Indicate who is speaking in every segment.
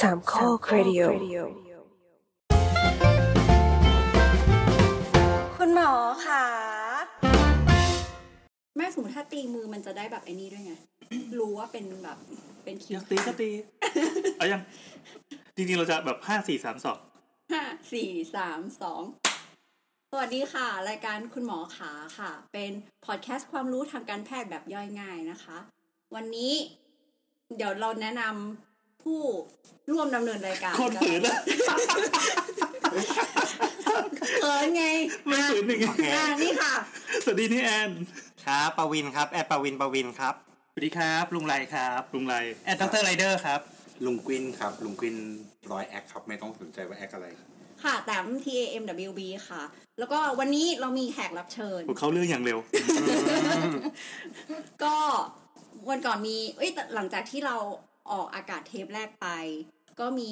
Speaker 1: สามข้อครดิโอ
Speaker 2: คุณหมอค่ะ
Speaker 3: ไม่สมมติถ้าตีมือมันจะได้แบบไอ้นี่ด้วยไง รู้ว่าเป็นแบบเป็นคิวย
Speaker 4: อากตีก็ตี เอายัง จริงๆ เราจะแบบห้าสี่สามสอง
Speaker 3: ห้าสี่สามสองสวัสดีค่ะ รายการคุณหมอขาค่ะ เป็นพอดแคสต์ความรู้ทางการแพทย์แบบย่อยง่ายนะคะ วันนี้ เดี๋ยวเราแนะนำผู้ร่วมดำเนินรายการ
Speaker 4: คนฝืนนะ
Speaker 3: เขินไง
Speaker 4: ไม่ฝืนอย่างเงี้ย
Speaker 3: อ่านี่ค่ะ
Speaker 4: สวัสดีนี่แอน
Speaker 5: ครับปวินครับ แอดปวินปวินครับ
Speaker 4: สวัสดีครับ ลุงไรครับลุงไร
Speaker 6: แอดดรไรเดอร์ครับ
Speaker 5: ลุงกวินครับ ลุงกวินร้อยแอคครับ ไม่ต้องสนใจว่าแอคอะไร
Speaker 3: ค่ะแต้ม TAMWB ค่ะ แล้วก็วันนี้เรามีแขกรับเชิญ
Speaker 4: ผมเข้าเรื่องอย่างเร็ว
Speaker 3: ก็วันก่อนมี เอ้ยแต่หลังจากที่เราออกอากาศเทปแรกไป ก็มี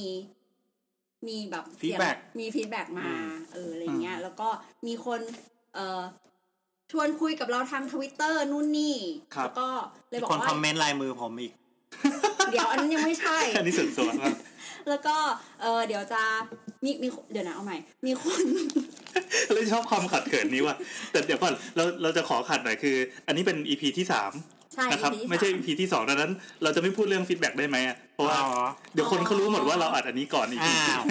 Speaker 3: มีแบบเสียง
Speaker 5: Feedback
Speaker 3: มีฟีดแบ็มา เอออะไรเงี้ย แล้วก็มีคนเอ่อชวนคุยกับเราทางทวิตเตอร์นู่นนี่
Speaker 4: ครับ
Speaker 3: แล้วก็เลยบอก
Speaker 6: คน
Speaker 3: ว่า
Speaker 6: คอมเมนต์ลายมือผมอีก
Speaker 3: เดี๋ยวอันนั้นยังไม่ใช่
Speaker 4: อันนี้เสริมสวยมาก
Speaker 3: แล้วก็เออเดี๋ยวจะมีมีเดี๋ยวนะเอาใหม่ มีคน
Speaker 4: เลยชอบความขัดเขินนี้ว่ะ แต่เดี๋ยวก่อน เราเราจะขอขัดหน่อยคือ อันนี้เป็นอีพีที่สาม
Speaker 3: ใช่
Speaker 4: นะครับ
Speaker 3: ที่สา
Speaker 4: ไม่ใช่อีพีที่สองดังนั้น เราจะไม่พูดเรื่องฟีดแบ็กได้ไหมอะเพราะว่า
Speaker 6: อ๋อ
Speaker 4: เดี๋ยวคนเขารู้หมดว่าเราอัดอันนี้ก่อนอีก
Speaker 6: อ้าว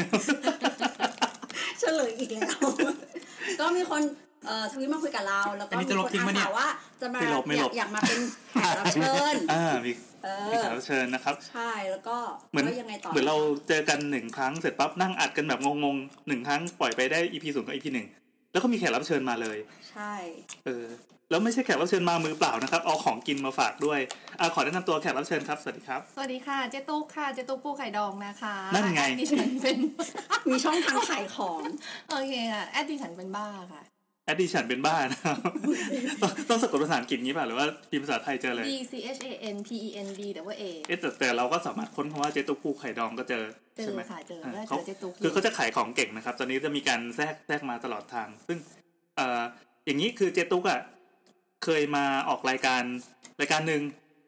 Speaker 3: เฉลยอีกแล้ว ก็มีคนเอ่อทวิตมาคุยกับเรา แล้วก็
Speaker 6: อันนี้
Speaker 3: มี
Speaker 6: จะล
Speaker 3: ค
Speaker 6: บ
Speaker 3: น
Speaker 6: ทิ้งไหมเนี่ย
Speaker 3: ถามว่าจะมา
Speaker 4: ไม่ลบไม่
Speaker 3: อ
Speaker 4: ล
Speaker 3: ยา
Speaker 4: บ
Speaker 3: กอยากมาเป็นแขกรับเชิ ญ
Speaker 4: อ่ามี
Speaker 3: เอ
Speaker 4: มี
Speaker 3: อ
Speaker 4: แขกรับเชิญนะครับ
Speaker 3: ใช่แล้วก็
Speaker 4: เหมือน
Speaker 3: แล้วยังไงต่อ
Speaker 4: เหมือนเราเจอกันหนึ่งครั้งเสร็จปั๊บนั่งอัดกันแบบงงๆหนึ่งครั้งปล่อยไปได้อีพีศูนย์กับอีพีหนึ่งแล้วก็มีแขกรับเชิญมาเลย
Speaker 3: ใช่
Speaker 4: เออ แล้วไม่ใช่แขกรับเชิญมามือเปล่านะครับ เอาของกินมาฝากด้วยอ่ะขอแนะนำตัวแขกรับเชิญครับ สวัสดีครับ
Speaker 7: สวัสดีค่ะ เจตุ๊กค่ะ เจตุ๊กปูไข่ดองนะคะ
Speaker 4: นั่นไง
Speaker 7: แอดดิฉันเป็น
Speaker 3: มีช่องทางขายของ
Speaker 7: โอเคค่ะ แอดดิฉันเป็นบ้าค่ะ
Speaker 4: แอดดิฉันเป็นบ้านะครับ ต้องสะกดภาษาอังกฤษงี้ป่ะหรือว่าพิมพ์ภาษาไทยเจอเลย
Speaker 7: D C H A N P E N D แต่ว่า A
Speaker 4: เอ๊ะแต่แต่เราก็สามารถค้นคำว่าเจตุกภูไข่ดองก็เจอ
Speaker 7: เจอ
Speaker 4: ใช่ไหม
Speaker 7: ค่ะเจอ
Speaker 4: อ่า
Speaker 7: แล้วเจ
Speaker 4: เขา
Speaker 7: อเจตุ๊ก
Speaker 4: คือเขาจะขายของเก่งนะครับ ตอนนี้จะมีการแทรกแทรกมาตลอดทาง ซึ่งเอ่ออย่างนี้คือเจตุกอ่ะเคยมาออกรายการรายการหนึ่ง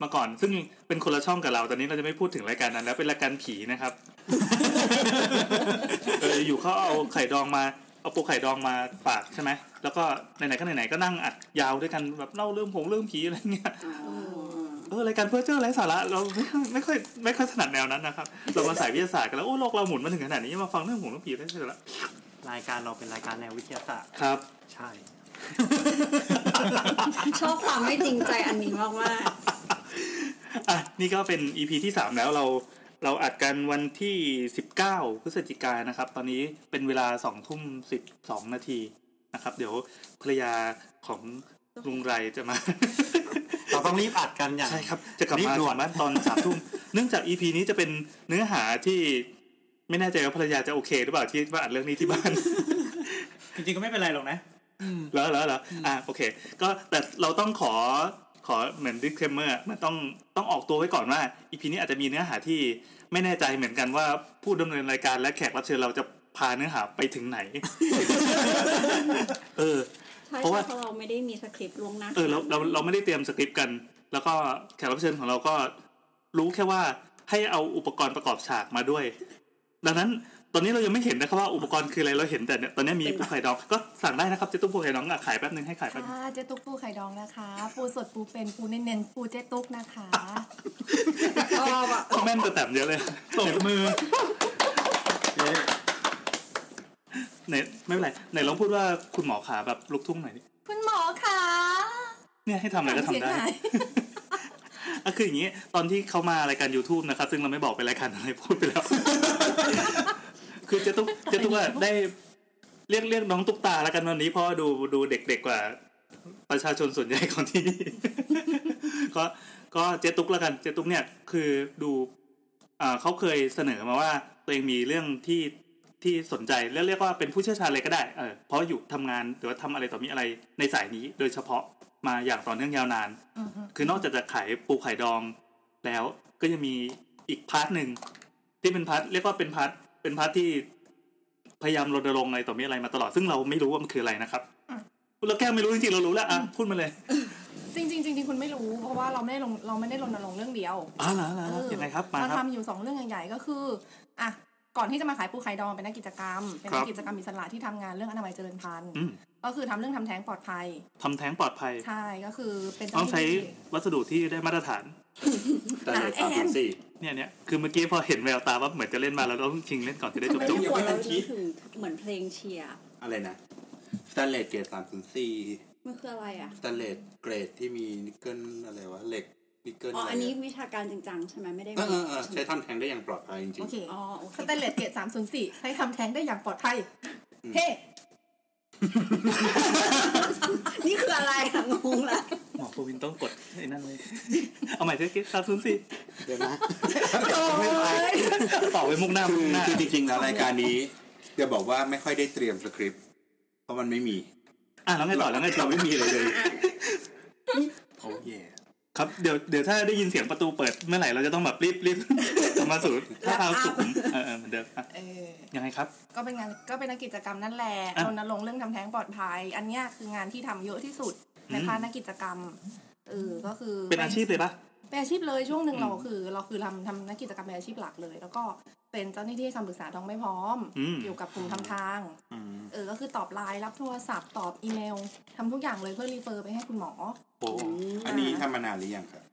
Speaker 4: มาก่อน ซึ่งเป็นคนละช่องกับเรา ตอนนี้เราจะไม่พูดถึงรายการนั้น แล้วเป็นรายการผีนะครับ เอออยู่เขาเอาไข่ดองมาเอาปูไข่ดองมาฝากใช่ไหมแล้วก็ไหนๆก็ไหนๆก็นั่งอัดยาวด้วยกันแบบเล่าเรื่องผงเรื่องผีอะไรเงี้ย
Speaker 3: อ๋อ
Speaker 4: เออรายการเพื่อเจอไร้สาระเรา ไม่ไม่ค่อยไม่ค่อยถนัดแนวนั้นนะครับ เรามาสายวิทยาศาสตร์กันแล้วโอ้โลกเราหมุนมาถึงขนาดนี้ยังมาฟังเรื่องหมูเรื่องผีไร้สาระ
Speaker 6: รายการเราเป็นรายการแนววิทยาศาสตร์
Speaker 4: ครับ
Speaker 6: ใช่
Speaker 3: ชอบความไม่จริงใจอันนี้มากว่า
Speaker 4: อ่ะนี่ก็เป็น EP ที่ 3 แล้วเราเราอัดกันวันที่ 19 พฤศจิกายนนะครับ ตอนนี้เป็นเวลา2ทุ่ม12 นาทีนะครับ เดี๋ยวภรรยาของลุงไรจะมา
Speaker 6: เราต้องรีบอัดกันอย่าง
Speaker 4: ใช่ครับ จะกลับ
Speaker 6: รี
Speaker 4: มา
Speaker 6: บด่วน
Speaker 4: ถึงบ้านตอนสามทุ่ม เนื่องจากอีพีนี้จะเป็นเนื้อหาที่ไม่แน่ใจว่าภรรยาจะโอเคหรือเปล่าที่มาอัดเรื่องนี้ที่บ้าน
Speaker 6: จริงๆก็ไม่เป็นไรหรอกนะ
Speaker 4: แล้วแล้วแล้วอ่ะโอเค ก็แต่เราต้องขอขอเหมือน disclaimer อะมันต้องต้องออกตัวไว้ก่อนว่าอีพีนี้อาจจะมีเนื้อหาที่ไม่แน่ใจเหมือนกันว่าผู้ดำเนินรายการและแขกรับเชิญเราจะพาเนื้อหาไปถึง ไหน เออ
Speaker 3: ใช่
Speaker 4: เพราะ
Speaker 3: ใช่
Speaker 4: ว่า
Speaker 3: เพราะเราไม่ได้มีสคริปต์ล่วงหน้า
Speaker 4: เออเราเราเราไม่ได้เตรียมสคริปต์กัน แล้วก็แขกรับเชิญของเราก็รู้แค่ว่าให้เอาอุปกรณ์ประกอบฉากมาด้วย ดังนั้นตอนนี้เรายังไม่เห็นนะครับว่าอุปกรณ์คืออะไรเราเห็นแต่เนี่ยตอนนี้มีปูไข่ดองก็สั่งได้นะครับเจ๊ตุ้มปูไข่ดองอ่ะขายแป๊บนึงให้ขายแป๊บนึง
Speaker 7: ค่ะ เจตุ๊กปูไข่ดองนะคะ ปูสดปูเป็นปูเน้นๆปูเจตุ๊กนะคะ
Speaker 3: ชอบอ่ะ
Speaker 4: คอมเมนต์แต่แต้มเยอะเลยตบมือไหนไม่เป็นไรไหนลองพูดว่าคุณหมอขาแบบลูกทุ่งหน่อยดิ
Speaker 7: คุณหมอค่ะ
Speaker 4: เนี่ยให้ทำอะไรก็ทำ
Speaker 7: เสียง
Speaker 4: ได้
Speaker 7: หาย
Speaker 4: ก็คืออย่างนี้ ตอนที่เขามารายการ YouTube นะครับ ซึ่งเราไม่บอกไปนรายการอะไรพูดไปแล้ว คือเจะตุ๊กเจะตุ๊กอะได้เรียกเรียกน้องตุ๊กตาแล้วกันวันนี้เพราะว่าดูดูเด็กๆกว่า ประชาชนส่วนใหญ่ของที่นี่ ก็ก็เจ๊ตุ๊กแล้วกันเจ๊ตุ๊กเนี่ยคือดูอ่าเขาเคยเสนอมาว่าตัวเองมีเรื่องที่ที่สนใจแล้วเรียกว่าเป็นผู้เชี่ยวชาญเลยก็ได้เออเพราะอยู่ทำงานหรือว่าทำอะไรต่อมีอะไรในสายนี้ โดยเฉพาะมาอย่างต่อเนื่องยาวนาน
Speaker 7: อือฮึ
Speaker 4: คือนอกจากจะขายปูไข่ดองแล้วก็ยังมีอีกพาร์ทหนึ่งที่เป็นพาร์ทเรียกว่าเป็นพาร์ทเป็นพาร์ทที่พยายามรณรงค์อะไรต่อมีอะไรมาตลอด ซึ่งเราไม่รู้ว่ามันคืออะไรนะครับแล้วแก้วไม่รู้จริงๆเรารู้แล้วอ่ะพูดมาเลย
Speaker 7: เจ จริงๆจริงๆคุณไม่รู้เพราะว่าเราไม่ได้ลงเราไม่ได้รณรงค์เรื่องเดียว
Speaker 4: อ๋อเหรอเหรอเหรอ
Speaker 7: เออ
Speaker 4: ยังไงครับมา
Speaker 7: เรา
Speaker 4: ครับ
Speaker 7: ทำอยู่สองเรื่องใหญ่ๆก็คืออ่ะก่อนที่จะมาขายปูไข่ดองเป็นนักกิจกรรม เป็นนั
Speaker 4: ครั
Speaker 7: ก
Speaker 4: บ
Speaker 7: กิจกรรมอิสระที่ทำงานเรื่องอนามัยเจริญพันธุ์
Speaker 4: อืม
Speaker 7: ก็คือทำเรื่องทำแท้งปลอดภัย
Speaker 4: ทำแท้งปลอดภัย
Speaker 7: ใช่ก็คือเป็น
Speaker 4: ต้องใช้
Speaker 7: ที่
Speaker 4: วัสดุที่ได้มาตรฐาน
Speaker 5: แต่เลย
Speaker 7: หนา
Speaker 5: สาม
Speaker 7: แอ
Speaker 5: สิ
Speaker 7: น
Speaker 5: บสี่
Speaker 4: เนี่ยเนี่ยคือเมื่อกี้พอเห็นแววตาว่าเหมือนจะเล่นมาแล้วก็ชิงเล่นก่อนจะได้
Speaker 3: ทำไม
Speaker 4: จบจบ
Speaker 3: หัวเรา
Speaker 5: ยังไม่ทันคิด
Speaker 3: ถึงเหมือนเพลงเชียร์
Speaker 5: อะไรนะสแตนเลสเกรดสามศูนย์สี่
Speaker 3: มันคืออะไรอ่ะ
Speaker 5: สแตนเลสเกรดที่มีนิกเกิลอะไรวะเหล็กนิกเกิล
Speaker 3: อ๋อ
Speaker 5: อะไร
Speaker 3: อันนี้วิชาการจริงจังใช่ไหมไม่ได้
Speaker 5: เอ
Speaker 3: มี
Speaker 5: อเออเออใช้ทำแทงได้อย่างปลอดภัยจริ
Speaker 7: โอง เค
Speaker 3: อ๋อโอเค
Speaker 7: สแตนเลสเกตสามศูนย์สี่ใช้ทำแท้งได้อย่างปลอดภัย
Speaker 5: อืม
Speaker 7: เฮ้
Speaker 3: นี่คืออะไรอะงงละ
Speaker 4: หมอปวินต้องกดไอ้นั่นเลย เอาใหม่เจ๊กิ๊กสามศูนย์สี่
Speaker 5: ๆเดี๋ยวนะ
Speaker 4: ต่อไปมุกหน้า
Speaker 5: คื
Speaker 4: มุ
Speaker 5: อก
Speaker 4: หน้า
Speaker 5: คือจริงๆแล้วรายการนี้จะบอกว่าไม่ค่อยได้เตรียมสคริปต์เพราะมันไม่มี
Speaker 4: อ่ะแล้วไงต่อแล้วไงต่อ
Speaker 5: เราไม่มีเลยเลยโอ้ย
Speaker 4: ครับเดี๋ยวเดี๋ยวถ้าได้ยินเสียงประตูเปิดเมื่อไหร่เราจะต้องแบบรีบรีบ กลับมาสู่ท่าทางสุ ขุมเออเออเหมือนเดิมอ่ะ
Speaker 7: เออ
Speaker 4: ยังไงครับ
Speaker 7: ก็เป็นงานก็เป็นนักกิจกรรมนั่นแหละ
Speaker 4: อ่ะ
Speaker 7: รณรงค์เรื่องทำแท้งปลอดภัย อันเนี้ยคืองานที่ทำเยอะที่สุดใน
Speaker 4: อืม
Speaker 7: ภาคนักกิจกรรมเออก็คือ
Speaker 4: เป็นอาชีพเลยปะ
Speaker 7: เป็นอาชีพเลยช่วงหนึ่ง
Speaker 4: อืม
Speaker 7: เราคือ เราคือทำทำนักกิจกรรมเป็นอาชีพหลักเลย แล้วก็เป็นเจ้าหน้าที่คำปรึกษาท้องไม่พร้อม
Speaker 4: อืม
Speaker 7: อยู่กับกลุ่มทำทางเออก็คือตอบไลน์รับโทรศัพท์ตอบอีเมลทำทุกอย่างเลยเพื่อรีเฟอร์ไปให้คุณหมอ
Speaker 4: โอ้
Speaker 5: อันนี้ทำมานานหรือยังครับ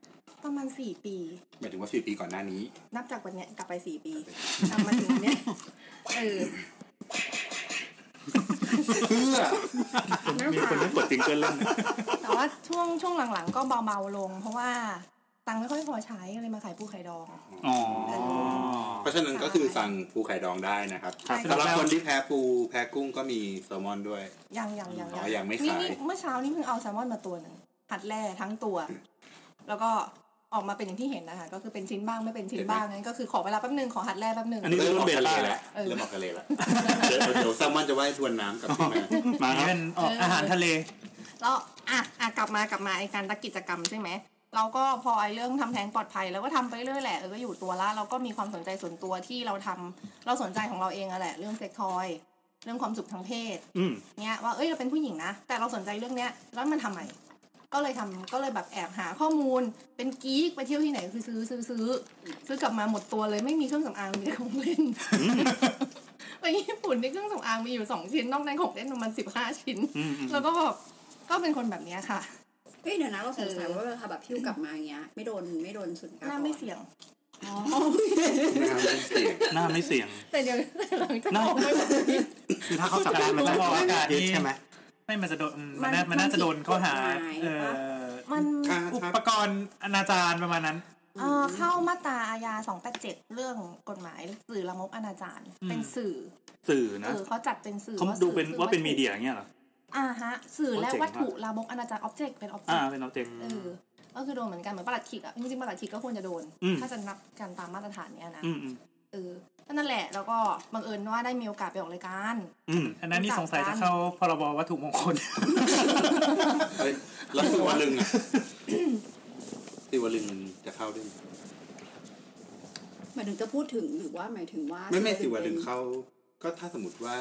Speaker 7: ประมาณสี่ปี
Speaker 5: หมายถึงว่าสี่ปีก่อนหน้านี้
Speaker 7: นับจากวันเนี้ยกลับไปสี่ปีทำมาถึงวันเนี้ยเออ
Speaker 5: เพื่อ
Speaker 4: มีคนต้องกดจิงเกิลเล่นนะ
Speaker 7: แต่ว่าช่วงช่วงหลังๆ ก็เบาๆลง เพราะว่าตังค์ไม่ค่อยพอใช้เลยมาขายปูไข่ดอง
Speaker 4: อ๋อ
Speaker 5: เพราะฉะนั้นก็คือสั่งปูไข่ดองได้นะครับ
Speaker 4: ครับ
Speaker 5: สำหรับ
Speaker 4: แล้ว
Speaker 5: คนที่แพ้ปูแพ้กุ้งก็มีแซลมอนด้วย
Speaker 7: ยังยังยัง
Speaker 5: อ๋อยังไม่
Speaker 7: นี่
Speaker 5: ขาย
Speaker 7: นี่เมื่อเช้านี่เพิ่งเอาแซลมอนมาตัวหนึ่งผัดแร่ทั้งตัว แล้วก็ออกมาเป็นอย่างที่เห็นนะคะก็คือเป็นชิ้นบ้างไม่เป็นชิ้นบ้างงั้นก็คือขอเวลาแป๊บหนึงขอหัดแร่แป๊บหนึง
Speaker 4: อันนี้
Speaker 5: เริ่มออกทะเลแล้ว
Speaker 7: เออ
Speaker 5: เริ่มออกทะเลแล้วเดี๋ยวเดี๋ยวแซลมอนจะว่ายทวนน้ำกลับขึ้นมา
Speaker 4: มาครั
Speaker 6: นี่
Speaker 4: บ
Speaker 6: เป็นออกอาหารทะเล
Speaker 7: แล้วอ่ะอ่ะกลับมากลับมาไอการตักกิจกรรมใช่ไหมเราก็พอไอเรื่องทำแท้งปลอดภัยแล้วก็ทำไปเรื่อยแหละเออก็อยู่ตัวละเราก็มีความสนใจส่วนตัวที่เราทำเราสนใจของเราเองอะแหละเรื่องเซ็กทอย เรื่องความสุขทางเพศ
Speaker 4: อืม
Speaker 7: เนี่ยว่าเอ้ยเราเป็นผู้หญิงนะ แต่เราสนใจเรื่องเนี้ยแล้วมันทำไมก็เลยทำก็เลยแบบแอบหาข้อมูล เป็นกี๊กไปเที่ยวที่ไหนคือซื้อซื้อซื้อซื้อกลับมาหมดตัวเลยไม่มีเครื่องสำอางมีแต่ของเล่นไปญี่ปุ่นในเครื่องสำอางมีอยู่สองชิ้นนอกนั้นของเล่นประมาณสิบห้าชิ้น
Speaker 4: อืมอืม
Speaker 7: แล้วก็แบบก็เป็นคนแบบเนี้ยค่ะ
Speaker 3: เฮ้ยเดี๋ยวนะเราสงสัยว่าเวลาแบบพิ้วกลับมาอย่างเงี้ยไม่โดนไม่โดนสุดกา
Speaker 7: หน้าไม่เสี่ยง
Speaker 3: อ๋อ
Speaker 5: น้ำไม่เสี่ยง
Speaker 4: ห
Speaker 7: แต่
Speaker 4: น้าไม่เสี่ยง
Speaker 7: เดี๋ยวหลังจาก
Speaker 4: หน้า
Speaker 7: ออกมาแบบนี้
Speaker 6: คือถ้าเขาจับได้มันต้องออกอากาศใช่ไหมไม่มันจะโดนมันน่ามันน่าจะโดนข้อหาเอ่อ
Speaker 7: มัน
Speaker 5: ถ้า
Speaker 6: อุ
Speaker 5: ถ้า
Speaker 6: ปกรณ์อนาจารประมาณนั้น
Speaker 7: เอ่อเข้ามาตราอาญา287 เรื่องกฎหมายสื่อละมกอนาจารเป็นสื่อ
Speaker 4: สื่อ
Speaker 7: เอ
Speaker 4: นะ
Speaker 7: อเขาจัดเป็นสื่อ
Speaker 4: เขา
Speaker 7: ว่า
Speaker 4: ดู
Speaker 7: สื่อ
Speaker 4: เป็น
Speaker 7: คือ
Speaker 4: ว่าเป็น
Speaker 7: ถุ
Speaker 4: มีเดียอย่างเงี้ยเหรอ
Speaker 7: อ่าฮะ สื่อและ
Speaker 4: โอ้เจ๋ง
Speaker 7: วัตถุ
Speaker 4: ว่ะ
Speaker 7: ลามกอนาจารออบเจกต์เป็นออบเจ
Speaker 4: อ่าก
Speaker 7: ต์
Speaker 4: เป็นออบเจกต์
Speaker 7: เออก็คือโดนเหมือนกันเหมือนประหลัดขิกอ่ะจริงๆประหลัดขิกก็ควรจะโดน
Speaker 4: อืม
Speaker 7: ถ้าจะนับกันตามมาตรฐานเนี้ยนะ
Speaker 4: อืมอืม
Speaker 7: เออก็นั่นแหละแล้วก็บังเอิญว่าได้มีโอกาสไปออกรายการ
Speaker 4: อืม
Speaker 6: อันนั้นนี่สงสัยจะเข้าพรบวัตถุมงคล
Speaker 5: เอ้ยแล้วสิวลึงอะสิวลึงจะเข้าด้วยไหม
Speaker 3: หมายถึงจะพูดถึงหรือว่าหมายถึงว่า
Speaker 5: ไม่ไม่สิวลึงเข้า ก็ถ้าสมมติว่า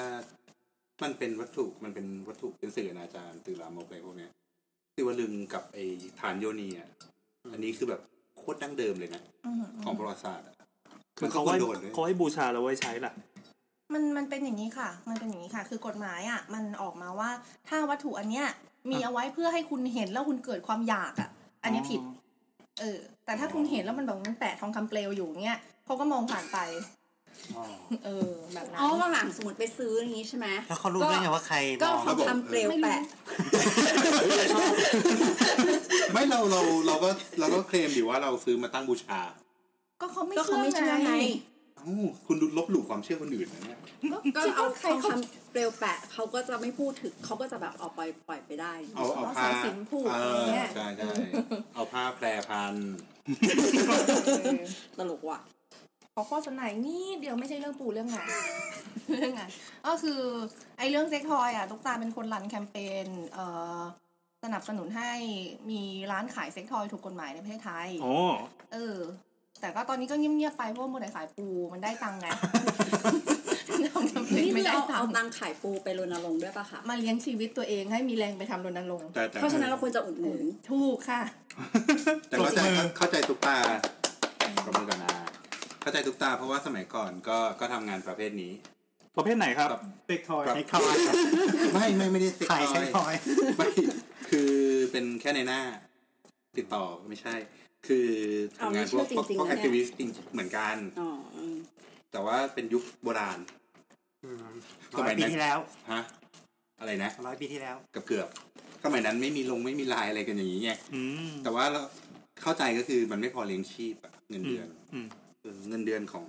Speaker 5: มันเป็นวัตถุมันเป็นวัตถุเป็นสื่ออนาจารตื่นลามกอะไรพวกเนี้ยสิวลึงกับไอ้ฐานโยนีอ่ะอันนี้คือแบบโคตรดั้งเดิมเลยนะ
Speaker 7: อืม
Speaker 5: ของประวัติศาสตร์อะ
Speaker 4: คือ
Speaker 5: เขาก็
Speaker 4: เขาไว้
Speaker 5: โดนด้วย
Speaker 4: เขาไว้บูชาแล้วไว้ใช้ล่ะ
Speaker 7: มันมันเป็นอย่างนี้ค่ะ มันเป็นอย่างนี้ค่ะ คือกฎหมายอ่ะมันออกมาว่า ถ้าวัตถุอันเนี้ยมีเอาไว้เพื่อให้คุณเห็นแล้วคุณเกิดความอยากอ่ะ อันเนี้ยผิด เออ แต่ถ้าคุณเห็นแล้วมันแบบมันแตะทองคำเปลวอยู่เนี้ยเขาก็มองผ่านไป เออแบบนั้น
Speaker 3: อ๋อว่าหลังสมมติไปซื้ออย่างงี้ใช่ไหม
Speaker 6: แล้วเขารู้ได้ไงว่าใคร
Speaker 3: ก็เขาทำเปลวแปะ
Speaker 5: ไม่เราเราเราก็เราก็เคลมอยู่ว่าเราซื้อมาตั้งบูชา
Speaker 7: ก็เขาไม่
Speaker 3: ก็เขาไม่เชื่อไง
Speaker 5: เอ้าคุณดูลบหลู่ความเชื่อคนอื่นนะเนี่ย
Speaker 3: ก็
Speaker 7: ก็
Speaker 3: เอา
Speaker 7: เอาใคร
Speaker 3: เขา
Speaker 7: เขา
Speaker 3: ทำเปลวแปะเขาก็จะไม่พูดถึงเขาก็จะแบบเอาปล่อยปล่อยไปได้
Speaker 5: เอาเอาผ้า
Speaker 7: สายสิญจนผูก
Speaker 5: เอ
Speaker 7: อะไร
Speaker 5: อ
Speaker 7: เงี้ย
Speaker 5: ใช่ใช่เอาผ้าแพรพัน
Speaker 7: เออ
Speaker 3: ตลกว่ะ
Speaker 7: ขอข้อสนายนี่เดียวไม่ใช่เรื่องปูเรื่องงาน เรื่องงานก็คือไอ้เรื่องเซ็กทอยอ่ะตุ๊กตาเป็นคนรันแคมเปญเอ่อสนับสนุนให้มีร้านขายเซ็กทอยถูกกฎหมายในประเทศไทย
Speaker 4: โอ้
Speaker 7: เออ แต่ก็ตอนนี้ก็เงียบๆไปเพราะว่ามัวแต่ขายปูมันได้ตังค์ไง ทำทำเป็น
Speaker 3: นี่
Speaker 7: ไม่ได้
Speaker 3: เรา
Speaker 7: ท
Speaker 3: เอาตังค์ขายปูไปรณรงค์ด้วยปะคะ
Speaker 7: ำมาเลี้ยงชีวิตตัวเองให้มีแรงไปทำรณรงค์
Speaker 5: แต่แต่
Speaker 3: เพราะฉะนั้นเราควรจะอุดหนุน
Speaker 7: ถูกค่ะ
Speaker 5: แต่เข้าใจ
Speaker 6: ปรบมือ
Speaker 5: เข้าใจตุ๊กตาปรบมือก่อนนะเข้าใจตุ๊กตาเพราะว่าสมัยก่อนก็ก็ทำงานประเภทนี้
Speaker 4: ประเภทไหนครับ
Speaker 5: ครับ
Speaker 6: เด็กทอย
Speaker 5: ครับ
Speaker 6: ใช้คอย
Speaker 5: ไม่ไม่ไม่ได้ติด
Speaker 6: ขายใช้ค
Speaker 5: ต่อ
Speaker 6: อย
Speaker 5: ไม่คือเป็นแค่ในหน้า ติดต่อไม่ใช่ คือทำงานพวกพวกพวกแอคทิวิสต์เหมือนกัน
Speaker 3: อ๋อ
Speaker 5: แต่ว่าเป็นยุคโบราณ ส
Speaker 6: ร้อ
Speaker 5: มั
Speaker 6: ย
Speaker 5: ย
Speaker 6: ปี
Speaker 5: นั้น
Speaker 6: ที่แล้ว
Speaker 5: ฮะอะไรนะ
Speaker 6: ร้อยปีที่แล้ว
Speaker 5: เกือบเกือบๆสมัยนั้นไม่มีลงไม่มีลายอะไรกันอย่างนี้ไง
Speaker 4: อืม
Speaker 5: แต่ว่าเราเข้าใจก็คือมันไม่พอเลี้ยงชีพอะเงิน
Speaker 4: อื
Speaker 5: เดื
Speaker 4: ม
Speaker 5: อน
Speaker 4: อืม
Speaker 5: เออเงินเดือนของ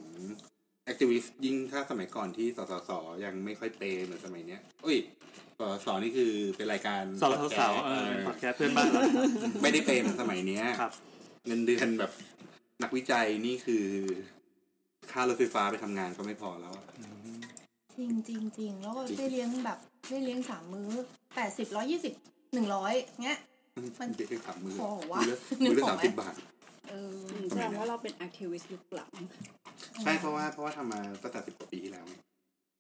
Speaker 5: แอคทิวิสต์ยิ่งถ้าสมัยก่อนที่สสสยังไม่ค่อยเปย์เหมือนสมัยเนี้ยอุ้ยสสสนี่คือเป็นรายการ
Speaker 4: สาว
Speaker 5: พอดแค
Speaker 4: สาว
Speaker 5: สต์
Speaker 4: เออ
Speaker 5: เออ
Speaker 4: พอดแคสต์เพื่อนบ้านเรา
Speaker 5: ไม่ได้เปย์เหมือนสมัยเนี้ย
Speaker 4: ครับ
Speaker 5: เงินเดือนแบบนักวิจัยนี่คือ ค่ารถไฟฟ้าไปทำงานก็ไม่พอแล้วอะ
Speaker 7: จริงจริงจริงแล้วก็ได้เลี้ยงแบบได้เลี้ยงสามมื้อแปดสิบร้อยยี่สิบหนึ่งร้อยเงี้ย มัน
Speaker 5: เดือนสามหมือ
Speaker 7: พอวะ
Speaker 5: มือละ
Speaker 7: นึกออกไหม
Speaker 5: สามสิบบาท
Speaker 7: เออ
Speaker 3: อืมแสดงว่าเราเป็นแอคทิวิสต์ยุคหลัง
Speaker 5: ใช่เพราะว่าเพราะว่าทำมาตั้งแต่สิบกว่าปีที่แล้วไง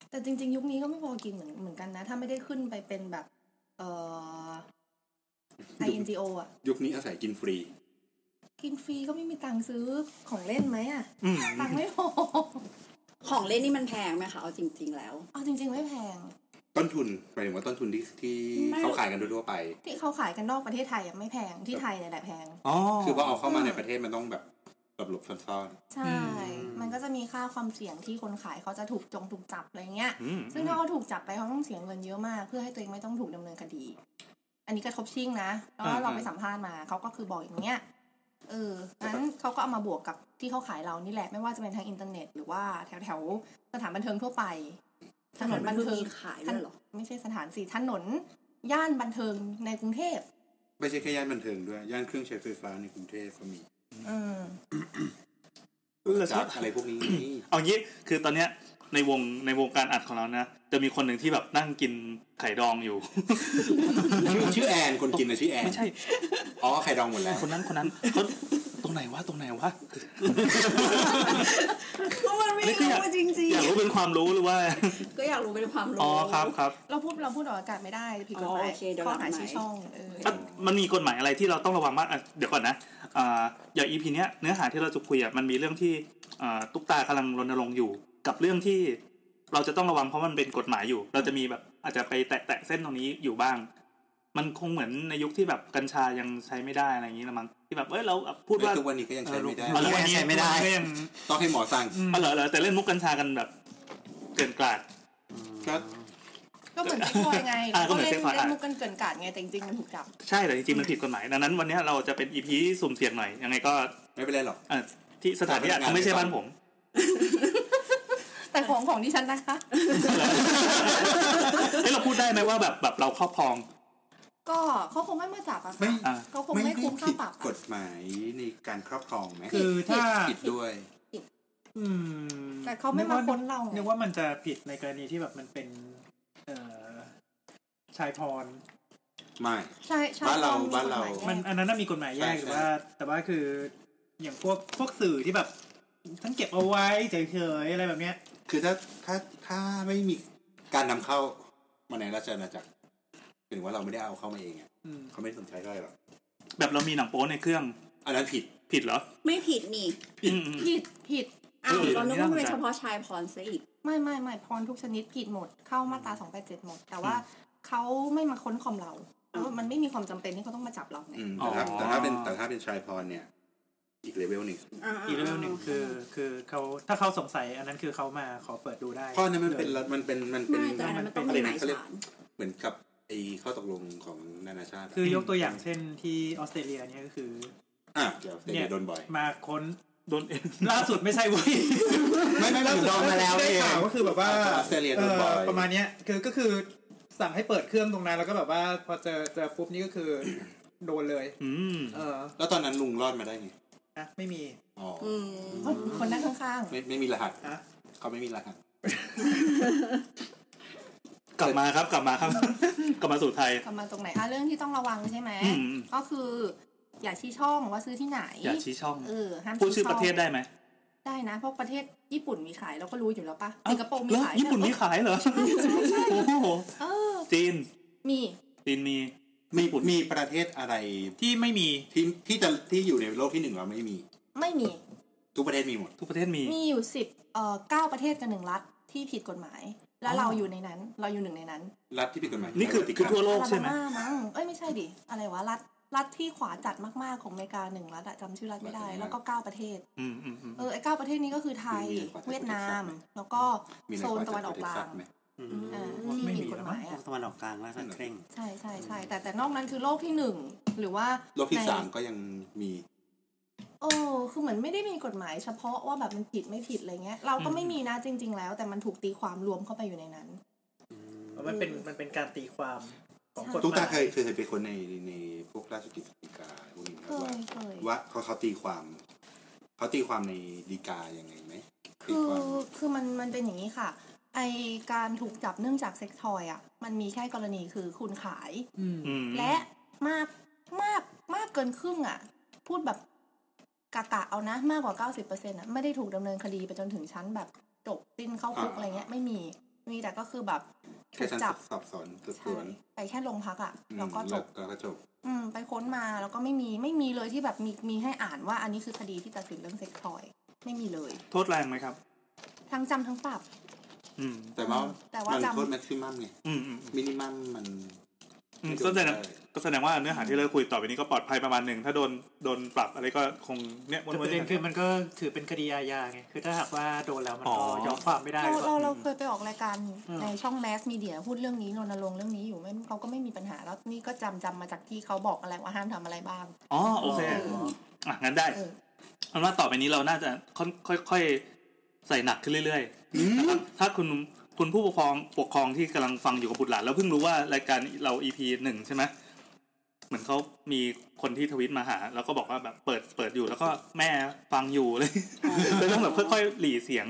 Speaker 7: แต่จริง ๆ ยุคนี้ก็ไม่พอกินเหมือนเหมือนกันนะ ถ้าไม่ได้ขึ้นไปเป็นแบบ เอ่อ INGO อ่ะ
Speaker 5: ยุคนี้อาศัยกินฟรี
Speaker 7: กินฟรีก็ไม่มีตังค์ซื้อของเล่นไหมอ่ะ
Speaker 4: อืม
Speaker 7: ตังค์ไม่พอ
Speaker 3: ของเล่นนี่มันแพงไหมคะเอาจริง ๆ แล้ว
Speaker 7: เอาจริง ๆ ไม่แพง
Speaker 5: ต้นทุนหมายถึงว่าต้นทุนที่ที่
Speaker 3: ไม่
Speaker 5: เขาขายกันทั่วๆไป
Speaker 7: ที่เขาขายกันนอกประเทศไทยอ่ะไม่แพงที่ไทยเนี่ยแหละแพง
Speaker 4: อ๋อ
Speaker 5: คือพอเอาเข้ามาในประเทศมันต้องแบบหลบๆซ่อนๆ
Speaker 7: ใช่ มันก็จะมีค่าความเสี่ยงที่คนขายเขาจะถูกจงถูกจับอะไรเงี้ย
Speaker 4: อืม
Speaker 7: ซึ่งถ้าเขาถูกจับไปเขาต้องเสียเงินเยอะมาก เพื่อให้ตัวเองไม่ต้องถูกดำเนินคดี อันนี้กระทบชิ่งนะ แล้วเราไปสัมภาษณ์มาเขาก็คือบอกอย่างเงี้ย เออ งั้นเขาก็เอามาบวกกับที่เขาขายเรานี่แหละ ไม่ว่าจะเป็นทางอินเทอร์เน็ต หรือว่าแถวแถวๆสถานบันเทิงทั่วไป ถนนบันเทิง
Speaker 3: มีขายด้วยเหรอ
Speaker 7: ไม่ใช่สถานสิถนน ย่านบันเทิงในกรุงเทพ
Speaker 5: ไม่ใช่แค่ย่านบันเทิงด้วย ย่านเครื่องใช้ไฟฟ้าในกรุงเทพก็มี
Speaker 7: อืม
Speaker 4: เราช
Speaker 5: จั
Speaker 4: อบ
Speaker 5: ดอะไรพวกนี้
Speaker 4: เอางี้คือตอนเนี้ยในวงในวงการอัดของเรานะ จะมีคนหนึ่งที่แบบนั่งกินไข่ดองอยู่
Speaker 5: ชื่อแอนคนกินนะชื่อแอน
Speaker 4: ไม่ใช่
Speaker 5: อ๋อไข่ดองหมดแล้ว
Speaker 4: คนนั้นคนนั้นเขาตรงไหนวะตรงไหนวะ
Speaker 3: เพราะมันไม่รู้จริง
Speaker 4: อยากรู้เป็นความรู้หรือว่า
Speaker 3: ๆ ก็อยากรู้เป็นความรู้
Speaker 4: อ๋อครับครับ
Speaker 7: เราพูดเราพูดออกอากาศไม่ได้ผิดกฎห
Speaker 3: อ๋
Speaker 7: มา
Speaker 3: อย โอเคเดี๋ยว
Speaker 7: ข้อ
Speaker 3: หลั
Speaker 7: หาง
Speaker 3: ไมค์
Speaker 7: ชี้ช่องเออ
Speaker 4: อ่ะมันมีกฎหมายอะไรที่เราต้องระวังมากอ่ะเดี๋ยวก่อนนะอ่าอย่างอีพีเนี้ยเนื้อหาที่เราจะคุยอ่ะมันมีเรื่องที่อ่าตุ๊กตากำลังรณรงค์อยู่ กับเรื่องที่เราจะต้องระวังเพราะมันเป็นกฎหมายอยู่ เราจะมีแบบอาจจะไปแตะแตะเส้นตรงนี้อยู่บ้าง มันคงเหมือนในยุคที่แบบกัญชายังใช้ไม่ได้อะไรอย่างนี้ละมั้งที่แบบเอ้ยเราพูดว่า
Speaker 5: ทุกวันนี้ก็ยังใช้ไม่ได้
Speaker 4: เออ
Speaker 6: ยังใช้ไม่ได้ก็ยัง
Speaker 5: ต้องให้หมอสั่ง
Speaker 4: อ๋อเหรอเหรอแต่เล่นมุกกัญชากันแบบเกินกลาด
Speaker 5: ก็
Speaker 7: ก็เหมือนเซ็กทอยไง
Speaker 4: อ่ะก็
Speaker 7: ก็
Speaker 4: เหมือน
Speaker 7: เล่น
Speaker 4: เซ็กทอย
Speaker 7: เล่
Speaker 4: อ่ะ
Speaker 7: นมุกกันเกินกาดไงแต่จริงๆมันถูกจับ
Speaker 4: ใช่แต่จริงๆมันผิดกฎหมายดังนั้นวันเนี้ยเราจะเป็นอีพีสุ่มเสี่ยงหน่อยยังไงก็
Speaker 5: ไม่เป็นไรหรอก
Speaker 4: เอ่อที่สถานที่อาจจะไม่ใช่บ้านผม
Speaker 7: แต่ของของดิฉันนะคะ
Speaker 4: เอ้ยเราพูดได้ไหมว่าแบบแบบเราครอบครอง
Speaker 7: ก็เขาคงไม่มาจับอะ
Speaker 5: ไม่
Speaker 7: ค่ะ
Speaker 4: อ่ะ
Speaker 7: เขาคงไม่คุ้มค่า
Speaker 5: ผิด
Speaker 7: ปรับ
Speaker 5: ก
Speaker 7: อะ
Speaker 5: ฎหมายในการครอบครองไหม
Speaker 6: คือถ้า
Speaker 5: ผิดด้วย
Speaker 6: อืม
Speaker 7: แต่เขาไม่มาค้นเราไง
Speaker 6: นึกว่ามันจะผิดในกรณีที่แบบมันเป็น เอ่อชายพร
Speaker 5: ไม่
Speaker 7: ใช่ใช่
Speaker 5: บ้านเรา
Speaker 7: ตอ
Speaker 5: บ้านเรา
Speaker 7: กฎหมยแยก
Speaker 6: มันอันนั้นนะมีกฎหมายแยก
Speaker 5: ใช่
Speaker 6: แต่ว่า แต่ว่าคืออย่างพวกพวกสื่อที่แบบท่านเก็บเอาไว้เฉยๆอะไรแบบเนี้ย
Speaker 5: คือถ้าถ้าถ้าไม่มีการนำเข้ามาในราชอาณาจักรถึงว่าเราไม่ได้เอาเข้ามาเองอะ
Speaker 6: อืม
Speaker 5: เขาไม่สนใจได้หรอก
Speaker 4: แบบเรามีหนังโป๊ในเครื่อง
Speaker 5: อันนั้นผิด
Speaker 4: ผิดเหรอ
Speaker 3: ไม่ผิดนี่
Speaker 4: อืมอืม
Speaker 7: ผิดผิด
Speaker 3: อ้าว
Speaker 4: เออ
Speaker 3: เรานึกว่ามันเป็น
Speaker 4: น่าสนใจ
Speaker 3: เฉพาะชายพรซะอีก
Speaker 7: ไม่ไม่ไม่พรทุกชนิดผิดหมดเข้ามาตราสองแปดเจ็ดหมด แต่ว่าเขาไม่มาค้นคอมเราเพราะว่ามันไม่มีความจำเป็นที่เขาต้องมาจับเราไง
Speaker 5: อืมแต่ถ้า
Speaker 4: อ๋อ
Speaker 5: แต่ถ้าเป็นแต่ถ้าเป็นชายพรเนี่ย อีกเลเวลหนึ่ง
Speaker 6: อีกเรื่องหนึ่งคือ คือเขาถ้าเขาสงสัยอันนั้นคือเขามาขอเปิดดูได้
Speaker 5: เพราะอันนั้นมันเป็นระมันเป็นมันเป็น
Speaker 3: ไม่แต่อันนั้นมันต้องมีหมายศาล
Speaker 5: เหมือนกับไอ้ข้อตกลงของนานาชาติ
Speaker 6: คือยกตัวอย่างเช่นที่ออสเตรเลียเนี่ยก็คือ
Speaker 5: อ่ะเดี๋ยวเดี๋ยวโดนบ่อย
Speaker 6: มาค้น
Speaker 4: โดนเอ็น
Speaker 6: ล่าสุดไม่ใช่เว้ย
Speaker 5: ไม่ไม่ไม่โดนมาแล้ว
Speaker 6: ได้
Speaker 5: เอง
Speaker 6: ข่าวก็คือแบบว่า
Speaker 5: ออสเตรเลียโดนบ่อย
Speaker 6: เอ่อประมาณเนี้ยคือก็คือสั่งให้เปิดเครื่องตรงนั้นแล้วก็แบบว่าพอเจอเจอปุ๊บนี่ก็คือ โดนเลย
Speaker 4: อืม
Speaker 6: เออ
Speaker 5: แล้วตอนนั้นลุงรอดมาได้ไง
Speaker 6: นะไม่มี
Speaker 5: อ๋ออ
Speaker 3: อืม
Speaker 7: คนคนนั่งข้าง
Speaker 5: ไม่ไม่มีรหัส
Speaker 6: ฮะ
Speaker 5: เขาไม่มีรหัส
Speaker 4: กลับมาครับกลับมาครับ กลับมาสู่ไทย
Speaker 7: ๆกลับมาตรงไหนอ่ะเรื่องที่ต้องระวังใช่ไหม
Speaker 4: อืม
Speaker 7: ก็คือ อย่าชี้ช่องว่าซื้อที่ไหน
Speaker 4: อย่าชี้ช่อง
Speaker 7: เออห้าม
Speaker 4: พูดชื่อประเทศ
Speaker 7: ง
Speaker 4: ได้ไหม
Speaker 7: ได้นะ เพราะประเทศญี่ปุ่นมีขายเราก็รู้อยู่แล้วปะ
Speaker 4: อ้าว
Speaker 7: สิงคโปร์มี
Speaker 4: เหรอ
Speaker 7: ขาย
Speaker 4: ญี่ปุ่นมีขายเหรอโอ้โห
Speaker 7: เออ
Speaker 4: จีน
Speaker 7: มี
Speaker 4: จีนมี
Speaker 5: มีมีประเทศอะไร
Speaker 1: ที่ไม่มี
Speaker 5: ที่ที่จะที่อยู่ในโลกที่หนึ่งเราไม่มี
Speaker 7: ไม่มี
Speaker 5: ทุกประเทศมีหมด
Speaker 4: ทุกประเทศมี
Speaker 7: มีอยู่สิบเอ่อเก้าประเทศกับหนึ่งรัฐที่ผิดกฎหมาย และ
Speaker 4: อ๋อ
Speaker 7: เราอยู่ในนั้น เราอยู่หนึ่งในนั้น
Speaker 5: รัฐที่ผิดกฎหมาย
Speaker 4: นี่คือ
Speaker 5: ติด
Speaker 4: คือทั่วโลก
Speaker 7: อา
Speaker 4: ใช่
Speaker 7: ลา
Speaker 4: ไหม
Speaker 7: บามามั้งเอ้ยไม่ใช่ดิอะไรวะรัฐรัฐที่ขวาจัดมากๆของอเมริกาหนึ่งรัฐอะจำชื่อรัฐไม่ได้ แล้วก็เก้าประเทศ
Speaker 4: อืมอืมอืม
Speaker 7: เออไอ้เก้าประเทศนี้ก็คือไทยเวียดนาม แล้วก็โซนตะวันออกกลาง
Speaker 5: ไหม
Speaker 7: อ่า
Speaker 1: ไม่
Speaker 7: ที่
Speaker 1: มี
Speaker 7: มีกฎ
Speaker 1: แล้ว
Speaker 7: ห
Speaker 1: มั้
Speaker 7: มาง ยอ่ะ
Speaker 1: ตะวันออกกลางน่าจะเคร่ง
Speaker 7: ใช่ใช่ใช่แต่แต่นอกนั้นคือโลกที่หนึ่งหรือว่า
Speaker 5: โลกที่
Speaker 7: ใน
Speaker 5: สามก็ยังมี
Speaker 7: โอ้คือเหมือนไม่ได้มีกฎหมายเฉพาะว่าแบบมันผิดไม่ผิดอะไรเงี้ย เราก็ไม่มีนะจริง ๆ แล้ว แต่มันถูกตีความรวมเข้าไปอยู่ในนั้น
Speaker 6: มันเป็นมันเป็นการตีความของกฎห
Speaker 5: ตุ๊ก
Speaker 6: มา
Speaker 5: ตาย เคยเคยไปคนในในพวกราชกิจฎีกาพวกนี้ไหม
Speaker 7: เค
Speaker 5: ว่าย
Speaker 7: เคย
Speaker 5: ว่าเขาเขาตีความ เขาตีความในดีกายังไงไหม
Speaker 7: คื
Speaker 5: ตี
Speaker 7: อ
Speaker 5: ความ
Speaker 7: คือมันมันเป็นอย่างนี้ค่ะ ไอการถูกจับเนื่องจากเซ็กทอยอ่ะ มันมีแค่กรณีคือคุณขาย
Speaker 4: อืม
Speaker 7: และมากมากมากเกินครึ่งอ่ะ พูดแบบกะกะเอานะ มากกว่า 90%อ่ะ ไม่ได้ถูกดำเนินคดีไปจนถึงชั้นแบบจบสิ้นเข้าคุก
Speaker 5: อ่า
Speaker 7: อะไรเงี้ย ไม่มี มีแต่ก็คือแบบถู
Speaker 5: แค่
Speaker 7: ก
Speaker 5: ชั้น
Speaker 7: จับ
Speaker 5: สอบสวนสืบส
Speaker 7: ใช่
Speaker 5: วน
Speaker 7: ไปแค่โรงพักอ่ะ
Speaker 5: อืม
Speaker 7: แล้วก็จบ
Speaker 5: แล้วก็จบ
Speaker 7: อืม ไปค้นมาแล้วก็ไม่มีไม่มีเลยที่แบบมีมีให้อ่านว่าอันนี้คือคดีที่ตัดสินเรื่องเซ็กทอย ไม่มีเลย
Speaker 4: โทษแรงไหมครับ
Speaker 7: ทั้งจำทั้งปรับ
Speaker 4: อืม
Speaker 5: แต่ว่า
Speaker 7: แต่ว่า
Speaker 5: มัน
Speaker 7: จำ
Speaker 5: โทษแม็กซิมัมไง
Speaker 4: อืมอืมอืม
Speaker 5: มินิมัมมัน
Speaker 4: อืม
Speaker 5: ไม่โด
Speaker 4: ก็
Speaker 5: น
Speaker 4: แสด
Speaker 5: ได้
Speaker 4: งก็แสดงว่าเนื้อหาที่เราคุยต่อไปนี้ก็ปลอดภัยประมาณหนึ่งถ้าโดนโดนปรับอะไรก็คงเนี่ยวน
Speaker 1: แต่
Speaker 4: ๆ
Speaker 1: ประเด็น
Speaker 4: ย
Speaker 1: คือมันก็ถือเป็นคดีอาญาไง คือถ้าหากว่าโดนแล้วมัน
Speaker 4: อ๋อ
Speaker 1: ก็ยอมความไม่ได้
Speaker 7: เราเราเราเคยไปออกรายการ
Speaker 1: อืม
Speaker 7: ในช่องแมสมีเดียพูดเรื่องนี้รณรงค์เรื่องนี้อยู่ไม่เขาก็ไม่มีปัญหาแล้วนี่ก็จำจำมาจากที่เขาบอกอะไรว่าห้ามทำอะไรบ้าง
Speaker 4: อ๋อโอเคอ่ะงั้นได้
Speaker 7: เออ
Speaker 4: เอาว่าต่อไปนี้เราน่าจะค่อนค่อยๆใส่หนักขึ้นเรื่อยๆนะครับถ้าคุณคุณผู้ปกครองปกครองที่กำลังฟังอยู่กับบุตรหลานแล้วเพิ่งรู้ว่ารายการเรา EP หนึ่งใช่ไหมเหมือนเขามีคนที่ทวิตมาหา แล้วก็บอกว่าแบบเปิดเปิดอยู่แล้วก็แม่ฟังอยู่ เลยเลยต้องแบบค่อยๆหลีเสียง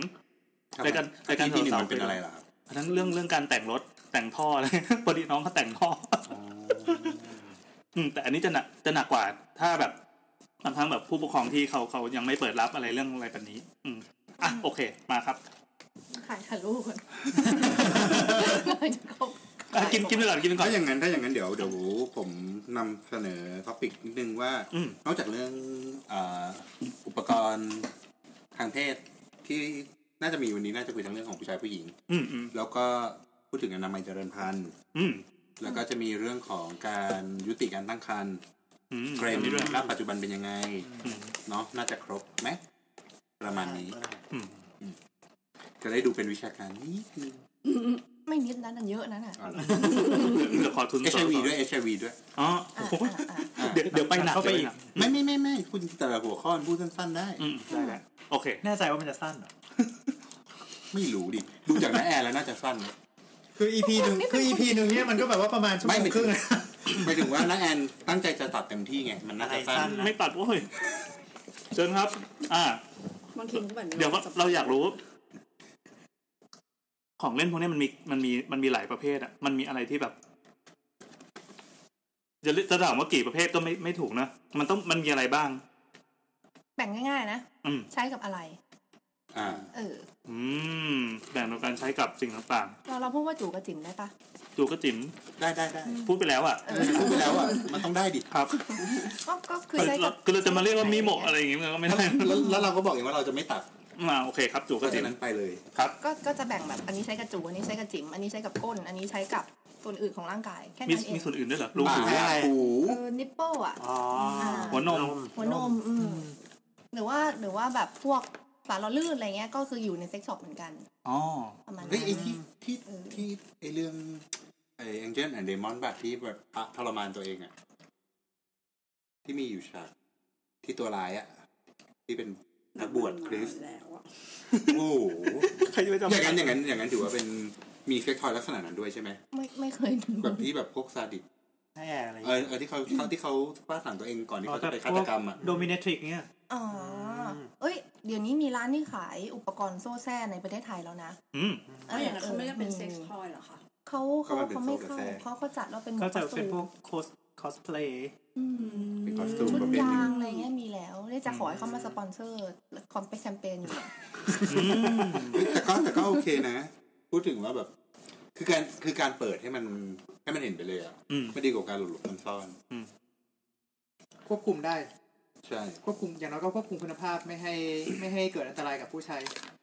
Speaker 5: ครับ
Speaker 4: รายการรายการ
Speaker 5: ที่หนึ่ง
Speaker 4: สาวๆ
Speaker 5: มันเป็นอะไรล่ะครับ
Speaker 4: อันนั้นเรื่องเรื่องการแต่งรถแต่งท่ออะไร พอดีน้องเขาแต่งท่อ อืมแต่อันนี้จะหนักจะหนักกว่า ถ้าแบบบางครั้งแบบผู้ปกครองที่เขาเขายังไม่เปิดรับอะไรเรื่องอะไรแบบนี้ อืมอ่ะโอเค มาครับ
Speaker 7: ขายถ่ายรูปคนจะครบ
Speaker 4: อ่ะกินกินไปก่อนกินไปก่อ
Speaker 5: ถ้าน อย่างนั้นถ้าอย่างนั้นเดี๋ยวเดี๋ยวผมนำเสนอท็อปิกนิดนึงว่า
Speaker 4: อืม
Speaker 5: นอกจากเรื่องอ่าอุปกรณ์ทางเพศที่น่าจะมีวันนี้น่าจะคุยทั้งเรื่องของผู้ชายผู้หญิง
Speaker 4: อืมอืม
Speaker 5: แล้วก็พูดถึงอนามัยเจริญพันธุ์
Speaker 4: อืม
Speaker 5: แล้วก็จะมีเรื่องของการยุติการตั้งครรภ์
Speaker 4: อืม
Speaker 5: เทรนด์
Speaker 4: มีด้วย
Speaker 5: ณปัจจุบันเป็นยังไง
Speaker 4: อืม
Speaker 5: เนาะน่าจะครบไหมประมาณนี้
Speaker 4: อืม
Speaker 5: จะได้ดูเป็นวิชาการนิดนึง
Speaker 7: ไม่นิดนั้นอันเยอะนั้นอ่ะ
Speaker 4: เดี๋ยวขอทุน
Speaker 5: เอชไอวีด้วย ยเอชไอวีด้วย
Speaker 4: อ๋อ
Speaker 7: อ่ะ
Speaker 4: โอ้โห
Speaker 7: อ่ะอ่ะ
Speaker 4: เดี๋ยวเดี๋ยวไปหนัก
Speaker 1: เข้าไปอีก
Speaker 4: ดี๋ยวหนั
Speaker 5: ไม่ไม่ไม่ไม่คุณแต่ละหัวข้อพูดสั้นๆได้
Speaker 4: อืมได้แล้วโอเค
Speaker 1: แน่ใจว่ามันจะสั้นเหรอ
Speaker 5: ไม่รู้ดิ ดูจากหน้าแอร์แล้วน่าจะสั้น
Speaker 6: คืออีพีหนึ่งคืออีพีหนึ่งเนี่ยมันก็แบบว่าประมาณชั่วโม
Speaker 5: ไม่
Speaker 6: ง
Speaker 5: ไม่
Speaker 6: ครึ่งอะ
Speaker 5: หมายถึงว่าหน้าแอนตั้งใจจะตัดเต็มที่ไง มันน่าจะ
Speaker 1: อะไรสั้
Speaker 5: สั้น
Speaker 1: น
Speaker 4: ไม่ตัดโว้ยเชิญครับ อ่า
Speaker 3: บางทีมันก็เหมือน
Speaker 4: เดี๋ยวเราอยากรู้ ของเล่นพวกนี้มันมีมันมีมันมีหลายประเภทอ่ะ มันมีอะไรที่แบบ จะเรียกจะถามว่ากี่ประเภทก็ไม่ไม่ถูกนะมันต้องมันมีอะไรบ้าง
Speaker 7: แบ่งง่ายๆนะ
Speaker 4: อืม
Speaker 7: ใช้กับอะไร
Speaker 5: อ่า
Speaker 7: เออ
Speaker 4: อืมแบ่งในการใช้กับสิ่งต่าง
Speaker 7: เราเราพูดว่าจูกับจิ๋มได้ปะ
Speaker 4: ๆจูกระจิ๋ม
Speaker 5: ได้ได้ได้
Speaker 4: พูดไปแล้วอ่ะ
Speaker 5: พูดไปแล้วอ่ะ มันต้องได้ดิ
Speaker 4: ครับ
Speaker 7: ก็ก็คือ
Speaker 4: เรา
Speaker 7: ใช้
Speaker 4: เรา
Speaker 7: กับ
Speaker 4: คือเราจะมาเรียกว่ามีโมะอะไรอย่างงี้มันก็ไม่ได้
Speaker 5: แล้วแล้วเราก็บอกเองว่าเราจะไม่ตัด
Speaker 4: มาโอเคครับ จูก
Speaker 5: ก็
Speaker 4: ระ
Speaker 5: จา
Speaker 4: จิ๋
Speaker 5: ก
Speaker 4: ม
Speaker 5: นั้นไปเลย
Speaker 4: ครับ
Speaker 7: ก็ก็จะแบ่งแบบอันนี้ใช้กับจูอันนี้ใช้กับจิ๋มอันนี้ใช้กับก้น อันนี้ใช้กับส่วนอื่นของร่างกายแค่
Speaker 4: มี
Speaker 7: นั้นเอง
Speaker 4: มีส่วนอื่นด้วยเหรอรู
Speaker 5: ปา
Speaker 4: หู
Speaker 5: ก
Speaker 1: ได้
Speaker 5: หู
Speaker 7: เออนิปเปิลอ่ะ
Speaker 1: อ๋อ
Speaker 4: หัวนม
Speaker 7: หัวนมอืมหรือว่าหรือว่าแบบพวกสารละลื่นอะไรเงี้ยก็คืออยู่ในเซ็กช็อปเหมือนกัน
Speaker 4: อ๋อ
Speaker 7: ประมาณ
Speaker 5: เฮ้ยไอ้
Speaker 7: นั้น
Speaker 5: ที่ที่
Speaker 7: เออ
Speaker 5: ที่ไอ้เรื่องไอ้แองเจิลแอนเดมอนบัตที่แบบปะทรมานตัวเองอะที่มีอยู่ฉากที่ตัวร้ายอะที่เป็นนักบวชคริสต์
Speaker 3: แล้วอะ
Speaker 5: โอ้โห
Speaker 4: ใครจะไปจำ
Speaker 5: อย่างนั้นอย่างนั้นอย่างนั้นถือว่าเป็นมีเซ็กทอยลักษณะนั้นด้วยใช่ไหม
Speaker 7: ไม่ไม่เคยดู
Speaker 5: แบบที่แบบพวกซาดิส
Speaker 1: แน่อะไรอย่าง
Speaker 5: เออ
Speaker 1: เงี้ย
Speaker 5: เออที่เขาเขาที่เขาฟาดหลังตัวเองก่อนที่เขาจะไป
Speaker 1: พ
Speaker 5: ฆาว ตกรรมอะ
Speaker 1: โดมิเนทริกเนี่ย
Speaker 7: อ๋อ
Speaker 1: ม
Speaker 7: เอ้ย เดี๋ยวนี้มีร้านที่ขายอุปกรณ์โซ่แซ่ในประเทศไทยแล้วนะ
Speaker 4: อืม
Speaker 3: แล้วอย่างนั้นเขาไม่เรียกเป็นเซ็กซ์ท
Speaker 7: มี
Speaker 3: อยเหรอคะ
Speaker 7: เขาเขาเขาไม่เข้าเขาเขาจัดว่าเป็น
Speaker 1: ก็จะ
Speaker 7: คอสตูม
Speaker 1: เป็นพวกคอสคอสเพลย์
Speaker 7: อืม
Speaker 5: เป็นคอสตูม
Speaker 7: ชุด
Speaker 5: ประเภทห
Speaker 7: ยา
Speaker 5: นึ่ง
Speaker 7: งอะไรเงี้ยมีแล้วได้ จะขอให้เขามาสปอนเซอร์คอมไปแคมเปญอยู่เนี่ย
Speaker 5: แต่ก็แต่ก็โอเคนะ พูดถึงว่าแบบ คือการคือการเปิดให้มันให้มันเห็นไปเลยอ่ะ
Speaker 4: อืม
Speaker 5: ไม่ดีกว่าการหลบหลบมันซ่อน
Speaker 6: ควบคุมได้
Speaker 5: ใช่
Speaker 6: ควบคุมอย่างน้อยก็ควบคุมคุณภาพไม่ให้ไม่ให้เกิดอันตรายกับผู้ใช้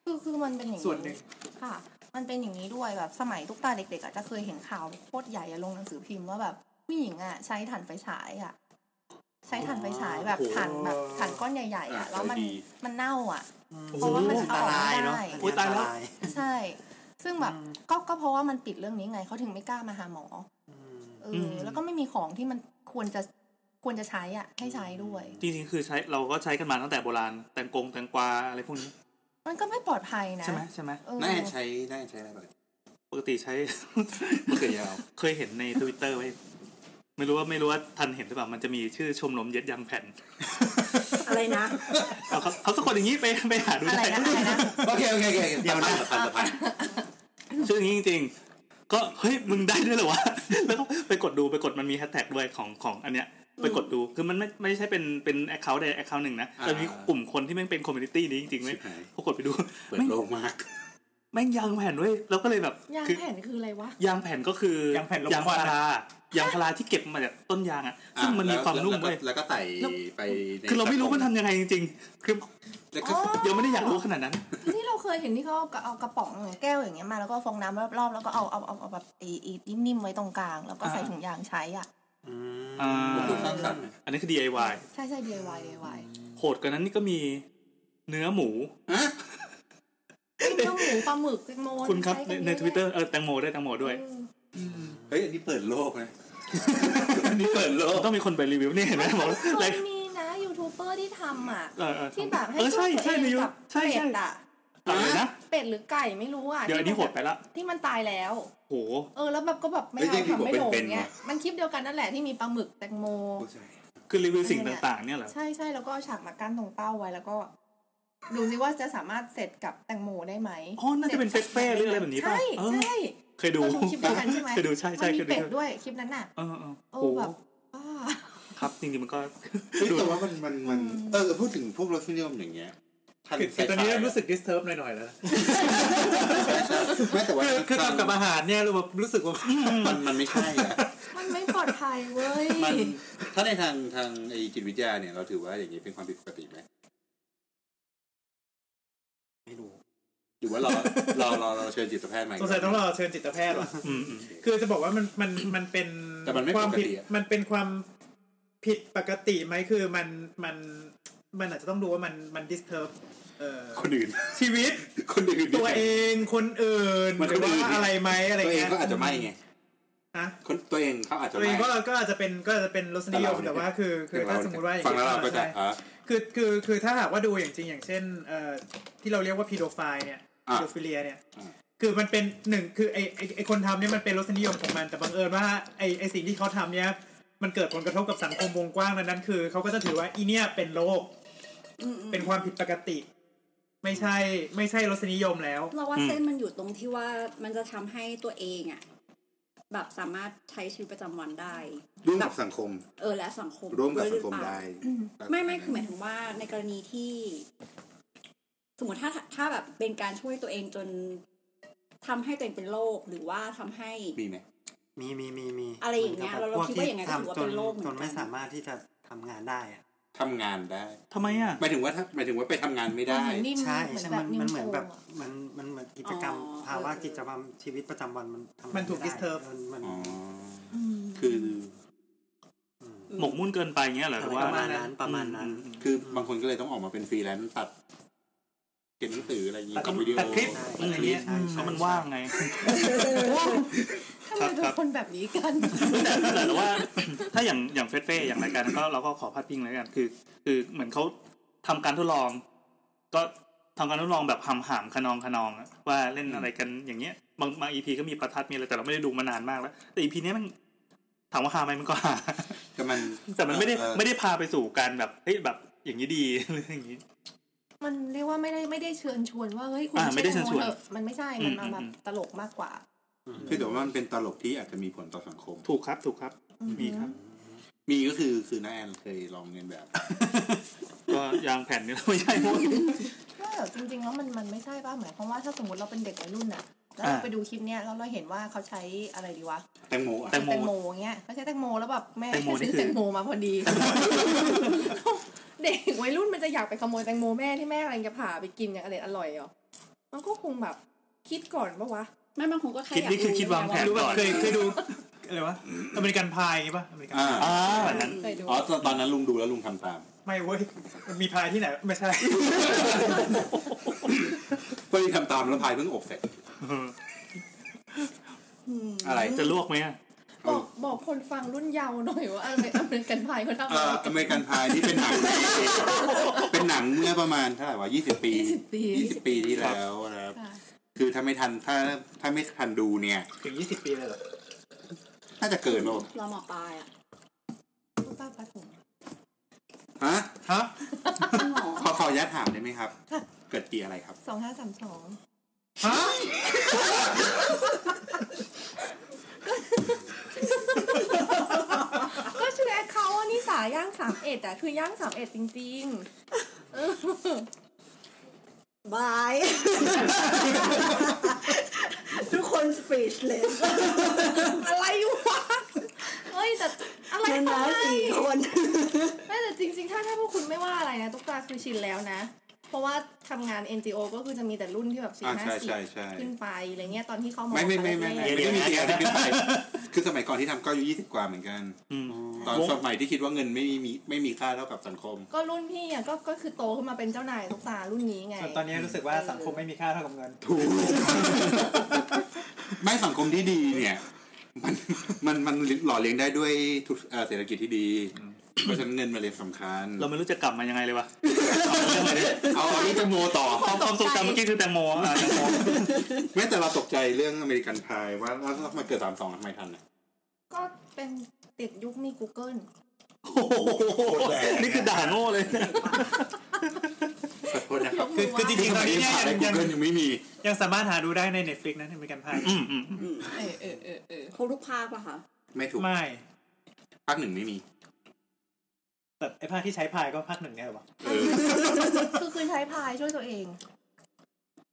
Speaker 7: คือคือมันเป็นอย่าง
Speaker 6: ส่วนหนึ่ง
Speaker 7: ค่ะ มันเป็นอย่างนี้ด้วยแบบสมัยตุ๊กตาเด็กๆอ่ะจะเคยเห็นข่าวโคตรใหญ่อะลงหนังสือพิมพ์ว่าแบบผู้หญิงอ่ะใช้ถ่านไฟฉายอ่ะใช้ถ่านไฟฉายแบบถ่านแบบถ่านก้อนใหญ่ๆอ่ะแล้วมันมันเน่าอ่ะ เพราะว่ามัน
Speaker 1: อันต
Speaker 7: เอาออก
Speaker 1: ราย
Speaker 7: ไม่
Speaker 1: เนาะ
Speaker 7: ได้
Speaker 1: อัน
Speaker 4: โอ้
Speaker 1: นี้
Speaker 4: ยตายแล้ว
Speaker 1: อันร
Speaker 7: ใช่ ซึ่งแบบก็ก็เพราะว่ามันปิดเรื่องนี้ไงเขาถึงไม่กล้ามาหาหมอ
Speaker 1: อืม
Speaker 7: เอ
Speaker 4: อื
Speaker 7: อ
Speaker 4: ม
Speaker 7: แล้วก็ไม่มีของที่มันควรจะควรจะใช้อ่ะ ให้ใช้ด้วย
Speaker 4: จริงๆคือใช้เราก็ใช้กันมาตั้งแต่โบราณแตงกงแตงกวาอะไรพวกนี้
Speaker 7: มันก็ไม่ปลอดภัยนะ
Speaker 4: ใช่ไหมใช่ไหม
Speaker 7: เออ
Speaker 5: น่าจะใช้น่าจะใช้อะไรแบบ
Speaker 4: ปกติใช้
Speaker 5: มะเขือยาว
Speaker 4: เคยเห็นในทวิตเตอร์ไว้ยไม่รู้ว่าไม่รู้ว่าทันเห็นหรือเปล่ามันจะมีชื่อชมรมเย็ดยางแผ่น
Speaker 3: อะไรนะ
Speaker 4: เอาเขาเขาสะกดอย่างนี้ไปไปหาดู
Speaker 7: อะไร
Speaker 4: ได้
Speaker 7: นะอะไรนะ
Speaker 5: โอเคโอเคโอเคเดี๋ยวนะสะพานสะพาน
Speaker 4: ชื่ออย่างนี้จริงๆ ก็เฮ้ยมึงได้ด้วยเหรอวะ แล้วก็ไปกดดูไปกดมันมีแฮชแท็กด้วยของของอันเนี้ยไปกดดูคือมันไม่ไม่ใช่เป็นเป็นแอคเคาท์ใดแอคเคาท์หนึ่งนะแต่มีกลุ่มคนที่แม่งเป็นคอมมูนิตี้นี้จริงๆเว้ยพอกดไปดู
Speaker 5: เปิด
Speaker 4: แม่ง
Speaker 5: โลกมาก
Speaker 4: แม่งยางแผ่นเว้ยแล้วก็เลยแบบ
Speaker 7: ยาง
Speaker 4: คือ
Speaker 7: แผ่นคืออะไรวะ
Speaker 4: ยางแผ่นก็คือย
Speaker 6: างแผ่นลม
Speaker 4: ยาง
Speaker 6: ควัน
Speaker 4: พา
Speaker 6: อะ
Speaker 4: รายางพาราที่เก็บมาจากต้นยางอ่ะซึ่งมันมี
Speaker 5: อ่ะ
Speaker 4: ความนุ่มเว้ย
Speaker 5: แล้วก็ใส่
Speaker 4: แล้ว
Speaker 5: ไปใน
Speaker 4: คือเราไม่รู้มันทำยังไงจริงๆคือ
Speaker 5: แล้วก็
Speaker 7: อ๋อ
Speaker 4: ยังไม่ได้อยากรู้ขนาดนั้น
Speaker 7: ที่เราเคยเห็นที่เขาเอาเอากระป๋องอย่างแก้วอย่างเงี้ยมาแล้วก็ฟองน้ำรอบๆแล้วก็เอาเอาเอาเอาแบบไอ้ไอ้นิ่มๆไว้ตรงกลาง แล้วก็ใส่ถุงยางใช้อ่ะ
Speaker 1: อืม
Speaker 4: อ่า
Speaker 5: ผมดูสร้างสรรค์นะ
Speaker 4: อันนี้คือ DIY
Speaker 7: ใช่ใช่ DIY DIY
Speaker 4: โหดกว่านั้นนี่ก็มีเนื้อหมู
Speaker 5: ฮะ
Speaker 7: เนื้อหมูปลาหมึกโมน
Speaker 4: คุณครับ
Speaker 7: ใช้
Speaker 4: ใน
Speaker 7: กั
Speaker 4: ในทวิตเตอร์เออแตงโมด้วยแตงโมด้วย
Speaker 7: อืม
Speaker 5: เฮ้ยอันนี้เปิดโลกนะ อันนี้เปิดโลก
Speaker 4: มันต้องมีคนไปรีวิวนี่เห็นไหมบอก
Speaker 7: เค
Speaker 4: เลย
Speaker 7: ยมีนะยูทูบเบอร์ที่ทำอ่ะ
Speaker 4: เออเออ
Speaker 7: ที่แบบให้
Speaker 4: เออใช่ใช่ใน
Speaker 7: ตัวเอง
Speaker 4: ยู
Speaker 7: กับ
Speaker 4: ใช่
Speaker 7: เป็
Speaker 4: ใช่
Speaker 7: ดอ่ะ
Speaker 4: ตัดเลยนะ
Speaker 7: เป็ดหรือไก่ไม่รู้อ่ะ
Speaker 4: เดี๋ยวอันนี้โหดไปละ
Speaker 7: ที่มันตายแล้ว
Speaker 4: โห
Speaker 7: เออแล้วแบบก็แบบไม่
Speaker 5: เฮ้
Speaker 7: เอา
Speaker 5: ยยังดีก
Speaker 7: ทำ
Speaker 5: ว่า
Speaker 7: ไม่ลง
Speaker 5: เป็นๆ
Speaker 7: เงี้ย
Speaker 5: ว่ะ
Speaker 7: มันคลิปเดียวกันนั่นแหละที่มีปลาหมึกแตงโม
Speaker 5: โอ้ใช่
Speaker 4: คือรีวิวสิ่งต่างๆเนี่ยเหรอ
Speaker 7: ใช่ใช่แล้วก็เอาฉากมากั้นตรงเป้าไว้แล้วก็ ดูซิว่าจะสามารถเสร็จกับแตงโมได้ไหม
Speaker 4: อ๋อน่าจะเป็นเฟสเฟ่หรืออะไรแบบนี้ป่ะ
Speaker 7: ใช่
Speaker 4: เออ
Speaker 7: ใช่
Speaker 4: เคยดู
Speaker 7: เราดูคลิปเดียวกันใช่ไหม
Speaker 4: เคยดูใช่
Speaker 7: มั
Speaker 4: ใช่
Speaker 7: นมี
Speaker 4: เคยดู
Speaker 7: เป็ดด้วยคลิปนั้นน่ะ
Speaker 4: เออเออ
Speaker 7: เอ
Speaker 4: โห
Speaker 7: อแบบบ้า
Speaker 4: ครับจริงๆมันก็
Speaker 5: เฮ้ยแต่ว่ามันมันมัน
Speaker 7: อืม
Speaker 5: เออพูดถึงพวกรสนิยมอย่างเงี้ยทัน
Speaker 6: คือ
Speaker 5: ส
Speaker 6: คื
Speaker 5: ย
Speaker 6: อ
Speaker 5: ๆ
Speaker 6: ตอนนี้เริ่มรู้สึก disturb หน่อยๆแล้วนะ
Speaker 5: ไม่แต่ว่า
Speaker 6: คือคือทำกับอาหารเนี่ยเราแบบรู้สึกว่า
Speaker 5: มันมันไม่ใช่อะ
Speaker 7: มันไม่ปลอดภัยเว้ย
Speaker 5: มันถ้าในทางทางไอจิตวิทยาเนี่ยเราถือว่าอย่างนี้เป็นความผิดปกติไหม
Speaker 1: ไม่รู้
Speaker 5: หรือว่ารอรอรอรอเชิญจิตแพทย์มาอีก
Speaker 6: สงสัยต้องรอเชิญจิตแพทย์ว่ะ
Speaker 4: อืมอืม
Speaker 6: คือจะบอกว่ามันมันมันเป็น
Speaker 5: แต่มันไม่
Speaker 6: ความผิด
Speaker 5: ปกติอะ
Speaker 6: มันเป็นความผิดปกติไหมคือมันมันมันอาจจะต้องดูว่ามันมัน disturb เอ่อ
Speaker 5: คนอื่น
Speaker 6: ชีวิต
Speaker 5: คนอื่นนี่ย
Speaker 6: ตัวเองคนอื่น
Speaker 5: มันค
Speaker 6: หรื
Speaker 5: น
Speaker 6: อ
Speaker 5: อื่
Speaker 6: ว่าน อะไรไหมอะไร
Speaker 5: ตัวเอง
Speaker 6: เงี้ย
Speaker 5: ก็อาจจะไม่ไง
Speaker 6: ฮะ
Speaker 5: คนตัวเองเขาอาจจะ
Speaker 6: ตัวเอ
Speaker 5: ไม่
Speaker 6: งก็ก็อาจจะเป็นก็อาจจะเป็นรสนิยม
Speaker 5: แต่เรา
Speaker 6: แต่ว่าคือคือถ้าสมมติว่าอย่าง
Speaker 5: ฟังแล้วเราก็จะ
Speaker 6: ใช่
Speaker 5: อ่ะ
Speaker 6: คือคือคือถ้าหากว่าดูอย่างจริงอย่างเช่นเอ่อที่เราเรียกว่าพีโดไฟเนี่ย
Speaker 5: อ่ะ
Speaker 6: พีโดฟิเลียเนี่ย
Speaker 5: อ่ะ
Speaker 6: คือมันเป็นหนึ่งคือไอไอ้ไอคนทำเนี่ยมันเป็นรสนิยมของมันแต่บังเอิญว่าไอไอสิ่งที่เขาทำเนี่ย มันเกิดผลกระทบกับสังคมวงกว้างดังนั้นคือเขาก็จะถือว่าอีเนี่ยเป็นโรค
Speaker 3: อืมอืม
Speaker 6: เป็นความผิดปกติ ไม่ใช่ไม่ใช่รสนิยมแล้ว
Speaker 3: เราว่าเส้นมันอยู่ตรงที่ว่ามันจะทำให้ตัวเองอะแบบสามารถใช้ชีวิตประจำวันได้
Speaker 5: ร่วมกับสังคม
Speaker 3: เออและสังคม
Speaker 5: ร่วมกับสังคม
Speaker 3: ด้วยหรือเปล่า
Speaker 5: ได้
Speaker 3: ไม่ไม่คือหมายถึงว่าในกรณีที่ สมมติถ้าถ้าแบบเป็นการช่วยตัวเองจนทำให้ตัวเองเป็นโรคหรือว่าทำให้
Speaker 5: มีไหม
Speaker 1: มีมีมีมี
Speaker 3: อะไรอย่างเงี้ยเราเราคิดว่าอย่างนั้นก็ถือว่าเป็นโรคเหมือน
Speaker 1: จ
Speaker 3: กัน
Speaker 1: นไม่สามารถที่จะทำงานได้อะ
Speaker 5: ทำงานได้
Speaker 4: ทำไมอ่ะ
Speaker 5: หมายถึงว่าถ้าหมายถึงว่าไปทำงานไม่ได้
Speaker 7: มันนิ่ม
Speaker 1: ใช่
Speaker 7: เหมือน
Speaker 1: ใช่
Speaker 7: แบ
Speaker 1: มั
Speaker 7: บ
Speaker 1: น
Speaker 7: นิ่
Speaker 1: มัน
Speaker 7: ม
Speaker 1: เหมือน
Speaker 7: โต
Speaker 1: แบบมันมันเหมือนกิจกรรม
Speaker 3: อ๋อ
Speaker 1: ภาวะกิจกรรมชีวิตประจำวันมันทำงา
Speaker 6: มันถูก
Speaker 1: ไได้
Speaker 6: disturb
Speaker 1: มัน
Speaker 5: อ๋อ
Speaker 7: อืม
Speaker 5: คือ
Speaker 4: หมกมุ่นเกินไปเงี้ยเหรอห
Speaker 1: อะไร
Speaker 4: รือ
Speaker 1: ป
Speaker 4: ว่า
Speaker 1: ระมาณนั้นประมาณนั้น
Speaker 4: อืม
Speaker 5: คือบางคนก็เลยต้องออกมาเป็นฟรีแลนซ์ตัดเขียนหนังสืออะไรอย่างงี้
Speaker 4: ตัด
Speaker 5: ตัดวิดีโอ
Speaker 4: ตัดคลิป
Speaker 5: ตัด
Speaker 4: อืม
Speaker 5: คลิป
Speaker 1: ใช่ใช่
Speaker 4: ก็มันว่างไง
Speaker 7: ทำไมเป็นคนแบบนี้กัน
Speaker 4: แต่แต่ว่า ถ้าอย่างอย่างเฟสเฟ่อย่างรายการก็เราก็ขอพาดพิงแล้วกันคือ คือเหมือนเขาทำการทดลอง ก็ทำการทดลองแบบหำหามๆคะนองคะนองอะว่าเล่นอะไรกันอย่างเงี้ยบางบางอีพีก็มีประทัดมีอะไรแต่เราไม่ได้ดูมานานมากแล้ว แต่อีพีนี้ยมันถามว่าหาไหมมันก็หา
Speaker 5: แต่มัน
Speaker 4: แต่มันไม่ได้
Speaker 5: เออ
Speaker 4: ไม่ได้พาไปสู่การแบบเฮ้ยแบบอย่างนี้ ดีหรืออย่างนี้
Speaker 7: มันเรียกว่าไม่ได้ไม่ได้เชิญชวนว่าเฮ้ยคุณ
Speaker 4: อ่าไม่ได้
Speaker 7: ใช่
Speaker 4: เชิญชวน
Speaker 7: โมเถอะมันไม่ใช่ มันมา
Speaker 4: อืม
Speaker 7: แบบตลกมากกว่า
Speaker 5: คือแต่ว่ามันเป็นตลกที่อาจจะมีผลต่อสังคม
Speaker 4: ถูกครับถูกครับ มีครับ
Speaker 5: มีก็คือคือน้าแอนเคยลองเรียนแบบ
Speaker 4: ก็ ยางแผ่นเนี่ย ไม่ใช่พ วก
Speaker 7: ไม่หรอกจริงๆแล้วมันมันไม่ใช่ป่ะหมายความว่าถ้าสมมติเราเป็นเด็กวัยรุ่นอะแล้ว
Speaker 4: อ่า
Speaker 7: เราไปดูคลิปเนี้ยแล้วเราเห็นว่าเขาใช้อะไรดีวะ
Speaker 5: แตงโมอ่ะ
Speaker 4: แตงโม
Speaker 7: แตงโมเงี้ยเขาใช้แตงโมแล้วแบบแม่
Speaker 4: แตงโมนี่
Speaker 7: ซื้อ
Speaker 4: คือ
Speaker 7: แตงโมมาพอดี เด็กวัยรุ่นมันจะอยากไปขโมยแตงโมแม่ที่แม่กำลังจะผ่าไปกินอย่างอร่อยอร่อยๆหรอมันก็คงแบบคิดก่อนปะวะ
Speaker 3: แม่บางคนก็แค่
Speaker 4: คิ
Speaker 3: อ
Speaker 4: ด
Speaker 3: ยาก
Speaker 4: นี่คือคิดวางแผน
Speaker 6: รู้แบบ
Speaker 4: ก่อน
Speaker 6: เคยเคยดูอะไรวะอเมริกันพายไงปะอเมริกัน
Speaker 5: อ่า
Speaker 4: อ่าแบบนั้น
Speaker 7: เคยดู
Speaker 5: อ๋อตอนนั้นลุงดูแล้วลุงทำตาม
Speaker 6: ไม่เว้ยมันมีพายที่ไหน ไม่ ใช่
Speaker 5: ก็เลยทำตามแล้วพายเพิ่งอบเสร็จ
Speaker 3: ม
Speaker 5: อะไร
Speaker 4: จะลวกไหมอะ
Speaker 7: บอกบอกคนฟังรุ่นเยาว์หน่อยว่าอะไรอเมริกันพายเขาทำ
Speaker 5: เอ่
Speaker 7: อะไร
Speaker 5: ออเมริกันพายนี่เป็นหนัง เป็นหนังเมื่อประมาณเท่าไหร่วะยี่สิบปี
Speaker 7: ยี่สิบปี
Speaker 5: ยี่สิบปีที่แล้วนะครับ
Speaker 7: ค่ะ
Speaker 5: คือถ้าไม่ทันถ้าถ้าไม่ทันดูเนี่ย
Speaker 6: ถึงยี่สิบปีเลยเหรอ
Speaker 5: น่าจะเกินแล้ว
Speaker 3: เราหมอปลายอ่ะ
Speaker 7: ป้าปะถุง
Speaker 5: ฮะ
Speaker 6: ฮะ
Speaker 3: คุณหมอ
Speaker 5: ขอขออนุญาตถามได้ไหมครับ เกิดปีอะไรครับ
Speaker 7: สองห้าสามสอง
Speaker 6: ฮะ
Speaker 7: ก็ชื่อแอคเขาท์อันนี้สายย่างสามเอ็ดอะคือย่างสามเอ็ดจริงๆเออบ
Speaker 3: าย ทุกคนสปีชเลส
Speaker 7: อะไรวะเอ้ยแต่อะไร
Speaker 3: นานๆสี่คน
Speaker 7: ไม่แต่จริง ๆ ถ้าถ้าพวกคุณไม่ว่าอะไรนะ ตุ๊กตาคือชินแล้วนะ เพราะว่าทำงาน NGO ก็คือจะมีแต่รุ่นที่แบบสี่
Speaker 5: อ่า
Speaker 7: ห้า
Speaker 5: ใช่
Speaker 7: สิบ
Speaker 5: ใช่ใช่
Speaker 7: ขึ้นไปอะไรเงี้ยตอนที่เข้ามา
Speaker 5: ไม่ไม่ไม่ไม่
Speaker 7: ตอนแรก
Speaker 5: ไม่ไม่ได้มีเตียงขึ้นไป คือสมัยก่อนที่ทำก็อายุยี่สิบกว่าเหมือนกัน
Speaker 4: อืม
Speaker 5: ตอน
Speaker 4: วง
Speaker 5: สมัยที่คิดว่าเงินไม่มีไม่มีค่าเท่ากับสังคม
Speaker 7: ๆก็รุ่นพี่อะก็ก็คือโตขึ้นมาเป็นเจ้านายตุ๊กตารุ่นนี้ไง
Speaker 6: ส่วนตอนนี้รู้สึกว่าสังคมไม่มีค่าเท่ากับเงิน
Speaker 5: ถูก ไม่สังคมที่ดีเนี่ย มันมันมันหล่อเลี้ยงได้ด้วยทุกเอ่อเศรษฐกิจที่ดี เพราะฉะนั้นเงินมาเลยสำคัญ
Speaker 4: เราไม่รู้จะกลับมายังไงเล ยวะเอาเรื่องอะไรดิ
Speaker 5: เอาเอาเรื่องแตงโมต่อ
Speaker 4: ความความทรงจำเมื่อกี้คือแตงโมอ่ะแต งโม
Speaker 5: แม้แต่เราตกใจเรื่องอเมริกันพายว่าแล้วทำไมเกิดสามสองทำไมทันอ่ะ
Speaker 7: ก็เป็นเด็กยุคมี Google
Speaker 4: โอ้โหนี่คือด่าโง่เลยนะ
Speaker 5: ขอโทษนะครับ
Speaker 6: คือคือจริงๆตอนนี้เนี่ย
Speaker 5: ใน
Speaker 6: ยัง
Speaker 5: กู
Speaker 6: ยัง
Speaker 5: เกิลยังไม่มี
Speaker 6: ยังสามารถหาดูได้ใน Netflix นะอเมริกันพาย
Speaker 4: อืมอืมอืม
Speaker 7: เออเออเออเออ
Speaker 3: ครบทุกภาคป่ะคะ
Speaker 5: ไม่ถูก
Speaker 6: ไม่
Speaker 5: ภาคหนึ่งไม่มี
Speaker 6: แต่ไอ้ภาคที่ใช้พายก็ภาคหนึ่งเนี่ยเหรอวะ
Speaker 5: เออ
Speaker 7: คือคืนท้ายพายช่วยตัวเอง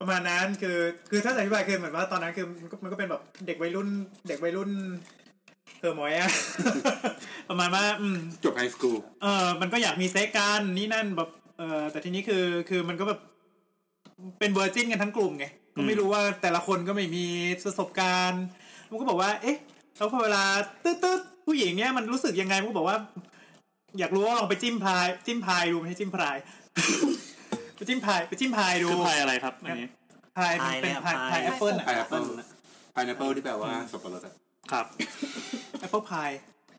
Speaker 6: ประมาณนั้นคือคือถ้าจะอธิบายคือเหมือนว่าตอนนั้นคือมันก็มันก็เป็นแบบเด็กวัยรุ่น เด็กวัยรุ่นเฮอร์ม อยอะ ประมาณว่าอืม
Speaker 5: จบไฮสคูล
Speaker 6: เออมันก็อยากมีเซ็กกันนี่นั่นแบบเออแต่ทีนี้คือคือมันก็แบบเป็นเวอร์จินกันทั้งกลุ่มไงก็ไม่รู้ว่าแต่ละคนก็ไม่มีประสบการณ์มันก็บอกว่า เอ๊ะแล้วพอเวลาตึ๊ดตึ๊ดผู้หญิงเนี้ยมันรู้สึกยังไงมันก็บอกว่า อยากรู้ว่าลองไปจิ้มพาย จิ้มพายดูไม่ใช่จิ้มพาย ไปจิ้มพายไปจิ้มพายดู
Speaker 4: คือพายอะไรครับ อันนี้
Speaker 6: พายมันเป็นพายพายแอปเปิลอะ
Speaker 5: พายแอปเปิลพายแอปเปิลที่แปลว่าสับปะรดอะ
Speaker 4: ครับ
Speaker 6: แอปเปิลพาย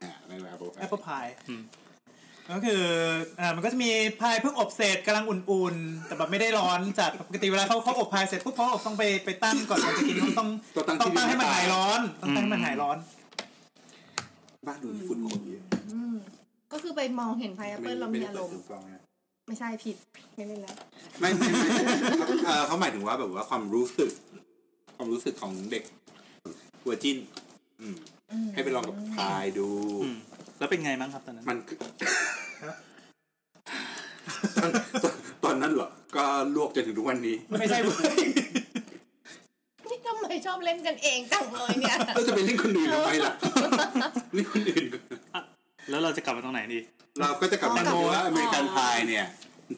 Speaker 5: อ่าไม่แอปเปิล
Speaker 6: แอปเปิลพาย
Speaker 4: อืม
Speaker 6: ก็คือ อ่า มันก็จะมีพายเพิ่งอบเสร็จกำลังอุ่นๆ แต่แบบไม่ได้ร้อนจัด ปกติเวลาเขาเขาอบพายเสร็จปุ๊บเขาอบต้องไปไปตั้งก่อนก่อนจะกินต้องต้อง
Speaker 5: ตัวตั้ง
Speaker 6: ต้อง
Speaker 5: ที่
Speaker 6: ตั้งให้มันหายร้อน ต้องตั้งให้มันหายร้อน
Speaker 5: บ้านดูมีฝุ่นคนเยอะ
Speaker 7: อืม ก็คือไปมองเห็นพายแอปเปิลเรามีอารมณ์
Speaker 5: ไได้เปิดดูกล้องนะ
Speaker 7: ไม่ใช่ผิด ไม่เล่นแล้ว
Speaker 5: ไม่ไม่ไม่เอ่อ เขาหมายถึงว่าแบบว่าความรู้สึก ความรู้สึกของเด็กเวอร์จินอืม
Speaker 7: อืม
Speaker 5: ให้ไปลองกับพายดู
Speaker 4: อืม แล้วเป็นไงมั้งครับตอนนั้น
Speaker 5: มันคือ
Speaker 6: ฮะ
Speaker 5: ตอนตอนตอนนั้นเหรอ ก็ลวกจนถึงทุกวันนี้
Speaker 6: ไม่ใช่เว้ย
Speaker 7: นี่ทำไมชอบเล่นกันเองจังเลยเนี่ย
Speaker 5: เราจะไปเล่นคนอื่นทำไมล่ะ เล่นคนอื่น
Speaker 4: แล้วเราจะกลับมาตรงไหนดี
Speaker 5: เราก็จะกลับ
Speaker 7: อ๋
Speaker 5: มา
Speaker 7: อ
Speaker 5: ดูว่าอเมริกันพายเนี่ย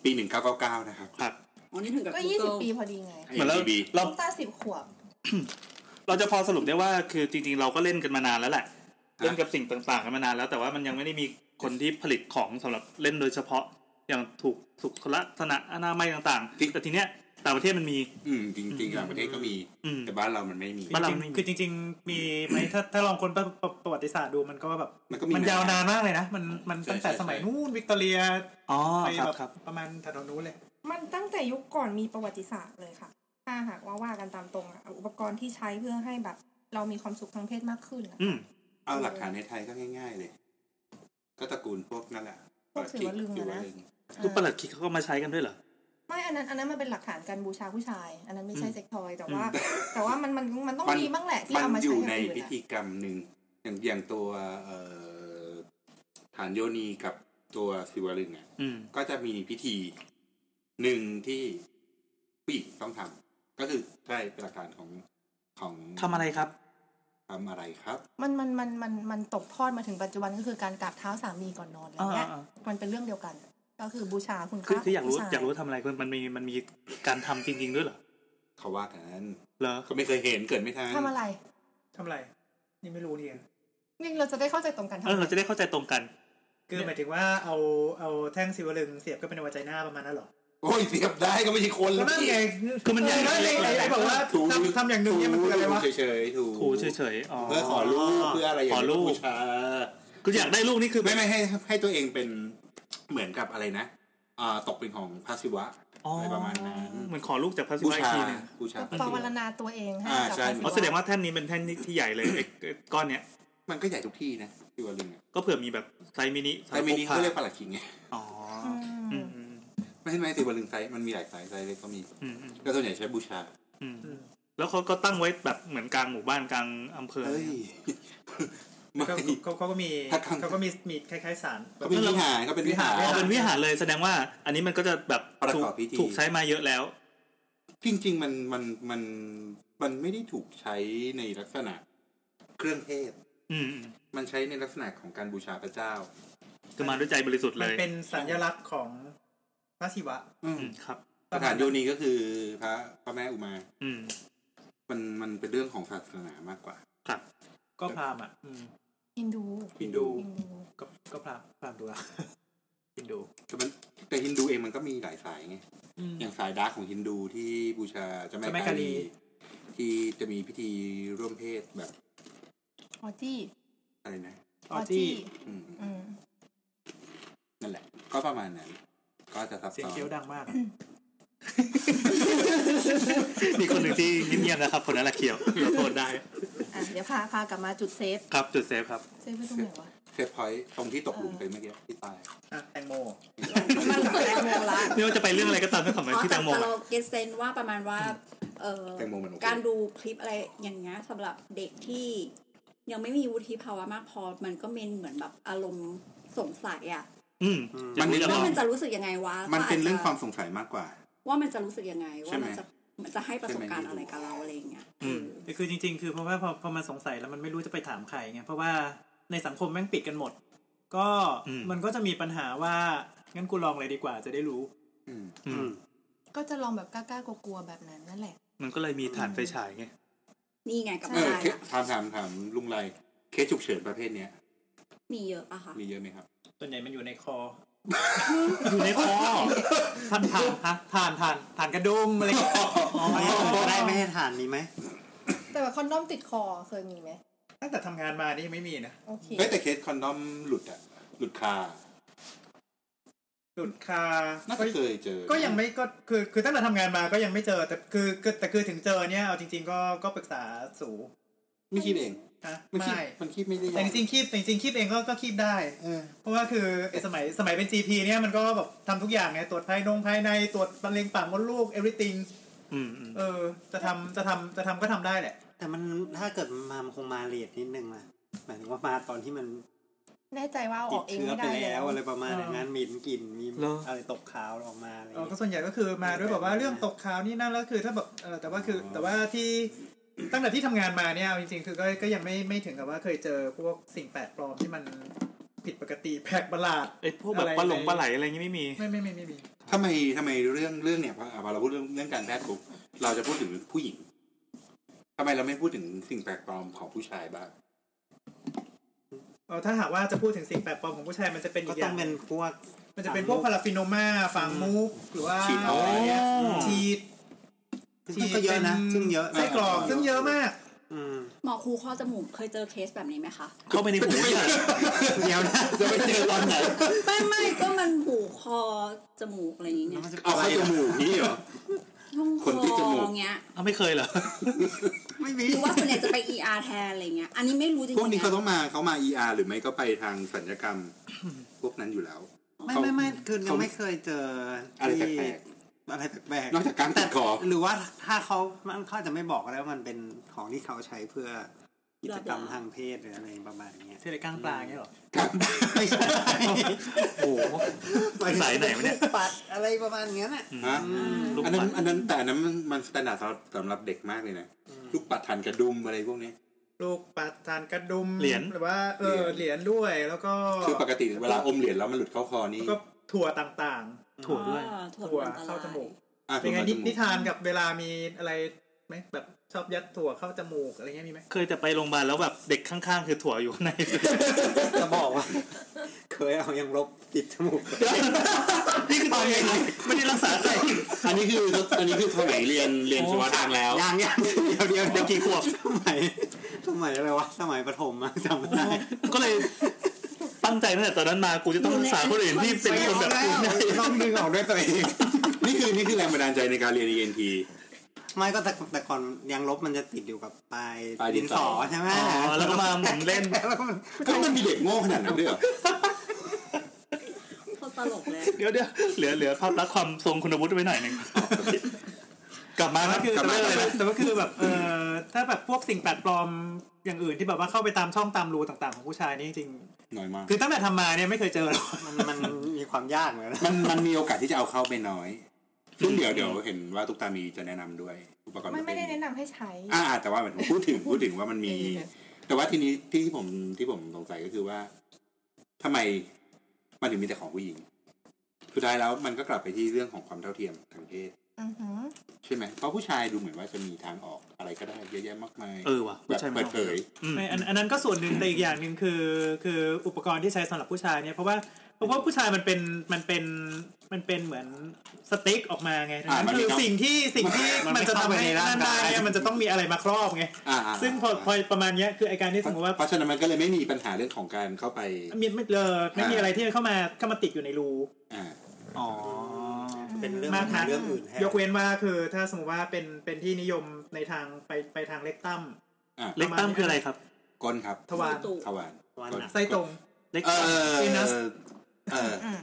Speaker 5: ปี 1999 นะครับ
Speaker 4: ครับ
Speaker 3: อ๋อนี่ถึงกับ
Speaker 7: ก็
Speaker 3: Google
Speaker 7: ยี่สิบปีพอดีไง
Speaker 4: เหมือนเรา
Speaker 5: IMDb
Speaker 4: เรา
Speaker 7: ตุ๊กตาสิบขวบ
Speaker 4: เราจะพอสรุปได้ว่าคือจริงๆ เราก็เล่นกันมานานแล้วแหละ เล่นกับสิ่งต่างๆ กันมานานแล้วแต่ว่ามันยังไม่ได้มีคนที่ผลิตของสำหรับเล่นโดยเฉพาะอย่างถูกสุขลักษณะอนามัยต่าง
Speaker 5: จริง
Speaker 4: ๆ แต่ทีเนี้ยต่างประเทศมันมี
Speaker 5: อืม จริงๆต่างประเทศก็มี
Speaker 4: อืม
Speaker 5: แต่บ้านเรามันไม่มี
Speaker 4: บ้านเรา
Speaker 6: จริงๆคือจริง ๆ มีไหมถ้าถ้าลองค้นประประประวัติศาสตร์ดูมันก็แบบ
Speaker 5: มันก็มี
Speaker 6: มันยาวนาน นมากเลยนะ มันมัน
Speaker 5: ใช่
Speaker 6: ตั้งแต่
Speaker 5: ใช่
Speaker 6: สมัย
Speaker 5: ใช่
Speaker 6: นู้นวิกตอเรีย
Speaker 4: อ๋อ
Speaker 6: ไป
Speaker 4: ครั
Speaker 6: แบบ บ
Speaker 4: ครับ
Speaker 6: ประมาณแถวๆนู้นเลย
Speaker 7: มันตั้งแต่ยุคก่อนมีประวัติศาสตร์เลยค่ะ ถ้าหากว่าว่ากันตามตรงอะอุปกรณ์ที่ใช้เพื่อให้แบบ เรามีความสุขทางเพศมากขึ้นอะ
Speaker 4: อืม
Speaker 5: เอาหลักฐานในไทยก็ง่าย ๆ เลย ก็ตระกูลพวกนั่นแหละ
Speaker 7: พวกสือวลึง
Speaker 5: ถื
Speaker 7: อะ
Speaker 5: ว่า
Speaker 7: นะ
Speaker 5: ลึง
Speaker 4: คือประหลัดคิกเขาก็มาใช้กันด้วยเหรอ
Speaker 7: ไม่อันนั้นอันนั้นมันเป็นหลักฐานการบูชาผู้ชาย อันนั้นไม่ใช่
Speaker 4: อืม
Speaker 7: เซ็กทอย แต่ว่า แต่ว่ามันมันมันต้องมีบ้างแหละที่
Speaker 5: มัน
Speaker 7: เอามา
Speaker 5: อ
Speaker 7: ใช้
Speaker 5: ยู่
Speaker 7: กับ
Speaker 5: ใน
Speaker 7: อื่น
Speaker 5: พิ
Speaker 7: อะ
Speaker 5: ธีกรรมหนึ่งอย่างอย่างตัวเอ่อฐานโยนีกับ ตัวสิวลึงอ่ะ
Speaker 4: อืม
Speaker 5: ก็จะมีพิธีหนึ่งที่ผู้หญิงต้องทำก็คือใช่เป็นหลักการของของ
Speaker 4: ทำอะไรครับ
Speaker 5: ทำอะไรครับ
Speaker 7: มันมันมันมันมันตกทอดมาถึงปัจจุบันก็คือการกราบเท้าสามีก่อนนอนอะไรเงี้ย
Speaker 4: อ่า
Speaker 7: มันเป็นเรื่องเดียวกัน ก็คือบูชาคุณพ
Speaker 4: คือ
Speaker 7: ระ
Speaker 4: คืออยากรู้
Speaker 7: บูช
Speaker 4: อยากรู้ทำอะไรคือมันมีมันมีการทำจริง ๆ ด้วยเหรอ
Speaker 5: เขาว่ากันนั้น
Speaker 4: เหรอ
Speaker 5: ก็ไม่เคยเห็นเกิดไม่ทัน
Speaker 7: ทำอะไร
Speaker 6: ทำอะไร นี่ไม่รู้เนี่ย
Speaker 7: นี่เราจะได้เข้าใจตรงกันทำ
Speaker 4: เออ
Speaker 7: อะไร
Speaker 4: เราจะได้เข้าใจตรงกัน
Speaker 6: คือหมายถึงว่าเอาเอาแท่งสิวลึงเสียบก็เป็นหัวใจหน้าประมาณนั้นเหรอ
Speaker 5: โอ้ยเสียบได้ก็ไม่ใช่คน
Speaker 6: ก็
Speaker 5: แล้ว
Speaker 6: นั่นไง
Speaker 4: คือมันใหญ่
Speaker 6: เไอ้ไอ้บอกว่า
Speaker 5: ถู
Speaker 6: ทำทำอย่างหนึ่งเนี่ยมันคืออะไรวะ
Speaker 5: ถูเฉยๆถู
Speaker 4: ครูเฉยๆอ๋อ
Speaker 5: เพื่อขอรูปเพื่ออะไรอย่าง
Speaker 4: ขอรู
Speaker 5: เงี้ย
Speaker 4: ป
Speaker 5: บูชา
Speaker 4: คืออยากได้ลูกนี่คือ
Speaker 5: ไม่ไม่ให้ให้ตัวเองเป็นเหมือนกับอะไรนะอ่าตกเป็นของพระศิวะ
Speaker 4: อ๋ออะไร
Speaker 5: ประมาณนั้น
Speaker 4: เหมือนขอลูกจากพระศิ
Speaker 5: บู
Speaker 4: วะอีก
Speaker 5: ชา
Speaker 4: ทีหนึง
Speaker 5: บูชาพระ
Speaker 7: ป
Speaker 5: ศิ
Speaker 7: วาร
Speaker 5: วะ
Speaker 7: ณาตัวเองให้
Speaker 5: อ่า
Speaker 7: กับ
Speaker 5: ใช่
Speaker 7: พ
Speaker 4: อ๋อ
Speaker 7: ระ
Speaker 4: แสดงว่าแท่นนี้เป็นแท่นที่ใหญ่เลยไอ้ ไอ้ก้อนเนี้ย
Speaker 5: มันก็ใหญ่ทุกที่นะศิวลึงอะ
Speaker 4: ก็เผื่อมีแบบไซส์มินิสำห
Speaker 5: แต่
Speaker 4: รับ
Speaker 5: มินิ
Speaker 4: พ
Speaker 5: เขาเรียก
Speaker 4: ก
Speaker 5: ป
Speaker 4: พา
Speaker 5: ลาหลักขิงไง
Speaker 4: อ๋อ
Speaker 7: อืม
Speaker 4: อืมอืม
Speaker 5: ไม่ไม่ศิวลึงไซส์มันมีหลายไซส์ไซส์เล็กก็มี
Speaker 4: อืมอืม
Speaker 5: ก็ส่วนใหญ่ใช้บูชา
Speaker 4: อืมแล้วเขาก็ตั้งไว้แบบเหมือนกลางหมู่บ้านกลางอำเภอ
Speaker 5: เฮ้ยไม่
Speaker 6: เขาเขาเขาก็มี
Speaker 5: ถ้าคำ
Speaker 6: เขาก็มีมีคล้ายๆสาร
Speaker 5: เขาเป็นวิหารเขาเป็นวิหาร
Speaker 4: อ๋อเป็นวิหารเลยแสดงว่า อันนี้มันก็จะแบบ
Speaker 5: ประ
Speaker 4: ถู
Speaker 5: ก
Speaker 4: ก
Speaker 5: อบพิธี
Speaker 4: ถูกใช้มาเยอะแล้ว
Speaker 5: จริง ๆ มันมันมันมันไม่ได้ถูกใช้ในลักษณะเครื่องเทศ
Speaker 4: อืมอืม
Speaker 5: มันใช้ในลักษณะของการบูชาพระเจ้า
Speaker 4: คือมาด้วยใจบริสุทธิ์
Speaker 6: มั
Speaker 4: เล
Speaker 6: น
Speaker 4: ย
Speaker 6: เป็นสัญลักษณ์ของพระศิวะ
Speaker 5: อืม
Speaker 4: อืมครับ
Speaker 5: สถานโยนีก็คือพระพระแม่อุมา
Speaker 4: อืม
Speaker 5: มันมันเป็นเรื่องของศาสนามากกว่า
Speaker 4: ครับ
Speaker 6: ก็พราหมณ์อ่ะอืม
Speaker 7: ฮินดู
Speaker 5: ฮินดู
Speaker 7: ฮินดู
Speaker 6: ก็ก็พราหมณ์พราหมณ์ดูละ ฮินดู
Speaker 5: แต่มันแต่ฮินดูเองมันก็มีหลายสายไง
Speaker 6: อืม
Speaker 5: อย่างสายดาร์กของฮินดูที่บูชาเจ้า
Speaker 6: เจ้าแม่
Speaker 5: แม่
Speaker 6: กา
Speaker 5: กา
Speaker 6: ลี
Speaker 5: ลีที่จะมีพิธีร่วมเพศแบบ
Speaker 7: ออจี้
Speaker 5: อะไรนะ
Speaker 6: ออจี้
Speaker 5: อืม
Speaker 7: อืม
Speaker 5: นั่นแหละ ก็ประมาณนั้น ก็จะซับ
Speaker 6: เสียง
Speaker 5: ซ้อน
Speaker 6: เคี้ยวดังมากอะ
Speaker 4: มีคนหนึ่งที่เงียบๆนะครับ คนนั้นแหละเขียวเราโทษได้
Speaker 7: อ่ะเดี๋ยวพาพากลับมาจุดเซฟ
Speaker 4: ครับจุดเซฟครับ
Speaker 7: เซฟไว้ตรงไหนวะ
Speaker 5: เซฟพอยต์ตรงที่ตกหลุมไปเมื่อกี้ที่ตาย
Speaker 6: อ่ะแตงโม
Speaker 7: มันเปิดงงละ
Speaker 4: ไม่ว่าจะไปเรื่องอะไรก็ตามเรื่องของ
Speaker 3: อ๋อ
Speaker 4: ที่แต
Speaker 3: แต่
Speaker 4: งโม
Speaker 3: แต่
Speaker 4: อะ
Speaker 3: เราเก็ตเซนว่าประมาณว่าเออ
Speaker 5: แตงโมมันโอเค
Speaker 3: การดูคลิปอะไรอย่างเงี้ยสำหรับเด็กที่ยังไม่มีวุฒิภาวะมากพอ มันก็เป็นเหมือนแบบอารมณ์สงสัยอะ
Speaker 4: อืม
Speaker 5: มันเป็นเรื่
Speaker 3: ว่า
Speaker 5: อง
Speaker 3: มันจะรู้สึกยังไงวะ
Speaker 5: มันเป็นเรื่อง
Speaker 3: ก็จจะ
Speaker 5: ความสงสัยมากกว่า
Speaker 3: ว่ามันจะรู้สึกยังไง
Speaker 5: ใช่
Speaker 3: ว่า
Speaker 5: ไหม
Speaker 3: มันจะมันจะให้ประสบการณ์
Speaker 5: ใช่
Speaker 3: อะ
Speaker 5: ไหม
Speaker 3: ไรกับเราอะไรอย่างเงี้ย
Speaker 4: อืม
Speaker 6: คือจริง ๆ คือเพราะว่าพอพอมันสงสัยแล้วมันไม่รู้จะไปถามใครไงเพราะว่าในสังคมแม่งปิดกันหมด ก็
Speaker 4: อืม
Speaker 6: มันก็จะมีปัญหาว่างั้นกูลองเลยดีกว่าจะได้รู้
Speaker 5: อืม
Speaker 4: อื
Speaker 1: อื
Speaker 4: ม
Speaker 1: ม
Speaker 7: ก็จะลองแบบกล้าๆกลัวๆแบบนั้นนั่นแหละ
Speaker 4: มันก็เลยมีฐานไฟฉายไง
Speaker 3: นี่ไงกลับ
Speaker 5: เอ
Speaker 3: มา
Speaker 5: อ
Speaker 3: ได้
Speaker 5: เค
Speaker 3: ละ
Speaker 5: ถามถามถามลุงไรเคสฉุกเฉินประเภทเนี้ย
Speaker 3: มีเยอะปะคะ
Speaker 5: มีเยอะไหมครับ
Speaker 6: ส่วนใหญ่มันอยู่ในคอ
Speaker 4: อยู่ในคอ
Speaker 6: ทานทานฮะทานทานทานกระดุมอะไรอย่างเงี้ย
Speaker 1: ได้ไม่ให้ทานมีไหม
Speaker 7: แต่ว่าคอนโดอมติดคอเคยมีไหม
Speaker 6: ตั้งแต่ทำงานมานี่ยังไม่มีนะ
Speaker 7: โอเค
Speaker 5: เฮ้ยแต่เคสคอนดอมหลุดอะหลุดคา
Speaker 6: สุดคา
Speaker 5: น่าจะเคยเจอ
Speaker 6: ก็ยังไม่ก็คือคือตั้งแต่ทำงานมาก็ยังไม่เจอแต่คือคือแต่คือถึงเจอเนี่ยเอาจริง ๆ ก็ก็ปรึกษาสู
Speaker 5: ไม่คีบเอง
Speaker 6: นะ
Speaker 5: มันคีบ
Speaker 6: ไม่
Speaker 5: มันคีบไม่ได้
Speaker 6: แต่จริงๆคีบแต่จริงๆคีบเองก็ก็คีบได้
Speaker 5: เออ
Speaker 6: เพราะว่าคือไอ้สมัยสมัยเป็น GP เนี่ยมันก็แบบทำทุกอย่างไงตรวจภายนงภายในตรวจมะเร็งปากมดลูก everything
Speaker 4: อืมอืม
Speaker 6: เออจะทำจะทำจะทำก็ทำได้แหละ
Speaker 1: แต่มันถ้าเกิดมามันคงมาเลทนิดนึงนะหมายถึงว่ามาตอนที่มัน
Speaker 7: แน่ใจว่าเอาอ
Speaker 1: ติ
Speaker 7: อ
Speaker 1: ด
Speaker 7: กเอง
Speaker 1: เชื้อ
Speaker 7: ไม่
Speaker 1: ไป
Speaker 7: ได้
Speaker 1: แล้
Speaker 7: แล้ว ว
Speaker 1: อะไรประมาณอย่างนั้นมีกลิ่นมีอะไรตกขาวออกมาอะไรอ
Speaker 6: เอย่าง อ
Speaker 1: เงี้ย
Speaker 6: ก็ส่วนใหญ่ก็คือมาด้วยแบบว่าเรื่องตกข่าวนี่นั่นแล้วคือถ้าแบบเออแต่ว่าคือ
Speaker 5: อ๋อ
Speaker 6: แต่ว่าที่ตั้งแต่ที่ทำงานมาเนี่ยเอาจริงๆ คือก็ก็ยังไม่ไม่ถึงกับว่าเคยเจอพวกสิ่งแปลกปลอมที่มันผิดปกติแปลกประหลาด
Speaker 4: ไอ้พวกแบบ
Speaker 6: อะไร
Speaker 4: ปลาหลงปลาไหลอะไรเงี้ยไม่มี
Speaker 6: ไม่ไม่ไม่ไม่มี
Speaker 5: ทำไมทำไมเรื่องเรื่องเนี่ยพออ่ะพอเราพูดเรื่องเรื่องการแพทย์ปุ๊บเราจะพูดถึงผู้หญิงทำไมเราไม่พูดถึงสิ่งแปลกปลอมของผู้ชายบ้าง
Speaker 6: เออถ้าหากว่าจะพูดถึงสิ่งแปลกปลอมของผู้ชายมันจะเป็น
Speaker 1: ก็
Speaker 6: อีกอ
Speaker 1: ต้อย่าง
Speaker 6: ง
Speaker 1: เป็นพวก
Speaker 6: มันจะเป็นพวกพาราฟิโนมาฝังมูฟหรือว่า
Speaker 5: ฉีดเอาอะไรเนี่ย
Speaker 6: ฉีด
Speaker 1: ซึ่งก็เยอะนะซึ่งเยอะ
Speaker 6: ไส้กรอกซึ่งเยอะมาก
Speaker 1: อืม
Speaker 3: หมอครูข้อจมูกเคยเจอเคสแบบนี้ไหมคะ
Speaker 4: เข้าไปในหูเนี่ย
Speaker 1: เดี๋ยวนะ
Speaker 5: จะไปเจอตอนไหน
Speaker 3: ไม่ไม่ก็มันหูคอจมูกอะไรอย่าง
Speaker 1: แล้
Speaker 3: เงี้
Speaker 1: วย มันจะป็น
Speaker 5: เอา
Speaker 1: อะไร
Speaker 5: เข้าจ
Speaker 1: อ่ะ
Speaker 5: มูกนี่เหร อ
Speaker 3: ยุ่งค
Speaker 5: คนที่จ
Speaker 3: อ
Speaker 5: มูก
Speaker 3: เงี้ย
Speaker 4: เอาไม่เคยเหรอ
Speaker 1: ไม่มี
Speaker 3: หรือว่าส่วนใหญ่จะไป ER แทนอะไรเงี้ย อันนี้ไม่รู้จริง
Speaker 5: พวกนี้
Speaker 3: ๆ
Speaker 5: เขา
Speaker 3: นะ
Speaker 5: ต้องมาเขามา ER หรือไม่ก็ไปทางสัญญกรรม พวกนั้นอยู่แล้ว
Speaker 1: ไม่ไม่ไม่คือยั
Speaker 5: เขา
Speaker 1: งไม่เคยเจอ
Speaker 5: อะไรแปลกๆ
Speaker 1: ที่อะไรแปลก
Speaker 5: นอกจากการตัดคอ
Speaker 1: ๆหรือว่าถ้าเขามันเขาอาจจะไม่บอกก็ได้ว่ามันเป็นของที่เขาใช้เพื่อ กิจกรรมทางเพศหรืออะไรประมาณเนี้ย
Speaker 6: เทเลกลางปลาอย่างเงี้ยเหรอ
Speaker 1: ไม่ใช่
Speaker 4: โอ้โห สายไหนวะเนี่ย
Speaker 1: ปัดอะไรประมาณเนี้ยน่ะ
Speaker 4: อืม
Speaker 5: ฮะ
Speaker 1: อืม
Speaker 4: ลูก
Speaker 5: อันนั้น
Speaker 4: ปัด
Speaker 5: อันนั้นแต่อันนั้นมันมันสแตนดาร์ดสำหรับเด็กมากเลยนะลูกปัดทันกระดุมอะไรพวกนี้
Speaker 6: ลูกปัดทานกระดุม
Speaker 4: เหรียญ
Speaker 6: หรือว่าเออ
Speaker 5: เห
Speaker 6: เห
Speaker 5: รี
Speaker 6: รี
Speaker 5: ย
Speaker 6: ย
Speaker 5: ญ
Speaker 6: ญด้วยแล้วก็
Speaker 5: คือปกติเวลาอมเหรียญแล้วมันหลุดเข้าคอนี่
Speaker 6: ก็ถั่วต่าง
Speaker 4: ถั่วด้วย
Speaker 3: อ่า
Speaker 6: ๆ
Speaker 3: ถั่
Speaker 6: ถั่
Speaker 3: ว
Speaker 6: ว
Speaker 3: อัน
Speaker 6: เข้าร
Speaker 3: ตาย
Speaker 6: จมูก
Speaker 5: อ่ะ
Speaker 6: เป็นไง
Speaker 5: ถั่ว
Speaker 6: นิ
Speaker 5: จมูก
Speaker 6: นิทานกับเวลามีอะไรไหมแบบชอบยัดถั่วเข้าจมูกอะไรเงี้ยมีไหม
Speaker 4: เคยจะไปโรงพยาบาลแล้วแบบเด็กข้างๆ คือถั่ว อยู่ข้างใน
Speaker 1: จะบอกว่า เคยเอายังลบติดจมูก
Speaker 4: นี่คือตอนเด็กไม่ได้รักษาใคร
Speaker 5: อันนี้คืออันนี้คือสมัยเรียนเรียนชีวะทางแล้ว
Speaker 1: ยังยังเดี๋ยวเดี๋ยว
Speaker 4: เด็
Speaker 1: เดี๋ย
Speaker 4: ก
Speaker 1: ว
Speaker 4: กี่ขวบ
Speaker 1: สมัยสมัยอะไรวะสมัยประถมอะจำไม่ได้
Speaker 4: ก็เลยตั้งใจตั้งแต่ตอนนั้นมากูจะต้องรักษาคนอื่นที่เป็นคนแบบกู
Speaker 1: ไม่เอาแล้วต้องดึงออกด้วยตัวเอง
Speaker 5: นี่คือนี่คือแรงบันดาลใจในการเรียน ENT
Speaker 1: ไม่ก็แต่แต่ก่อนยังลบมันจะติดอยู่กับปลาย
Speaker 5: ปลายดิ
Speaker 1: ดิ
Speaker 5: น
Speaker 1: น
Speaker 5: ส
Speaker 1: ส
Speaker 5: อ
Speaker 1: อใช่ไหม
Speaker 4: อ๋อแล้วก็มาหมุนเล่น
Speaker 1: แล้วก็มัน
Speaker 5: ก็มันมีเด็กโง่ขนาดนั้นด้วยเหรอ
Speaker 3: เขาตลกเลย
Speaker 4: เดี๋ยวเดี๋ยวเหลือเหลือภาพลักษณ์ความทรงคุณวุฒิไว้หน่อยหนึ่งกลับมาครั
Speaker 6: ก็
Speaker 4: บ
Speaker 6: คือก
Speaker 4: ลับมา
Speaker 6: แต่ว่า
Speaker 4: เลยนะ
Speaker 6: แต่ว่าคือแบบเออถ้าแบบพวกสิ่งแปลกปลอมอย่างอื่นที่แบบว่าเข้าไปตามช่องตามรูต่างๆของผู้ชายนี่จริง
Speaker 5: น้อยมาก
Speaker 6: ๆคือตั้งแต่ทำมาเนี่ยไม่เคยเจอหรอก
Speaker 1: มันมันมีความยากเหมือนกันนะ
Speaker 5: มันมันมีโอกาสที่จะเอาเข้าไปน้อย ซึ่งเดี๋ยวเดี๋ยวเห็นว่าตุ๊กตามีจะแนะนำด้วยอุปกรณ์
Speaker 7: ไม่ไม่ได้
Speaker 5: ประเภท
Speaker 7: แนะนำให้ใช้
Speaker 5: อ่าแต่ว่าหมายถึงพูดถึงพูดถึงว่ามันมี แต่ว่าทีนี้ที่ผมที่ผมสงสัยก็คือว่าทำไมมันถึงมีแต่ของผู้หญิง สุดท้ายแล้วมันก็กลับไปที่เรื่องของความเท่าเทียมทางเพศ
Speaker 7: อือหือ
Speaker 5: ใช่ไหมเพราะผู้ชายดูเหมือนว่าจะมีทางออกอะไรก็ได้เยอะแยะมากมาย
Speaker 4: เออว่ะ
Speaker 5: แบบ
Speaker 4: ใช่ไหม
Speaker 5: เปิดเผย
Speaker 4: อืม
Speaker 6: ไม่อันอันนั้นก็ส่วนหนึ่งแต่อีกอย่างหนึ่งคือคืออุปกรณ์ที่ใช้สำหรับผู้ชายเนี่ยเพราะว่าเพราะว่าผู้ชายมันเป็นมันเป็นมันเป็นเหมือนสติ๊กออกมาไงดัง
Speaker 5: อ่ามั
Speaker 6: นั้น น
Speaker 5: มี
Speaker 6: คือ
Speaker 5: ครับ
Speaker 6: สิ่งที่สิ่งที่มันจะทำให้นั่นได้เนี่ยมันจะต้องมีอะไรมาครอบไง
Speaker 5: อ่าๆ
Speaker 6: ซึ่งพอพอประมาณเนี้ยคือไอการที่สมมติว่า
Speaker 5: เพราะฉะนั้นมันก็เลยไม่มีปัญหาเรื่องของการเข้าไป
Speaker 6: มีไม่เออไม่มี
Speaker 5: อ่า
Speaker 6: อะไรที่เข้ามาเข้ามาติดอยู่ในรู
Speaker 5: อ่า
Speaker 4: อ๋อ
Speaker 1: เป็นเรื่อง
Speaker 6: มากนัก
Speaker 1: เรื่องอื่นแทน
Speaker 6: ยกเว้นว่าคือถ้าสมมติว่าเป็นเป็นที่นิยมในทางไปไปทางเล็กตั้ม
Speaker 5: อ่า
Speaker 4: เล็กตั้มคืออะไรครับ
Speaker 5: ก้นครับ
Speaker 6: ทวาร
Speaker 3: ตูด
Speaker 5: ทวาร
Speaker 1: วัน
Speaker 5: ก้น
Speaker 1: อะ
Speaker 6: ไส้ตรง
Speaker 4: เล็ก
Speaker 5: เอ
Speaker 4: ตั้ม
Speaker 5: อ
Speaker 6: ซีนัส
Speaker 5: เออ
Speaker 7: อืม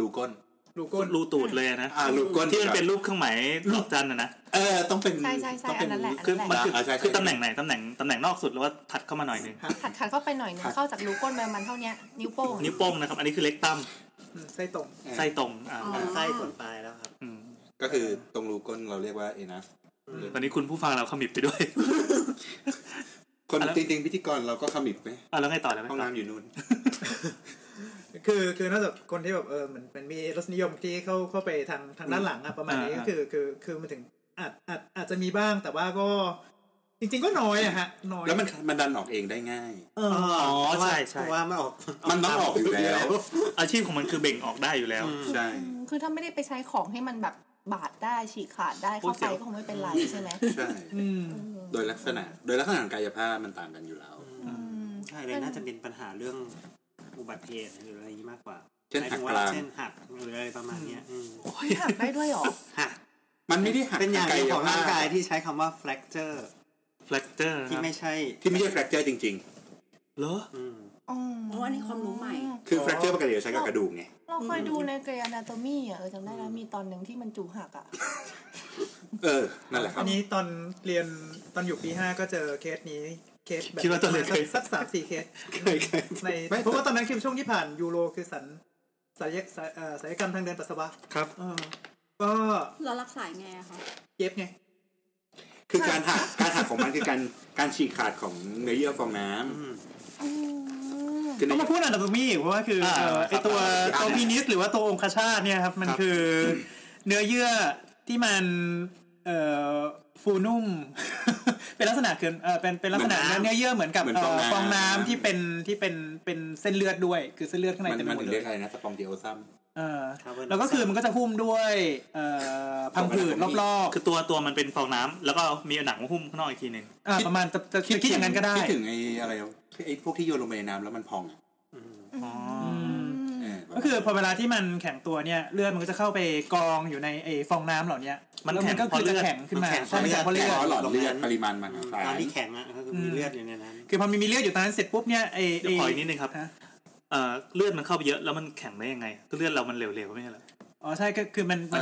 Speaker 5: รูก้น
Speaker 6: รูก้น
Speaker 4: รูตูดเลยนะ
Speaker 5: อ่ารูก้น
Speaker 4: ที่มันเป็นรูปเครื่องหมายดอกจันนะนะ
Speaker 5: เออต้องเป็น
Speaker 7: ใช่ใช่ใช่
Speaker 5: ต้งเป็
Speaker 7: อันนั้นแหละ
Speaker 4: คือมันคือ
Speaker 5: อ่าใช่ใช่
Speaker 4: คือตำแหน่งไหนตำแหน่งตำแหน่งนอกสุดหรือว่าถัดเข้ามาหน่อยหนึง
Speaker 7: ถัดขัดเข้าไปหน่อยหนึงเข้าจากรูก้นไปประมาณเท่าเนี้ยนิ้วโป้ง
Speaker 4: นิ้วโป้งนะครับ อันนี้คือเล็กตั้ม
Speaker 6: อืมไส้ตรง
Speaker 5: เออ
Speaker 4: ไส้ตรงอ่า
Speaker 3: อ๋อ
Speaker 1: ไส้ส่วนปลายแล้วครับ
Speaker 4: อืม
Speaker 5: ก็คือตรงรูก้นเราเรียกว่าเอนัส
Speaker 4: ตอนนี้คุณผู้ฟังเราขมิบไปด้วย
Speaker 5: คน
Speaker 4: อะไร
Speaker 5: จริงๆพิธีกรเราก็ขมิบไหม
Speaker 4: อ่ะแล้วไงต่อแล้วไง
Speaker 5: ห้อง
Speaker 4: ต่อ
Speaker 5: น้ำอยู่นู่น
Speaker 6: คือคือนอกจากคนที่แบบเออเหมือนมันมีรสนิยมที่เข้าเข้าไปทางทางด้านหลังอะประมาณนี้ก็คือคือคือมันถึงอาจอาจอาจจะมีบ้างแต่ว่าก็ จริง ๆ ก็น้อยอะฮะน้อย
Speaker 5: แล้วมันมันดันออกเองได้ง่าย
Speaker 6: เออ
Speaker 4: อ๋อใช่
Speaker 1: เพ
Speaker 4: ใช่
Speaker 1: ราะว่ามันออก
Speaker 5: มันต้องออกอยู่แล้ว
Speaker 4: อาชีพของมันคือเบ่งออกได้อยู่แล้ว
Speaker 5: ใช่
Speaker 7: อืมคือถ้าไม่ได้ไปใช้ของให้มันแบบบาดได้ฉีกขาดได้
Speaker 4: โอ้
Speaker 7: เข้าย
Speaker 4: เสี
Speaker 7: ไป
Speaker 4: ยว
Speaker 7: ก็คงไม่เป็นไรใช่ไหม
Speaker 5: ใช่
Speaker 6: อืม
Speaker 5: โดยลักษณะ โดยลักษณะทางกายภาพมันต่างกันอยู่แล้ว
Speaker 7: อืม
Speaker 1: ใช่เลยน่าจะเป็นปัญหาเรื่องอุบัติเหตุหรืออะไรอย่างนี้มากกว่า
Speaker 5: เช่น
Speaker 1: หมาย
Speaker 5: หั
Speaker 1: ถึ
Speaker 5: ก
Speaker 1: ง
Speaker 5: ก
Speaker 1: ว่า
Speaker 5: ลาง
Speaker 1: เช่นหักหรืออะไรประมาณเนี้ยอืม
Speaker 7: หักได้ด้วยเหรอ
Speaker 1: หัก
Speaker 5: มันไม่ได้หัก
Speaker 1: เป็นอย่าง
Speaker 5: ท
Speaker 1: เดียวของร่างกาย
Speaker 5: ภพ
Speaker 1: ที่ใช้คำว่า fracture
Speaker 4: แฟลกเตอร์
Speaker 1: ที่ไม่ใช่
Speaker 5: ที่ไม่ใช่แฟกเจอร์จริง
Speaker 4: เหรอ
Speaker 1: อืม
Speaker 7: อ๋อ
Speaker 3: โอ้อันนี้ความรู้ใหม่
Speaker 5: ๆ คือ
Speaker 6: อ๋อ
Speaker 5: แฟกเจอร์ปกติเราใช้กับกระดูกไง
Speaker 7: เราเคยดูในเกรย์อนาโตมี่อ่ะเออจำได้แล้วมีตอนหนึ่งที่มันจูหักอ่ะ
Speaker 5: เออ นั่นแหละครั
Speaker 6: อั
Speaker 5: บ
Speaker 6: นนี้ตอนเรียนตอนอยู่ปีห้าก็เจอเคสนี้เคสแบบ
Speaker 4: คิดว่าตอนเรียนเคย
Speaker 6: สักสามสี่เคส
Speaker 1: เคยเคย
Speaker 6: ใน
Speaker 5: ไม่
Speaker 6: เพราะว่าตอนนั้นคือช่วงที่ผ่านยูโรคือสันศัลยศัลเอ่อศัลยกรรมทางเดินปัสสาวะ
Speaker 4: ครับ
Speaker 6: เออก็
Speaker 3: เรารักษายังไงอะคะ
Speaker 6: เย็บไง
Speaker 5: คือการหัก การหักของมันคือการ การฉีกขาดของเนื้อเยื่อฟองน้ำ
Speaker 7: อืม
Speaker 5: คือใน
Speaker 6: ต้องมาพูดอนาโตมีเพราะว่าคือ
Speaker 4: อ่า
Speaker 6: เอ่อไอ
Speaker 4: ครับ
Speaker 6: ตัว
Speaker 5: ครับ
Speaker 6: ตัวพีนิสหรือว่าตัวองคชาตเนี่ยครับ มัน
Speaker 4: ครับ
Speaker 6: คือเนื้อเยื่อที่มันเอ่อฟูนุ่ม เป็นลักษณะคือเอ่อเป็นเป็นลักษณะเนื้อเยื่อเหมือนกับเอ่อฟองน้ำที่เป็นที่เป็นเป็นเส้นเลือดด้วย คือเส้นเลือดข้างใน
Speaker 5: มัน
Speaker 6: เต็มไป
Speaker 5: มัน
Speaker 6: หม
Speaker 5: ถึ
Speaker 6: ด
Speaker 5: ง
Speaker 6: เล
Speaker 5: เรีย
Speaker 6: ย
Speaker 5: กอะไรนะสปองเจโอซัม
Speaker 6: เออ
Speaker 1: ครับ
Speaker 6: แล้วก็คือมันก็จะหุ้มด้วยเอ่อพังผื
Speaker 5: ต
Speaker 6: ด
Speaker 5: รงนั้น
Speaker 6: รอบ
Speaker 4: คือตัวตัวมันเป็นฟองน้ำแล้วก็มีหนังหุ้มข้างนอกอีกทีหนึ่ง
Speaker 6: ๆอ่าประมาณจะจะจะคิดอย่างนั้นก็ได้
Speaker 5: คิดถึงไอ้อะไรวะไอ้พวกที่โยนลงไปในน้ำแล้วมันพองอะ
Speaker 4: อ๋อ
Speaker 5: เออ
Speaker 6: ก็คือพอเวลาที่มันแข็งตัวเนี่ยเลือดมันก็จะเข้าไปกองอยู่ในไอฟองน้ำเหล่าเนี้ย
Speaker 4: มัน
Speaker 6: ล้ว
Speaker 4: แข็ง
Speaker 6: ก็
Speaker 4: เพราะ
Speaker 6: คือ
Speaker 4: เลื
Speaker 6: จะ
Speaker 4: อด
Speaker 6: แข็งขึ้นมา
Speaker 1: มันแข็งเพ
Speaker 6: ใช่
Speaker 1: ราะเลือด
Speaker 6: เพราะเลือด
Speaker 5: หลอดเลือดปริมาณมันสาร
Speaker 1: ตอนที่แข็งอ่ะก็คือมีเลือดอยู่ในนั้น
Speaker 6: คือพอมีมีเลือดอยู่ตรงนั้นเสร็จปุ๊บเนี่ยไอ
Speaker 4: เดี๋ยวขออีกนิดนึงครับ
Speaker 6: ฮะ
Speaker 4: เอ่อเลือดมันเข้าไปเยอะแล้วมันแข็งได้ยังไงก็เลือดเรามันเหลวๆไม่ใช่เหรอ
Speaker 6: อ๋อใช่ก็คือมัน
Speaker 5: เอ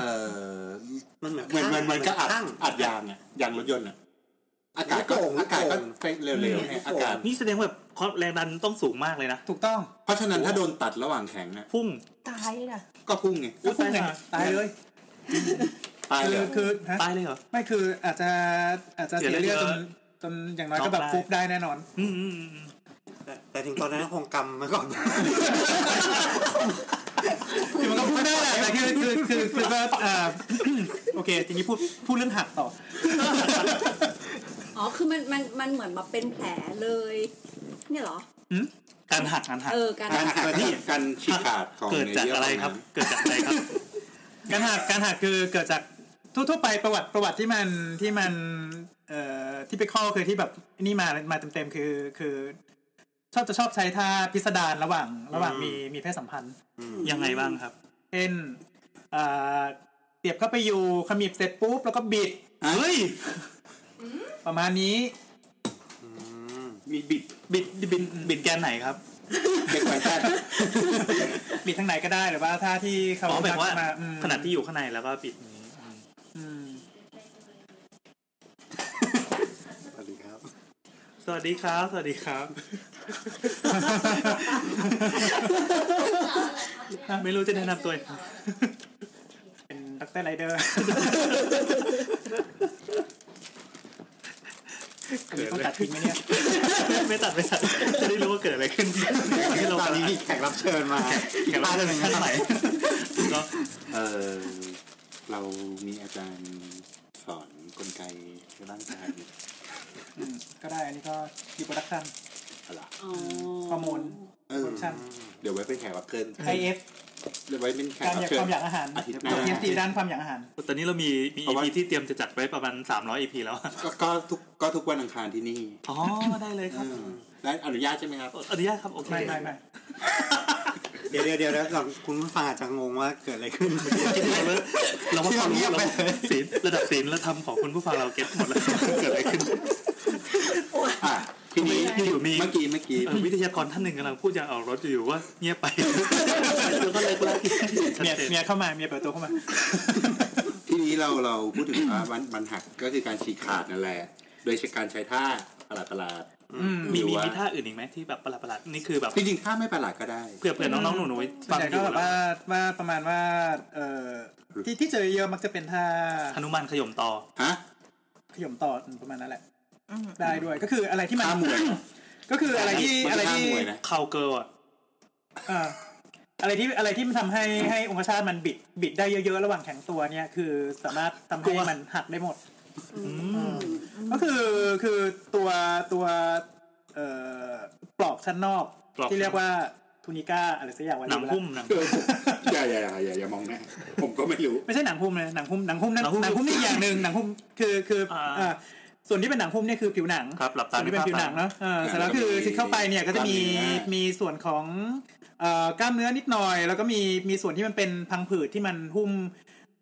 Speaker 6: มั
Speaker 5: อ
Speaker 6: น
Speaker 1: มันเหมือน
Speaker 5: เหมือนเหมือนเหมือนก็อัด
Speaker 1: ข้าง
Speaker 5: อัดยางอะยางรถยนต์อะ อากาศก็
Speaker 1: ลูกโป่ง
Speaker 5: อากาศก็
Speaker 1: ลูกโป่ง
Speaker 5: เฟะเร็วๆเนี่ยอากาศ
Speaker 4: นี่แสดงว่าความแรงดันต้องสูงมากเลยนะ
Speaker 6: ถูกต้อง
Speaker 5: เพราะฉะนั้นถ้าโดนตัดระหว่างแข็งเนี่ย
Speaker 4: พุ่ง
Speaker 7: ตายน่ะ
Speaker 5: ก็พุ่งไง
Speaker 4: อุ๊ยตายห่า
Speaker 6: ตายเลย
Speaker 5: ตาย
Speaker 6: คื
Speaker 5: เล
Speaker 6: อย คือฮะ
Speaker 4: ตายเลยเหรอ
Speaker 6: ไม่คืออาจจะอาจจะ
Speaker 4: เสีย
Speaker 6: เสีย
Speaker 4: เลื
Speaker 6: เลื
Speaker 4: อ
Speaker 6: อ
Speaker 4: ด
Speaker 6: ด
Speaker 4: เย
Speaker 6: จ
Speaker 4: อะ
Speaker 6: นจนอย่างน้อยก็แบบ
Speaker 4: น็อกได้
Speaker 6: ฟุบได้แน่นอน
Speaker 4: อืมอืมอืมอืม
Speaker 1: แต่แต่ถึงตอนนั้นคงกำมาก่อน
Speaker 6: คือมันก็พูดได้แหละแต่คือคือคือคือว่าอ่า โอเคทีนี้พูดพูดเรื่องหักต่อ
Speaker 3: อ๋อ คือมันมันมันเหมือนมาเป็นแผลเลย เนี่ยเหรอ
Speaker 4: การหักการหัก
Speaker 3: เออ การ
Speaker 5: การหัก
Speaker 3: แบบ
Speaker 5: ที่การฉีกขาดของ
Speaker 4: เกิด
Speaker 5: นื้
Speaker 4: จาก
Speaker 5: ยื่
Speaker 4: อะไรครับ เกิดจากอะไรครับ
Speaker 6: การหักการหักคือเกิดจากทั่วๆไปประวัติประวัติที่มันที่มันเอ่อที่ไปข้อคือที่แบบนี่มามาเต็มๆคือคือชอบจะชอบใช้ท่าพิสดารระหว่างระหว่างมีมีเพศสัมพันธ์
Speaker 4: ยังไงบ้างครับ
Speaker 6: เช่นเอ่อเสียบเข้าไปอยู่ขมิบเสร็จปุ๊บแล้วก็บิด
Speaker 4: เฮ้ย
Speaker 6: ประมาณนี้
Speaker 5: มีบิด
Speaker 4: บิดบิดบิดแกนไหนครับ
Speaker 5: เป็นไฟแท้
Speaker 6: บิดทางไหนก็ได้หรือว่าท่าที่เขา
Speaker 4: อ๋อแบบว่า
Speaker 6: มักมอืม
Speaker 4: ขนาดที่อยู่ข้างในแล้วก็ปิดอย่างนี้อืม
Speaker 6: อืม
Speaker 1: สวัสดีครับ
Speaker 4: สวัสดีครับ สวัสดีครับ ไม่รู้จะแนะนำตัวยังไง
Speaker 6: เป็นด็อกเตอร์ไรเดอร์อันนี้ต้องตัดทิ้งไหมเนี่ย
Speaker 4: ไม่ตัดไม่ตัด จะได้รู้ว่าเกิดอะไรขึ้นที่เรา
Speaker 1: ตอน
Speaker 4: กำลั
Speaker 1: นี้
Speaker 4: ง
Speaker 1: มีแขกรับเชิญมา
Speaker 4: แข่ง
Speaker 1: มา
Speaker 4: กั
Speaker 1: จะ
Speaker 4: น
Speaker 1: เป็น
Speaker 4: ข้าง
Speaker 1: ไง
Speaker 4: ไหนแล้ว
Speaker 5: เออเรามีอาจารย์สอนกลไกร่างกาย
Speaker 6: อืมก็ได้ อันนี้ก็ดีโปรดักชั่น
Speaker 5: อะไร
Speaker 3: อ๋อ
Speaker 6: ฮอร์โมน
Speaker 5: เออ
Speaker 6: ชั่น
Speaker 5: เดี๋ยวไว้เป็นแขกรับเชิญ
Speaker 6: IF
Speaker 5: เดี๋ยวไว้เป็นแขก
Speaker 6: การ
Speaker 5: รั
Speaker 6: อบ ยาก
Speaker 5: เชิ
Speaker 6: ค
Speaker 5: ญ
Speaker 6: วามอยากอาหาร
Speaker 5: อาทิตย์หน้า
Speaker 6: กับ EFT ด้านความอยากอาหาร
Speaker 4: ตอนนี้เรามีมี
Speaker 5: เพราะ
Speaker 4: EP
Speaker 5: ว่า
Speaker 4: ที่เตรียมจะจัดไว้ประมาณ 300 EP แล้ว
Speaker 5: ก็ก็ทุกก็ทุกวันอังคารที่นี่
Speaker 4: อ๋อ ได้เลยครับ
Speaker 5: เออได้อนุญาตใช่ไหมครับ
Speaker 4: อนุญาตครับ โอเค
Speaker 6: ไม่ไม่ไม่
Speaker 1: เดี๋ยวเดี๋ยวเดี๋ยวแล้วเราคุณผู้ฟังอาจจะงงว่าเกิดอะไรขึ้น
Speaker 4: เราว่าความ
Speaker 1: เงี
Speaker 4: รู้
Speaker 1: ยบ
Speaker 4: เรา
Speaker 1: ไป
Speaker 4: ศีลระดับศีลและธรรมของคุณผู้ฟังเราเก็ตหมดแล้ว เกิดอะไรขึ้น
Speaker 5: อ่ะทีนี้
Speaker 4: ที่อยู่มี
Speaker 5: เมื่อกี้เมื่อกี้
Speaker 4: เอ่อวิทยากรท่านหนึ่งกำลังพูดอย่างเอารถอยู่ว่าเงียบไป แล้วก็เลิกลากชัด
Speaker 6: เมีย
Speaker 4: เจน
Speaker 6: เมียเข้ามาเมียเปิดตัวเข้ามา
Speaker 5: ทีนี้เราเราพูดถึงว่ามันมันหักก็คือการฉีกขาดนั่นแหละ โดยการใช้ท่าประหลาดประหลาด
Speaker 6: อืม
Speaker 4: มีมีมีท่าอื่นอีกไหมที่แบบประหลาดประหลาดๆนี่คือแบบ
Speaker 5: จริงๆท่าไม่ประหลาดก็ได้
Speaker 4: เผื่อเผื่อน้องๆหนูๆ
Speaker 6: ส่ว
Speaker 4: ฟั
Speaker 6: น
Speaker 4: ง
Speaker 6: ใหญ่
Speaker 4: อ
Speaker 6: ก็
Speaker 4: ยู่
Speaker 6: แบบ
Speaker 4: แล้ว
Speaker 6: ว่าว่าประมาณว่า เอ่อที่ที่เจอเยอะมักจะเป็นท่า
Speaker 4: หนุมานขย่มต่อ
Speaker 5: ฮะ
Speaker 6: ขย่มต่อประมาณนั้นแหละ ได้ด้วยก็คืออะไรที่มัน
Speaker 5: ท่ามวย
Speaker 6: ก็คืออะไรที่
Speaker 5: มัน
Speaker 6: อะไร
Speaker 5: เป็นท่า
Speaker 6: ที่
Speaker 5: มวยนะ
Speaker 4: เข่าเกิร์ลอะ
Speaker 6: เอ่ออะไรที่อะไรที่มันทำให้ให้องคชาตมันบิดบิดได้เยอะๆ ระหว่างแข็งตัวเนี่ยคือสามารถทำให้มันหักได้หมด ก็คือคือตัวตัวเอ่อปลอกชั้นนอก ที่เรียกว่าทูนิก้าอะไรสักอย่างไว้
Speaker 4: หนัง
Speaker 6: ดูแล้ว
Speaker 4: หุ้มหนัง
Speaker 5: เอออย่าอย่าอย่าอย่าอย่ามองหนะ ผมก็ไม่รู้
Speaker 6: ไม่ใช่หนังหุ้มเลยหนังหุ้มหนังหุ้มนั่น
Speaker 4: หนังหุ้ม
Speaker 6: หนังหุ้มนี่อีกอย่างหนึ่งหนังหุ้มคือคืออา เอ่อส่วนที่เป็นหนังหุ้มเนี่ยคือผิวหนัง
Speaker 4: ครับ หลับตา
Speaker 6: ส่วนที่เป็นผิวหนังเนาะเออเสร็จแล้วคือชิดเข้าไปเนี่ยก็จะมี
Speaker 5: กล้ามเนื้อ
Speaker 6: มีส่วนของเอ่อกล้ามเนื้อนิดหน่อย แล้วก็มีมีส่วนที่มันเป็นพังผืดที่มันหุ้ม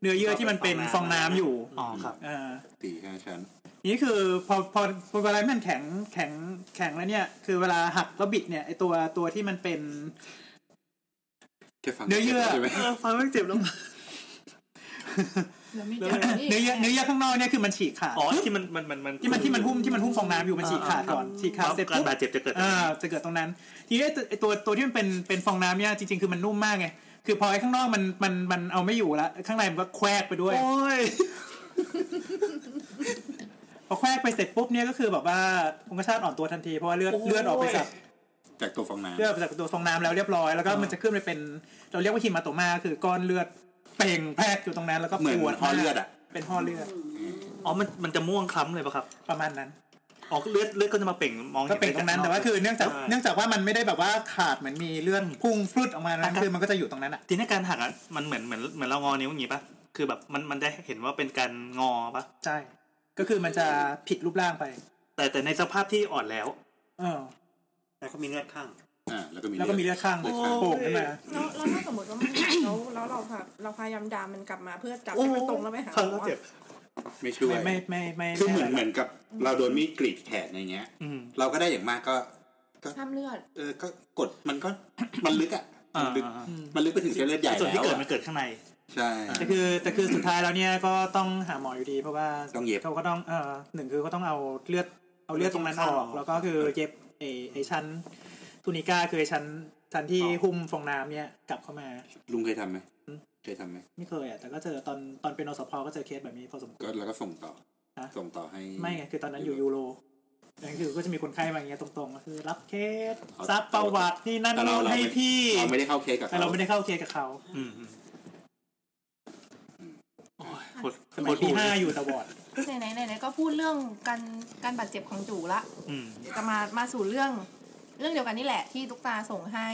Speaker 6: เนื้อเยื่อที่มันเป็นฟองน้ำอยู่
Speaker 4: อ๋อครับ
Speaker 6: เออ
Speaker 5: สี่ห้าชั้น
Speaker 6: นี่คือพอพอพอเวลามันแข็งแข็งแข็งแล้วเนี่ย คือเวลาหักแล้วบิดเนี่ยไอตัวตัวที่มันเป็น
Speaker 5: แค่ฟัง
Speaker 6: เนื้อเยื่อ
Speaker 5: ใช่ไหม
Speaker 4: ฟังไม่เจ็บแล้ว
Speaker 7: แล้วไม่
Speaker 6: เนื้
Speaker 7: เจ็บนี่
Speaker 6: อเยื่อเนื้อเยื่อข้างนอกเนี่ยคือมันฉีกขาด
Speaker 4: อ๋อที่มันมันมันมัน
Speaker 6: ที่มันที่มันหุ้มที่มันหุ้มฟองน้ำอยู่มันฉีกขาดก่อนฉีกขาดเสร็จ
Speaker 4: การ
Speaker 6: ปุ๊บ
Speaker 4: บาดเจ็บจะเกิด
Speaker 6: อ่าจะเกิดตรงนั้น ทีนี้ไอ้ตัวไอตัวตัวที่มันเป็นเป็นฟองน้ำเนี่ยจริงๆคือมันนุ่มมากไงคือพอไอ้ข้างนอกมันมันมันเอาไม่อยู่ละข้างในมันก็แควกไปด้วย
Speaker 4: โอ้ย
Speaker 6: พอแควกไปเสร็จปุ๊บเนี่ยก็คือแบบว่าองคชาตอ่อนตัวทันทีเพราะว่าเลือดเลือดออกไปจาก
Speaker 5: จากตัวฟองน้ำ
Speaker 6: เลือดออกไปจากตัวฟองน้ำแล้วเรียบร้อยแล้วก็มันจะขึ้นไปเป็นเราเรียกว่าฮิมาโตมาคือก้อนเลือดเป่งแพรกอยู่ตรงนั้นแล้วก็
Speaker 5: เหมือน
Speaker 6: ปวด
Speaker 5: พอเลือดอ่ะ
Speaker 6: เป็นห่อเลือด
Speaker 4: อ๋อมันมันจะม่วงคล้ำเลยปะครับ
Speaker 6: ประมาณนั้น
Speaker 4: อ๋อเลือดเลือดก็จะมาเป่งมองห็
Speaker 6: ก็เป่งตรงนั้น
Speaker 4: จก
Speaker 6: แต่ว่า
Speaker 4: ข้ก
Speaker 6: คือเนื่องจาก
Speaker 1: ใช่
Speaker 6: เนื่องจากว่ามันไม่ได้แบบว่าขาดเหมือนมีเลือดพุ่งฟลุดออกมานั้นคือมันก็จะอยู่ตรงนั้นอ่ะ
Speaker 4: ทีนี้การหักอ่ะมันเหมือนเหมือนเหมือนเรางอนิ้วอย่างงี้ปะคือแบบมันมันได้เห็นว่าเป็นการงอปะ
Speaker 6: ใช่ก็คือมันจะผิดรูปร่างไป
Speaker 4: แต่แต่ในสภาพที่อ่อนแล้ว
Speaker 6: เออ
Speaker 1: แล้วก็มีเลือดข้าง
Speaker 5: อ่า แล้วก็มี
Speaker 6: แล้วก็มี
Speaker 5: เลือด
Speaker 6: เลือดข้าง
Speaker 5: โอ้ย
Speaker 6: โป่งขึ้นมา
Speaker 7: แล้วแล้วถ้าสมมติว่ามันแล้วแล้วเราพาเราพยายามดามมันกลับมาเพื่อจับให้มันตรงแล้วไปหาหมอ
Speaker 5: ไม่ช่วย
Speaker 6: ไม่ไม่ไม่ไม่
Speaker 5: คือเหมือน
Speaker 6: ไ
Speaker 5: เหมือนกับเราโดนมีดกรีดแขนอย่างเงี้ย
Speaker 4: อืม
Speaker 5: เราก็ได้อย่างมากก็
Speaker 7: ห้ามเลือด
Speaker 5: เออ ก็กดมันก็ มันลึกอ่ะ
Speaker 4: อ่า
Speaker 5: มันลึก
Speaker 4: อ่า
Speaker 5: มันลึกไปถึงเส้นเลือดใหญ่
Speaker 4: ส่วนที่
Speaker 5: แล้ว
Speaker 4: เกิด
Speaker 5: อะ
Speaker 4: มันเกิดข้างใน
Speaker 5: ใช่
Speaker 6: แต่คือแต่คือสุดท้ายแล้วเนี่ยก็ต้องหาหมออยู่ดีเพราะว่า
Speaker 5: ต้องเย็บ
Speaker 6: เขาก็ต้องเอ่อหนึ่งคือก็ต้องเอาเลือดเอาเลือดตรงนั้นออก แล้วก็คือเย็บไอไอชั้นทูนิก้าคือไอชั้นชั้นที่หุ้มฟองน้ำเนี่ยกลับเข้ามา
Speaker 5: ลุงเคยทำไหม
Speaker 6: อืม
Speaker 5: เคยทำไหม
Speaker 6: ไม่เคยอ่ะแต่ก็เจอตอนตอนเป็นอสพก็เจอเคสแบบนี้พอสมคว
Speaker 5: ก็
Speaker 6: ร
Speaker 5: แล้วก็ส่งต่อ
Speaker 6: ฮะ
Speaker 5: ส่งต่อให้
Speaker 6: ไม่ไงคือตอนนั้นอยู่ยูโรนั่นคือก็จะมีคนไข้มาอย่างเงี้ยตรงๆก็คือ รับเคส
Speaker 5: เอา
Speaker 6: ซับประวัตินี่นั่น
Speaker 5: แต่เรา
Speaker 6: นู่น
Speaker 5: เราไม่
Speaker 6: ให้พี่
Speaker 5: เราไม่ได้เข้าเคสกับ
Speaker 6: แต่
Speaker 5: เขา
Speaker 6: เราไม่ได้เข้าเคสกับเขา
Speaker 4: อืมอืมโอ้ยโคตร
Speaker 6: สมัย
Speaker 4: โคตร
Speaker 6: ปีห้าอยู่แตวอด
Speaker 7: ไหนไหนไหนๆก็พูดเรื่องการการบาดเจ็บของจู่ละ
Speaker 4: อืม
Speaker 7: เดี๋ยวจะมามาสู่เรื่อง เรื่องเดียวกันนี่แหละที่ตุ๊กตาส่งให้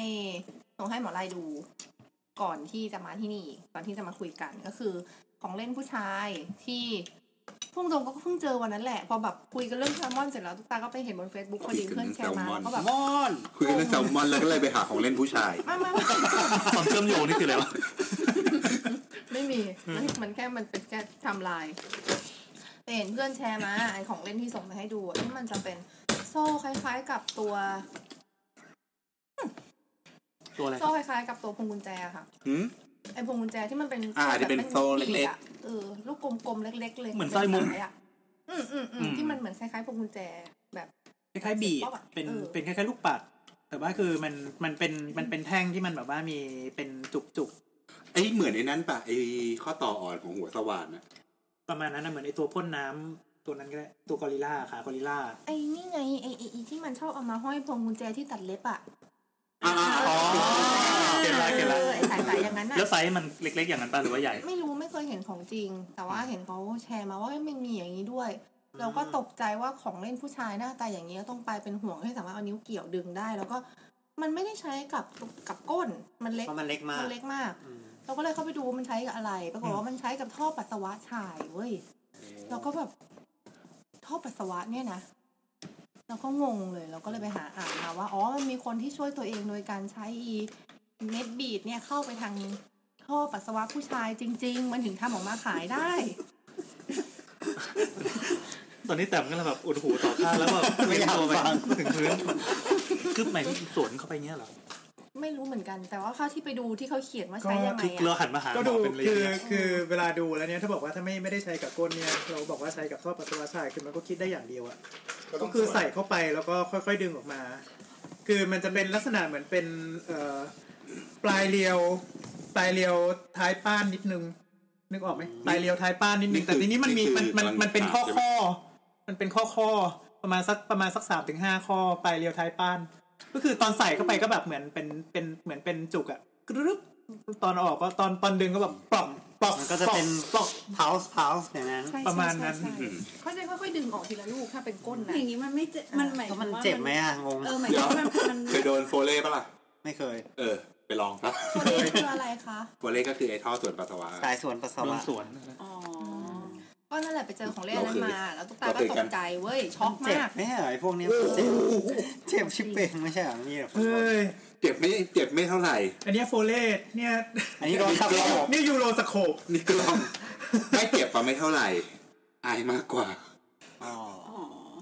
Speaker 7: ส่งให้หมอไลายดู ก่อนที่จะมาที่นี่ ตอนที่จะมาคุยกันก็คือ ของเล่นผู้ชายที่พุ่งตรงก็เพิ่งเจอวันนั้นแหละ พอแบบคุยกันเรื่องแซลมอนเสร็จแล้วตุ๊กตาก็ไปเห็นบน Facebook พอดีเพื่อนแชร์มาแล้วก็แบบ
Speaker 1: มอน
Speaker 5: คุยกันเรื่องแซลมอนแล้วก็เลยไปหาของเล่นผู้ชาย
Speaker 7: มามามา
Speaker 4: ความเชื่อมโยงนี่คืออะไรวะ
Speaker 7: ไม่มีมันมันแค่มันเป็นแค่ไทำลายไปเห็นเพื่อนแชร์มาไอของเล่นที่ส่งมาให้ดูอันนี้มันจะเป็นโซ่คล้าย ๆ กับตัว
Speaker 4: ตัวอะไรค
Speaker 7: โซ่
Speaker 4: รับ
Speaker 7: คล้ายๆกับตัวพวงกุญแจอะค่ะ
Speaker 5: หืม
Speaker 7: ไอพวงกุญแจที่มันเป็น
Speaker 5: อ่าที่เป็นโซ่เล็กๆ
Speaker 7: ปีอะเออลูกกลมๆเล็กๆเลย
Speaker 4: เหมือนสร้อยมุก
Speaker 7: เป็นสาอะอืมอืมอืมที่มันเหมือนคล้ายๆพวงกุญแจแบบ
Speaker 6: คล้ายๆบีด
Speaker 7: เสียบปั๊บอะ
Speaker 6: เป็น
Speaker 7: เออ
Speaker 6: เป็นคล้ายๆลูกปัด แต่ว่าคือมันมันเป็นมันเป็นแท่งที่มันแบบว่ามีเป็นจุก
Speaker 5: ไอ้เหมือนไอ้นั้นปะไอ้ข้อต่ออ่อนของหัวสว่านนะ
Speaker 6: ๆประมาณนั้นนะเหมือนไอตัวพ่นน้ำตัวนั้นก็ได้ตัวกอริลลาขากอริลลา
Speaker 7: ไอนี่ไงไอไอ้ไอที่มันชอบเอามาห้อยพวงกุญแจที่ตัดเล็บอ่ะ
Speaker 5: อ่าๆๆ
Speaker 4: เก็บละเก็บละ
Speaker 7: ออไอสายสายๆอย่างนั้นอ่ะ
Speaker 4: แล้วไซส์มันเล็ก ๆ อย่างนั้นป่ะหรือว่าใหญ่
Speaker 7: ไม่รู้ไม่เคยเห็นของจริง แต่ว่าเห็นเขาแชร์มาว่ามันมีอย่างนี้ด้วย เราก็ตกใจว่าของเล่นผู้ชายหน้าตาอย่างนี้ก็ต้องไปเป็นห่วงให้สามารถเอานิ้วเกี่ยวดึงได้ แล้วก็มันไม่ได้ใช้กับกับก้นมันเล็ก
Speaker 1: เพราะมันเล็กมาก
Speaker 7: มันเล็กมาก
Speaker 1: อืม
Speaker 7: เราก็เลยเข้าไปดูว่ามันใช้กับอะไร ปรากฏว่ามันใช้กับท่อปัสสาวะชายเว้ย เราก็แบบ ท่อปัสสาวะเนี่ยนะ เราก็งงเลย เราก็เลยไปหาอ่านมาว่า อ๋อ มันมีคนที่ช่วยตัวเองโดยการใช้อีเม็ดบีดเนี่ยเข้าไปทางท่อปัสสาวะผู้ชายจริง ๆ มันถึงทำออกมาขายได้
Speaker 4: ตอนนี้แต้มก็เลยแบบอุดหูต่อข้างแล้วก็
Speaker 5: ไม่อยากฟัง
Speaker 4: ถึงพื้นคือหมายถึงสวนเข้าไปเงี้ยเหรอ
Speaker 7: ไม่รู้เหมือนกัน แต่ว่าเข้าที่ไปดูที่เขาเขียนว่าใช้ยังไง
Speaker 4: คือ
Speaker 7: อะ
Speaker 4: เราหันมาหาหม
Speaker 6: ก็
Speaker 4: อ
Speaker 6: ดู
Speaker 4: เป็นเลย
Speaker 6: คือ
Speaker 4: เนี่ย
Speaker 6: คือเวลาดูแล้วเนี่ยถ้าบอกว่าถ้าไม่ไม่ได้ใช้กับก้นเนี่ยเราบอกว่าใช้กับท่อปัสสาวะชายคือมันก็คิดได้อย่างเดียวอะก็คือใส่เข้าไปแล้วก็ค่อยๆดึงออกมา คือมันจะเป็นลักษณะเหมือนเป็นเอ่อปลายเรียวปลายเรียวท้ายป้านนิดนึงนึกออกไหมปลายเรียวท้ายป้านนิดนึงแต่ทีนี้มันมีมันมันมันเป็นข้อข้อ มันเป็นข้อข้อประมาณสักประมาณสักสามถึงห้าข้อปลายเรียวท้ายป้าน ก็คือตอนใส่เข้าไปก็แบบเหมือนเป็นเป็นเหมือนเป็นจุกอะกรึ๊บตอนออกก็ตอนตอนดึงก็แบบปลอกปลอก
Speaker 1: มันก็จะเป็น
Speaker 6: ปลอก
Speaker 1: เพาส์เพาส์อย่างนั้น
Speaker 7: ใช่
Speaker 6: ประมาณนั้น
Speaker 7: ใช่ใช่ใช่เขาจะค่อยๆดึงออกทีละลูกถ้าเป็นก้นนะ
Speaker 3: อย่างนี้มันไม่เจ็บมันหมาย
Speaker 1: ก็
Speaker 3: ถึง
Speaker 1: มัน
Speaker 3: ว่า
Speaker 1: เจ็บไหมอ่ะ งง
Speaker 3: เออหมายถึงว่ามันมัน
Speaker 5: เคยโดนโฟเล่ปะล่ะ
Speaker 1: ไม่เคย
Speaker 5: เออ ไปลองซะ
Speaker 7: ตัวนี้คืออะไรคะ
Speaker 5: โฟเล่ก็คือไอ้ท่อส่วนปัสสาวะ
Speaker 1: สายสวนปัสสา
Speaker 4: โด
Speaker 1: วะ
Speaker 4: นสวน
Speaker 3: อ๋อ
Speaker 7: ก็นั่นแหละไปเจอของเล่นอันนั้นมา แล้วตุ๊กตา
Speaker 5: เรา
Speaker 7: ก็
Speaker 5: เคย
Speaker 7: ต
Speaker 5: กั
Speaker 7: ก
Speaker 5: น
Speaker 7: ใจเว้ย ช็อก
Speaker 1: เจ็บ
Speaker 7: มาก
Speaker 1: ไหมอ่ะไอ้พวกเนี้ยเจ็บเจ็บชิบเป่งไม่ใช่เหรอมีเหรอ
Speaker 6: เฮ้ย
Speaker 5: เจ็บไม่เจ็บไม่เท่าไหร่
Speaker 6: อันเนี้ยโฟเลตเนี่ย
Speaker 1: อันนี้โดนขับรถ
Speaker 6: นี่ยูโรสโคป
Speaker 5: นี่กล้องไม่เจ็บปะไม่เท่าไหร่ อายมากกว่า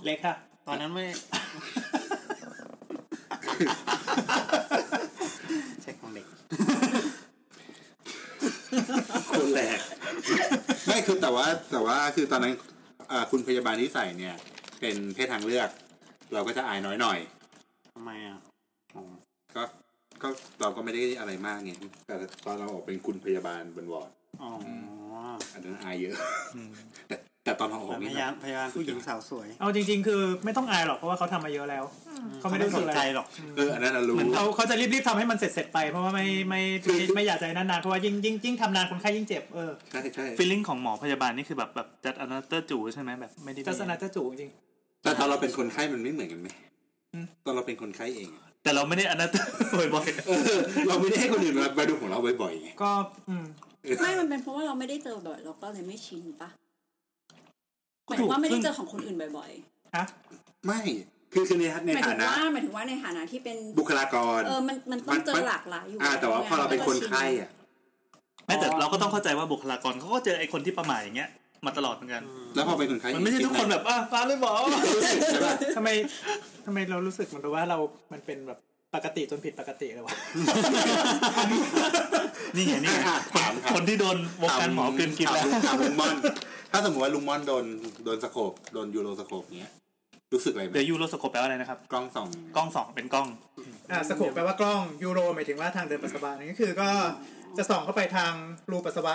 Speaker 6: เล็กค่ะ
Speaker 1: ตอนนั้นไม่ ใช่ของเด็ก
Speaker 5: คนแหลกไม่คือแต่ว่าแต่ว่าคือตอนนั้นอ่าคุณพยาบาลที่ใส่เนี่ย เป็นเพศทางเลือก เราก็จะอายน้อยหน่อย
Speaker 1: ทำไมอ่ะอ๋อ
Speaker 5: ก็ก็เราก็ไม่ได้อะไรมากไงแต่ตอนเราออกเป็นคุณพยาบาลบนวอร์ด
Speaker 1: อ๋อ
Speaker 5: อันนั้นอายเยอะแต่แต่ตอนเราออก
Speaker 1: พ
Speaker 5: นี่
Speaker 1: ยา
Speaker 5: นะ
Speaker 1: ยามพยายามผู้หญิงสาวสวย
Speaker 6: เอาจริงๆ คือไม่ต้องอายหรอกเพราะว่าเขาทำมาเยอะแล้ว เขาไม่ได้
Speaker 1: ส
Speaker 6: ส
Speaker 1: น
Speaker 6: น
Speaker 1: ใจ
Speaker 6: ใจ
Speaker 1: ห
Speaker 6: ห
Speaker 1: ร
Speaker 6: ร
Speaker 1: อ
Speaker 6: อก ก
Speaker 5: เอออันนั้นเรารู้
Speaker 6: เหมือนเขาเขาจะรีบๆทำให้มันเสร็จๆไป เพราะว่าไม่ไม่
Speaker 5: คือคือ
Speaker 6: ไม่อยากจะนั่นนานเพราะว่ายิ่งยิ่งยิ่งทำนานคนไข้ยิ่งเจ็บเออ
Speaker 5: ใช่ใช่
Speaker 4: ฟีลลิ่งของหมอพยาบาลนี่คือแบบแบบจัดอนาเตอร์จูใช่ไหมแบบไม่ได้มี
Speaker 6: จะสนัดจะจูจริง
Speaker 5: แต่ตอนเราเป็นคนไข้มันไม่เหมือนกันไหม
Speaker 6: อืม
Speaker 5: ตอนเราเป็นคนไข้เองอะ
Speaker 4: แต่เราไม่ได้อนาเตอร์ บ่อย
Speaker 5: เออเราไม่ได้ให้คนอื่นมามาดูของเราบ่อยๆไง
Speaker 6: ก็อืม
Speaker 5: เออ
Speaker 3: ไม่ มันเป็นเพราะว่าเราไม่ได้เจอบ่อย เราก็เลยไม่ชินปะห
Speaker 4: ๆ
Speaker 3: มายถึงว่าไม่ได้เจอ
Speaker 4: ซึ่ง
Speaker 3: ของคนอื่นบ่อย
Speaker 5: ไม่คือคือใน
Speaker 3: ๆห
Speaker 5: ใน
Speaker 3: มายถึ
Speaker 5: ฐาง นะ
Speaker 3: ว่าหมายถึงว่าในฐานะที่เป็น
Speaker 5: บุคลากร
Speaker 3: เออ มัน มันต้องเจอ
Speaker 5: มัน
Speaker 3: หลากหลายอยู่
Speaker 5: อ่า แต่ว่าพอเราเป็นคนไข้
Speaker 3: แล้วก็ชิ
Speaker 5: อ่ะ
Speaker 4: ไม่แต่เราก็ต้องเข้าใจว่าบุคลากรเขาก็เจอไอ้คนที่ประมาทอย่างเงี้ยมาตลอดเหมือนกัน
Speaker 5: แล้วพอเป็นคนไข้
Speaker 4: มันไม่ใช่ทุกคนแบบอ่ะมาเลยหมอ
Speaker 5: ใช่ปะ
Speaker 6: ทำไมทำไมเรารู้สึกเหมือนกับว่าเรา มันเป็นแบบ ปกติจนผิดปกติเลยวะ
Speaker 4: นี่ไงนี่ไง
Speaker 5: อ่ะถามครับ
Speaker 4: คนที่โดนวงการหมอเกินกินแล้ว
Speaker 5: ถามลุงมอนถ้าสมมติว่าลุงมอนโดนโดนสโคบโดนยูโรสโคบเนี้ยรู้สึกอะไรไหม
Speaker 4: เดี๋ยวยูโรสโคปแปลว่าอะไรนะครับ
Speaker 5: กล้องส่อง
Speaker 4: กล้องสองเป็นกล้อง
Speaker 6: อ่าสโคปแปลว่ากล้องยูโรหมายถึงว่าทางเดินปัสสาวะนี่ก็คือก็จะส่องเข้าไปทางรูปัสสาวะ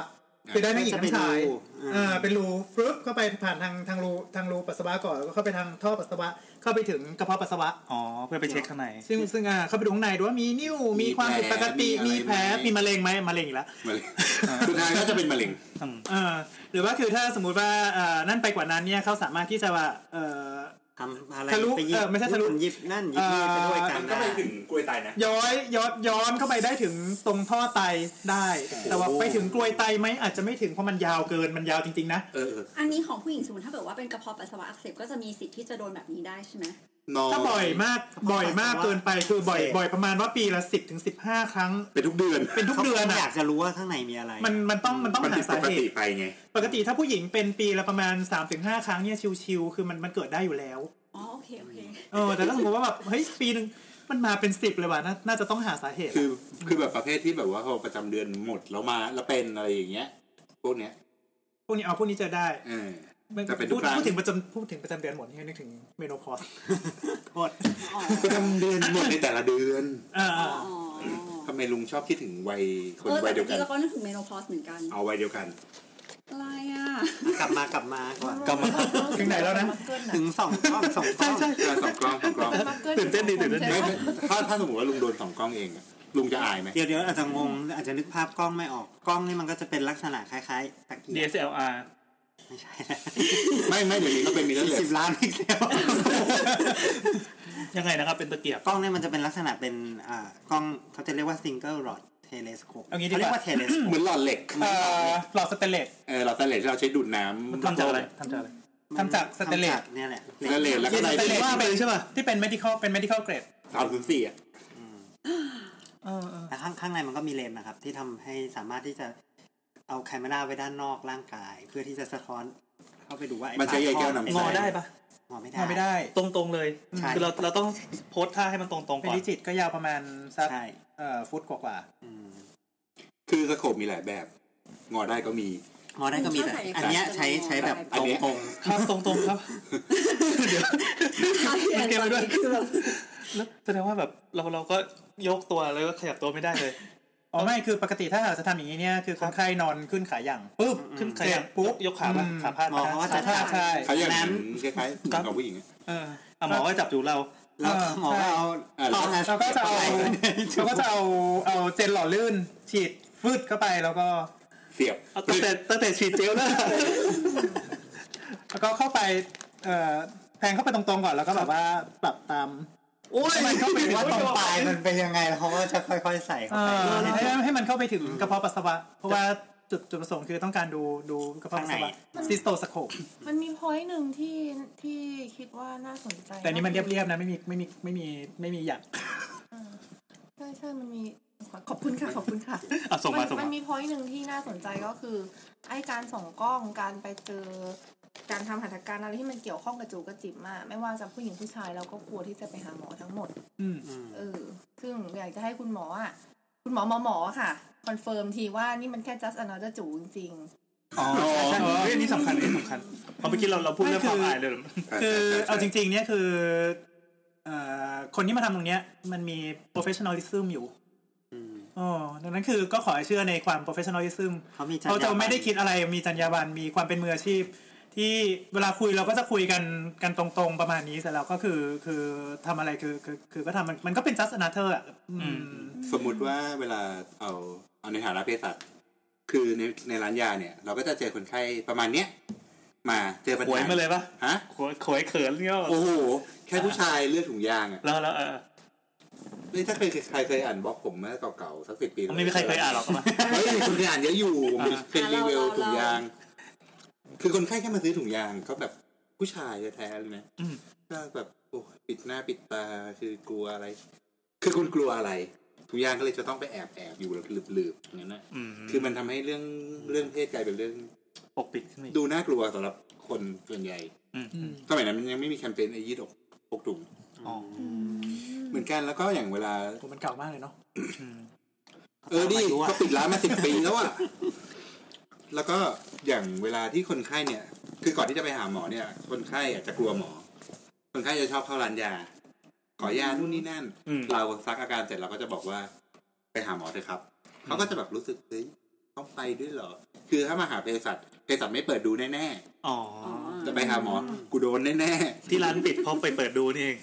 Speaker 6: คือได้ไม่หญิงน้ำชายอ่าเป็นรูฟลุ๊บเข้าไปผ่านทางทางรูทางรูปัสสาวะก่อนแล้วก็เข้าไปทางท่อปัสสาวะเข้าไปถึงกระเพาะปัสสาวะ
Speaker 4: อ๋อ เพื่อไปเช็คข้างใน
Speaker 6: ซึ่งซึ่งอ่าเข้าไปดูข้างในดูว่ามีนิ่วมีความผิดปกติมีแผลมีมะเร็งไหมมะเร็งอีกแล้ว
Speaker 5: มะเร็งสุดท้ายก็จะเป็นมะเร็ง
Speaker 6: เออหรือว่าคือถ้าสมมุติว่าเอ่อนั่นไปกว่านั้นเนี่ยเขาสามารถที่จะว่าเอ่อ
Speaker 1: ทำอะไร
Speaker 6: ทะลุ
Speaker 1: ปยิบ
Speaker 6: เออไม่ใช่ทะลุ
Speaker 1: ยิบนั่นยิบนี่ไปด้วยกัน
Speaker 6: เอ่อ
Speaker 5: ก็
Speaker 1: นะ
Speaker 5: ไปถึงกล้วยตายนะ
Speaker 6: ย้อยย้อนย้อนเข้าไปได้ถึงตรงท่อไตได้ แต่ว่าไปถึงกลวยไตไหมอาจจะไม่ถึงเพราะมันยาวเกินมันยาวจริงๆนะ
Speaker 5: เออเออ
Speaker 3: อันนี้ของผู้หญิงสมมติถ้าแบบว่าเป็นกระเพาะปัสสาวะอักเสบก็จะมีสิทธิ์ที่จะโดนแบบนี้ได้ใช่ไหม
Speaker 5: นอน
Speaker 6: ถ้าบ่อยมากบ่อยมากเกินไปคือบ่อยบ่อยประมาณว่าปีละสิบถึงสิบห้าครั้ง
Speaker 5: เป็นทุกเดือน
Speaker 6: เป็นทุกเดือน
Speaker 1: ขาอยา
Speaker 6: อ่ะ
Speaker 1: กจะรู้ว่าข้างในมีอะไร
Speaker 6: มันมันต้องมันต้อง
Speaker 5: มัน
Speaker 6: หา
Speaker 5: ผิด
Speaker 6: สา
Speaker 5: ปก
Speaker 6: เห
Speaker 5: ติ
Speaker 6: ตุ
Speaker 5: ไปไง
Speaker 6: ปกติถ้าผู้หญิงเป็นปีละประมาณ3าถึงหครั้งเนี่ยชิวๆคือมันมันเกิดได้อยู่แล้ว
Speaker 3: อ๋อโอเคโอเค
Speaker 6: เออแต่ถ้าสมมติว่าแบบเฮ้ยปีหนึ่งมันมาเป็นสิบเลยว่ะน่าน่าจะต้องหาสาเหตุ
Speaker 5: คือคือแบบประเภทที่แบบว่าพอประจำเดือนหมดแล้วมาแล้วเป็นอะไรอย่างเงี้ย พวกเนี้ย
Speaker 6: พวกนี้เอาพวกนี้เจอได้
Speaker 5: เออ
Speaker 6: ไม่
Speaker 5: จะเป็นทุ
Speaker 6: พู
Speaker 5: ก
Speaker 6: ด
Speaker 5: ครั้ง
Speaker 6: พูดถึงประจำพูดถึงประจำเดือนหมดนี่นึกถึงเมโนพอสโทษ
Speaker 3: อ๋อ
Speaker 5: ประจำเดือนหมดในแต่ละเดือน
Speaker 6: อ่า
Speaker 3: อ๋อ
Speaker 6: อ่า
Speaker 3: อ๋อ
Speaker 5: ทำไมลุงชอบคิดถึงวัยคน
Speaker 3: เออ
Speaker 5: วั
Speaker 3: แต่
Speaker 5: ยเดี
Speaker 3: เมื่อ
Speaker 5: ยวกั
Speaker 3: กี้
Speaker 5: น
Speaker 3: เราก็นึกถึงเมโนพอสเหมือนกัน
Speaker 5: เอาวัยเดียวกัน
Speaker 3: อะไรอ่ะ
Speaker 1: กลับมากลับมาก่อน
Speaker 4: กลับมา
Speaker 6: ถึงไหนแล้วนะ
Speaker 1: ถึงสองกล้องสองกล้อง
Speaker 5: เออสองกล้องสองกล้อง
Speaker 4: ตื่นเต้นดีตื่นเต้นดี
Speaker 5: ไม่ไม่ถ้าถ้าสมมติว่าลุงโดนสองกล้องเองอะลุงจะอายไหม
Speaker 1: เดี๋ยวเดี๋ยวอาจจะงงอาจจะนึกภาพกล้องไม่ออกกล้องนี่มันก็จะเป็นลักษณะคล้ายๆตะเกียบ
Speaker 4: DSLR
Speaker 1: ไม่ใช่นะ
Speaker 5: ไม่ไม่เดี๋ยวนี้ก็เป็นมิเร
Speaker 1: สี่
Speaker 5: เล
Speaker 1: สิ
Speaker 5: ส
Speaker 1: บล้านพิกเซล
Speaker 4: ยังไงนะครับ เป็นตะเกียบ
Speaker 1: กล้องนี่มันจะเป็นลักษณะเป็นอ่ากล้องเขาจะเรียกว่าซิงเกิลรอดเทเลสโคป
Speaker 6: เอางี้ดีกว่า
Speaker 1: เขาเรียกว่าเทเลส
Speaker 5: เห
Speaker 1: โคป
Speaker 5: มือนหลอดเหล็ก
Speaker 6: เอ่อหลอดสเตนเลส
Speaker 5: เออหลอดสแตนเลสที่เราใช้ดูดน้
Speaker 4: มัน
Speaker 5: ำ
Speaker 4: ทำจากอะไรทำจากอะไร
Speaker 6: ทำจากสเตนเลส
Speaker 1: เนี่ยแหละ
Speaker 5: สแตนเลสแล้วก็
Speaker 6: ส
Speaker 5: ใน
Speaker 6: เตนเลส
Speaker 5: ที่
Speaker 6: ว่าเป็นใช่ป่ะที่เป็น medical เป็น medical grade
Speaker 5: สามถึงสี่อะ
Speaker 6: เออเออ
Speaker 1: แล้วข้างข้างในมันก็มีเลนส์นะครับ ที่ทำให้สามารถที่จะเอาแคมเมราไว้ด้านนอกร่างกาย เพื่อที่จะสะท้อนเข้าไปดูว่า
Speaker 5: มัน
Speaker 1: ไอ้
Speaker 5: ใช้ใยแก้วน้ำ
Speaker 4: ง
Speaker 5: ใส
Speaker 4: อได้ปะ
Speaker 1: งอไม่ได้
Speaker 6: มาไม่ได้
Speaker 4: ตรงๆเลย
Speaker 1: ใช่
Speaker 4: คือเราเราต้องโพสท่าให้มันตรงๆ
Speaker 6: เป็น
Speaker 4: ก่อน
Speaker 6: ดิจิตก็ยาวประมาณสัก
Speaker 1: ใช่
Speaker 6: เอ่อฟุตกว่า
Speaker 1: อืม
Speaker 5: คือสโคปมีหลายแบบ งอได้ก็มี
Speaker 1: งอได้ก็มีแต่อันเนี้ยใช้ใช้แบบ
Speaker 5: อันเนี้ย
Speaker 4: ค
Speaker 1: ตรงๆ
Speaker 4: รับตรงๆครับ
Speaker 3: มั
Speaker 4: มันเกมไปด้วย
Speaker 3: คือแบบ
Speaker 4: แล้วแสดงว่าแบบเราเราก็ยกตัวแล้วก็ขยับตัวไม่ได้ เลย
Speaker 6: ๆอ๋อไม่คือปกติถ้าหากจะทำอย่างนี้เนี่ยคือคนไข้นอนขึ้นขาอย่าง
Speaker 4: ปึ๊บ ขึ้นขยับปุ๊บ ยกขาปะ
Speaker 6: อืม
Speaker 4: ขาพาด
Speaker 1: หมอ
Speaker 4: ปะ
Speaker 1: เขาก็
Speaker 4: ขา
Speaker 1: จะ
Speaker 4: พาด
Speaker 6: ใช่
Speaker 5: เขาอย่าง
Speaker 1: นั้น
Speaker 5: คล้าย
Speaker 4: ครับ
Speaker 5: ๆของผู้หญิงอะ
Speaker 6: เออ
Speaker 4: อ่ะหมอก็จับอยู่เรา
Speaker 1: แล้ว
Speaker 6: เออ
Speaker 1: หมอก็เอา
Speaker 5: ใช่
Speaker 1: ท่อน
Speaker 6: เราก็จะเอา
Speaker 1: ไป
Speaker 6: เขาก็จะเอาเอาเจลหล่อลื่นฉีดฟืดเข้าไปแล้วก็
Speaker 5: เสียบ
Speaker 4: เอาตั้งแต่ตั้งแต่ฉีดเจลแล้ว
Speaker 6: แล้วก็เข้าไปเอ่อแทงเข้าไปตรงๆก่อนแล้วก็แบบว่าปรับตาม
Speaker 4: โอ้ย
Speaker 1: มันเข้าไปว่าตรงปลายมันเป็นยังไงแล้วเขาก็จะค่อย ๆ ใส่เข้า
Speaker 6: เอ่อ
Speaker 1: ไป
Speaker 6: ให้ให้มันเข้าไปถึงกระเพาะปัสสาวะ เพราะว่าจุดจุดประสงค์คือต้องการดูดูกระเพาะปัสสาวะซิสโตสโคป
Speaker 7: มันมีพอยต์หนึ่งที่ที่คิดว่าน่าสนใจ
Speaker 6: แต่นี่มันเรียบๆนะไม่มีไม่มีไม่มีไม่มีหยัก
Speaker 7: ใช่ใช่มันมีขอบคุณค่ะขอบคุณค่ะ
Speaker 4: เอาส่งมาส่ง
Speaker 7: มั
Speaker 4: มาน
Speaker 7: มีพอยต์หนึ่งที่น่าสนใจก็คือ ไอ้การส่องกล้องการไปเจอ การทำหัตถการอะไรที่มันเกี่ยวข้องกับจูกระจิบมากไม่ว่าจะผู้หญิงผู้ชายเราก็กลัวที่จะไปหาหมอทั้งหมด
Speaker 6: อืม
Speaker 1: อืม
Speaker 7: เออ ซึ่งอยากจะให้คุณหมออ่ะ คุณหมอหมอหมอค่ะ คอนเฟิร์มทีว่านี่มันแค่ just another จูจริง
Speaker 4: อ๋อใช่เฮ้ยอันนี่สำคัญอันนี่สำคัญเพอเมื่อกี้เราเราพูดเรื่องความอายเลยเหรอ
Speaker 6: คือเอาจริงๆเนี่ยคือเอ่อคนที่มาทำตรงเนี้ยมันมี professionalism อยู่
Speaker 1: อืม
Speaker 6: อ๋อดังนั้นคือก็ขอให้เชื่อในความ professionalism
Speaker 1: เขามีจรรย
Speaker 6: เขาจะ
Speaker 1: บรรณ
Speaker 6: ไม่ได้คิดอะไรมีจรรยาบรรณมีความเป็นมืออาชีพ ที่เวลาคุยเราก็จะคุยกันกันตรงๆประมาณนี้เสร็จแล้วก็คือคือทำอะไรคือคือคือก็ทำมันมันก็เป็นจัสนาเธอร์อ่ะ
Speaker 4: อืม
Speaker 5: สมมุติว่าเวลาเอาเอาในฐานะเภสัชคือในในร้านยาเนี่ย เราก็จะเจอคนไข้ประมาณเนี้ยมาเจอปัญ
Speaker 4: หวย
Speaker 5: หา
Speaker 4: มาเลยปะ
Speaker 5: ฮะ
Speaker 4: หวยหวยเขินเนี่ย
Speaker 5: โอ้โห แค่ผู้ชายเลือดถุงยางอ่ะ
Speaker 4: แล้วแล้วเออ
Speaker 5: นี่ถ้าเคยใครเคยอ่านบล็อกผมเมื่อเก่าๆสักสิบปี
Speaker 4: ไม่มีใครเคยอ่านหรอกเอามา
Speaker 5: เฮ้ยคุณเคยอ่านเยอะอยู่ผมเป็นรีวิวถุงยาง คือคนไข้แค่มาซื้อถุงยางเขาแบบผู้ชายแท้ๆเลยนะ
Speaker 4: อืม
Speaker 5: ก็แบบโอ้ปิดหน้าปิดตาคือกลัวอะไร คือคุณกลัวอะไรถุงยางก็เลยจะต้องไปแอบแอบๆอยู่แล้วหลืบๆอย่างนั้นนะ
Speaker 4: อืม
Speaker 5: คือมันทำให้เรื่องเรื่องเพศกลายเป็นเรื่อง
Speaker 4: ปกปิดขึ้นมาอีก
Speaker 5: ดูน่ากลัวสำหรับคนส่วนใหญ่
Speaker 4: อืม
Speaker 6: อืม
Speaker 5: สมัยนั้นมันยังไม่มีแคมเปญไอ้ยืดอกอกถุง
Speaker 4: อ๋อ
Speaker 5: เหมือนกันแล้วก็อย่างเวลา
Speaker 6: ผมมันเก่ามากเลยเนาะ
Speaker 5: เออดิ
Speaker 1: อายุอะ
Speaker 5: ก็ปิดร้านมาสิบปีแล้วอะแล้วก็อย่างเวลาที่คนไข้เนี่ย คือก่อนที่จะไปหาหมอเนี่ย คนไข้อาจจะกลัวหมอ คนไข้จะชอบเข้าร้านยา ขอยานู่นนี่นั่น
Speaker 4: อืม
Speaker 5: เราซักอาการเสร็จเราก็จะบอกว่า ไปหาหมอเถอะครับ เขาก็จะแบบรู้สึกเฮ้ยต้องไปด้วยเหรอ คือถ้ามาหาเภสัชเภสัชไม่เปิดดูแน่
Speaker 4: อ๋อ
Speaker 3: อ๋อ
Speaker 5: ๆ จะไปหาหมอ กูโดนแน่
Speaker 4: ที่ร้านปิดเพราะไปเปิดดูนี่เอง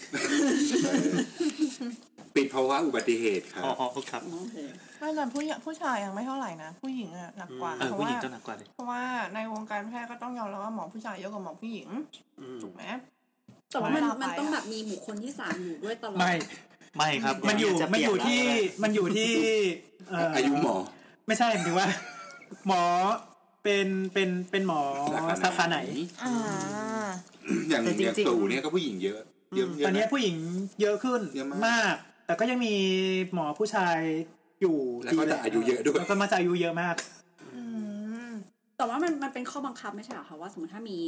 Speaker 5: ๆ ปิดเพราะว่าอุบัติเหตุครับ
Speaker 4: อ๋อครับ
Speaker 3: โอเค
Speaker 7: ไม่แต่ผู้หญิงผู้ชายยังไม่เท่าไหร่นะ ผู้หญิงอะหนักกว่า
Speaker 4: เออ
Speaker 7: เพราะว่า
Speaker 4: ผู้หญิงก็หนักกว่าเลย
Speaker 7: เพราะว่าในวงการแพทย์ก็ต้องยอมรับว่าหมอผู้ชายเยอะกว่าหมอผู้หญิง
Speaker 1: อืม
Speaker 7: ถูกไหม
Speaker 3: แต่ว่ามัน
Speaker 7: เวลาไป
Speaker 3: มันต้องแบบมีบุคคลที่สามอยู่ด้วยตลอด
Speaker 6: ไม่
Speaker 4: ไม่ครับ
Speaker 6: มันอยู่มันอยู่ที่มันอยู่ที่เ
Speaker 5: อายุหมอ
Speaker 6: ไม่ใช่หมายถึงว่า หมอเป็นเป็นเป็นหมอสาขาไหน
Speaker 7: อ่า
Speaker 5: อย่าง
Speaker 6: แต่จริ
Speaker 5: อง
Speaker 6: ๆ
Speaker 5: ย่างสูเนี่ยก็ผู้หญิงเยอะเยอะเย
Speaker 6: ตอ
Speaker 5: อะ
Speaker 6: นนี้
Speaker 5: นะ
Speaker 6: ผู้หญิงเยอะขึ้น
Speaker 5: เยอะมาก
Speaker 6: กแต่ก็ยังมีหมอผู้ชายอยู่
Speaker 5: แล้วก็จะอายุเยอะด้วย
Speaker 6: แล้วก็มาจะอายุเยอะมาก
Speaker 7: อืม
Speaker 3: แต่ว่ามันมันเป็นข้อบังคับไม่ใช่เหรอคะว่าสมมติถ้ามี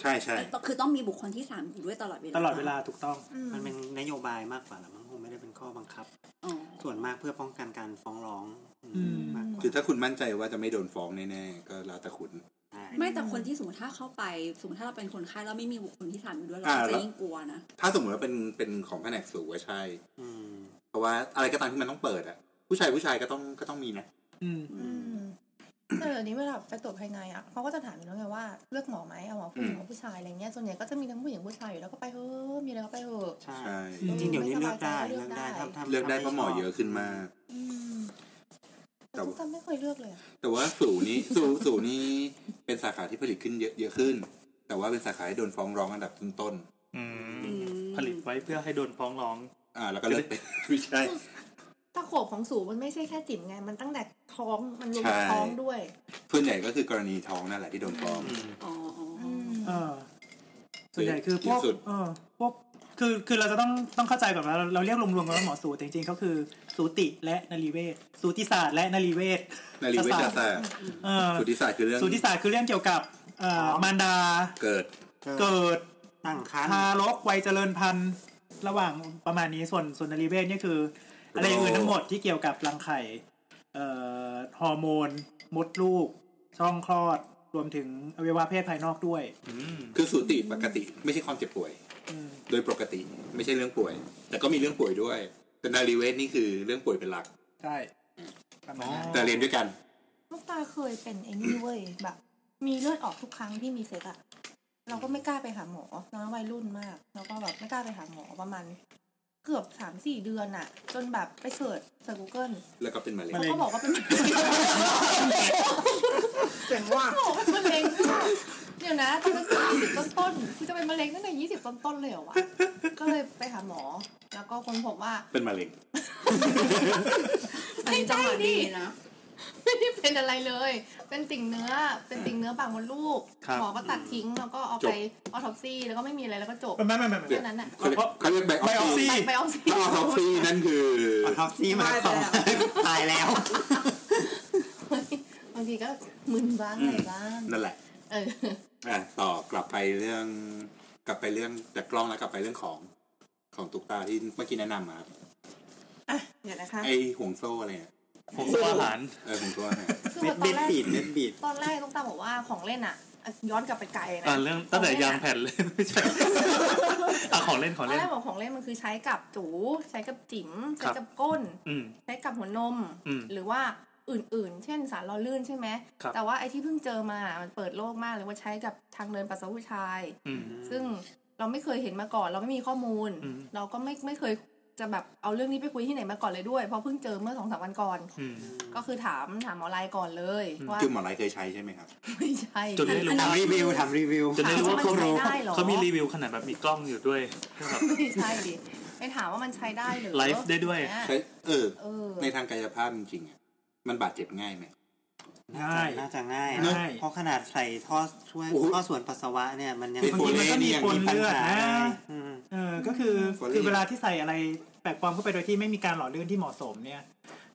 Speaker 5: ใช่ใช่
Speaker 3: คือต้องมีบุคคลที่สามอยู่ด้วยตลอดเวลา
Speaker 6: ตลอดเวลาถูกต้อง
Speaker 1: มันเป็นนโยบายมากกว่าละมั้งคงไม่ได้เป็นข้อบังคับ
Speaker 3: อ๋อ
Speaker 1: ส่วนมากเพื่อป้องกันการฟ้องร้องอืม
Speaker 6: อืม
Speaker 1: มากกว่า
Speaker 5: คือถ้าคุณมั่นใจว่าจะไม่โดนฟ้องแน่ๆก็แล้วแต่คุณ
Speaker 1: ใช่
Speaker 3: ไม่แต่คนที่สมมติถ้าเข้าไปสมมติถ้าเราเป็นคนไข้แล้วไม่มีบุคคลที่สามอยู่ด้วยเรา
Speaker 5: อ่า
Speaker 3: ก็จะยิ่งกลัวนะ
Speaker 5: ถ้าสมมติว่าเป็นเป็นของแผนกสูงก็ใช่
Speaker 1: อืม
Speaker 5: เพราะว่าอะไรก็ตามที่มันต้องเปิดอะผู้ชายผู้ชายก็ต้องก็ต้องมีนะ
Speaker 6: อืม
Speaker 3: อื
Speaker 7: อืม
Speaker 3: ม
Speaker 7: แต่เดี๋ยวนี้เวลาไปตรวจภายในอ่ะเขาก็จะถามอยู่แล้วไงว่าเลือกหมอไหมเอาหมอผู้หญิง
Speaker 5: อืม
Speaker 7: หมอผู้ชายอะไรเงี้ยส่วนใหญ่ก็จะมีทั้งผู้หญิงผู้ชายอยู่แล้วก็ไปเฮ้อะมีอะไรก็ไปเถอะ
Speaker 1: ใช่
Speaker 5: ใช่
Speaker 1: จริงๆเดี๋ยวนี้
Speaker 7: ไม่
Speaker 1: เลือบ
Speaker 7: สาย
Speaker 1: ก
Speaker 7: ใจ
Speaker 1: ได้
Speaker 7: ก็เลือได้
Speaker 1: เลือก กได้ถ้าถ้า
Speaker 5: เลือกได้เพ
Speaker 1: ถ้า
Speaker 5: ราะหมอเยอะขึ้นมาก
Speaker 7: อืมแต่ทุกคนไม่เคยเลือกเลยอะ
Speaker 5: แต่ว่าสูนี้ สูสูนี้เป็นสาขาที่ผลิตขึ้นเยอะเยอะขึ้น แต่ว่าเป็นสาขาที่โดนฟ้องร้องอันดับต้น
Speaker 4: อืมผลิตไว้เพื่อให้โดนฟ้องร้อง
Speaker 5: ๆอ่า แล้วก็เลิกไป ไม่ใช่
Speaker 7: ตะโขบของสูงมันไม่ใช่แค่จิ๋มไงมันตั้งแต่ท้องมันรวม
Speaker 5: ใช่
Speaker 7: ท้องด้วย
Speaker 5: ส่วนใหญ่ก็คือกรณีท้องนั่นแหละที่โดนฟ้อง
Speaker 3: อ๋ออ๋อ
Speaker 7: อืม
Speaker 6: เออส่วนใหญ่คือพวก
Speaker 5: สุด
Speaker 6: เออพวกคือคือเราจะต้องต้องเข้าใจแบบว่าเราเราเรียกรวมๆกันว่าหมอสูติแต่จริงๆเขาคือสูติและนรีเวชสูติศาสตร์และนรีเวช
Speaker 5: นาฬิเวชศาสตร์
Speaker 6: เออ
Speaker 5: สุทธิศาสตร์คือเรื่อง
Speaker 6: สูติศาสตร์คือเรื่องเกี่ยวกับเอ่อมารดา
Speaker 5: เกิด
Speaker 1: ก็
Speaker 6: เกิด
Speaker 1: ตั้งคัน
Speaker 6: ทารกวัยเจริญพันธุ์ระหว่างประมาณนี้ส่วนส่วนนรีเวชเนี่ยคือ อะไรอย่างอื่นทั้งหมดที่เกี่ยวกับรังไข่เอ่อฮอร์โมน มดลูก ช่องคลอดรวมถึงอวัยวะเพศภายนอกด้วย
Speaker 5: คือสูติปกติ ไม่ใช่ความเจ็บป่วย
Speaker 6: อืม
Speaker 5: โดยปกติไม่ใช่เรื่องป่วย แต่ก็มีเรื่องป่วยด้วย แต่นารีเวทนี่คือเรื่องป่วยเป็นหลัก
Speaker 6: ใช่ประมาณนั้น
Speaker 5: แต่เรียนด้วยกัน
Speaker 7: ลูกตาเคยเป็นไอ้นี่เว้ยแบบ มีเลือดออกทุกครั้งที่มีเซ็กอะเราก็ไม่กล้าไปหาหมอน้องวัยรุ่นมากแล้วก็แบบไม่กล้าไปหาหมอประมาณเกือบสามสี่เดือนอะจนแบบไปเสิร์ชเสิร์ชกูเกิล
Speaker 5: แล้วก็เป็นมะเร็ง
Speaker 7: เขาก็บอกว่าเป็น
Speaker 6: เจ๋งว่า
Speaker 7: เขาบอกว่าเป็นมะเร็งเดี๋ยวนะตอนนั้นคือยี่สิบต้นๆคือจะเป็นมะเร็งตั้งแต่ยี่สิบต้นๆเลยเหรอวะ ก็เลยไปหาหมอ แล้วก็คนพบว่า
Speaker 5: เป็นมะเร็ง
Speaker 3: อันนี้จังหวะดีนะ
Speaker 7: ไม่ได้เป็นอะไรเลย เป็นติ่งเนื้อ เป็นติ่งเนื้อปากมดลูก
Speaker 4: ครับ
Speaker 7: หมอก็ตัดทิ้งแล้วก็เอา
Speaker 5: จบ
Speaker 7: ไปออทอปซี่แล้วก็ไม่มีอะไรแล้วก็จบ
Speaker 6: ไม่ไม่ไม่
Speaker 7: แค่นั้นน่ะ
Speaker 5: เขาเรียกเขาเรียกไบอ
Speaker 6: ไบอ
Speaker 5: อ
Speaker 6: อป
Speaker 5: ปซี
Speaker 6: ซี่
Speaker 7: ไปออปซี่
Speaker 5: ถ้าออปซีนั่นคือ
Speaker 1: ออทอปซี่หมายความว่าตายแล้ว
Speaker 7: บางทีก็มึนบ้างอะไรบ้าง
Speaker 5: นั่นแหละ
Speaker 7: เออ
Speaker 5: อ่ะต่อกลับไปเรื่อง กลับไปเรื่องจากกล้องแล้วกลับไปเรื่องของของตุกตาที่เมื่อกี้แนะนำมาครับ
Speaker 7: อ่ะเดี๋ยวนะคะ
Speaker 5: ไอห่วงโซ่อะไรเนี่ย
Speaker 4: ผมก็อาหาร
Speaker 5: เออห่วงโซ่ เนี่ย
Speaker 7: คือ
Speaker 1: เม็ด
Speaker 7: ตอน
Speaker 1: เม็ด
Speaker 7: แรก
Speaker 1: บีดเม็ดบีด
Speaker 7: ตอนแรกต้องตาบอกว่าของเล่นอ่ะอ่ะย้อนกลับไปไกลนะ
Speaker 4: อ่าเรื่องตั้งแต่ยางแผ่นเลย ไม่ใช่อ่ะของเล่นข
Speaker 7: ต
Speaker 4: อ
Speaker 7: อง น
Speaker 4: เล่
Speaker 7: แร
Speaker 4: น
Speaker 7: กบอกของเล่นมันคือใช้กับจูใช้กับจิ๋มใช้
Speaker 4: ครับ
Speaker 7: กับก้น
Speaker 4: อืม
Speaker 7: ใช้กับหัวนม
Speaker 4: อืม
Speaker 7: หรือว่าอื่นๆ เช่นสารล้อลื่นใช่ไหม
Speaker 4: ครับ
Speaker 7: แต่ว่าไอ้ที่เพิ่งเจอมามันเปิดโลกมากเลยว่าใช้กับทางเดินปัสสาวะผู้ชาย
Speaker 4: อืม
Speaker 7: ซึ่งเราไม่เคยเห็นมาก่อน เราไม่มีข้อมูล
Speaker 4: อืม
Speaker 7: เราก็ไม่ไม่เคยจะแบบเอาเรื่องนี้ไปคุยที่ไหนมาก่อนเลยด้วย เพราะเพิ่งเจอเมื่อสองสามวันก่อน
Speaker 4: อืม
Speaker 7: ก็คือถามถามหมอไลน์ก่อนเลยว่า
Speaker 5: คือหมอไรเคยใช้ใช่ไหมครับ
Speaker 7: ไม่ใช่
Speaker 4: จนได้รู้
Speaker 1: ทำรีวิวทำรีวิว
Speaker 4: จะได้รู้ว่าเขา
Speaker 7: ใช้ได้หรอ
Speaker 4: เขามีรีวิวขนาดแบบมีกล้องอยู่ด้วยแบบ
Speaker 7: ไม่ใช่ดิไปถามว่ามันใช้ได้หรือ
Speaker 4: ไลฟ์ได้ด้วย
Speaker 7: เนี่ย
Speaker 5: ใช้เออ
Speaker 7: เออ
Speaker 5: ในทางกายภาพจริงๆอ่ะมันบาดเจ็บง่ายไหม
Speaker 1: ง่าย น่าจะง่าย
Speaker 6: เนอะ
Speaker 1: เพราะขนาดใส่ท่อช่วย
Speaker 5: โอ้โห
Speaker 1: ท่อส่วนปัสสาวะเนี่ย มันยัง
Speaker 5: ติด
Speaker 6: บาง
Speaker 5: ฝุ่
Speaker 6: ทีมันก็มีปนเลือดนะ
Speaker 1: อืม
Speaker 6: เออก็คือ
Speaker 5: โฟลีน
Speaker 6: คือเวลาที่ใส่อะไรแปลกปลอมเข้าไปโดยที่ไม่มีการหล่อลื่นที่เหมาะสมเนี่ย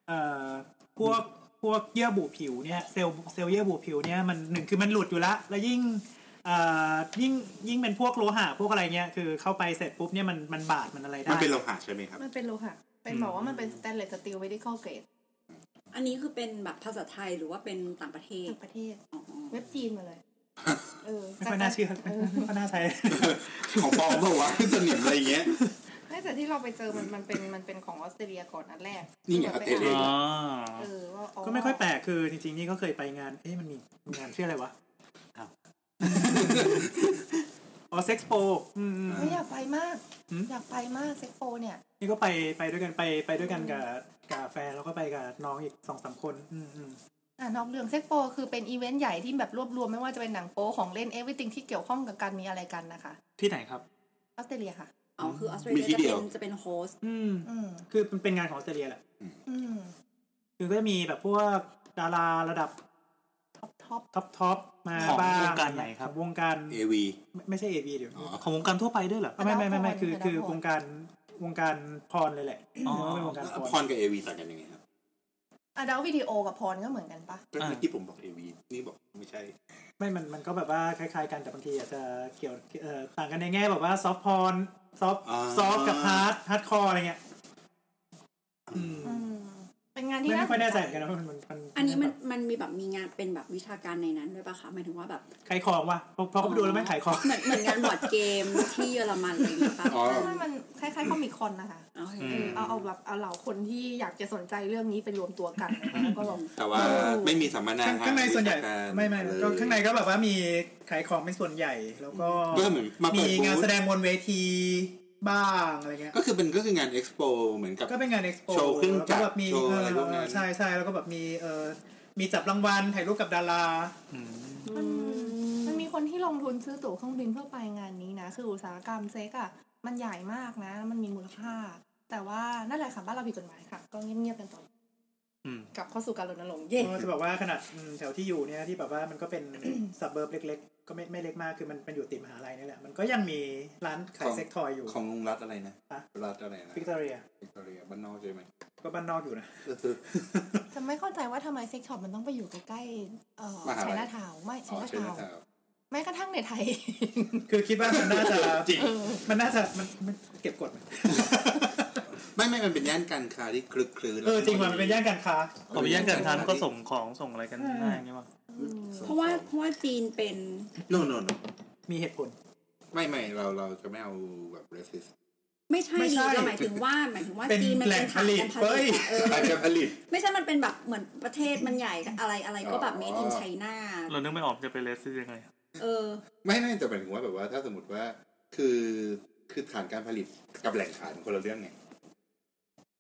Speaker 6: เอ่อพวกพวกเยื่อบุผิวเนี่ยเซลล์เซลล์เยื่อบุผิวเนี่ยมันหนึ่งคือมันหลุดอยู่ละแล้วยิ่ง เอ่อยิ่งยิ่งเป็นพวกโลหะพวกอะไรเงี้ยคือเข้าไปเสร็จปุ๊บเนี่ยมันมันบาดมันอะไรได้
Speaker 5: มันเป็นโลหะใช่ไหมครับ
Speaker 7: มันเป็นโลหะเป็นบอกว่ามันเป็นสแตนเลสสตีลไม่ได้เข้าเกรด
Speaker 3: อันนี้คือเป็นแบบภาษาไทยหรือว่าเป็นต่างประเทศ
Speaker 7: ต่างประเทศ
Speaker 3: อ๋อ
Speaker 7: เว็บจีนมาเลย เออ
Speaker 6: ไม่ค่อยน่าเชื่อ
Speaker 7: เออ
Speaker 6: ไม่ค่อยน่าใช้
Speaker 5: ของปลอมเปล่าวะ สนิมอะไรอย่างเงี้ย
Speaker 7: ไม่แต่ที่เราไปเจอมันมันเป็นมันเป็นของออสเตรเลียก่อนอันแรก
Speaker 5: นี่ไงออสเตรเลีย
Speaker 4: อ๋อ
Speaker 7: เออว่าอ๋อ
Speaker 6: ก็ไม่ค่อยแปลกคือจริงๆ นี่ก็เคยไปงาน เอ๊ะมันมีงานชื่ออะไรวะ
Speaker 1: อ้าว
Speaker 6: อ๋อเซ็กซ์โปอืม
Speaker 7: ไม่อยากไปมาก
Speaker 6: หืม
Speaker 7: อยากไปมากเซ็กโปเนี่ย
Speaker 6: นี่ก็ไปไปด้วยกันไปไปด้วยกันกับกับแฟนแล้วก็ไปกับน้องอีกสองสามคน อืมอืม
Speaker 7: อ่ะนอกเรื่องเซ็กโปคือเป็นอีเวนต์ใหญ่ที่แบบรวบรวมไม่ว่าจะเป็นหนังโป๊ของเล่น everything ที่เกี่ยวข้องกับการมีอะไรกันนะคะ
Speaker 6: ที่ไหนครับ
Speaker 7: ออสเตรเลียค่ะ
Speaker 3: อ๋อคือออสเตร
Speaker 5: มี
Speaker 3: เลียจะ
Speaker 5: ที่เดี
Speaker 3: เป็
Speaker 5: ยว
Speaker 3: นจะเป็นโฮสต์
Speaker 6: อืม
Speaker 7: อืม
Speaker 6: คือมันเป็นงานของออสเตรเลียแหละ
Speaker 7: อืม
Speaker 6: คือก็จะมีแบบพวกดาราระดับ
Speaker 7: ท็อปท็อป
Speaker 6: ท็อปท็อปมา
Speaker 4: ของ
Speaker 6: บ้าง
Speaker 4: วงการไหนครับ
Speaker 6: ของวงการ
Speaker 5: เอวี
Speaker 6: ไม่ไม่ใช่เอวีเดี๋ยว
Speaker 5: อ๋อ
Speaker 4: ของวงการทั่วไปด้วยเหรอ
Speaker 6: อ่ะไม่ไม่ไม่ไม่คือคือวงการวงการพรเลยแหละ
Speaker 4: อ๋อ
Speaker 6: เรียกว่าเป็นวงการ
Speaker 5: แล้วพ
Speaker 6: พร
Speaker 5: รกับเอวีต่างกันยังไงครับ
Speaker 7: อะดาวิดีโอกับพรก็เหมือนกันปะ
Speaker 5: เมื่อกี้ผมบอกเอวีนี่บอกไม่ใช่
Speaker 6: ไม่มันมันก็แบบว่าคล้ายๆกันแต่บางทีอาจจะเกี่ยวเอ่อต่างกันในแง่แบบว่าซอฟพรซอฟ
Speaker 5: อ่า
Speaker 6: ซอฟกับฮาร์ดฮาร์ดคอร์อะไรเงี้ยอืม
Speaker 7: อืมเป็นงานที่
Speaker 6: ไม่ไม่ค่อยแน่ใจเหมือน
Speaker 7: กั
Speaker 6: กัน
Speaker 7: น
Speaker 6: นะว่ามันมันมัน
Speaker 3: อันนี้มันมันมีแบบมีงานเป็นแบบวิชาการในนั้นด้วยปะคะหมายถึงว่าแบบ
Speaker 6: ขายของว่ะพอพอเขาไปดูแล้วแม่งขายของ
Speaker 3: เหมือนเหมือนงานบอร์ดเกมที่เยอรมันอะไรอย่างเงี้ยป่ะ
Speaker 5: อ๋อ
Speaker 7: ไม่มันคล้ายๆคอมิคอนนะคะ
Speaker 3: โอเค
Speaker 7: เออเอาเอาแบบเอาเหล่าคนที่อยากจะสนใจเรื่องนี้ไปรวมตัว กันแล้วก็แบบ
Speaker 5: แต่ว่าไม่มีสัมมนา
Speaker 6: ข้างในส่วนใหญ่
Speaker 5: ทง
Speaker 6: ไม่ไม่
Speaker 5: วิชกร
Speaker 6: ก็ข้างในก็แบบว่ามีขายของเป็นส่วนใหญ่แล้วก็
Speaker 5: ก็เหมือนมา
Speaker 6: มี
Speaker 5: เปิด
Speaker 6: งาน
Speaker 5: บู
Speaker 6: แส
Speaker 5: ธ
Speaker 6: ดงบนเวทีบ้างอะไรเงี้ย
Speaker 5: ก็คือเป็นก็คืองานเอ็กซ์โปเหมือนกับ
Speaker 6: ก็เป็นงานเอ็กซ์โป
Speaker 5: โชว์เครื่องจักร
Speaker 6: แล้วก็แบบมี
Speaker 5: โชว์
Speaker 6: เอ
Speaker 5: อะไรพวกนั้
Speaker 6: อน ใช่ใช่แล้วก็แบบมีเออมีจับรางวัลถ่ายรูปกับดารา
Speaker 4: อืม
Speaker 7: มันมันมีคนที่ลงทุนซื้อตั๋วเครื่องบินเพื่อไปงานนี้นะ คืออุตสาหกรรมเซ็กอะมันใหญ่มากนะแล้วมันมีมูลค่า แต่ว่านั่นแหละค่ะบ้านเราผิดกฎหมายค่ะ ก็เงียบๆกันต่อ
Speaker 4: อืม
Speaker 7: กลับเข้าสู่การรณรงค์เย่
Speaker 6: จะบอกว่าขนาดอืมแถวที่อยู่เนี่ยที่แบบว่ามันก็เป็น ซับเบิร์บเล็ก ๆ ก็ไม่ไม่เล็กมากคือมันเป็นอยู่ติดมหาลัยนี่แหละ มันก็ยังมีร้านขายเซ็กทอยอยู่
Speaker 5: ของรัฐอะไรนะ
Speaker 6: ฮะ
Speaker 5: รัฐอะไรนะ
Speaker 6: พิกตอเรีย
Speaker 5: วิกตอเรียบ้านนอกใช่ ไหม
Speaker 6: ก็บ้านนอกอยู่นะ
Speaker 5: ก็คือ
Speaker 7: จะไม่เข้าใจว่าทำไมเซ็กช็อปมันต้องไปอยู่ใกล้ๆเอ่อ
Speaker 5: มหาลัย
Speaker 7: ไชน่าทาวน์ไม่ไช
Speaker 5: อ๋อ
Speaker 7: น่า
Speaker 5: ใช่
Speaker 7: ทาว
Speaker 5: นะ
Speaker 7: น์
Speaker 5: ครับ
Speaker 7: แม้กระทั่งในไท ย
Speaker 6: คือคิดว่ามันน่าจะ
Speaker 5: จริง
Speaker 6: มันน่าจะมันมันเก็บกดไหม
Speaker 5: ไม่ไม่มันเป็นย่านการค้าที่คลึกคลืน
Speaker 6: เออจริงว่ะมันเป็นย่านการค้า
Speaker 4: ต่อไปย่านการค้ามันก็ส่งของส่งอะไรกัน
Speaker 6: อืม
Speaker 4: ได้อย่างเงี้ยมั้ง
Speaker 3: เพราะว่าเพราะว่าจีนเป็น
Speaker 5: โนโนโน
Speaker 6: มีเหตุผล
Speaker 5: ไม่ไม่เราเราจะไม่เอาแบบ racist
Speaker 3: ไม่ใช่
Speaker 6: ไม่
Speaker 3: ดิ
Speaker 6: ใช่
Speaker 3: เราหมายถึงว่าหมายถึงว่า
Speaker 6: เป็น
Speaker 3: จีนมันเป็นฐานการผ
Speaker 6: แหล่งผลิตเว้
Speaker 3: ลิ
Speaker 6: ย
Speaker 3: ตอะเออ
Speaker 5: อาจจะผลิต
Speaker 3: ไม่ใช่มันเป็นแบบเหมือนประเทศมันใหญ่อะไรอะไรก็แบบ made in China
Speaker 4: เรานึกไม่ออกจะไปเลสได้ยังไง
Speaker 3: เออ
Speaker 5: ไม่ไม่แต่หมายถึงว่าแบบว่าถ้าสมมติว่าคือคือฐานการผลิตกับแหล่งขายมันคนละเรื่องไง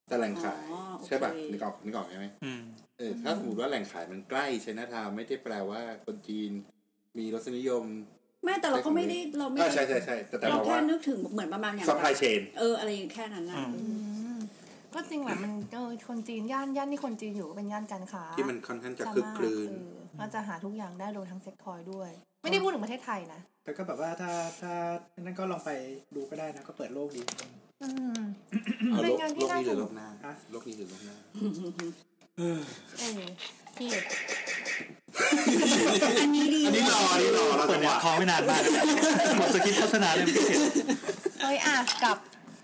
Speaker 5: แต่แหล่งขาย
Speaker 3: อ๋อโอเค
Speaker 5: ใช่ป่ะนึกออกนึกออกใช่ไหม
Speaker 4: อืม
Speaker 5: เออถ้าสมมติว่าแหล่งขายมันใกล้ไชน่าทาวน์ไม่ได้แปลว่าคนจีน มีรสนิยม
Speaker 3: ไม่แต่เราก็ไม่ได้เราไม่
Speaker 5: อ่า
Speaker 3: ได้
Speaker 5: ใช่ใช่ใช่แต่แต่
Speaker 3: เรา
Speaker 5: บอก
Speaker 3: แค่
Speaker 5: ว่า
Speaker 3: นึกถึงเหมือนประมาณอย่าง
Speaker 5: ซัพพลายเชน
Speaker 3: เอออะไรอย่างแค่นั้นนะ
Speaker 4: อืม
Speaker 3: เอ
Speaker 7: อื
Speaker 3: อ
Speaker 7: มก็จริงแหละมันเออคนจีนย่านย่านที่คนจีนอยู่ก็เป็นย่านการค้า
Speaker 5: ที่มันค่อนข้างจะ
Speaker 7: ซะ
Speaker 5: คลึก
Speaker 7: มาก
Speaker 5: คลืน
Speaker 7: เออก็จะหาทุกอย่างได้รวมทั้งเซ็กทอยด้วย ไม่ได้พูดถึงประเทศไทยนะ
Speaker 6: แต่ก็แบบว่าถ้าถ้านั่นก็ลองไปดูก็ได้นะก็เปิดโลกดี
Speaker 7: อืม
Speaker 5: เอา
Speaker 7: เป็น
Speaker 5: โลก
Speaker 7: งานที่
Speaker 5: โลกนี้ห
Speaker 7: น่าสนุก
Speaker 5: รือโลกหน้า
Speaker 6: ฮะ
Speaker 5: โลกนี้หรือโลกหน้า
Speaker 7: เออเครียด
Speaker 3: อันนี้ดี
Speaker 5: อันนี้รออันนี้รอเรา
Speaker 4: เปิ
Speaker 5: จะ
Speaker 4: ดหัว
Speaker 5: ว่า
Speaker 4: ท้องไม่นานมากหมดสกิปโฆษณาเลยไม่เห็น
Speaker 7: เฮ้ยอ่ะกลับ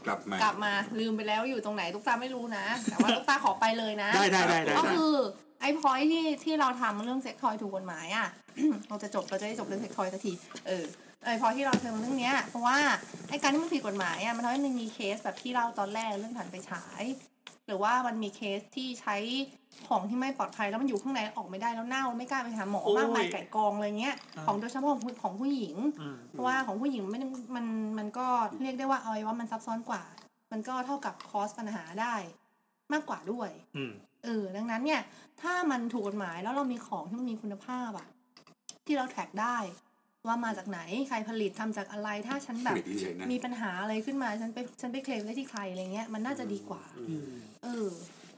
Speaker 5: กลับมาก
Speaker 7: ลับมาลืมไปแล้วอยู่ตรงไหนตุ๊กตาไม่รู้นะ แต่ว่า ตุ๊กตาขอไปเลยนะ
Speaker 4: ได้ได้ได้ได้
Speaker 7: ก็
Speaker 4: ได้
Speaker 7: คือไอ้พอยที่ที่เราทำเรื่องเซ็กทอยถูกกฎหมายอ่ะ เราจะจบเราจะได้จบเรื่องเซ็กทอยสักทีเออไอ้พอยที่เราทำเรื่องเนี้ยเพราะว่าไอ้การที่มันผิดกฎหมายอ่ะมันทำให้มันมีเคสแบบที่เล่าตอนแรกเรื่องฐานไปฉาย หรือว่ามันมีเคสที่ใช้ของที่ไม่ปลอดภัยแล้วมันอยู่ข้างในออกไม่ได้แล้วเน่าไม่กล้าไปหาหมอมากมายไก่กองอะไรเงี้ยของโดยเฉพาะของผู้ของผู้หญิง
Speaker 4: อืม
Speaker 7: เพราะว่าของผู้หญิงไม่ได้มันมันก็เรียกได้ว่าเอาไว้ว่ามันซับซ้อนกว่า มันก็เท่ากับคอสปัญหาได้มากกว่าด้วย
Speaker 4: อืม
Speaker 7: เออ ดังนั้นเนี่ย ถ้ามันถูกกฎหมายแล้วเรามีของที่มันมีคุณภาพอะที่เราแท็กได้ ว่ามาจากไหนใครผลิตทำจากอะไรถ้าฉันแบบ
Speaker 5: ไม่ดีใจนะ
Speaker 7: มีปัญหาอะไรขึ้นมาฉันไปฉันไปเคลมได้ที่ใครอะไรเงี้ยมันน่าจะดีกว่า เออ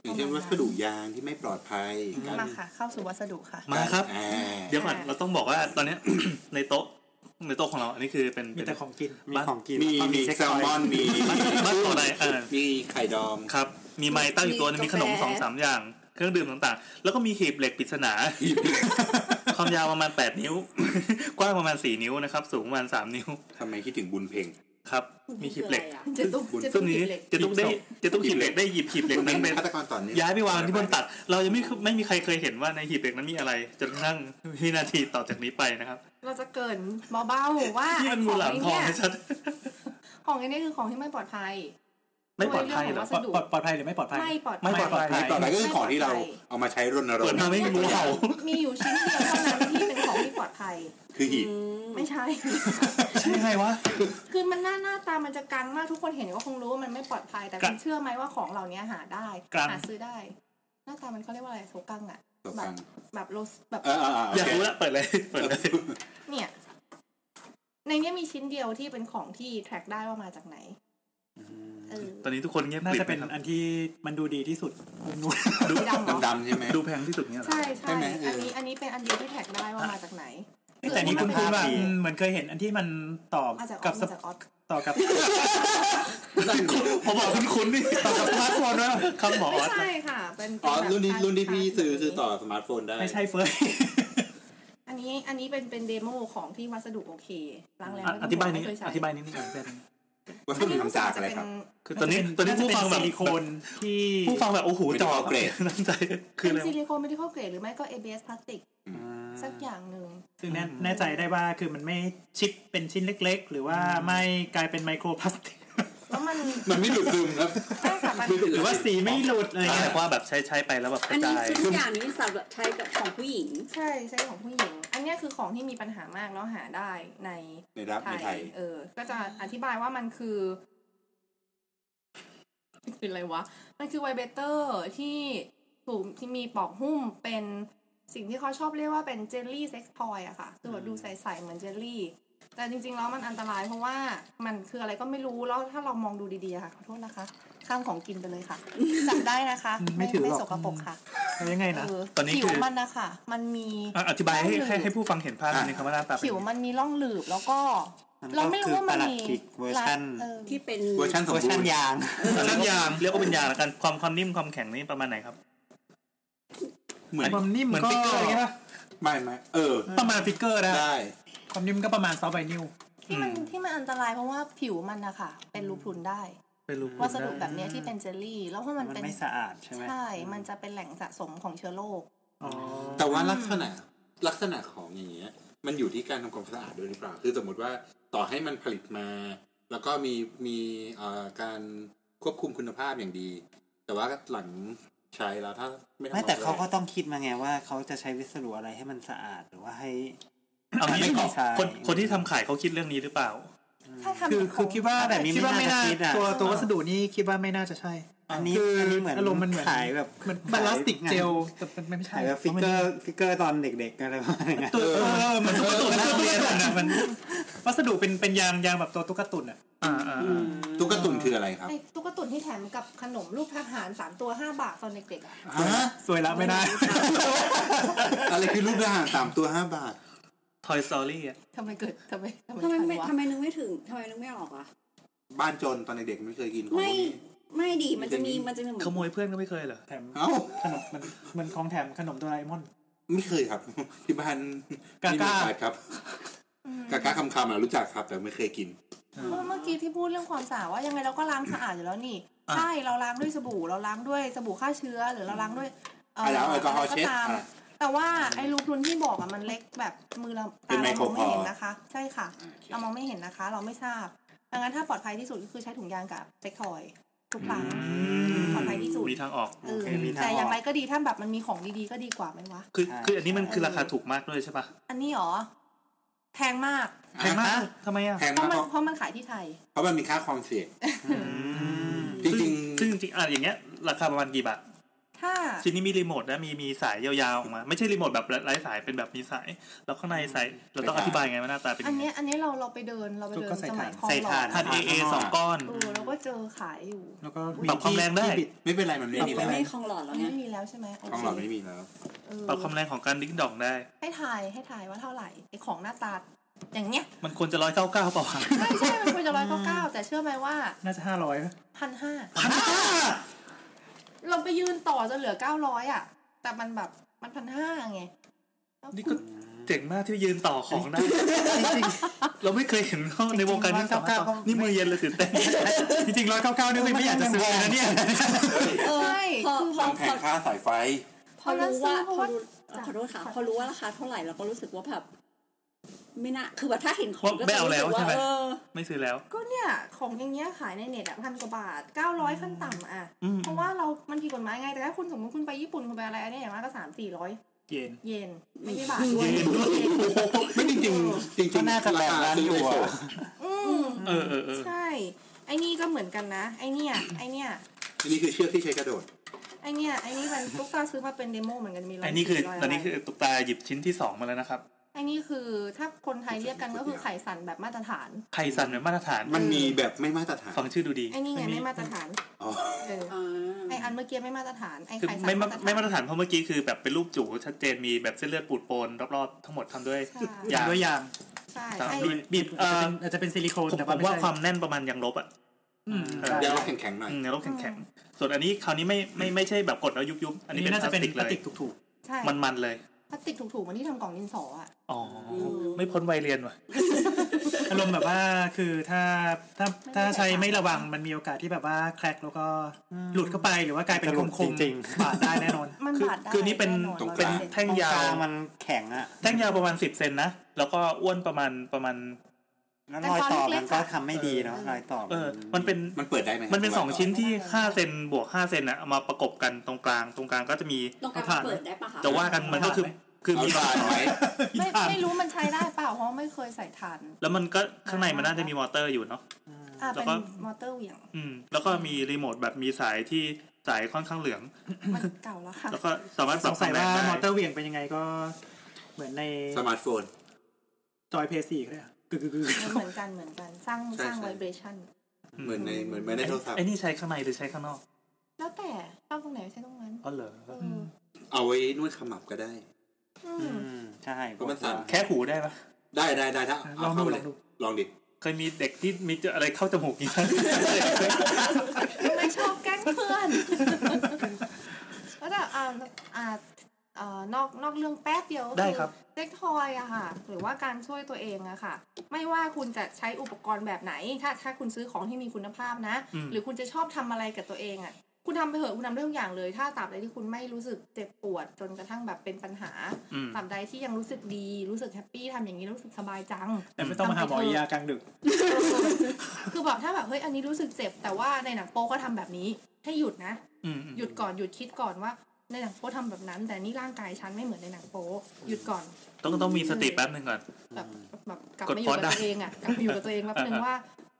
Speaker 5: อย่างเช่นวัสดุยางที่ไม่ปลอดภัยการ
Speaker 7: มาค่ะ เข้าสู่วัสดุค่ะ
Speaker 4: มาครับ
Speaker 5: อ่า
Speaker 4: เดี๋ยวก่อนเราต้องบอกว่าตอนเนี้ย ในโต๊ะในโต๊ะของเราอันนี้คือเป็น
Speaker 6: มี
Speaker 4: เป็น
Speaker 6: แต่ของกิน
Speaker 1: มีของกิน
Speaker 5: มี
Speaker 1: ล้วก็
Speaker 5: มี
Speaker 1: เซ็ก
Speaker 5: แซล
Speaker 1: ทย
Speaker 5: มอนมี
Speaker 4: บ้านบ้านต่อไปเออ
Speaker 5: มีไข่ดอง
Speaker 4: ครับ มีไม้ตั้งอยู่ตัวหนึ่งมีขนมสองสามอย่าง เครื่องดื่มต่างๆ แล้วก็มีหีบเหล็กปริศนา ความยาวประมาณแปดนิ้ว กว้างประมาณสี่นิ้วนะครับ สูงประมาณสามนิ้ว
Speaker 5: ทำไมคิดถึงบุญเพลง
Speaker 4: ครับ มีหีบเหล็ก
Speaker 7: เจตุกเจตุ
Speaker 4: ซึ่ง
Speaker 7: ก
Speaker 4: นี้
Speaker 7: เหล็ก
Speaker 4: จะต้องได้จะต้องหีบเหล็กได้หยิบหีบเหล็ก
Speaker 5: บุญเพล
Speaker 4: นั้
Speaker 5: ง
Speaker 4: น
Speaker 5: เป็
Speaker 4: เป็น
Speaker 5: ฆา
Speaker 4: น
Speaker 5: ตกรต่อเนื่อง
Speaker 4: ย้ายไปวางที่บนตัด เรายังไม่คือไม่มีใครเคยเห็นว่าในหีบเหล็กนั้นมีอะไร จนกระทั่ง วินาทีต่อจากนี้ไปนะครับ
Speaker 7: เราจะเกรินเบาๆว่า
Speaker 4: ที่มันงูหลามทอง
Speaker 7: ไอ้
Speaker 4: นะชัด
Speaker 7: ของไอ้เนี่ยของไอ้เนี่ยคือของที่ไม่ปลอดภัย
Speaker 4: ไม่ปลอดภัยเหรอ
Speaker 7: วัสดุ
Speaker 6: ปลอดปลอดภัยหรือไม่ปลอดภัย
Speaker 7: ไม่ปลอด
Speaker 4: ไม่ปลอดภัย
Speaker 5: ต่อไปก็คือของที่เราเอามาใช้รณรง
Speaker 4: เปิด
Speaker 5: ค์
Speaker 4: มาไม่มีงูเห่า
Speaker 7: มีอยู่ชิ้นเดียวเท่านั้นที่เป็นของที่ปลอดภัย
Speaker 5: คือหีบ
Speaker 7: ไม่ใช่
Speaker 4: ใช่ไงวะ
Speaker 7: คือมันหน้าหน้าตามันจะกังมากทุกคนเห็นก็คงรู้ว่ามันไม่ปลอดภัย แต่
Speaker 4: กั
Speaker 7: คุ
Speaker 4: ง
Speaker 7: ณเชื่อไหมว่าของเหล่านี้หาได้
Speaker 4: กัง
Speaker 7: หาซื้อได้ หน้าตามันเขาเรียกว่าอะไรโซกังอะ
Speaker 5: โซกั
Speaker 7: แบบ
Speaker 5: ง
Speaker 7: แบบโลสแบบ
Speaker 5: เออเออ
Speaker 4: อ
Speaker 5: เอย
Speaker 4: าก
Speaker 5: อ
Speaker 4: รู้ละเปิดเลยเปิดเลย
Speaker 7: เนี่ย ในเนี้ยมีชิ้นเดียวที่เป็นของที่แทร็กได้ว่ามาจากไหนเออ
Speaker 4: ตอนนี้ทุกคนเงียบ
Speaker 6: น่าจะ
Speaker 4: ก
Speaker 6: เป็น
Speaker 4: ริบ
Speaker 6: อันที่มันดูดีที่สุดนุ่น
Speaker 7: สีดำเหรอ
Speaker 5: ดำๆใช่ไหม
Speaker 4: ดูแพงที่สุดเนี่ยเหรอ
Speaker 7: ใช่ใช่
Speaker 5: ใช่ไหมเอออั
Speaker 7: อันนี้อันนี้เป็นอันเดียวที่แทร็กได้ว่ามาจากไหน
Speaker 6: แต่นี่คุณคุณว่า
Speaker 4: เออ
Speaker 6: เหมือนเคยเห็นอันที่มันต่อ
Speaker 7: มาจากอ
Speaker 6: กั
Speaker 7: อบ ฟ
Speaker 6: ส
Speaker 7: มา
Speaker 6: ป
Speaker 7: จากออฟ
Speaker 6: ต่อกับ
Speaker 4: ผมบอกคุณคุณนี่ตอบสมาร์ทโฟนด้วยคำหมออ
Speaker 7: ไม่
Speaker 4: อส
Speaker 7: ใช่ค่ะ เป็นเป็
Speaker 5: อ๋อ
Speaker 7: แบบ
Speaker 5: รุ่นนี้รุ่นที่พี่ซื้อคือต่
Speaker 7: อ
Speaker 5: อสมาร์ทโฟนได้
Speaker 6: ไม่ใช่เฟย
Speaker 7: อันนี้อันนี้เป็นเป็นเดโมของที่วัสดุโอเคล้างแล้ว
Speaker 4: อ่ะ
Speaker 7: ไม่ต้ง
Speaker 4: อธิบายนิด
Speaker 7: ไม่เคใช้
Speaker 4: อธิบายนิดนึงเป็น
Speaker 5: วัส
Speaker 7: อัน
Speaker 5: ดุ
Speaker 7: นี้รู้สึก
Speaker 5: ทำจาก
Speaker 7: จะ
Speaker 5: อะไร
Speaker 7: เป็น
Speaker 5: ครับ
Speaker 4: คือตอนนี้ตอนนี้ผู้ฟังแบบ
Speaker 6: ซิลิโคนที่
Speaker 4: ผู้ฟังแบบโอ้โห
Speaker 5: ไม่
Speaker 4: จ
Speaker 5: ได้
Speaker 4: อ
Speaker 5: เอาเกรด
Speaker 4: น้ำใจคือ
Speaker 7: เป็
Speaker 4: อะไร
Speaker 7: น
Speaker 4: วะ
Speaker 7: ซิลิโคนไม่ได้เข้าเกรดหรือไม่ก็ ABS พลาสติก สักอย่างหนึ่ง
Speaker 6: ซึ่งแน่แน่ใจได้ว่าคือมันไม่ชิปเป็นชิ้นเล็ก ๆ หรือว่าไม่กลายเป็นไมโครพลาสติก
Speaker 7: แล้วมัน
Speaker 5: มันไม่ดูดซึมครับ
Speaker 7: ไม่ค่ะมัน
Speaker 5: ไม่เป็น
Speaker 6: ห
Speaker 5: ไร
Speaker 6: รือว่าสีไม่หลุดอะไร
Speaker 4: แต่
Speaker 6: เงี้ย
Speaker 4: ว่าแบบใช้ใช้ไปแล้วแบบก
Speaker 3: อัน
Speaker 4: ระ
Speaker 3: นี้
Speaker 4: จาย
Speaker 3: คือทุกอย่างนี้สำหรับใช้กับของผู้หญิง
Speaker 7: ใช่ใช่ของผู้หญิง อันเนี้ยคือของที่มีปัญหามากแล้วหาได้ใน
Speaker 5: ในรับในไทย
Speaker 7: เออ ก็จะอธิบายว่ามันคือเป็นอะไรวะ มันคือไวเบเตอร์ที่ถูกที่มีปอกหุ้มเป็นสิ่งที่เขาชอบเรียกว่าเป็นเจลลี่เซ็กซ์ทอยอะค่ะคือแบบดูใสๆเหมือนเจลลี่ แต่จริงๆแล้วมันอันตรายเพราะว่ามันคืออะไรก็ไม่รู้แล้วถ้าเรามองดูดีๆอะค่ะขอโทษนะคะ ข้ามของกินไปเลยค่ะจับได้นะคะ
Speaker 6: ไม่ถือ
Speaker 7: ไม่
Speaker 6: หรอก
Speaker 7: สกปรกค่ะ
Speaker 6: แล้วยังไงนะ
Speaker 7: เออผิวมันนะคะมันมี
Speaker 4: อ่ะอธิบายให้ให้ให้ผู้ฟังเห็นภาพในคำว่าหน้าตาเป็น
Speaker 7: ผิวมันมีร่องหลืบแล้วก็
Speaker 1: มันก็
Speaker 7: เราไม่รู้ว่ามันมี
Speaker 1: คือประหลัดขิกเวอร์ชัน
Speaker 7: เออ
Speaker 3: ที่เป็น
Speaker 5: เวอร์ชันสม
Speaker 1: เวอร์
Speaker 5: บู
Speaker 1: ชั
Speaker 5: ร
Speaker 1: น
Speaker 5: ณ์
Speaker 1: ยาง
Speaker 4: ชั้นยางเรียกว่าเป็นยางละกันความความนิ่มความแข็งนี่ประมาณไหนครับ
Speaker 5: เหมือน
Speaker 6: ความนิ่ม
Speaker 4: เหมือน
Speaker 6: ก็
Speaker 4: ฟิกเกอร์อย่างเงี้ยปะ
Speaker 5: ไม่ไม่เออ
Speaker 6: ประมาณฟิกเกอร์นะ
Speaker 5: ได้
Speaker 6: ความนิ่มก็ประมาณซอฟต์ไวนิล
Speaker 7: ที่มันที่มันอันตรายเพราะว่าผิวมันนะคะเป็นรูพรุนได้
Speaker 4: เป็นรูป
Speaker 7: วัสดุแบบเนี้ยที่เป็นเจลลี่ แล้วเพราะมัน
Speaker 1: มัน
Speaker 7: เป็น
Speaker 1: ไม่สะอาดใช่ไหม
Speaker 7: ใช่มันจะเป็นแหล่งสะสมของเชื้อโรค
Speaker 6: อ๋อ
Speaker 5: แต่ว่าลักษณะลักษณะของอย่างเงี้ย มันอยู่ที่การทำความสะอาดด้วยหรือเปล่า คือสมมติว่าต่อให้มันผลิตมา แล้วก็มีมีเอ่อการควบคุมคุณภาพอย่างดี แต่ว่าหลังใช้แล้วถ้าไม่ทำ
Speaker 1: ไม่แต่
Speaker 5: คว
Speaker 1: เขา
Speaker 5: ม
Speaker 1: ก็
Speaker 5: สะอด
Speaker 1: ต้องคิดมาไงว่าเขาจะใช้วิสดุอะไรให้มันสะอาดหรือว่าให้
Speaker 4: เอางี้
Speaker 1: ไม่ก่อ
Speaker 4: คนคนที่ทำขายเขาคิดเรื่องนี้หรือเปล่า
Speaker 7: ถ้าทำ
Speaker 6: คือ
Speaker 7: เป็นข
Speaker 6: คือ
Speaker 7: อง
Speaker 6: คิดว่า
Speaker 1: แบบนี้
Speaker 6: คิดว่า
Speaker 1: ไม่
Speaker 6: ไม่น่า
Speaker 1: น่าจะคิดอะ
Speaker 6: ตัวตัววัสดุนี่คิดว่าไม่น่าจะใช่
Speaker 1: อันนี้
Speaker 6: คืออั
Speaker 1: นนี้เหมือน
Speaker 6: อารมณ์มันเหมือน
Speaker 1: ขายแบบ
Speaker 6: มันมันพลาสติกเจลแต่มันไม่ใช่
Speaker 1: ขายแบบฟิกเกอร์ฟิกเกอร์ตอนเด็กๆอะไรประมาณนั้น
Speaker 6: ตัวเออเหมันตุ๊กตาตุ่นนะตุ๊กตาตุ่นนะมันวัสดุเป็นเป็นยางยางแบบตัวตุ๊กตาตุ่นอ่ะ
Speaker 4: อ่าอ่าอ่า
Speaker 5: ตุ๊กตุ่มคืออะไรครับ
Speaker 7: ไอ้ตุ๊กตาตุ่นที่แถมกับขนมลูกทหารสามตัวห้าบาทตอนเด็กๆอะ
Speaker 5: ฮะ
Speaker 6: สวยละไม่ ได้
Speaker 5: อะไรคือรูปทหารสามตัวห้าบาท
Speaker 4: ทอยสตอรี่อ่ะ
Speaker 7: ทำไมเกิดทำไมทำไม
Speaker 3: ทำ
Speaker 7: ทัน
Speaker 3: ไมไม่
Speaker 7: วะ
Speaker 3: ทำไมนึกไม่ถึงทำไมนึกไม่ออกอ่ะ
Speaker 5: บ้านจนตอนเด็กๆไม่เคยกินของพว
Speaker 3: ไม่
Speaker 5: กนี้
Speaker 3: ไม่ดีมันจะมีมันจะมีเหมือน
Speaker 4: ขโมยเพื่อนก็ไม่เคยเหรอ
Speaker 6: แถม
Speaker 5: เอ้า
Speaker 6: ขนมมันมันของแถมขนมโดราเอมอน
Speaker 5: ไม่เคยครับ ที่บ้าน
Speaker 6: กา
Speaker 5: ไม่มี
Speaker 6: ก้า
Speaker 5: ขยครับ กาก้าคำคำๆอะรู้จักครับ แต่ไม่เคยกิน
Speaker 7: เพราะเมื่อกี้ที่พูดเรื่องความสะอาดว่ายังไงเราก็ล้างสะอาดอยู่แล้วนี่ใช่เราล้างด้วยสบู่เราล้างด้วยสบู่ฆ่าเชื้อหรือเราล้างด้วยเอ่อ
Speaker 5: อ่ะแล้วแอลกอฮอล์
Speaker 7: ะไร
Speaker 5: เช็ด
Speaker 7: ตาม
Speaker 5: อ่ะ
Speaker 7: แต่ว่าไอ้รูพรุนที่บอกอะมันเล็กแบบมือเรา
Speaker 5: เป็
Speaker 7: ตาน เรามอง
Speaker 5: ไมโครพ
Speaker 7: ไม่
Speaker 5: อ
Speaker 7: เห็นนะคะ ใช่ค่ะ
Speaker 5: อ่าโอเค
Speaker 7: เรามองไม่เห็นนะคะ เราไม่ทราบดังนั้นถ้าปลอดภัยที่สุดก็คือใช้ถุงยางกับเซ็กทอยทุกครั้งปลอดภัยที่สุด
Speaker 4: มีทางออก
Speaker 7: เออ
Speaker 1: โอเคมีทาง
Speaker 7: แต่อย่างไร
Speaker 1: ออก
Speaker 7: ก็ดีถ้าแบบมันมีของดีๆก็ดีกว่าไหมวะ
Speaker 4: คือ
Speaker 1: ใช่
Speaker 4: คืออันนี้มันคือราคาถูกมากด้วยใช่ป่ะ
Speaker 7: อันนี้หรอแพงมาก
Speaker 4: แพงมากทำไมอ่ะ
Speaker 5: แพง
Speaker 7: เพราะ
Speaker 5: มาก
Speaker 7: มัน
Speaker 5: เพราะ
Speaker 7: เพราะมันขายที่ไทย
Speaker 5: เพราะมันมีค่าความเสี่ยงจ
Speaker 4: ซึ่
Speaker 5: ริง
Speaker 4: ซึ่งจริงๆอ่ะอย่างเงี้ยราคาประมาณกี่บาท
Speaker 7: ถ้า
Speaker 4: ชิ้นนี้มีรีโมทนะมีมีสายยาวๆออกมา ไม่ใช่รีโมทแบบไร้สายเป็นแบบมีสาย แล้วข้างในสายเราต้องอธิบายไงว่าหน้าตาเป็น
Speaker 7: อั
Speaker 4: ยั
Speaker 7: น
Speaker 4: งไง
Speaker 7: เนี้ยอันนี้เราเราไปเดินเราไปเดิน
Speaker 6: ก็ใส่
Speaker 7: สมัย
Speaker 6: ถ่าน
Speaker 7: คลอง
Speaker 1: ใส่
Speaker 7: หลอ
Speaker 1: ถ่าน
Speaker 7: ด
Speaker 4: ทาน AA สองก้อน
Speaker 7: เออเราก็เจอขายอยู่
Speaker 6: แล้วก็
Speaker 4: ปรับความแรงได้
Speaker 6: ที่บิ
Speaker 5: ๆไม่เป็นไรมันไม่มีแล้ว
Speaker 3: ไม่คลองหลอดแล้วไง
Speaker 7: ไม่มีแล้วใช่ไหมโอเค
Speaker 5: ของเราไม่มีแล้ว
Speaker 7: เออ
Speaker 4: ปรับความแรงของการดิ้งดองได้
Speaker 7: ให้ทายให้ทายว่าเท่าไหร่ไอของหน้าตาอย่างเนี้ย
Speaker 4: มันควรจะร้อยเก้าเก้าเปล่าวะ
Speaker 7: ใช่ใช่มันควรจะร้อยเก้าเก้าแต่เชื่อไหมว่า
Speaker 6: น่าจะห้าร้อย
Speaker 7: พันห้าเราไปยืนต่อจนเหลือเก้าร้อยอ่ะ แต่มันแบบมันพันห้าไงแล้ว
Speaker 4: นี่
Speaker 7: คุ
Speaker 4: ก็
Speaker 7: ณ
Speaker 4: เจ๋งมากที่ยืนต่อของได้
Speaker 6: จริง
Speaker 4: เราไม่เคยเห็นเขาในวงการนี้
Speaker 6: จริงๆร้อยเก้าเก้าก็
Speaker 4: นี่มือเย็นเลยตื่นเต้น
Speaker 6: จริงๆร้อยเก้าเก้านี่ยไม่อยากจะซื้อเลยนะเนี่ย
Speaker 3: เออ
Speaker 7: ใช่
Speaker 3: พอ
Speaker 7: คือ
Speaker 3: พอพ
Speaker 5: ตั้งแผ
Speaker 3: อง
Speaker 5: ค่าสายไฟ
Speaker 3: พอรู้ว่า
Speaker 7: เพ
Speaker 3: พ
Speaker 7: ราะ
Speaker 3: อ
Speaker 7: ว่า
Speaker 3: รู้ขอโทษค่ะ
Speaker 7: จ้ะ
Speaker 3: พอรู้ว่าราคาเท่าไหร่เราก็รู้สึกว่าแบบไม่น่าคือแบบถ้าเห็นของก็
Speaker 4: ไม่
Speaker 3: จะ
Speaker 4: เอา
Speaker 3: รู้
Speaker 4: แล้
Speaker 3: สึก
Speaker 4: ว
Speaker 3: ว่า
Speaker 4: ใช่ไหม
Speaker 3: เออ
Speaker 4: ไม่ซื้อแล้ว
Speaker 7: ก็เนี่ยของอย่างเงี้ยขายในเน็ตอะพันกว่าบาทเก้าร้อยขั้นต่ำอะ
Speaker 4: อืม
Speaker 7: เพราะว่าเรา มันผิดกฎหมายไงแต่ถ้าคุณสมมติคุณไปญี่ปุ่นคุณไปอะไรอันเนี้ยอย่างมากก็สามสี่ร้อย
Speaker 6: เย็น
Speaker 7: เยนไม่ใช่บาทด้วย
Speaker 4: เย็น
Speaker 5: ไม่จริงจริงๆจริง
Speaker 6: ก็น่าจะ
Speaker 5: ๆ
Speaker 6: แป
Speaker 5: รา
Speaker 6: ด
Speaker 5: คา
Speaker 6: ล้าน
Speaker 5: ซื้อ
Speaker 6: หย
Speaker 5: ใน
Speaker 6: วน
Speaker 5: โซน
Speaker 7: อืม
Speaker 4: เออเออเออ
Speaker 7: ใช่ ไอ้นี่ก็เหมือนกันนะ ไอ้เนี่ยไอ้เนี่ย
Speaker 5: อันนี้คือเชือกที่ใช้กระโดด
Speaker 7: ไอ้เนี่ยไอ้นี่มันตุ๊กตาซื้อมาเป็นเดโมเหมือนกันมีร้อย
Speaker 4: อันนี้คือ
Speaker 7: สี่ร้ย
Speaker 4: ตอนนี้คือตุกตาหยิบชิ้นที่สองมาแล้วนะครับ
Speaker 7: ไอ้นี่คือถ้าคนไทยเรียกกันก็คือไข่สันแบบมาตรฐาน
Speaker 4: ไข่สั่นเป็นมาตรฐาน
Speaker 5: มันมีแบบไม่มาตรฐาน
Speaker 4: ฟังชื่อดูดี
Speaker 7: ไอ้นี่ไงไม่มาตรฐาน
Speaker 5: อ๋อ
Speaker 7: เออไอ้อันเมื่อกี้ไม่มาตรฐานไอ้
Speaker 4: คือ
Speaker 7: ไข่สัน
Speaker 4: ไม่มา
Speaker 7: ตรฐาน
Speaker 4: ไม่มาตรฐานเพราะเมื่อกี้คือแบบเป็นรูปจู่ชัดเจนมีแบบเส้นเลือดปูดโปนรอบๆทั้งหมดทำด้วย
Speaker 7: ใช่
Speaker 4: ยาง
Speaker 6: ด้วยยาง
Speaker 7: ใช่
Speaker 4: ตาม
Speaker 7: ไอ้
Speaker 4: บีบบีบเอ
Speaker 6: อาจ
Speaker 4: อ
Speaker 6: จะเป็นอาจจะเป็นซิลิโค
Speaker 4: ผ
Speaker 6: น
Speaker 4: ม
Speaker 6: แต่
Speaker 4: ผ
Speaker 6: ว่าม ไม่
Speaker 4: ว่า
Speaker 6: ใช่
Speaker 4: ความแน่นประมาณยางลบอ่ะ
Speaker 6: อืม
Speaker 4: เออ
Speaker 5: เดี๋ยว
Speaker 6: ใช่
Speaker 5: เราแข็งๆหน่อย
Speaker 4: อืมในรถแข็งๆส่วนอันนี้คราวนี้ไม่ไม่ไม่ใช่แบบกดแล้วยุบๆอั
Speaker 6: อั
Speaker 4: น
Speaker 6: น
Speaker 4: นี้
Speaker 6: นี้
Speaker 4: เป็น
Speaker 6: น่า
Speaker 4: พ
Speaker 6: จะ
Speaker 4: ลา
Speaker 6: เป็น
Speaker 4: สติก
Speaker 6: พ
Speaker 4: เลย
Speaker 6: ลาสติกถูก
Speaker 7: ใช่
Speaker 4: มันๆเลย
Speaker 7: พลาสติกถูกๆมันที่ทำกล่องดินสออ่ะ
Speaker 4: อ๋อไม่พ้นวัยเรียนว่ะ
Speaker 6: ๆอารมณ์แบบว่าคือถ้าถ้าถ้า
Speaker 7: ไม่ได้
Speaker 6: ใช้ไม่
Speaker 7: ใส่
Speaker 6: ระวังมันมีโอกาสที่แบบว่าแครกแล้วก็หลุดเข้าไปหรือว่ากลายเป็นคมคม
Speaker 1: จริง
Speaker 6: บาดได้แน่นอน
Speaker 7: มัน
Speaker 4: คือบ
Speaker 7: าดได้
Speaker 4: คือนี่เป็น
Speaker 7: แอ
Speaker 5: ตรงก
Speaker 4: เป็น
Speaker 5: ลาง
Speaker 4: แท่ง
Speaker 1: ตรง
Speaker 4: ยากว
Speaker 1: ลางมันแข็งอะ
Speaker 4: แท่งยาวประมาณสิบเซนนะ แล้วก็อ้วนประมาณประมาณ
Speaker 1: แล้วรอยต่อมันก็ทำไม่ดีเนาะรอยต่อ
Speaker 4: เออ มันเป็น
Speaker 5: มันเปิดได้ไหม
Speaker 4: มันเป็นสองชิ้นที่ห้าเซนบวกห้าเซนอะเอามาประกบกันตรงกลางตรงกลางก็จะมี
Speaker 3: ตรงกลาง
Speaker 4: ผ่าน
Speaker 3: เปิดได้ปะคะ
Speaker 4: จะว่ากันมันก็คือ คือ
Speaker 5: เอา
Speaker 4: มี
Speaker 5: ลายไว้
Speaker 7: ไม่ไม่รู้มันใช้ได้เปล่าเพราะไม่เคยใส่ทัน
Speaker 4: แล้วมันก็ข้างในมันน่าจะมีมอเตอร์อยู่เนาะ
Speaker 7: อ่ะ
Speaker 4: แล้ว
Speaker 7: เป็น
Speaker 4: ก็
Speaker 7: มอเตอร์เหวี่ยง
Speaker 4: อืม แล้วก็มีรีโมทแบบมีสายที่สายค่อนข้างเหลือง
Speaker 7: มันเก่าแล้วค่ะ
Speaker 4: แล้วก็สามารถป
Speaker 6: ส
Speaker 4: รับ
Speaker 6: งสัย
Speaker 4: แร
Speaker 6: ว่าง
Speaker 4: ได้
Speaker 6: มอเตอร์เหวี่ยงเป็นยังไงก็ เหมือนใน
Speaker 5: สมาร์ทโฟน
Speaker 6: จอยเพย์สี่เลยอะกึกกึกกึก
Speaker 7: เหมือนกันเหมือนกันสร้าง
Speaker 5: ใช่
Speaker 7: สร้าง
Speaker 5: ใช่
Speaker 7: ไวเบรชั่น
Speaker 5: เหมือนในเหมือนเหมือนในโทรศัพท์
Speaker 4: ไอ้นี่ใช้ข้างในหรือใช้ข้างนอก
Speaker 7: แล้วแต่ชอบตรงไหนใช้ตรงนั้น
Speaker 4: อ๋อเหรอ
Speaker 7: เอออ
Speaker 5: เอาไว้นวดขมับก็ได้
Speaker 7: อื
Speaker 1: อื
Speaker 7: ม
Speaker 1: มใช่
Speaker 5: เพราะมันสั่น
Speaker 4: แค่หูได้ปะ
Speaker 5: ได้ได้ได้ถ้า
Speaker 6: ล
Speaker 5: เอา
Speaker 6: องดู
Speaker 5: เข้าไป
Speaker 6: ล
Speaker 5: เล
Speaker 6: อยงดู
Speaker 5: ลองดิ
Speaker 4: เคยมีเด็กที่มีอะไรเข้าจมูกนี่
Speaker 7: ไม่ชอบแกล้งเพื่อนแล้วแต่อ่าอ่าเอ่อนอกนอกเรื่องแป๊บเดียวก็อ
Speaker 4: ได้ครับ
Speaker 7: เซ็กทอยอะค่ะ หรือว่าการช่วยตัวเองอะค่ะ ไม่ว่าคุณจะใช้อุปกรณ์แบบไหน ถ้าถ้าคุณซื้อของที่มีคุณภาพนะ
Speaker 4: อืม
Speaker 7: หรือคุณจะชอบทำอะไรกับตัวเองอะ่ะ คุณทำไปเถอะคุณทำได้ทุกอย่างเลย ถ้าตราบใดที่คุณไม่รู้สึกเจ็บปวดจนกระทั่งแบบเป็นปัญหา
Speaker 4: อืม
Speaker 7: ตราบใดที่ยังรู้สึกดีรู้สึกแฮปปี้ทำอย่างนี้รู้สึกสบายจัง
Speaker 6: แต่ไม่ต้องมาหาหมออียากลางดึก
Speaker 7: คือแบบถ้าแบบเฮ้ยอันนี้รู้สึกเจ็บ แต่ว่าในหนังโป๊ก็ทำแบบนี้ ให้หยุดนะ
Speaker 4: อืมอืม
Speaker 7: หยุดก่อนหยุดคิดก่อนว่า ในหนังโป๊ทำแบบนั้น แต่นี่ร่างกายฉันไม่เหมือนในหนังโป๊หยุดก่อน
Speaker 4: ต้องต้องมีสติแป๊บหนึ่งก่อน
Speaker 7: แบบแบบกลับ
Speaker 4: กด
Speaker 7: มาอยู่
Speaker 4: พอ
Speaker 7: กับ
Speaker 4: ได้
Speaker 7: ตัวเอง อ่ะกลับมาอยู่กับตัวเองแป๊บนึง
Speaker 4: อ่าๆ
Speaker 7: ว่า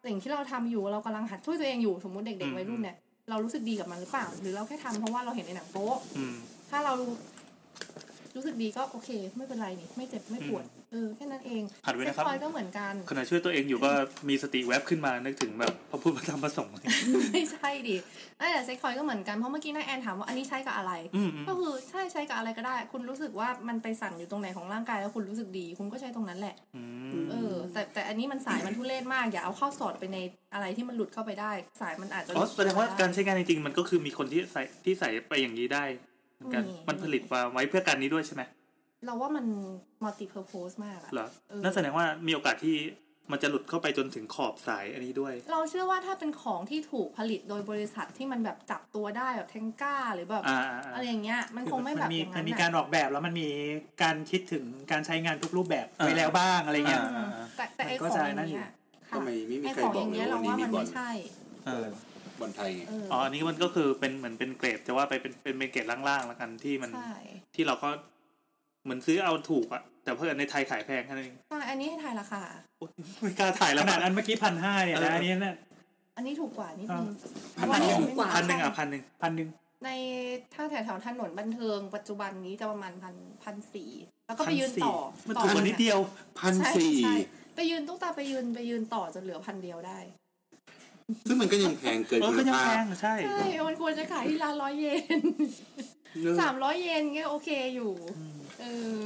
Speaker 7: สิ่งที่เราทำอยู่เรากำลังหัดช่วยตัวเองอยู่สมมติเด็
Speaker 4: อื
Speaker 7: ก
Speaker 4: ม
Speaker 7: ๆวัยรุ่นเนี่ยเรารู้สึกดีกับมันหรือเปล่า หรือเราแค่ทำเพราะว่าเราเห็นในหนังโป๊ะ
Speaker 4: อืม
Speaker 7: ถ้าเรารู้สึกดีก็โอเค ไม่เป็นไรนี่ไม่เจ็บไม่ปวดเออแค่นั้นเอง
Speaker 4: หัดไว้
Speaker 7: เซ็ก
Speaker 4: นะครับ
Speaker 7: ทอยก็เหมือน กัน
Speaker 4: ขณะช่วยตัวเองอยู่ก็มีสติแวบขึ้นมานึกถึงแบบพระพุทธพระธรรมพระสงฆ์
Speaker 7: ไม่ใช่ดิเอ้ยแต่เซ็กทอยก็เหมือนกันเพราะเมื่อกี้นายแอนถามว่าอันนี้ใช้กับอะไร
Speaker 4: อืมอืม
Speaker 7: ก็คือใช่ใช้กับอะไรก็ได้ คุณรู้สึกว่ามันไปสั่นอยู่ตรงไหนของร่างกายแล้วคุณรู้สึกดี คุณก็ใช้ตรงนั้นแหละ
Speaker 4: อืม
Speaker 7: เออแต่แต่อันนี้มันสายมันทุเรศมากอย่าเอาเข้าสอดไปในอะไรที่มันหลุดเข้าไปได้ สายมันอาจจะห
Speaker 4: อ๋อ
Speaker 7: ลุด
Speaker 4: แสดงว่า
Speaker 7: เข้ไป
Speaker 4: การใช้งานจริงๆมันก็คือมีคนที่ใส่ที่ใส่ไปอย่างนี้ได้เหมือนกัน
Speaker 7: มี
Speaker 4: มันผลิตมาไว้เพื่อการนี้ด้วยใช่ไหม
Speaker 7: เราว่ามันมัลติเพอร์โพสมากอะ
Speaker 4: เหรอ
Speaker 7: เออ
Speaker 4: นั่นแสดงว่ามีโอกาสที่มันจะหลุดเข้าไปจนถึงขอบสายอันนี้ด้วย
Speaker 7: เราเชื่อว่าถ้าเป็นของที่ถูกผลิตโดยบริษัทที่มันแบบจับตัวได้แบบเทงก้าหรือแบบ
Speaker 4: อ่าอ่า
Speaker 7: อะไร
Speaker 4: อ่า
Speaker 7: อย่างเงี้ยมันคงไม่แบบ
Speaker 6: มี
Speaker 7: อย่าง
Speaker 6: มั
Speaker 7: นั้น น
Speaker 6: มี
Speaker 7: อะ
Speaker 6: การออกแบบแล้วมันมีการคิดถึงการใช้งานทุกรูปแบบไว้แล้วบ้างอะไรเงี้ย
Speaker 7: อืมแต่แต่ไอ้
Speaker 6: มัน
Speaker 7: ของ
Speaker 6: ก็จะ
Speaker 7: อย่า
Speaker 6: นั่
Speaker 7: ง
Speaker 6: นอยู่
Speaker 7: เงี้ยค่ะ
Speaker 5: ทำไมไม่มี
Speaker 7: ไอ้
Speaker 5: ใคร
Speaker 7: ของ
Speaker 5: บ
Speaker 7: อ
Speaker 5: อก
Speaker 7: ย่าง
Speaker 5: เล
Speaker 7: เงี้
Speaker 5: ย
Speaker 7: ย
Speaker 5: วั
Speaker 7: เรา
Speaker 5: นนี้
Speaker 7: ว่า
Speaker 5: มี
Speaker 7: มัน
Speaker 5: บอล
Speaker 7: ไม่ใช่
Speaker 4: เออบ
Speaker 5: อลไทยไง
Speaker 7: เออ
Speaker 4: อ๋ออันนี้มันก็คือเป็นเหมือนเป็นเกรดจะว่าไปเป็นเป็นเป็นเกรดล่างๆแล้วกันที่มัน
Speaker 7: ใช่
Speaker 4: ที่เราก็เหมือนซื้อเอาถูกอะแต่เพื่อนในไทยขายแพงแค่นั้นเอง
Speaker 7: ใช่อันนี้ให้ทายราคา
Speaker 4: โอ๊ยไม่กล้าถ่ายแล้ว
Speaker 6: ขนา
Speaker 4: นะ
Speaker 6: ดอันเมื่อกี้พันห้าเนี่ย
Speaker 4: เออ
Speaker 6: นะอันนี้เนี่ย
Speaker 7: อันนี้ถูกกว่านิดนึง
Speaker 5: พัน
Speaker 7: เพระ
Speaker 3: ห
Speaker 7: ไม่มี
Speaker 3: นึ่ง
Speaker 4: พันหนึ่งอ่ะพันหนึ่ง
Speaker 6: พันหนึ่ง
Speaker 7: ในถ้าแถวแถวถนนบันเทิงปัจจุบันนี้จะประมาณพันพันสี่แล้วก็ไปยืนต่อ
Speaker 4: มัน
Speaker 7: ต่อ
Speaker 4: ถูกกว่านิดเดียว
Speaker 5: พัน
Speaker 7: ใช่
Speaker 5: สี่
Speaker 7: ใช่ไปยืนตุ๊กตาไปยืนไปยืนต่อจนเหลือพันเดียวได้
Speaker 5: ซึ่งมันก็ยังแพงเกิน
Speaker 4: เออ
Speaker 5: คุ
Speaker 4: ก็
Speaker 5: ณ
Speaker 4: ยัง
Speaker 5: ภา
Speaker 4: แพ
Speaker 5: พ
Speaker 4: งใช่
Speaker 7: ใช่มันควรจะขายที่ร้านร้อยเยน
Speaker 5: เนอะ
Speaker 7: สามร้อยเยนเงี้ยโอเคอยู่เออ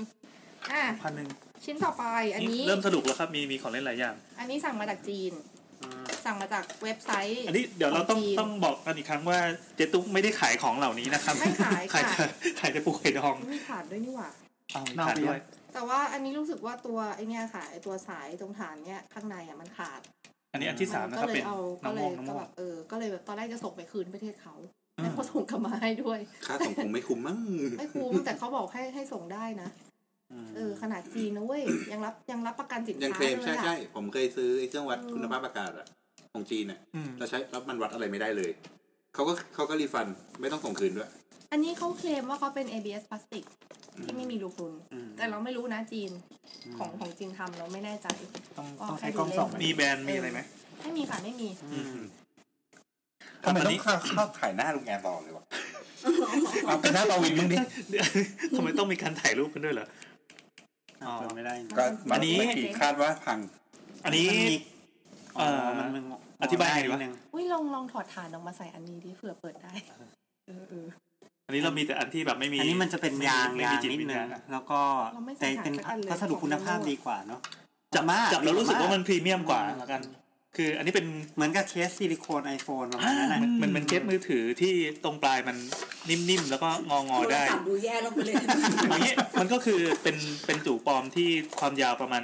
Speaker 7: อ่ะ
Speaker 4: พันหนึ่ง
Speaker 7: ชิ้นต่อไปอันนี้
Speaker 4: เริ่มสนุกแล้วครับ มีมีของเล่นหลายอย่าง
Speaker 7: อันนี้สั่งมาจากจีน สั่งมาจากเว็บไซต์
Speaker 4: อันนี้เดี๋ยวเราต้อง
Speaker 7: ของจีน
Speaker 4: ต้องบอกกันอีกครั้งว่าเจ๊ตุ๊กไม่ได้ขายของเหล่านี้นะครับ
Speaker 7: ไม่ขาย
Speaker 4: ขาย
Speaker 7: ค่ะ
Speaker 4: แต่ขายแต่ปูไข่ดอง
Speaker 7: ไม่ขาดด้วยนี่หว่า
Speaker 4: เอา
Speaker 6: น่า
Speaker 4: ขาย
Speaker 6: ไป
Speaker 4: ด้วย
Speaker 7: แต่ว่าอันนี้รู้สึกว่าตัวไอเนี้ยค่ะไอตัวสายตรงฐานเนี้ยข้างในอ่ะมันขาด
Speaker 4: อันนี้อันที่สามนะค
Speaker 7: ก็
Speaker 4: รับ
Speaker 7: เล
Speaker 4: เป็
Speaker 7: ย
Speaker 4: น
Speaker 7: เอาก็
Speaker 4: น้ำ
Speaker 7: เลย
Speaker 4: มงน้ำม
Speaker 7: ก็
Speaker 4: ง
Speaker 7: แบบเออก็เลยแบบตอนแรกจะส่งไปคืนประเทศเขา
Speaker 4: อื
Speaker 7: แต่
Speaker 4: ม
Speaker 7: เขาส่งกลับมาให้ด้วย
Speaker 5: ค่าส่งคงไม่คุ้มมั้ง
Speaker 7: ไม่คุ้มแต่เขาบอกให้ให้ส่งได้นะเออขนาดจีนนะเว้ยยังรับยังรับประกันสิน
Speaker 5: ยัง
Speaker 7: ค้า
Speaker 5: เคลม
Speaker 7: ด้ว
Speaker 5: ใช่
Speaker 7: ยอะ
Speaker 5: ใช่ผมเคยซื้อไอ้เครื่องวัด
Speaker 7: เออ
Speaker 5: คุณภาพอากาศอะของจีนเนี่ย
Speaker 4: อืม
Speaker 5: เราใช้แล้วมันวัดอะไรไม่ได้เลยเขาก็เขาก็รีฟันไม่ต้องส่งคืนด้วย
Speaker 7: อันนี้เขาเคลมว่าเขาเป็น ABS พลาสติกที่ไม่มีรูพรุนแต่เราไม่รู้นะจีนของของจีนทำเราไม่แน่ใจ
Speaker 6: ต้อง
Speaker 7: อ๋อ
Speaker 6: ต้องใช้กล้องส่องไหม
Speaker 4: มีแบรนด์มีอะไรไหม
Speaker 7: ไม่มีค่ะไม่มี
Speaker 4: อืม
Speaker 5: ทำไม
Speaker 4: อัน
Speaker 5: ต้อ
Speaker 4: นี้
Speaker 5: งเข้าเข้าถ่ายหน้าลุงแอนต่อเลยวะ
Speaker 3: อ
Speaker 5: เอาเป็นหน้าเราวินมึงดิ
Speaker 4: ทำไมต้องมี การถ่ายรูปกันด้วยเหรอ อ๋อ
Speaker 1: เปิดไม่ได้
Speaker 5: ก็
Speaker 4: อั
Speaker 5: มาน
Speaker 4: นี้
Speaker 5: เมื่อกี้คาดว่าพัง
Speaker 4: อันนี้
Speaker 1: มัมี
Speaker 4: เอ่อ
Speaker 1: มันมึง
Speaker 4: อธิบายไงดีวะ
Speaker 1: นินึ
Speaker 7: อุ้ยลองลองถอดฐานออกมาใส่อันนี้ดิเผื่อเปิดได้เออเออ
Speaker 4: อันนี้เรามีแต่อันที่แบบไม่มี
Speaker 1: อันนี้มันจะเป็นยาง
Speaker 4: ไม่
Speaker 1: ยา
Speaker 4: มี
Speaker 1: ง
Speaker 4: จิต
Speaker 1: นิด
Speaker 4: วิญ
Speaker 1: นึง
Speaker 4: ญาณอะ
Speaker 1: แล้วก็
Speaker 7: เราไม่ใส่
Speaker 1: แต่เป็น
Speaker 7: สารสกัดเลย
Speaker 1: พัสดุ
Speaker 7: ของ
Speaker 1: คุณภาพ
Speaker 7: เราอะ
Speaker 1: ดีกว่าเนาะ
Speaker 4: จับ
Speaker 1: มาก
Speaker 4: จับแล้วรู้สึกว่ามันพรีเมียมกว่า
Speaker 1: แล้วกัน
Speaker 4: คืออันนี้เป็น
Speaker 1: เหมือนกับเคสซิลิโคนไอโฟนประมาณนั้น
Speaker 4: อ่า
Speaker 1: อะ
Speaker 4: มันมันมันเคสมือถือที่ตรงปลายมันนิ่มๆแล้วก็งองอๆได้
Speaker 3: สับดูแย่ลงไปเลย
Speaker 4: อย่างนี้มันก็คือเป็นเป็นจู่ปลอมที่ความยาวประมาณ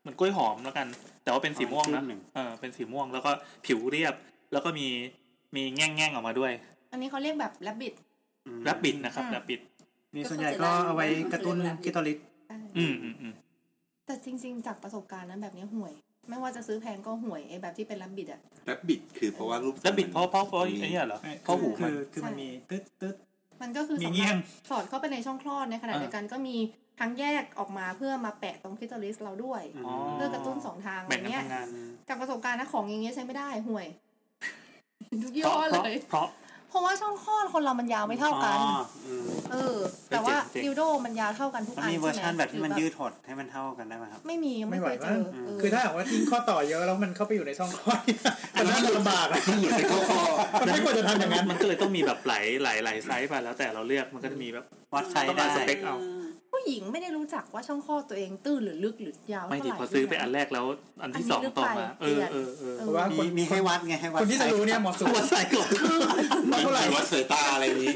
Speaker 4: เหมันกล้วยหอมแล้วกัน แต่ว่าเป็นสีม่วงนะเออเป็นสีม่วงแล้วก็ผิวเรียบ แล้วก็มีมีแง่งๆออกมาด้วย
Speaker 7: อันนี้เขาเรียกแบบแรบบิด
Speaker 1: อืม
Speaker 4: รับบิดนะครับ
Speaker 7: อืม
Speaker 4: รับบิด
Speaker 6: นี่ส่วนใหญ่ก็เอาไว้กระตุ้นคิโตลิส
Speaker 4: อืมอืมอืม
Speaker 7: แต่จริง ๆ จากประสบการณ์นั้นแบบนี้ห่วย ไม่ว่าจะซื้อแพงก็ห่วยไอ้แบบที่เป็นแรบบิดอ่ะ
Speaker 5: แรบบิดคือเพราะว่ารูป
Speaker 4: รับบิดเพราะเพราะเพราะ
Speaker 5: มี
Speaker 4: ไอ้เนี่ยเหรอ
Speaker 6: ไม่
Speaker 4: เพราะหู
Speaker 6: คื
Speaker 4: มัน
Speaker 6: อคือมันมีตึ๊ดตึ๊ด
Speaker 7: มันก็คือ
Speaker 6: มี
Speaker 7: สา
Speaker 6: เงี้
Speaker 7: มายรง ถสอดเข้าไปในช่องคลอดในขณะ
Speaker 4: อ่า
Speaker 7: เดียวกันก็มีทางแยกออกมาเพื่อมาแปะตรงคิโตลิสเราด้วย
Speaker 1: อืม
Speaker 7: เพื่อกระตุ้นสองทางอะ
Speaker 4: แบ่ง
Speaker 7: ไร
Speaker 4: กัน
Speaker 7: เงี้ย
Speaker 4: ทำงาน
Speaker 7: จากประสบการณ์นะของอย่างเงี้ยใช้ไม่ได้ห่วย ทุกยี่
Speaker 4: เพราะ
Speaker 7: ห้อเลยเพ
Speaker 4: เพราะเพราะ
Speaker 7: ราะว่าช่องคลอดคนเรามันยาวไม่เท่ากัน
Speaker 1: อ๋ออืม
Speaker 7: เออ แต่ว่า
Speaker 4: เจ๋งๆ
Speaker 7: ดิวโดมันยาวเท่ากันทุก
Speaker 1: มัน
Speaker 7: อัน
Speaker 1: มี
Speaker 7: ใช่ไหม
Speaker 1: เวอร์ชันแบบที่มั
Speaker 7: ห
Speaker 1: น
Speaker 7: รือ
Speaker 1: ยืดหดให้มันเท่ากันได้ไหมครับ
Speaker 7: ไม่มียังไม่
Speaker 6: ไม่ไหว
Speaker 7: เคยเจอ
Speaker 6: มั้ง
Speaker 7: เออ
Speaker 6: คือถ้าหากว่าทิ้งข้อต่อเยอะแล้วมันเข้าไป อยู่ในช่องคลอดมันน่าจะลำบากอะ
Speaker 5: หลุดไปเข้าคอ
Speaker 6: มันไม่ควรจะทำอย่าง นั้น
Speaker 4: มันก็เลยต้องมีแบบหลายหลายหลายไซส์ไปแล้วแต่เราเลือกมันก็จะมีแบบ
Speaker 1: วัดไซ
Speaker 4: ต้
Speaker 1: ส์
Speaker 4: อง
Speaker 1: ได้
Speaker 4: การสเปคเอา
Speaker 7: ผู้หญิงไม่ได้รู้จักว่าช่องคลอดตัวเองตื้นหรือลึกหรือยาว
Speaker 4: ไม่
Speaker 7: เท่าไห
Speaker 4: ดี
Speaker 7: ร่
Speaker 4: พอซื้อไป
Speaker 7: ด้วย
Speaker 4: อัน
Speaker 7: นะ
Speaker 4: แรกแล้วอันที่
Speaker 7: อันนี้
Speaker 4: สอง
Speaker 7: ลึก
Speaker 4: ต่อ
Speaker 7: ไป
Speaker 4: มา เออเออเออ
Speaker 7: เออ
Speaker 6: เพราะว่าค
Speaker 1: มี
Speaker 6: น
Speaker 1: มีให้วัดไงให้วัด
Speaker 6: คนที่จะรู้เนี่ยเหมาะสม
Speaker 4: วัดไซส์ก่อน
Speaker 5: มันเท่าไหร่วัดสายตาอะไรนี้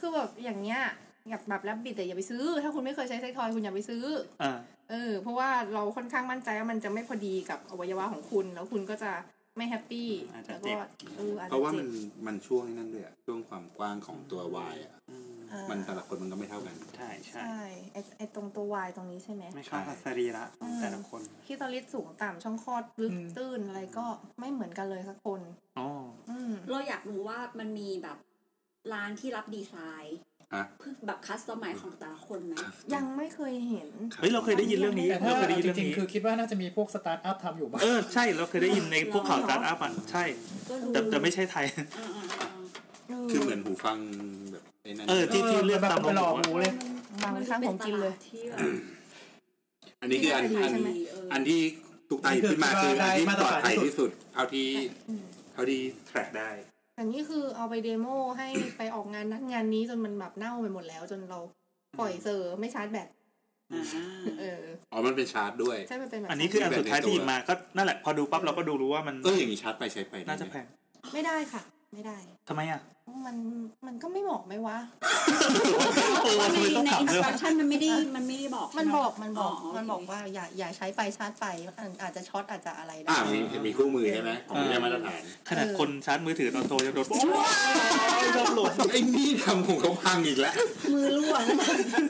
Speaker 7: คือแบบอย่างเนี้ยแบบแบบแลบบิดแต่อย่าไปซื้อ ถ้าคุณไม่เคยใช้ไซส์ทอยคุณอย่าไปซื้อ
Speaker 4: อ่า
Speaker 7: เออ เพราะว่าเราค่อนข้างมั่นใจว่ามันจะไม่พอดีกับอวัยวะของคุณ แล้วคุณก็จะไม่แฮปปี้
Speaker 1: อาจจะ
Speaker 7: แล้ว
Speaker 1: เจ็
Speaker 7: ก็
Speaker 1: บ
Speaker 7: เอออาจ
Speaker 5: เพ
Speaker 7: จะ
Speaker 5: ราะว่า
Speaker 7: เจ็
Speaker 5: มั
Speaker 7: บ
Speaker 5: นมันช่วงนั้นด้วยอะช่วงความกว้างของตัววายอะ
Speaker 1: อืม
Speaker 7: เออ
Speaker 5: มันแต่ละคนมันก็ไม่เท่ากัน
Speaker 1: ใช่ใช่
Speaker 7: ใช่ไอไอตรงตัววายตรงนี้ใช่ไหม
Speaker 1: ไม่เข้ากับสรีระของแต่ละคน
Speaker 7: ที่ตอนลิดสูงต่ำช่องคลอดลึกตื้นอะไรก็ไม่เหมือนกันเลยสักคน
Speaker 4: อ๋อ
Speaker 7: อืม
Speaker 3: เราอยากรู้ว่ามันมีแบบร้านที่รับดีไซน์
Speaker 5: ฮะ
Speaker 3: เพื่อแบบคัสตอมไมของแต่ละคนไหม
Speaker 7: ยังไม่เคยเห็น
Speaker 4: เฮ้ยเราเคยได้ยินเรื่องนี้
Speaker 6: แต่ถ้า
Speaker 4: เราเคยได้ยิน
Speaker 6: จ
Speaker 4: เรื่อง
Speaker 6: ริง
Speaker 4: นี้
Speaker 6: ๆคือคิดว่าน่าจะมีพวกสตาร์ทอัพทำอยู่บ้าง
Speaker 4: เออใช่เราเคยได้ยินในพวกข่าวสตาร์ทอัพอ่ะใช่
Speaker 3: ก็ดู
Speaker 4: แต่แต่ไม่ใช่ไทย
Speaker 3: อ่าๆ
Speaker 5: คือเหมือนหูฟังแบบไอ้นั่น
Speaker 4: เออ ที่ที่เลือกตาม
Speaker 6: ไปหล
Speaker 4: เรา
Speaker 6: อก
Speaker 4: บอกว่า
Speaker 6: หูเลย
Speaker 3: ๆ
Speaker 7: บางครั้งผมกินเลย
Speaker 3: ที่แบบ
Speaker 5: อันนี้คืออัน
Speaker 3: ที่
Speaker 5: อั
Speaker 3: น่าน จะดีใช่ไหม
Speaker 5: อันที่ทุกตาหยิบขึ้นมาคืออันที่ปลอดภัยที่สุดเท่าที่
Speaker 7: อืม
Speaker 5: เท่าที่แทร็กได้
Speaker 7: อันนี้คือเอาไปเดโมให้ ไปออกงานนั้นงานนี้จนมันแบบเน่าไปหมดแล้ว จนเราปล่อยเซอร์ไม่ชาร์จแบต
Speaker 3: อ่า
Speaker 7: เออ
Speaker 5: อ๋อ มันเป็นชาร์จด้วย
Speaker 7: ใช่มันเป็นแบบ
Speaker 4: อันนี้คืออันสุดท้ายที่หยิบมาก็นั่นแหละพอดูปั๊บเราก็ดูรู้ว่ามัน
Speaker 5: เอออย่างนี้ชาร์จไปใช้ไปได้ไหม
Speaker 4: น่าจะแพง
Speaker 7: ไม่ได้ค่ะ ไม่ได้
Speaker 4: ทำไมอ่ะ
Speaker 7: มันมันก็ไม่เหมาะไหมวะ
Speaker 4: เออทำไมต้อง
Speaker 3: ใน
Speaker 4: ถาม
Speaker 3: อินส
Speaker 4: เรื่อง
Speaker 3: ตรัคชั่นมันไม่ได้มันไม่ได้บอก
Speaker 7: มัน
Speaker 3: ใช่ไห
Speaker 7: บอกมันบอก
Speaker 3: โเค
Speaker 7: มันบอกว่าอย่าอย่าใช้ไปชาร์จไปอาจอาจจะช็อตอาจจะอะไรได้
Speaker 5: อ่ามีเห็นมีคู่มือใช่ไหมของได้มาตรฐาน
Speaker 4: ขนาดคนชาร์จมือถือตอนโทรยังโดนโอ้ยชอบหล่น
Speaker 5: ไอ้นี่ทำของเขาพังอีกแล้ว
Speaker 7: มือร่วง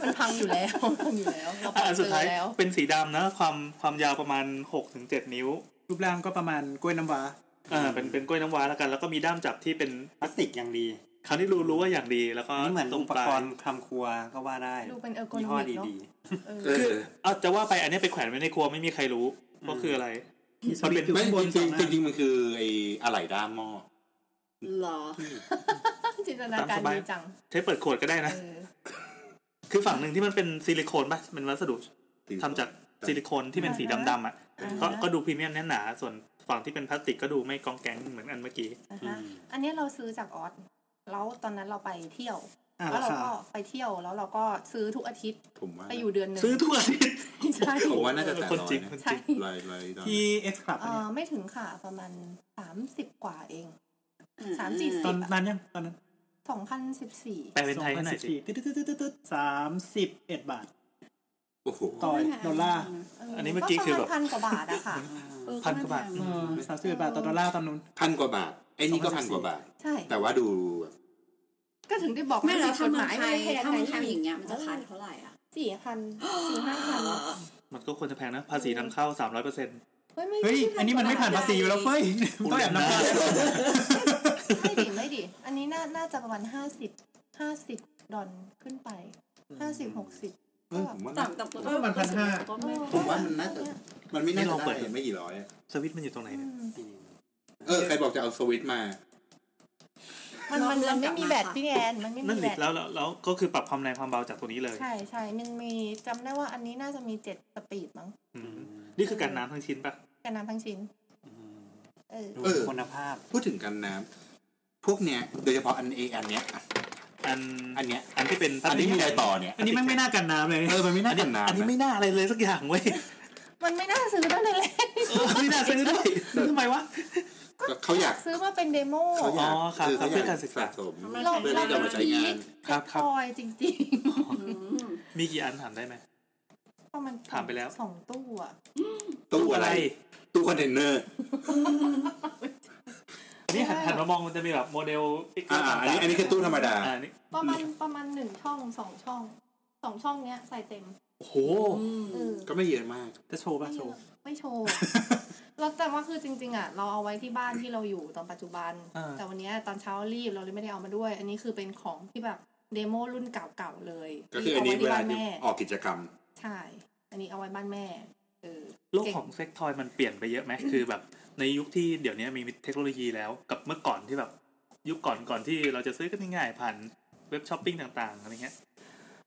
Speaker 7: มันพังอยู่ แล้วพังอยู่แล้วเราปล่
Speaker 4: อะ
Speaker 7: อย
Speaker 4: อัน
Speaker 7: เซ
Speaker 4: สุด
Speaker 7: อ
Speaker 4: ท้าย
Speaker 7: ร์แล้ว
Speaker 4: เป็นสีดำนะความความยาวประมาณหกถึงเจ็ดนิ้ว
Speaker 6: รูปร่างก็ประมาณกล้วยน้ำว้า
Speaker 4: เออเป็นเป็นกล้วยน้ำว้าแล้วกัน แล้วก็มีด้ามจับที่เป็น
Speaker 1: พลาสติกอย่างดี
Speaker 4: คราวนี้รู้รู้ว่าอย่างดีแล้วก็
Speaker 1: นี่เหมือน
Speaker 4: ตรง
Speaker 1: อุป
Speaker 4: ปลาก ย
Speaker 1: รณ์คำครัวก็ว่าได้
Speaker 7: ดูเป็น ergonomic
Speaker 1: ยี่ห้อ
Speaker 7: เนอะ
Speaker 1: ดี
Speaker 7: เออ
Speaker 5: เออ
Speaker 4: เอาจะว่าไปอันนี้ไปแขวนไว้ในครัวไม่มีใครรู้ว่าคืออะไร
Speaker 1: ๆ
Speaker 4: มันเป็น
Speaker 5: ไม่จริงจริงจริงๆมันคือไอ้อะไหล่ด้ามหม้อ
Speaker 3: เหรอ
Speaker 7: จินตนาการดีจัง
Speaker 4: ใช้เปิดขวดก็ได้
Speaker 7: เอ
Speaker 4: นะ
Speaker 7: อ
Speaker 4: คือฝั่งหนึ่งที่มันเป็นซิลิโคนป่ะเป็นวัสดุทำจากซิลิโคนที่เป็นสีดำๆอ่ะก็ก็ดูพรีเมียมแน่นหนา ส่วนฝั่งที่เป็นพลาสติกก็ดูไม่กองแกงเหมือนอันเมื่อกี้
Speaker 7: นะคะอันนี้เราซื้อจากออสแล้วตอนนั้นเราไปเที่ยว
Speaker 1: อ่า
Speaker 7: แล้ว
Speaker 1: รา
Speaker 7: เรา
Speaker 1: คา
Speaker 7: ก็ไปเที่ยวแล้วเราก็ซื้อทุกอาทิตย์
Speaker 5: ผมว่า
Speaker 7: ไปอยู่เดือนหนึ่ง
Speaker 4: ซื้อทุกอาทิตย์
Speaker 7: ใช่
Speaker 5: ผมว่าน่าจะแต่
Speaker 4: คน
Speaker 5: ร้อ
Speaker 4: จริ
Speaker 5: ย
Speaker 4: ง
Speaker 5: นะ
Speaker 7: ใช่
Speaker 5: ลายลายดอล
Speaker 6: ที่เอ็กซ์คลับ
Speaker 7: เออไม่ถึงค่ะประมาณสามสิบกว่าเอง สามสี่สิ
Speaker 6: ตอบ นนั้นยังตอนนั้น
Speaker 7: สองพันสิบสี่
Speaker 4: แปลเป็นไทยให้หน่อยสิ
Speaker 6: ตึ๊ดตึ๊ดตึ๊ดตึ๊ดตึ๊ดสามสิบเอ็ดบาท
Speaker 5: โอ้โห
Speaker 6: ต่อดอลลาร์
Speaker 4: อันนี้เมื่อกี้คือแบบ
Speaker 7: พันกว่าบาท อะค่ะ
Speaker 4: พันกว่าบาท
Speaker 6: เออสามสิบเอ็ดบาทต่อดอลลาร์ตอนนู้น
Speaker 5: พันกว่าบาทไอ้นี่ก็
Speaker 6: สอ
Speaker 5: พั
Speaker 6: งพัน
Speaker 5: น
Speaker 6: สี่
Speaker 5: กว่าบาท
Speaker 7: ใช่
Speaker 5: แต่ว่าดูแบบ
Speaker 7: ก็ถึงได้บอก
Speaker 3: ไม่แล้วถ้าเมือง
Speaker 7: ย
Speaker 3: ไทยถ้าเมืองไทยอย่างเงี้ยมันจะขายเท่าไหร่อ่ะ
Speaker 7: สี่ พันสี่ห้าพัน
Speaker 4: มันก็ควรจะแพงนะ ภาษีนำเข้าสามร้อยเปอร์เซ็นต์
Speaker 7: เฮ้ยไม่
Speaker 6: เฮ้ย อันนี้มันไม่ผ่านภาษีอยู่แล้วเฟ้ย
Speaker 4: อุ๊ย
Speaker 6: ต้องแอบนำเข้า
Speaker 7: ไม่ดิไม่ดิอันนี้น่าน่าจะประมาณห้าสิบห้าสิบดอลขึ้นไปห้าสิบหกสิบ
Speaker 5: เออผมว่า
Speaker 3: ต่า
Speaker 5: น่าง
Speaker 3: ต่าง
Speaker 6: เออมันพันห้า
Speaker 3: ก็ไม่
Speaker 5: ผมว่ามันน่าจะมันไม่น่า
Speaker 4: นี่ล
Speaker 5: จะ
Speaker 4: องเปิดดู
Speaker 5: ได้ไม่กี่ร้อยอะ
Speaker 4: สวิตช์มันอยู่ตรงไหนเนี่ย
Speaker 5: เออใครบอกจะเอาสวิตช์มา
Speaker 7: มันมันมันไม่มีแบตพี่แอนมันไม่
Speaker 4: นั่
Speaker 7: มี
Speaker 4: น
Speaker 7: แบ
Speaker 4: ดิ
Speaker 7: ต
Speaker 4: แล้วแล้วแล้วก็คือปรับความแรงความเบาจากตัวนี้เลย
Speaker 7: ใช่ใช่มันมีจำได้ว่าอันนี้น่าจะมีเจ็ดสปีดมั้ง
Speaker 4: อืมนี่คือการน้ำทั้งชิ้นปะ
Speaker 7: กันน้ำทั้งชิ้น เออ
Speaker 1: ดู
Speaker 5: เออ
Speaker 1: คุณภาพ
Speaker 5: พูดถึงกันน้ำพวกเนี้ยโดยเฉพาะอันเออันเนี้ย
Speaker 4: อัน
Speaker 5: อันเนี้ย
Speaker 4: อันที่เป็นพลาส
Speaker 5: อัน
Speaker 4: ติ
Speaker 5: นี้
Speaker 4: ก
Speaker 5: มีอะไรต่อเนี่ย
Speaker 6: อันนี้มันไม่น่ากันน้ำเลย
Speaker 5: เออมันไม่น่ากัน
Speaker 4: อัน
Speaker 5: น้ำ
Speaker 4: นี้
Speaker 5: นะ
Speaker 4: ไม่น่าอะไรเลยสักอย่างเว้ย
Speaker 7: มันไม่น่าซื้อตั้งแต่แรก
Speaker 4: เออไม่น่าซื้อด้วยซื้อทำไมวะ
Speaker 5: ก็เขาอยาก
Speaker 7: ซื้อมาเป็นเดโม
Speaker 5: เขาอยาก
Speaker 4: อ๋อครับ
Speaker 5: คือเขาอยา
Speaker 4: เพื่อการศึกษา
Speaker 5: สะสม
Speaker 3: มัน
Speaker 7: เรา
Speaker 3: ขาย
Speaker 5: เพื่อที่จะ
Speaker 7: เรา
Speaker 5: มาใช้งาน
Speaker 4: ครับครับ
Speaker 7: คอยจริง
Speaker 3: อืม
Speaker 4: มีกี่อันถามได้ไหม
Speaker 7: ๆ เพราะมัน
Speaker 4: ถามไปแล้ว
Speaker 7: สองตู้อะ
Speaker 5: ตู้อะไร ตู้คอนเทนเนอร์
Speaker 4: นี่หันหันมามองมันจะมีแบบโมเดล
Speaker 5: อ่าอ่าอันนี้อันนี้คือตู้ธรรมดา
Speaker 4: อ่านี่
Speaker 7: ประมาณประมาณหนึ่งช่องสองช่องสองช่องเนี้ยใส่เต็ม
Speaker 4: โอ้โห
Speaker 3: อืม
Speaker 7: เออ
Speaker 5: ก็ไม่เยอะมาก
Speaker 6: จะโชว์ป่ะ
Speaker 7: ไม่เย
Speaker 6: โชว์
Speaker 7: อะไม่โชว์แล้วแต่ว่าคือจริง ๆอ่ะเราเอาไว้ที่บ้านที่เราอยู่ตอนปัจจุบัน
Speaker 4: อ่า
Speaker 7: แต่วันเนี้ยตอนเช้ารีบเราเลยไม่ได้เอามาด้วย อันนี้คือเป็นของที่แบบเดโมรุ่นเก่าๆเลย
Speaker 5: ก็คืออัน
Speaker 7: ที่
Speaker 5: นี้เว
Speaker 7: เอาไว้ที่บ้า
Speaker 5: ลา
Speaker 7: น
Speaker 5: ที่
Speaker 7: แม่
Speaker 5: ออกกิจกรรม
Speaker 7: ใช่ อันนี้เอาไว้บ้านแม่เออ
Speaker 4: โลกของเซ็กทอยมันเปลี่ยนไปเยอะไหมคือแบบในยุคที่เดี๋ยวนี้มีเทคโนโลยีแล้วกับเมื่อก่อนที่แบบ ยุคก่อนก่อนที่เราจะซื้อกันง่ายๆผ่านเว็บช้อปปิ้งต่างๆอะไรเงี้ย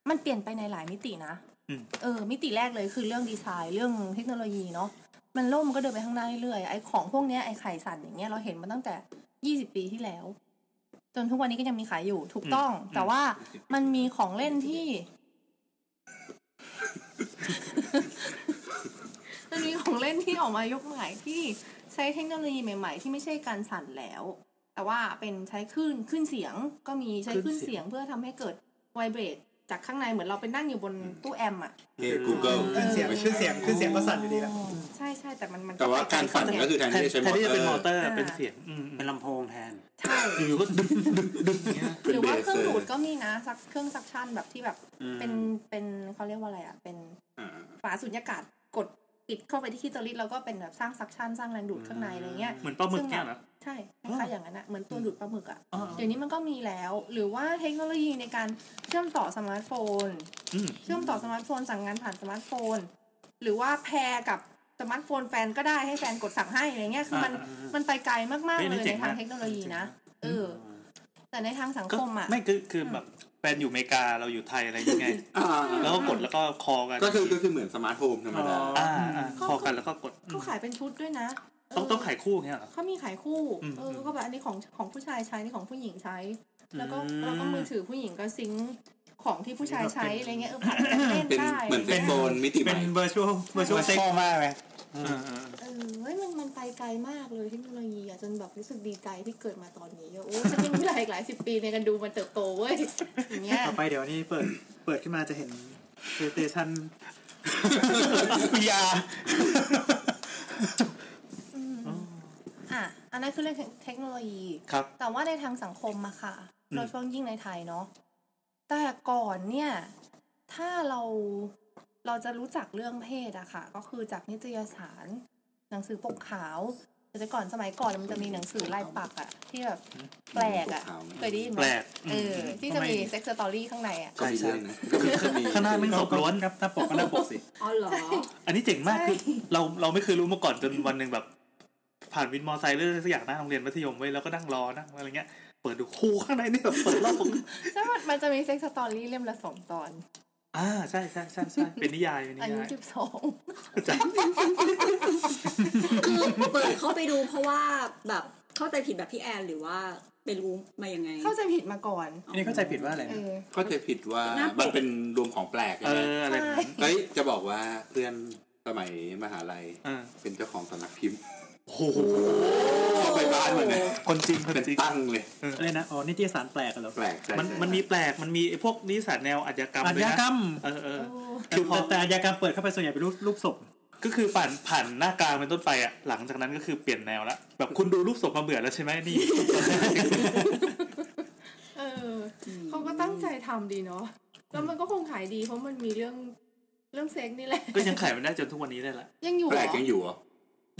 Speaker 7: มันเปลี่ยนไปในหลายมิตินะ
Speaker 4: อืม
Speaker 7: เออ มิติแรกเลยคือเรื่องดีไซน์เรื่องเทคโนโลยีเนาะมันโล่มนก็เดินไปข้างหน้าเรื่อยๆไอ้ของพวกเนี้ยไอ้ไข่สันอย่างเงี้ยเราเห็นมาตั้งแต่ 20 ปีที่แล้ว จนทุกวันนี้ก็ยังมีขายอยู่ถูกต้อง
Speaker 4: อืม
Speaker 7: แต่ว่ามันมีของเล่น ที่ มันมีของเล่นที่ออกมายุคใหม่ที่ใช้เทคโนโลยีใหม่ ๆ ที่ไม่ใช่การสั่นแล้ว แต่ว่าเป็นใช้คลื่นคลื่นเสียงก็มีใช้คลื่นเสียงเพื่อทำให้เกิดไวเบรตจากข้างในเหมือนเราไปนั่งอยู่บนตู้แอมอะ
Speaker 5: เฮ้ Google
Speaker 7: อ
Speaker 6: ขึ้น
Speaker 7: อ
Speaker 6: เสียงขึ้นเสียงขึ้นเสียงก็สั่นอยู่ดีแหละ
Speaker 7: ใช่ใช่แต่มันมัน
Speaker 5: แต่ว่าการสั่นก็คือแทน
Speaker 4: แทน
Speaker 5: ที่จะใช้มอน
Speaker 4: แทที่จะเป็นมอ
Speaker 5: เต
Speaker 4: เต
Speaker 5: อร์
Speaker 4: อร์เป็นเสียงอืม
Speaker 1: เป็นลำโพงแทน
Speaker 7: ใช่
Speaker 4: อยู่ๆก็ดึง
Speaker 7: หรือว่า
Speaker 5: ป็นบ
Speaker 7: เครื่อง
Speaker 5: ล
Speaker 7: ดูดก็มีนะซักเครื่องซักชั่นแบบที่แบบ
Speaker 1: อืม
Speaker 7: เป็นเป็นเขาเรียกว่าอะไรอะเป็น
Speaker 5: อ่า
Speaker 7: ฝาสุญญากาศกดปิดเข้าไปที่คีตอลิสแล้วก็เป็นแบบสร้างซักชั่นสร้างแรงดูดข้างในอะไรเงี้ย
Speaker 4: เหมือนปลาหมึกเนี่ยเหรอ
Speaker 7: ใช่คล้ายๆอย่างนั้นอะเหมือนตัวดูดปลาหมึกอะ
Speaker 4: อ๋อ
Speaker 7: เดี๋ยวนี้มันก็มีแล้ว หรือว่าเทคโนโลยีในการเชื่อมต่อสมาร์ทโฟน
Speaker 4: อืม
Speaker 7: เชื่อมต่อสมาร์ทโฟนสั่งงานผ่านสมาร์ทโฟน หรือว่าแพรกับสมาร์ทโฟนแฟนก็ได้ให้แฟนกดสั่งให้อะไรเงี้ยคือมัน
Speaker 4: อ่า
Speaker 7: มันไปไกลมาก
Speaker 4: เฮ้
Speaker 7: ๆ
Speaker 4: ย
Speaker 7: เล
Speaker 4: นี่
Speaker 7: ย
Speaker 4: เจ๋
Speaker 7: ใน
Speaker 4: ง
Speaker 7: ทาง
Speaker 4: นะ
Speaker 7: เทคโนโลยีนะเออแต่ในทางสัง
Speaker 4: ก็
Speaker 7: คมอ่ะ
Speaker 4: ไม่คือคืออ
Speaker 7: ม
Speaker 4: แบบแฟนอยู่อเมริกาเราอยู่ไทยอะไรอยังไงย
Speaker 5: อ่าอ่า
Speaker 4: แล้วก็กดแล้วก็คอกัน
Speaker 5: ก็คือก็คือเหมือนสมาร์ทโฮมธรรมดา
Speaker 6: อ๋อ
Speaker 4: อ่าอ่าคอกันแล้วก็กด
Speaker 7: เขาขายเป็นชุดด้วยนะ
Speaker 4: ต้อง
Speaker 7: เ
Speaker 4: ต้องขายคู่อย่างเงี้ยเหรอ
Speaker 7: เขามีขายคู่
Speaker 4: อืม
Speaker 7: เอออ
Speaker 4: ม
Speaker 7: ก็แบบอันนี้ของของผู้ชายใช้นี่ของผู้หญิงใช้ แล้วก็แล้วก็มือถือผู้หญิงก็ซิงค์ของที่ผู้ชายใช้อะไรเงี้ยเออผัดกันเล่น
Speaker 5: เป็น
Speaker 7: ได้
Speaker 5: เหมือน
Speaker 7: เ
Speaker 5: เป็นโซนมิติให
Speaker 6: เป็น
Speaker 5: ม่
Speaker 6: เวอร์ชวลเวอร์ชวลเซ็ก
Speaker 1: ชอบมากเลย
Speaker 4: อ่าอ่า
Speaker 7: ออเฮ้ยมันมันไปไกลมากเลยเทคโนโลยีอ่ะจนแบบรู้สึกดีใจที่เกิดมาตอนนี้อะโอ้ฉันยังมี เวลาอีกหลายสิบปีในการดูมันเติบโตเว้ยอย่างเงี้ย
Speaker 6: ต่อไปเดี๋ยวนี้เปิดเปิดขึ้นมาจะเห็น PlayStation VR
Speaker 7: อืมอ่ะอันนั้นคือเรื่องเทคโนโลยี
Speaker 4: ครับ
Speaker 7: แต่ว่าในทางสังคมอะค่ะ
Speaker 4: อืม
Speaker 7: โดยเฉพาะยิ่งในไทยเนาะแต่ก่อนเนี่ย ถ้าเราเราจะรู้จักเรื่องเพศอะค่ะ ก็คือจากนิตยสาร หนังสือปกขาวแต่ก่อนสมัยก่อนมันจะมีหนังสือลายปักอะที่แบบแปลกอะ
Speaker 5: ปกขาวนะ
Speaker 7: เคยได้ยินไหม
Speaker 4: แปลก
Speaker 7: เออ
Speaker 4: ม
Speaker 7: ที่จะมี
Speaker 6: ทำไม
Speaker 7: เซ็กซ์สตอรี่ข้างในอะ
Speaker 5: ก็มีเรื่องนะก็มีก็มี
Speaker 4: ข้างหน้าไม่งศพล้วน
Speaker 6: ครับถ้าปกก็หน้าปกสิ
Speaker 3: อ๋อเหรอ
Speaker 4: อันนี้เจ๋งมาก
Speaker 7: ใช่
Speaker 4: คือเราเราไม่เคยรู้มาก่อนจนวันหนึ่งแบบ ผ่านวินมอไซค์เรื่อยสักอย่างหน้าโรงเรียนมัธยมไว้ยแล้วก็นั่งรอนั่งอะไรเงี้ยเปิดดูคูข้างในนี่แบบเปิดโลก
Speaker 7: ใช่มันมันจะมีเซ็กซ์สตอรี่เล่มละสองตอน
Speaker 4: อ่าใช่ใช่ใช่ใช่เป็นนิยายเป็นนิ
Speaker 7: อายุ
Speaker 4: ยาย
Speaker 7: สิบสอง
Speaker 4: จ้ะ
Speaker 3: คือเปิดเข้าไปดูเพราะว่าแบบ เข้าใจผิดแบบพี่แอนหรือว่าไปรู้มายังไง
Speaker 7: เข้าใจผิดมาก่อน
Speaker 6: อันนี้เข้าใจผิดว่าอะไร
Speaker 7: เอ
Speaker 6: นะ
Speaker 7: อ
Speaker 5: ก็จะผิดว่า
Speaker 3: หน้าปก
Speaker 5: มันเป็นรวมของแปลก
Speaker 4: เอ
Speaker 5: ใช่ไหม
Speaker 4: ออะไรแบบนั้น
Speaker 5: เฮ้ยจะบอกว่าเพื่อนสมัยมหาลัย
Speaker 4: เออ
Speaker 5: เป็นเจ้าของสำนักพิมพ์
Speaker 4: โอ้โห
Speaker 5: เข้าไปบ้านมันเนี่ย
Speaker 4: คนจริงคน
Speaker 5: เป็น
Speaker 4: จริง
Speaker 5: ตั้งเลย
Speaker 6: อะไรนะอ๋อนิตยสารแปลกเหรอ
Speaker 5: แปลกใช่
Speaker 4: มัน
Speaker 5: ใช่
Speaker 4: มันมีแปลกมันมีไอ้พวกนิสสันแนวอาชญากรรม
Speaker 6: อาช
Speaker 4: ด้วย
Speaker 6: ญากร
Speaker 4: นะ
Speaker 6: รม
Speaker 4: เออเออ คื
Speaker 6: คือ อ
Speaker 4: พอ
Speaker 6: แต่อาชญากรรมเปิดเข้าไปส่วนใหญ่เป็นรูปรูปศพ
Speaker 4: ก็คือผ่านผ่านหน้ากลางเป็นต้นไปอ่ะหลังจากนั้นก็คือเปลี่ยนแนวละแบบคุณดูรูปศพมาเบื่อแล้วใช่ไหมนี่
Speaker 7: เออ เขาก็ตั้งใจทำดีเนาะ แล้วมันก็คงขายดีเพราะมันมีเรื่องเรื่องเซ็กนี่แหละ
Speaker 4: ก็ยังขายมันได้จนทุกวันนี้ได้ละ
Speaker 7: ยังอยู่
Speaker 5: แป
Speaker 7: เห
Speaker 5: ล
Speaker 7: ร
Speaker 5: ก
Speaker 7: อ
Speaker 5: ยังอยู่เหรอ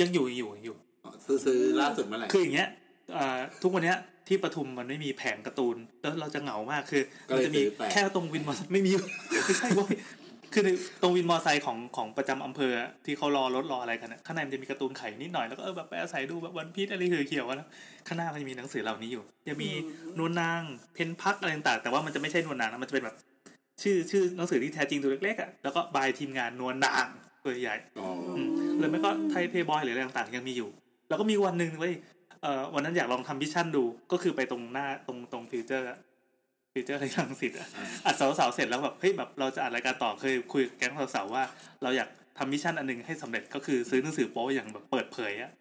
Speaker 4: ยังอยู่ยังอยู่ยังอยู่
Speaker 5: อ๋อซื้อซื้อล่าสุดเมื่อไหร่
Speaker 4: คืออย่างเงี้ยเอ่อทุกวันเนี้ยที่ปทุมมันไม่มีแผงการ์ตูน แล้วเราจะเหงามากคือ
Speaker 5: ก็
Speaker 4: มัน
Speaker 5: เลย
Speaker 4: จะมี
Speaker 5: ซื้อไป
Speaker 4: แค่ตรงวินมอ ไม่มี ไม่ใช่เว้ยคือในตรงวินมอไซค์ของของประจำอำเภออะที่เขารอรถรออะไรกันอะข้างในมันจะมีการ์ตูนไข่นิดหน่อยแล้วก็เออแบบไปอาศัยดูแบบวันพีชอะไรเขียวๆอะนะข้างหน้ามันจะมีหนังสือเหล่านี้อยู่จะมีนวลนางเพนพักอะไรต่างๆแต่ว่ามันจะไม่ใช่นวลนางนะมันจะเป็นแบบ ชื่อชื่อหนังสือที่แท้จริงตัวเล็กๆอ่ะแล้วก็บายทีมงานนวลนางตัวใหญ่
Speaker 5: อ๋อ
Speaker 4: อืมหรือไม่ก็ไทยเพย์บอยหรืออะไรต่างๆ ยังมีอยู่ แล้วก็มีวันหนึ่งเว้ยเอ่อวันนั้นอยากลองทำมิชชั่นดู ก็คือไปตรงหน้าตรงตรงฟิวเจอร์ฟิวเจอร์อะไรทังสิทธิ์อะอัดสาวๆเสร็จแล้วแบบเฮ้ยแบบเราจะอัดรายการต่อเคยคุยกับแก๊งสาวๆว่า เราอยากทำมิชชั่นอันหนึงให้สำเร็จก็คือซื้อหนังสือโป๊อย่างแบบเปิดเผยอะ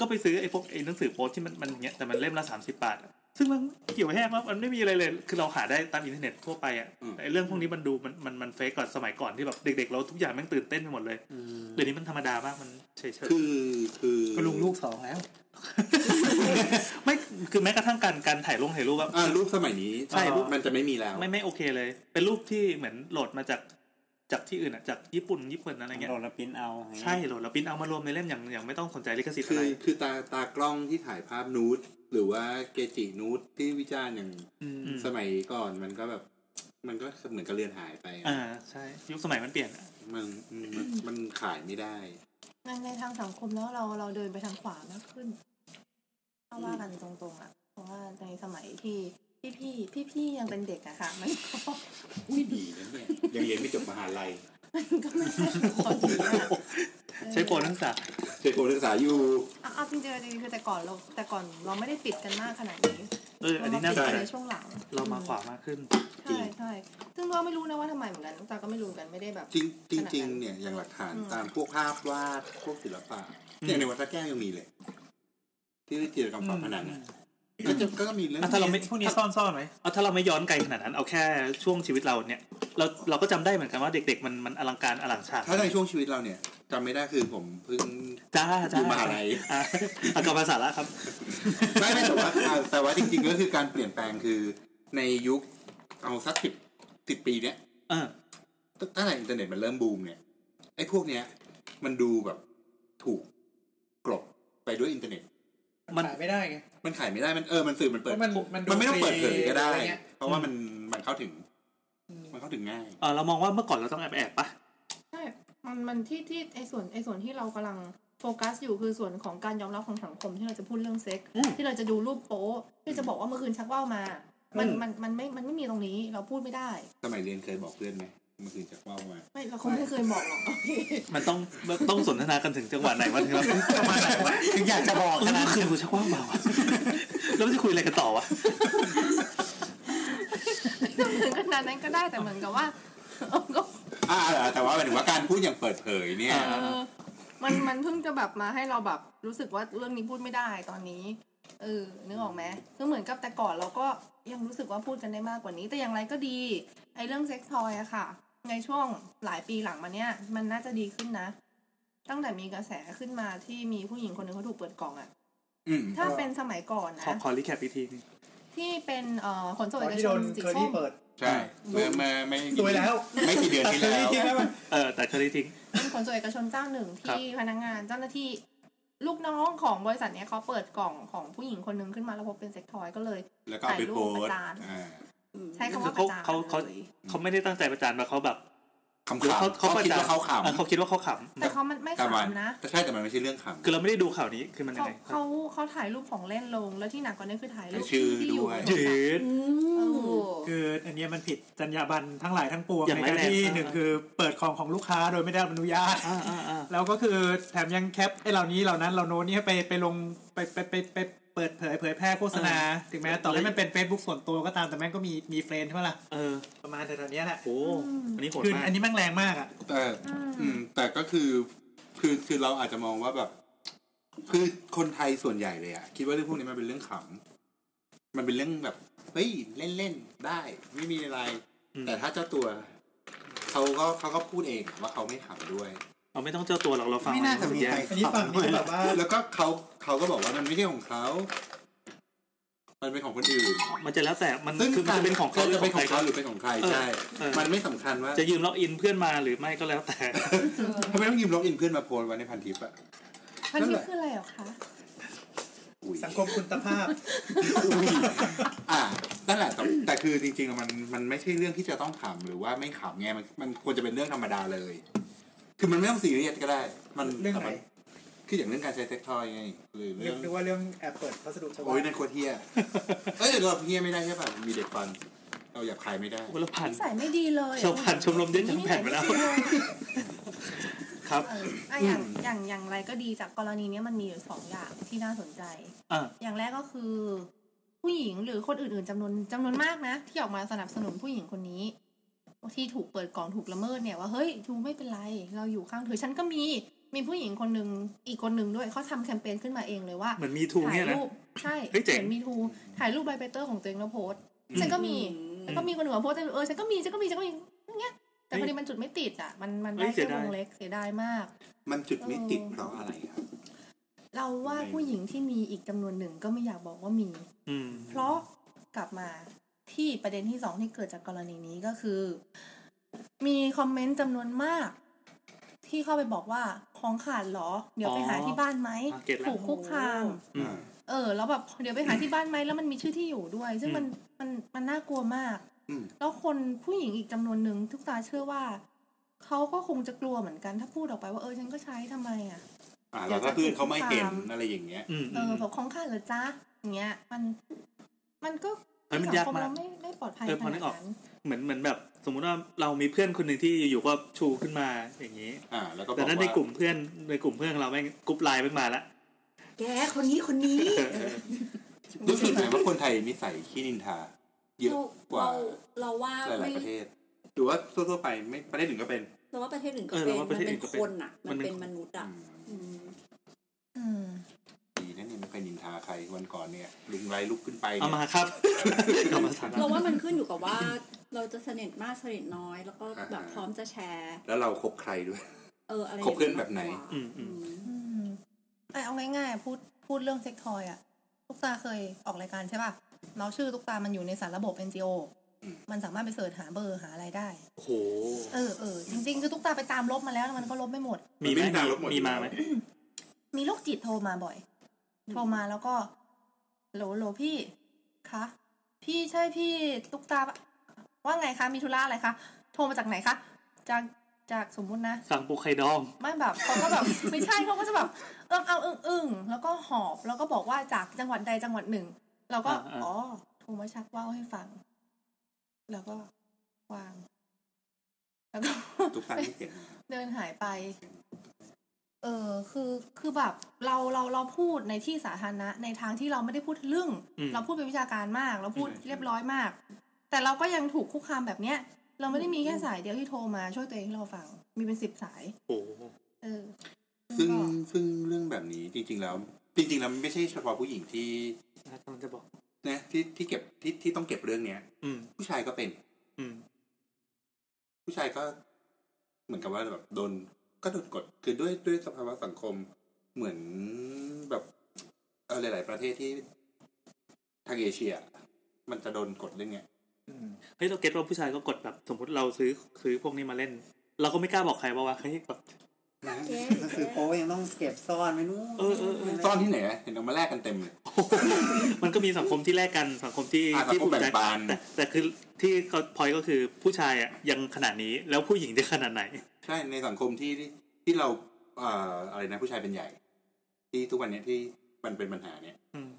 Speaker 4: ก็ไปซื้อไอ้พวกไอ้หนังสือโป๊ที่มันมันอย่างเงี้ยแต่มันเล่มละสามสิบบาทอะซึ่งมันเกี่ยวแห้งมากมันไม่มีอะไรเลย คือเราหาได้ตามอินเทอร์เน็ตทั่วไปอะแต่ไอ้เรื่องพวกนี้มันดูมันมันมันเฟกกว่าสมัยก่อนที่แบบเด็กๆเราทุกอย่างแม่งตื่นเต้นไปหมดเลย
Speaker 1: อืม
Speaker 4: เดี๋ยวนี้มันธรรมดามากมันเฉย
Speaker 5: คือคือ
Speaker 6: ก็ลุงลูกสองแล้ว
Speaker 4: ๆ ไม่คือแม้กระทั่งการการถ่ายลงถ่ายรูปแบบ
Speaker 5: อ่ารูปสมัยนี้
Speaker 4: ใช่รูป
Speaker 5: มันจะไม่มีแล้ว
Speaker 4: ไม่ไม่โอเคเลย เป็นรูปที่เหมือนโหลดมาจากจากที่อื่นอ่ะจากญี่ปุ่นญี่ปุ่นอะไรเงี้ย
Speaker 1: โดนแล้วปริ้นเอาอย่างเงี้ย
Speaker 4: ใช่โหลดแล้วปริ้นเอามารวมในเล่มอย่างอย่างไม่ต้องสนใจลิขสิทธิ์
Speaker 5: คื
Speaker 4: อะ
Speaker 5: อ
Speaker 4: ไร
Speaker 5: คือตาตากล้องที่ถ่ายภาพนูดหรือว่าเกจินูดที่วิจารณ์อย่าง
Speaker 4: อืม
Speaker 5: สมัยก่อนมันก็แบบ มันก็เหมือนกับเลือนหายไปอะ
Speaker 4: อ่าใช่ยุคสมัยมันเปลี่ยนอะ
Speaker 5: มันมันมันขายไม่ได้
Speaker 7: งานในทางสังคมแล้วเราเราเดินไปทางขวามากขึ้นถ้าว่ากันตรงๆอ่ะ เพราะว่าในสมัยที่พี่พี่พี่พี่ๆยังเป็นเด็กอะค่ะ มันก็
Speaker 5: อุ้ยดีนะเนี่ยยังเรียนไม่จบมหาลัย
Speaker 7: มันก็ไม่ใช่ คนดีอะ
Speaker 4: ใช้โปรนักศึกษา
Speaker 5: เคยโกนศึกษาอยู่
Speaker 7: เอาเอาจริงๆจริงๆคือแต่ก่อนเราแต่ก่อนเราไม่ได้ปิดกันมากขนาดนี้
Speaker 4: เอออันนี้น่าส
Speaker 7: เรา
Speaker 4: น
Speaker 7: ปิด
Speaker 4: ใจ
Speaker 7: ในช่วงหลัง
Speaker 4: เรามาขวามากขึ้น
Speaker 5: จริ
Speaker 7: ใช่
Speaker 5: ง
Speaker 7: ใช่ซึ่งเราไม่รู้นะว่าทำไมเหมือนกันตาก็ไม่รู้เหมือนกันไม่ได้แบบ
Speaker 5: จริงจริง
Speaker 7: ขนาดนั้น
Speaker 5: จริงเนี่ยอย่างหลักฐาน
Speaker 7: อืม
Speaker 5: ตามพวกภาพวาดพวกศิลปะ
Speaker 4: อื
Speaker 5: อ
Speaker 4: ม
Speaker 5: ย่างในวัดพระแก้วยังมีเลย ที่จิตรกรรมฝาผนังอะก็จะก็มีเรื่อง
Speaker 4: อ่ะถ้าเราไม่
Speaker 6: พวกนี้ซ่อนซ่อนๆไว้
Speaker 4: เอาถ้าเราไม่ย้อนไกลขนาดนั้นเอาแค่ช่วงชีวิตเราเนี่ยเราเราก็จำได้เหมือนกันว่าเด็ก ๆ มันมันอลังการอลังฉาก
Speaker 5: ถ้าในช่วงชีวิตเราเนี่ยจำไม่ได้คือผมเพิ่ง
Speaker 4: จ้า
Speaker 5: อ
Speaker 4: จ้า
Speaker 5: ยู่มหาลัย
Speaker 4: อ่ะ เอากลับมาสาระครับ
Speaker 5: ไม่ไม่แต่ว่าอ่าแต่ว่าจริงๆก็คือการเปลี่ยนแปลงคือในยุคเอาสักสิบสิบปีเนี้ย
Speaker 4: เออ
Speaker 5: ตั้งตั้งแต่อินเทอร์เน็ตมันเริ่มบูมเนี่ยไอ้พวกเนี้ยมันดูแบบถูกกลบไปด้วยอินเทอร์เน็ต
Speaker 4: มัน
Speaker 6: ขายไม่ได้ไง
Speaker 5: มันขายไม่ได้มันเออมันสื่อมันเปิด
Speaker 6: เพราะมันมันดู
Speaker 5: มันไม่ต้องเปิดเผยก็ได้
Speaker 6: อะไรเงี้ย
Speaker 5: เพราะว่ามันมันเข้าถึง มันเข้าถึงง่าย
Speaker 4: เออเรามองว่าเมื่อก่อนเราต้องแอบแอบๆปะ
Speaker 7: ใช่มันมันที่ที่ไอส่วนไอส่วนที่เรากำลังโฟกัสอยู่คือส่วนของการยอมรับของสังคมที่เราจะพูดเรื่องเซ็ก
Speaker 4: อืม
Speaker 7: ที่เราจะดูรูปโป๊ะที่จะบอกว่าเมื่อคืนชักว่าวมา มัน
Speaker 4: อืม
Speaker 7: มันมันไม่มันไม่มีตรงนี้เราพูดไม่ได้
Speaker 5: สมัยเรียนเคยบอกเพื่อนไหมเมื่อคืนจากว่าวมา
Speaker 7: ไม่เราคงไม่เคยบอกหรอก
Speaker 4: มันต้องต้องสนทนากันถึงจังหวะไหนวะถึงประมาณไหนวะ
Speaker 1: ถึงอยากจะบอก
Speaker 4: เออ
Speaker 1: ขนาด
Speaker 4: เมื่อน
Speaker 1: นั้
Speaker 4: คืนกูชักว่างเปล่าวะแล้วมันจะคุยอะไรกันต่อวะ
Speaker 7: ถึงขนาดนั้นก็ได้แต่เหมือนกับว่า เออก็
Speaker 5: อ่าแต่ว่าหมายถึงว่าการพูดอย่างเปิดเผยเนี่ย
Speaker 4: อ่า
Speaker 7: เออมันมันเพิ่งจะแบบมาให้เราแบบรู้สึกว่าเรื่องนี้พูดไม่ได้ตอนนี้เออนึกออกไหมคือเหมือนกับแต่ก่อนเราก็ยังรู้สึกว่าพูดกันได้มากกว่านี้ แต่อย่างไรก็ดี ไอเรื่องเซ็กทอยอะค่ะ ในช่วงหลายปีหลังมาเนี่ย มันน่าจะดีขึ้นนะ ตั้งแต่มีกระแสขึ้นมาที่มีผู้หญิงคนหนึ่งเขาถูกเปิดกล่องอะ
Speaker 5: อืม
Speaker 7: ถ้าเป็นสมัยก่อน
Speaker 4: ขอ
Speaker 7: นะ
Speaker 4: ขอรีแคปอีกทีหนึง
Speaker 7: ที่เป็นเอ่อขนส่ง
Speaker 6: ตอ
Speaker 7: เอน ก
Speaker 6: ที่
Speaker 7: ช
Speaker 6: โด
Speaker 7: น
Speaker 6: น
Speaker 7: สี
Speaker 6: เคอ
Speaker 7: ส้
Speaker 6: รี่
Speaker 7: ม
Speaker 6: เปิด
Speaker 5: ใช่เมื่อเมื่อไม่
Speaker 6: สวยแล้ว
Speaker 5: ไม่กี่เดือน
Speaker 6: ตัด
Speaker 5: ที่
Speaker 6: เคอ
Speaker 5: แล้ว
Speaker 6: รี่ทิ้งแล้วมัน
Speaker 4: เออแต่เคยได้ทิ้ง
Speaker 7: เป็นขนส่งเอกชนเจ้าหนึ่ง
Speaker 4: ครับ
Speaker 7: ที่พนักงานเจ้าหน้าที่ลูกน้องของบริษัทเนี้ยเขาเปิดกล่องของผู้หญิงคนหนึงขึ้นมาแล้วพบเป็นเซ็กทอยก็เลย
Speaker 5: แล้วก็เอาไปโพสต์
Speaker 7: ถ่ายรูปประจาน
Speaker 5: อ่า
Speaker 3: อืม
Speaker 7: ใช้คำ
Speaker 4: คือ
Speaker 7: ว่าป
Speaker 4: เขา
Speaker 7: ระจาน
Speaker 4: เขาเขา
Speaker 7: เลย
Speaker 4: เขาไม่ได้ตั้งใจประจานมาเขาแบบ
Speaker 5: คำ
Speaker 4: หรือ
Speaker 5: ขำ
Speaker 4: เขา
Speaker 5: เขา
Speaker 4: ประ
Speaker 5: คิด
Speaker 4: จาน
Speaker 5: ว่าเขาข
Speaker 4: เออเขาคิดว่าเขาข
Speaker 7: แต่เขามันไม่
Speaker 5: ำแต่มัน
Speaker 7: ขำนะ
Speaker 5: แต่ใช่แต่มันไม่ใช่เรื่องขำ
Speaker 4: ำคือเราไม่ได้ดูข่าวนี้คือมันยัง
Speaker 7: เขา
Speaker 4: ไง
Speaker 7: เขาเขาถ่ายรูปของเล่นลงแล้วที่หนักกว่านั้นคือถ่ายรูป
Speaker 5: ถ่ายชื่อ
Speaker 7: ที่ที่อยู่
Speaker 5: ด้วย
Speaker 7: ในโทร
Speaker 4: จื
Speaker 7: ศัพท์
Speaker 4: ด
Speaker 3: อื
Speaker 7: เอ
Speaker 3: ม
Speaker 7: อ
Speaker 6: คืออันเนี้ยมันผิดจรรยาบรรณทั้งหลายทั้งปวง
Speaker 4: อย่าง
Speaker 6: ใน
Speaker 4: ร้าย
Speaker 6: การ
Speaker 4: แรง
Speaker 6: ที่
Speaker 4: อ่า
Speaker 6: หนึ่งคือเปิดของของลูกค้าโดยไม่ได้รับอนุญาต
Speaker 4: อ่าอ่าอ่า
Speaker 6: แล้วก็คือแถมยังแคปไอ้เหล่านี้เหล่านั้นเหล่าโน้นนี่ไปไปลงไปไปไปไปไป เปิดเผยเผยแพร่โฆษณา ถึงแม้ต่อให้มันเป็น Facebook ส่วนตัวก็ตามแต่แม่งก็มีมีเฟรนใช่ไหมล่ะ
Speaker 4: เออ
Speaker 6: ประมาณแถวๆเนี้ยแหละ
Speaker 4: โหอันนี้โหด
Speaker 6: คือ
Speaker 4: มาก
Speaker 6: อันนี้แม่งแรงมากอ่ะ
Speaker 5: แต่อืมแต่ก็คือคือคือเราอาจจะมองว่าแบบ คือคนไทยส่วนใหญ่เลยอะคิดว่าเรื่องพวกนี้มันเป็นเรื่องขำมันเป็นเรื่องแบบเฮ้ยเล่นเล่นๆได้ ไม่มีอะไร
Speaker 4: อืม
Speaker 5: แต่ถ้าเจ้าตัวเขาก็เขาก็พูดเองว่าเขาไม่ขำด้วย
Speaker 4: เราไม่ต้องเจ้าตัวหรอกเราฟัง
Speaker 8: ไม่น่าจะมีใคร
Speaker 6: อันนี้ฟัง
Speaker 8: ขับ
Speaker 6: นี่แบบว่า
Speaker 5: แล้วก็เขาเขาก็บอกว่ามันไม่ใช่ของเขา มันเป็นของคนอื่น
Speaker 4: มันจะแล้วแต่มัน
Speaker 5: ซึ่ง
Speaker 4: คือมันจะเป็นของเขาหรื
Speaker 5: จะ
Speaker 4: อข
Speaker 5: เป็
Speaker 4: อน ง
Speaker 5: ข
Speaker 4: ใค
Speaker 5: อ
Speaker 4: รง ก็
Speaker 5: เขาหรือเป็นของใคร
Speaker 4: เออ
Speaker 5: ใช่
Speaker 4: เออ
Speaker 5: มันไม่สำคัญว่า
Speaker 4: จะยืมล็อกอินเพื่อนมาหรือไม่ก็แล้วแต่
Speaker 5: ทำไมต้องยืมล็อกอินเพื่อนมาโพสต์ไว้ในพันทิปอะ
Speaker 2: พัน
Speaker 5: นั่น
Speaker 2: ทิป
Speaker 5: แหละ
Speaker 2: คืออะไรเหรอคะ
Speaker 5: อุ้ย
Speaker 6: สังคมคุณภาพ
Speaker 5: อุ้ยอ่านั่นแหละแต่แต่คือจริงๆแล้วมันมันไม่ใช่เรื่องที่จะต้องขำหรือว่าไม่ขำไงมันมันควรจะเป็นเรื่องธรรมดาเลย คือมันไม่ต้องซีเรียสก็ได้ มัน
Speaker 6: เรื่องไหน
Speaker 5: แต่มัคืออย่างเรื่องการใช้เซ็กทอยไงหรือ
Speaker 6: เรี
Speaker 5: เรื่
Speaker 6: ย
Speaker 5: อก ง
Speaker 6: ได้ว่าเรื่องแอบเปิดพัสดุชาว
Speaker 5: โอ้ย
Speaker 6: บ้าน
Speaker 5: นั่นโคตรเทีย เอ้ยเราเทียไม่ได้ใช่ป่ะมีเด็กฟัน เราหยาบคายไม่ได้
Speaker 4: เราผ่าน
Speaker 2: ใส่ไม่ดีเลย
Speaker 4: เราผ่านชมรมเด็กทั้งแผ่นมาแล้ว
Speaker 2: นิสัยไม่ดีเย
Speaker 4: ครับ
Speaker 2: เอออ่ะอย่างอย่างอย่างไรก็ดีจากกรณีเนี้ยมันมีอยู่สองอย่างที่น่าสนใจ
Speaker 4: อ่า
Speaker 2: อย่างแรกก็คือ ผู้หญิงหรือคนอื่นๆจำนวนจำนวนมากนะ ที่ออกมาสนับสนุนผู้หญิงคนนี้ ที่ถูกเปิดกล่องถูกละเมิดเนี่ยว่าเฮ้ยยูไม่เป็นไร เราอยู่ข้างเธอฉันก็มีมีผู้หญิงคนหนึ่งอีกคนหนึ่งด้วยเขาทำแคมเปญขึ้นมาเองเลยว่า
Speaker 4: เหมือนมีทู
Speaker 2: ถ่า
Speaker 4: เนี่ย ยนะ
Speaker 2: รูปใช่
Speaker 4: เฮ้ยเจ๋ง
Speaker 2: เห็นมีทูถ่ายรูปใบเปเตอร์ของตัวเองแล้วโพสต์ฉันก็มี
Speaker 3: อืม
Speaker 2: แล้วก็มีคนอื่นมาโพสต์เออฉันก็มีฉันก็มีฉันก็มีอย่างเงี้ยแต่พอดีมันจุดไม่ติดอ่ะมันมันได้
Speaker 4: เฮ้ยเสี
Speaker 2: แค่
Speaker 4: ยว ดาย
Speaker 2: งเล็กเสียดายมาก
Speaker 5: มันจุดไม่ติดเพราะอะไรครับ
Speaker 2: เราว่าผู้หญิงที่มีอีกจำนวนหนึ่งก็ไม่อยากบอกว่ามี
Speaker 4: อืม
Speaker 2: เพราะกลับมาที่ประเด็นที่สองที่เกิดจากกรณีนี้ก็คือ มีคอมเมนต์จำนวนมาก ที่เข้าไปบอกว่าของขาดเหรอ เดี๋ยวไปหาที่บ้านไหม
Speaker 4: อ๋อเก็ตละ
Speaker 2: ถูกคุกคาม
Speaker 4: อืม
Speaker 5: อ่า
Speaker 2: เออ แล้วแบบเดี๋ยวไปหาที่บ้านไหมแล้วมันมีชื่อที่อยู่ด้วย ซึ่งมันมันมันน่ากลัวมาก
Speaker 5: อืม
Speaker 2: แล้วคนผู้หญิงอีกจำนวนหนึ่งทุกตาเชื่อว่าเขาก็คงจะกลัวเหมือนกัน ถ้าพูดออกไปว่าเออฉันก็ใช้ทำไมอ่ะ
Speaker 5: อ่าแล้วถ้าเพื่อนเขาไม่เห็นอะไรอย่างเงี้ย
Speaker 4: อืม
Speaker 2: เออ
Speaker 4: อืม
Speaker 2: แบบของข้าเหรอจ๊ะอย่างเงี้ย มันมันก็
Speaker 4: เฮ้ยมัน
Speaker 2: สัง
Speaker 4: ยาก
Speaker 2: คม
Speaker 4: มาก
Speaker 2: เราไม่ไม่ปลอดภัย
Speaker 4: เออ
Speaker 2: ข
Speaker 4: พอนึ
Speaker 2: นาก ด
Speaker 4: ออก
Speaker 2: นั้น
Speaker 4: เหมือนเหมือนแบบ สมมุติว่าเรามีเพื่อนคนหนึ่งที่อยู่ๆก็ชูขึ้นมาอย่างนี้
Speaker 5: อ่า แล้วก็บ
Speaker 4: แต่
Speaker 5: อก
Speaker 4: นั้
Speaker 5: ว่าน
Speaker 4: ในกลุ่มเพื่อนในกลุ่มเพื่อนของเราแม่งกรุ๊ปไลน์ไม่งมาละ
Speaker 3: แกคนนี้คนนี้
Speaker 4: เออเออ
Speaker 5: รู้สึกไหมว่าคนไทยนิสัยขี้นินทา เยอะกว่า
Speaker 3: เราเราว่า
Speaker 5: หลา
Speaker 3: ไม่
Speaker 5: ยๆประเทศ หรือว่าทั่วๆไปไม่ประเทศอื่นก็เป็น
Speaker 3: เราว่าประเทศอื่นก็
Speaker 4: เออ
Speaker 3: เป็
Speaker 4: เรา
Speaker 3: น
Speaker 4: ว่า
Speaker 3: มั
Speaker 4: ป
Speaker 3: น
Speaker 4: ระเทศ
Speaker 3: เป็น
Speaker 4: อื่นก็
Speaker 3: ค
Speaker 4: เป็น
Speaker 3: นอ่ะ มันเป็นมนุษย์อ่ะ
Speaker 5: อื
Speaker 3: อื
Speaker 5: ม
Speaker 3: ม
Speaker 2: อืม
Speaker 5: ดีนะเนี่ยไม่เคยนินทาใครวันก่อนเนี่ย ลุงไรลุกขึ้นไป
Speaker 4: เอา
Speaker 5: เนี่ย
Speaker 4: มา ครับ เอามาสาระ
Speaker 3: เราว่ามันขึ้นอยู่กับว่า เราจะสนิทมากสนิทน้อย แล้วก็
Speaker 5: อ่าฮะ
Speaker 3: แบบพร้อมจะแชร์
Speaker 5: แล้วเราคบใครด้วย
Speaker 3: เอออะไร
Speaker 5: คบเพื่อนแบบไหน
Speaker 3: มากกว่า
Speaker 4: อืมอืม
Speaker 3: อืม
Speaker 2: อืมเอยเอาง่ายๆพูดพูดเรื่องเซ็กทอยอะตุ๊กตาเคยออกรายการใช่ป่ะเราชื่อตุ๊กตามันอยู่ในสารระบบ NGO
Speaker 5: อืม
Speaker 2: มันสามารถไปเสิร์ชหาเบอร์หาอะไรได้
Speaker 4: โอ้โห
Speaker 2: เออเออจริงๆคือตุ๊กตาไปตามลบมาแล้วมันก็ลบไม่หมด
Speaker 4: มีไหม
Speaker 5: ไม่ได้ลบหมด
Speaker 4: มีมาไหม
Speaker 2: มีโรคจิตโทรมาบ่อย โทรมาแล้วก็โหลโหลพี่คะพี่ใช่พี่ตุ๊กตาปะว่าไงคะมีธุระอะไรคะโทรมาจากไหนคะจากจากสมมุตินะ
Speaker 4: สั่งปูไข่ดอง
Speaker 2: ไม่แบบเขาก็แบบ ไม่ใช่เขาก็จะแบบเอิงเอาเอิงเอิงแล้วก็หอบแล้วก็บอกว่าจากจังหวัดใดจังหวัดหนึ่งเราก็
Speaker 4: อ่าอ่า
Speaker 2: อ๋อโทรมาชักว่าวให้ฟัง แล้วก็วาง แล้วก็
Speaker 5: ทุกครั้งที่เสียง
Speaker 2: เดินหายไป เออ คือ คือแบบ เรา เรา เราพูดในที่สาธารณะในทางที่เราไม่ได้พูดทะลึ่ง
Speaker 4: อืม
Speaker 2: เราพูดเป็นวิชาการมาก เราพูดเรียบร้อยมาก แต่เราก็ยังถูกคุกคามแบบเนี้ย เราไม่ได้มีแค่สายเดียวที่โทรมาช่วยตัวเองให้เราฟัง มีเป็นสิบสาย
Speaker 4: โอ้โห
Speaker 2: เออ
Speaker 5: ซึ่ง
Speaker 2: ก็
Speaker 5: ซึ่งเรื่องแบบนี้จริง ๆ แล้ว จริง ๆ แล้วมันไม่ใช่เฉพาะผู้หญิงที่
Speaker 4: กำลังจะบอก
Speaker 5: นะที่ที่เก็บที่ที่ต้องเก็บเรื่องเนี้ย
Speaker 4: อืม
Speaker 5: ผู้ชายก็เป็น
Speaker 4: อืม
Speaker 5: ผู้ชายก็ เหมือนกับว่าแบบโดนก็โดนกด คือด้วยด้วยสภาวะสังคมเหมือนแบบเออหลาย ๆ ประเทศที่ทางเอเชีย มันจะโดนกดเรื่องเนี้ย
Speaker 4: เฮ้ยเราเก็ตว่าผู้ชายก็กดแบบ สมมติเราซื้อซื้อพวกนี้มาเล่น เราก็ไม่กล้าบอกใครว่าว่าเฮ้ยแบบ
Speaker 8: หนังสือโป้ยังต้องเก็บซ่อนไว้นู่น
Speaker 4: เออเออเออ
Speaker 5: ซ่อนที่ไหนอะเห็นเอามาแลกกันเต็มเลย
Speaker 4: มันก็มีสังคมที่แลกกันสังคมที่
Speaker 5: อ่ะ
Speaker 4: ที่
Speaker 5: สังคมแบ่งปัน
Speaker 4: แต่แต่คือที่เขาพอยก็คือผู้ชายอ่ะยังขนาดนี้แล้วผู้หญิงจะขนาดไหน
Speaker 5: ใช่ในสังคมที่ที่ที่เราเอ่ออะไรนะผู้ชายเป็นใหญ่ ที่ทุกวันเนี้ยที่มันเป็นปัญหาเนี่ย
Speaker 4: อืม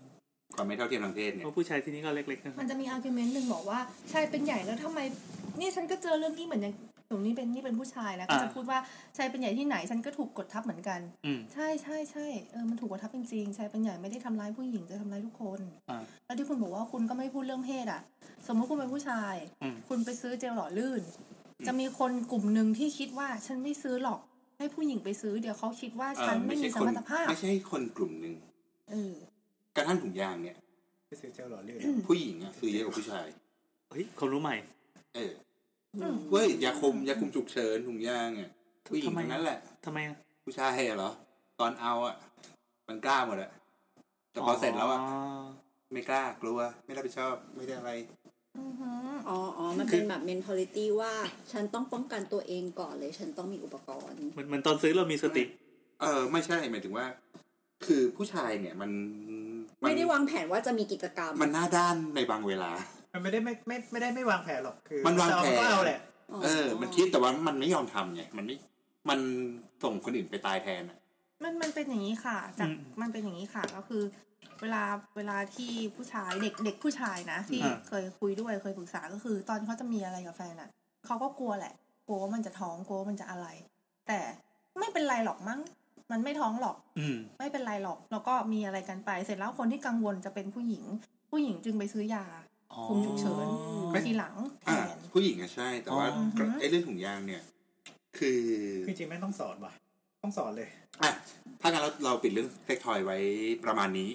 Speaker 5: ความไม่เท่าเทียมทางเพศเนี่ย
Speaker 4: เพราะผู้ชายที่นี่ก็เล็กๆนะ
Speaker 2: มันจะมีอาร์กิวเมนต์หนึ่งบอกว่า ใช่เป็นใหญ่แล้วทำไม นี่ฉันก็เจอเรื่องนี้เหมือนอย่าง หนูนี่เป็นนี่เป็นผู้ชายนะ
Speaker 4: อ่า
Speaker 2: ก็จะพูดว่าชายเป็นใหญ่ที่ไหนฉันก็ถูกกดทับเหมือนกัน
Speaker 4: อืม
Speaker 2: ใช่ใช่ใช่เออมันถูกกดทับจริงๆชายเป็นใหญ่ไม่ได้ทำร้ายผู้หญิงจะทำร้ายทุกคน
Speaker 4: อ่า
Speaker 2: แล้วที่คุณบอกว่าคุณก็ไม่พูดเรื่องเพศอ่ะ สมมุติคุณเป็นผู้ชาย
Speaker 4: อืม
Speaker 2: คุณไปซื้อเจลหล่อลื่น จะมีคนกลุ่มหนึ่งที่คิดว่าฉันไม่ซื้อหรอก ให้ผู้หญิงไปซื้อเดี๋ยวเขาคิดว่า
Speaker 5: เอ่อ
Speaker 2: ฉันไม่มีส
Speaker 5: คน
Speaker 2: มรรถภาพ
Speaker 5: ไม่ใช่คนกลุ่มหนึ่ง
Speaker 2: เออก
Speaker 5: ระทั่งถุงยางเนี่ย
Speaker 9: ไม่ซื้อเจลหล่อลื่น
Speaker 5: ผู้หญิงอะซื้อเยอะกว่าผู้ชาย
Speaker 4: เฮ้ยความรู้ใหม่
Speaker 5: เออ
Speaker 2: อืม
Speaker 5: เว้ยยาคุมยาคุมฉุกเฉินถุงยางอ่ะผู้หญิง
Speaker 4: ทำไม
Speaker 5: ทั้งนั้นแหละ
Speaker 4: ทำไมอะ
Speaker 5: ผู้ชายอะเหรอ ตอนเอาอ่ะ มันกล้าหมดอ่ะแต่พอเสร็จแล้วอ่ะไม่กล้ากลัว ไม่รับผิดชอบไม่ได้อะไร
Speaker 2: อือหือ
Speaker 3: อ๋ออ๋อมันเป็นแบบ mentality ว่าฉันต้องป้องกันตัวเองก่อนเลย ฉันต้องมีอุปกรณ์
Speaker 4: เหมือนเหมือนตอนซื้อเรามีสติ
Speaker 5: เออ ไม่ใช่หมายถึงว่า คือผู้ชายเนี่ย มันน
Speaker 3: ไม่ได้วางแผนว่าจะมีกิจกรรม
Speaker 5: มันหน้าด้านในบางเวลา
Speaker 6: มันไม่ได้ไม่ไม่ไม่ได้ไม่วางแผนหรอกคือ
Speaker 5: มันวางแผน
Speaker 6: จะเอก็เอาแหละ
Speaker 5: เออ มันคิดแต่ว่ามันไม่ยอมทำไงมันไม่มันส่งคนอื่นไปตายแทนอะ
Speaker 2: มันมันเป็นอย่างนี้ค่ะ จาก
Speaker 4: อืม
Speaker 2: มันเป็นอย่างนี้ค่ะก็คือ เวลาเวลาที่ผู้ชายเด็กเด็กผู้ชายนะที่
Speaker 4: อ่า
Speaker 2: เคยคุยด้วยเคยปรึกษาก็คือ ตอนเขาจะมีอะไรกับแฟนอ่ะเขาก็กลัวแหละ กลัวว่ามันจะท้องกลัวว่ามันจะอะไร แต่ไม่เป็นไรหรอกมั้ง มันไม่ท้องหรอก
Speaker 4: อืม
Speaker 2: ไม่เป็นไรหรอก แล้วก็มีอะไรกันไป เสร็จแล้วคนที่กังวลจะเป็นผู้หญิง ผู้หญิงจึงไปซื้อยา คุมฉุกเฉิน
Speaker 5: ไม่
Speaker 2: ทีหลังแท
Speaker 5: อ่ะ
Speaker 2: น
Speaker 5: ผู้หญิงอะใช่ แต่ว่า
Speaker 4: อ๋อ
Speaker 5: กระไอ้เรื่องถุงยางเนี่ย คือ
Speaker 6: คือจริงๆแม่งต้องสอนว่ะ ต้องสอนเลย
Speaker 5: อ่ะถ้างั้นเราเราปิดเรื่องเซ็กทอยไว้ประมาณนี้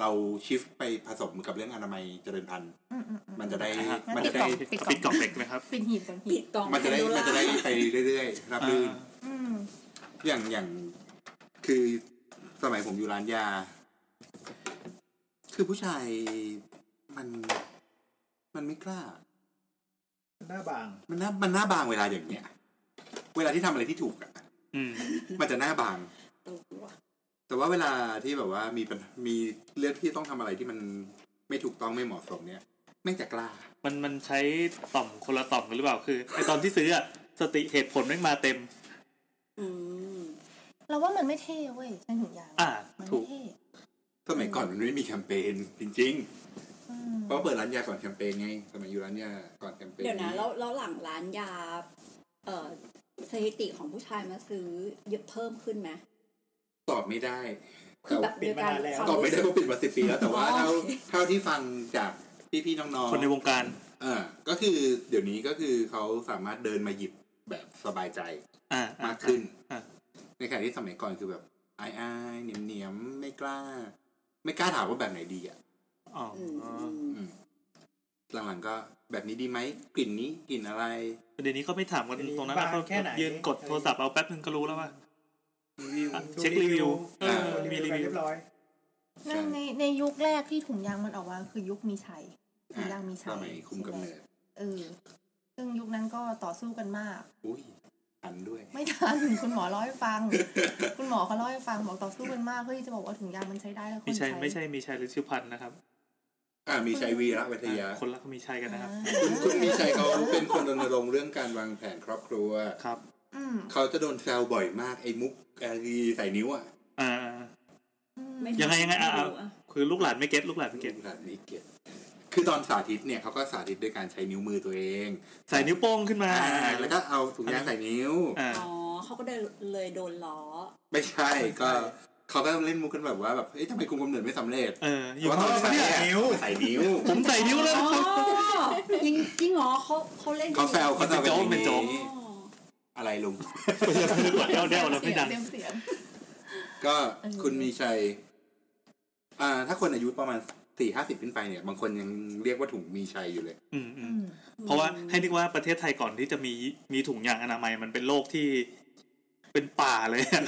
Speaker 5: เราชิฟไปผสมกับเรื่องอนามัยเจริญพันธุ์
Speaker 2: อืมอืมอืม
Speaker 5: มันจะได้
Speaker 4: อ่ะฮะ
Speaker 5: มันจะ
Speaker 2: งั้
Speaker 5: ได้
Speaker 2: น ปิ
Speaker 4: ปิ
Speaker 2: ดก
Speaker 4: ดก
Speaker 2: ล่อง
Speaker 4: ล่องเหล็กนะครับ
Speaker 2: เป็นหีบเป็นหี
Speaker 3: ปิ
Speaker 2: บ
Speaker 3: ดกล่อง
Speaker 5: มันจะได้
Speaker 3: แพโด
Speaker 5: มัน
Speaker 3: รา
Speaker 5: จะได้ไปเรื่อยๆรับรื่น
Speaker 2: อืม
Speaker 5: อย่างอย่างคือสมัยผมอยู่ร้านยา คือผู้ชายมันมันไม่กล้า
Speaker 6: หน้าบาง
Speaker 5: มันหน้ามันหน้าบางเวลาอย่างเนี้ย เวลาที่ทำอะไรที่ถูกอะ
Speaker 4: อืม
Speaker 5: มันจะหน้าบาง
Speaker 3: ตัว
Speaker 5: แต่ว่าเวลาที่แบบว่ามีปัญมีเรื่องที่ต้องทำอะไรที่มันไม่ถูกต้องไม่เหมาะสมเนี่ยแม่งจะกล้า
Speaker 4: มันมันใช้ต่อมคนละต่อมกันหรือเปล่าคือไอตอนที่ซื้ออะสติเหตุผลไม่งมาเต็ม
Speaker 3: อืม
Speaker 2: เราว่ามันไม่เท่เว้ยในถุงยาง
Speaker 4: อ่า
Speaker 2: มัน
Speaker 4: ถู
Speaker 2: ไม่
Speaker 4: ก
Speaker 2: เท่
Speaker 5: สมัยก่อนมันไม่มีแคมเปญจริง
Speaker 2: อืม
Speaker 5: ๆ เพราะเปิดร้านยาก่อนแคมเปญไง สมัยอยู่ร้านยาก่อนแคมเปญ
Speaker 3: เดี๋ยวนะแล้วแล้วหลังร้านยา เอ่อสถิติของผู้ชายมาซื้อเยอะเพิ่มขึ้นไหม
Speaker 5: ตอบไม่ได้
Speaker 3: คือแบบ
Speaker 6: ปิด
Speaker 3: โดยการ
Speaker 6: มานานแล้ว
Speaker 3: ความ
Speaker 5: ตอบไม่
Speaker 3: รู้
Speaker 5: ได้
Speaker 3: สึก
Speaker 5: เพราะปิดมาสิบปีแล้วแต่ว่า
Speaker 3: อ๋อ
Speaker 5: เท่าเท่าที่ฟังจากพี่ๆน้อง
Speaker 4: คนในวงการ
Speaker 5: ๆเออก็คือเดี๋ยวนี้ก็คือเขาสามารถเดินมาหยิบแบบสบายใจ
Speaker 4: อ่าอ่
Speaker 5: มากขึ้น
Speaker 4: อ่ะ
Speaker 5: ในขณะที่สมัยก่อนคือแบบอายๆเหนียมๆไม่กล้า ไม่กล้าถามว่าแบบไหนดีอ่ะ
Speaker 4: อ๋อ
Speaker 3: อืมอืม
Speaker 5: อืมหลังๆก็แบบนี้ดีไหมกลิ่นนี้กลิ่นอะไร
Speaker 4: เดี๋ยวนี้เขาไม่ถามกันตรงนั้นแล้วเขา
Speaker 6: บางแค่ไหน
Speaker 4: ยืนกดโทรศัพท์เอาแป๊บนึงก็รู้แล้วว่า
Speaker 6: รีวิว
Speaker 4: อ่ะ
Speaker 6: ดู
Speaker 4: เช็ครีวิว
Speaker 6: เออ
Speaker 4: เออมี
Speaker 6: รี
Speaker 4: รีวิว
Speaker 6: วิวไปเรียบร้อย
Speaker 2: ในในในยุคแรกที่ถุงยางมันออกมาคือยุคมีชัยถุงยางมี
Speaker 5: ส
Speaker 2: ชัย
Speaker 5: มัยคุมกำเนิด
Speaker 2: เออซึ่งยุคนั้นก็ต่อสู้กันมาก
Speaker 5: อุ้ยอันด้วย
Speaker 2: ไม่ทัน คุณหมอเล่าให้ฟัง คุณหมอเขาเล่าให้ฟังบอกต่อสู้กันมากเพื่อที่จะบอกว่าถุงยางมันใช้ได้แล้วค
Speaker 4: มี
Speaker 2: น
Speaker 4: ชั
Speaker 2: ใช้
Speaker 4: ยไม่ใช่มีชัยหรือชื่อพันธุ์นะครับ
Speaker 5: อ่ามีชัยวีระวิทยา
Speaker 4: อ่ะคนละเขามีชัยกันนะครับ
Speaker 5: คุณคุณมีชัยเขาเป็นคนรณรงค์เรื่องการวางแผนครอบครัว
Speaker 4: ครับ
Speaker 2: อืม
Speaker 5: เขาจะโดนแซวบ่อยมากไอ้มุกอารีใส่นิ้วอ่ะ
Speaker 4: อ่า
Speaker 2: อืม
Speaker 3: ม่
Speaker 4: ยังไงยังไงอ่ะอ่ะ
Speaker 3: รู้
Speaker 4: คือลูกหลานไม่เก็ตลูกหลานไม่
Speaker 5: เกี
Speaker 4: เก็
Speaker 5: ยร
Speaker 4: ต
Speaker 5: ติานี้เกียรติคือตอนสาธิตเนี่ยเขาก็สาธิตด้วยการใช้นิ้วมือตัวเอง
Speaker 4: ใส่นิ้วโป้งขึ้นมา
Speaker 5: อ่าแล้วก็เอาถุงยางใส่นิ้ว
Speaker 4: อ่า
Speaker 3: อ๋อเขาก็เลยเลยโดนล้อ
Speaker 5: ไม่ใช่ก็เขาก็เล่นมุกกันแบบว่าแบบเอ๊ะทำไมคุมกำเนิดไม่สำเร็จ
Speaker 4: เอออ
Speaker 5: เพ
Speaker 4: ยู่
Speaker 5: ราะว่าตอน
Speaker 4: ข้าง
Speaker 5: ใส่
Speaker 4: หลัง
Speaker 5: อะ
Speaker 4: เนี่ย
Speaker 5: ใส่นิ้ว
Speaker 4: ผมใส่นิ้วแล้ว
Speaker 3: อ๋อ
Speaker 4: นะครับ
Speaker 3: จริงจริงเหรอเขาเขาเล่น
Speaker 5: เขาแซวเขาแซวกันอย่าง
Speaker 4: เป็นโจ๊ก
Speaker 5: นี้
Speaker 3: อ๋อ
Speaker 5: อะไรลุง
Speaker 4: เดี๋ยวเดี๋ยวเดี๋ยวเดี๋ยวเราไม่ดัง
Speaker 2: เสียงเสียง
Speaker 5: ก็
Speaker 2: เออ
Speaker 5: คุณมีชัย อ่า ถ้าคนอายุประมาณสี่ห้าสิบขึ้นไปเนี่ย บางคนยังเรียกว่าถุงมีชัยอยู่เลย
Speaker 4: อืมอื
Speaker 2: อืม
Speaker 4: มเพราะว่าให้นึกว่าประเทศไทยก่อนที่จะมีมีถุงยางอนามัยมันเป็นโลกที่เป็นป่าเลย อะ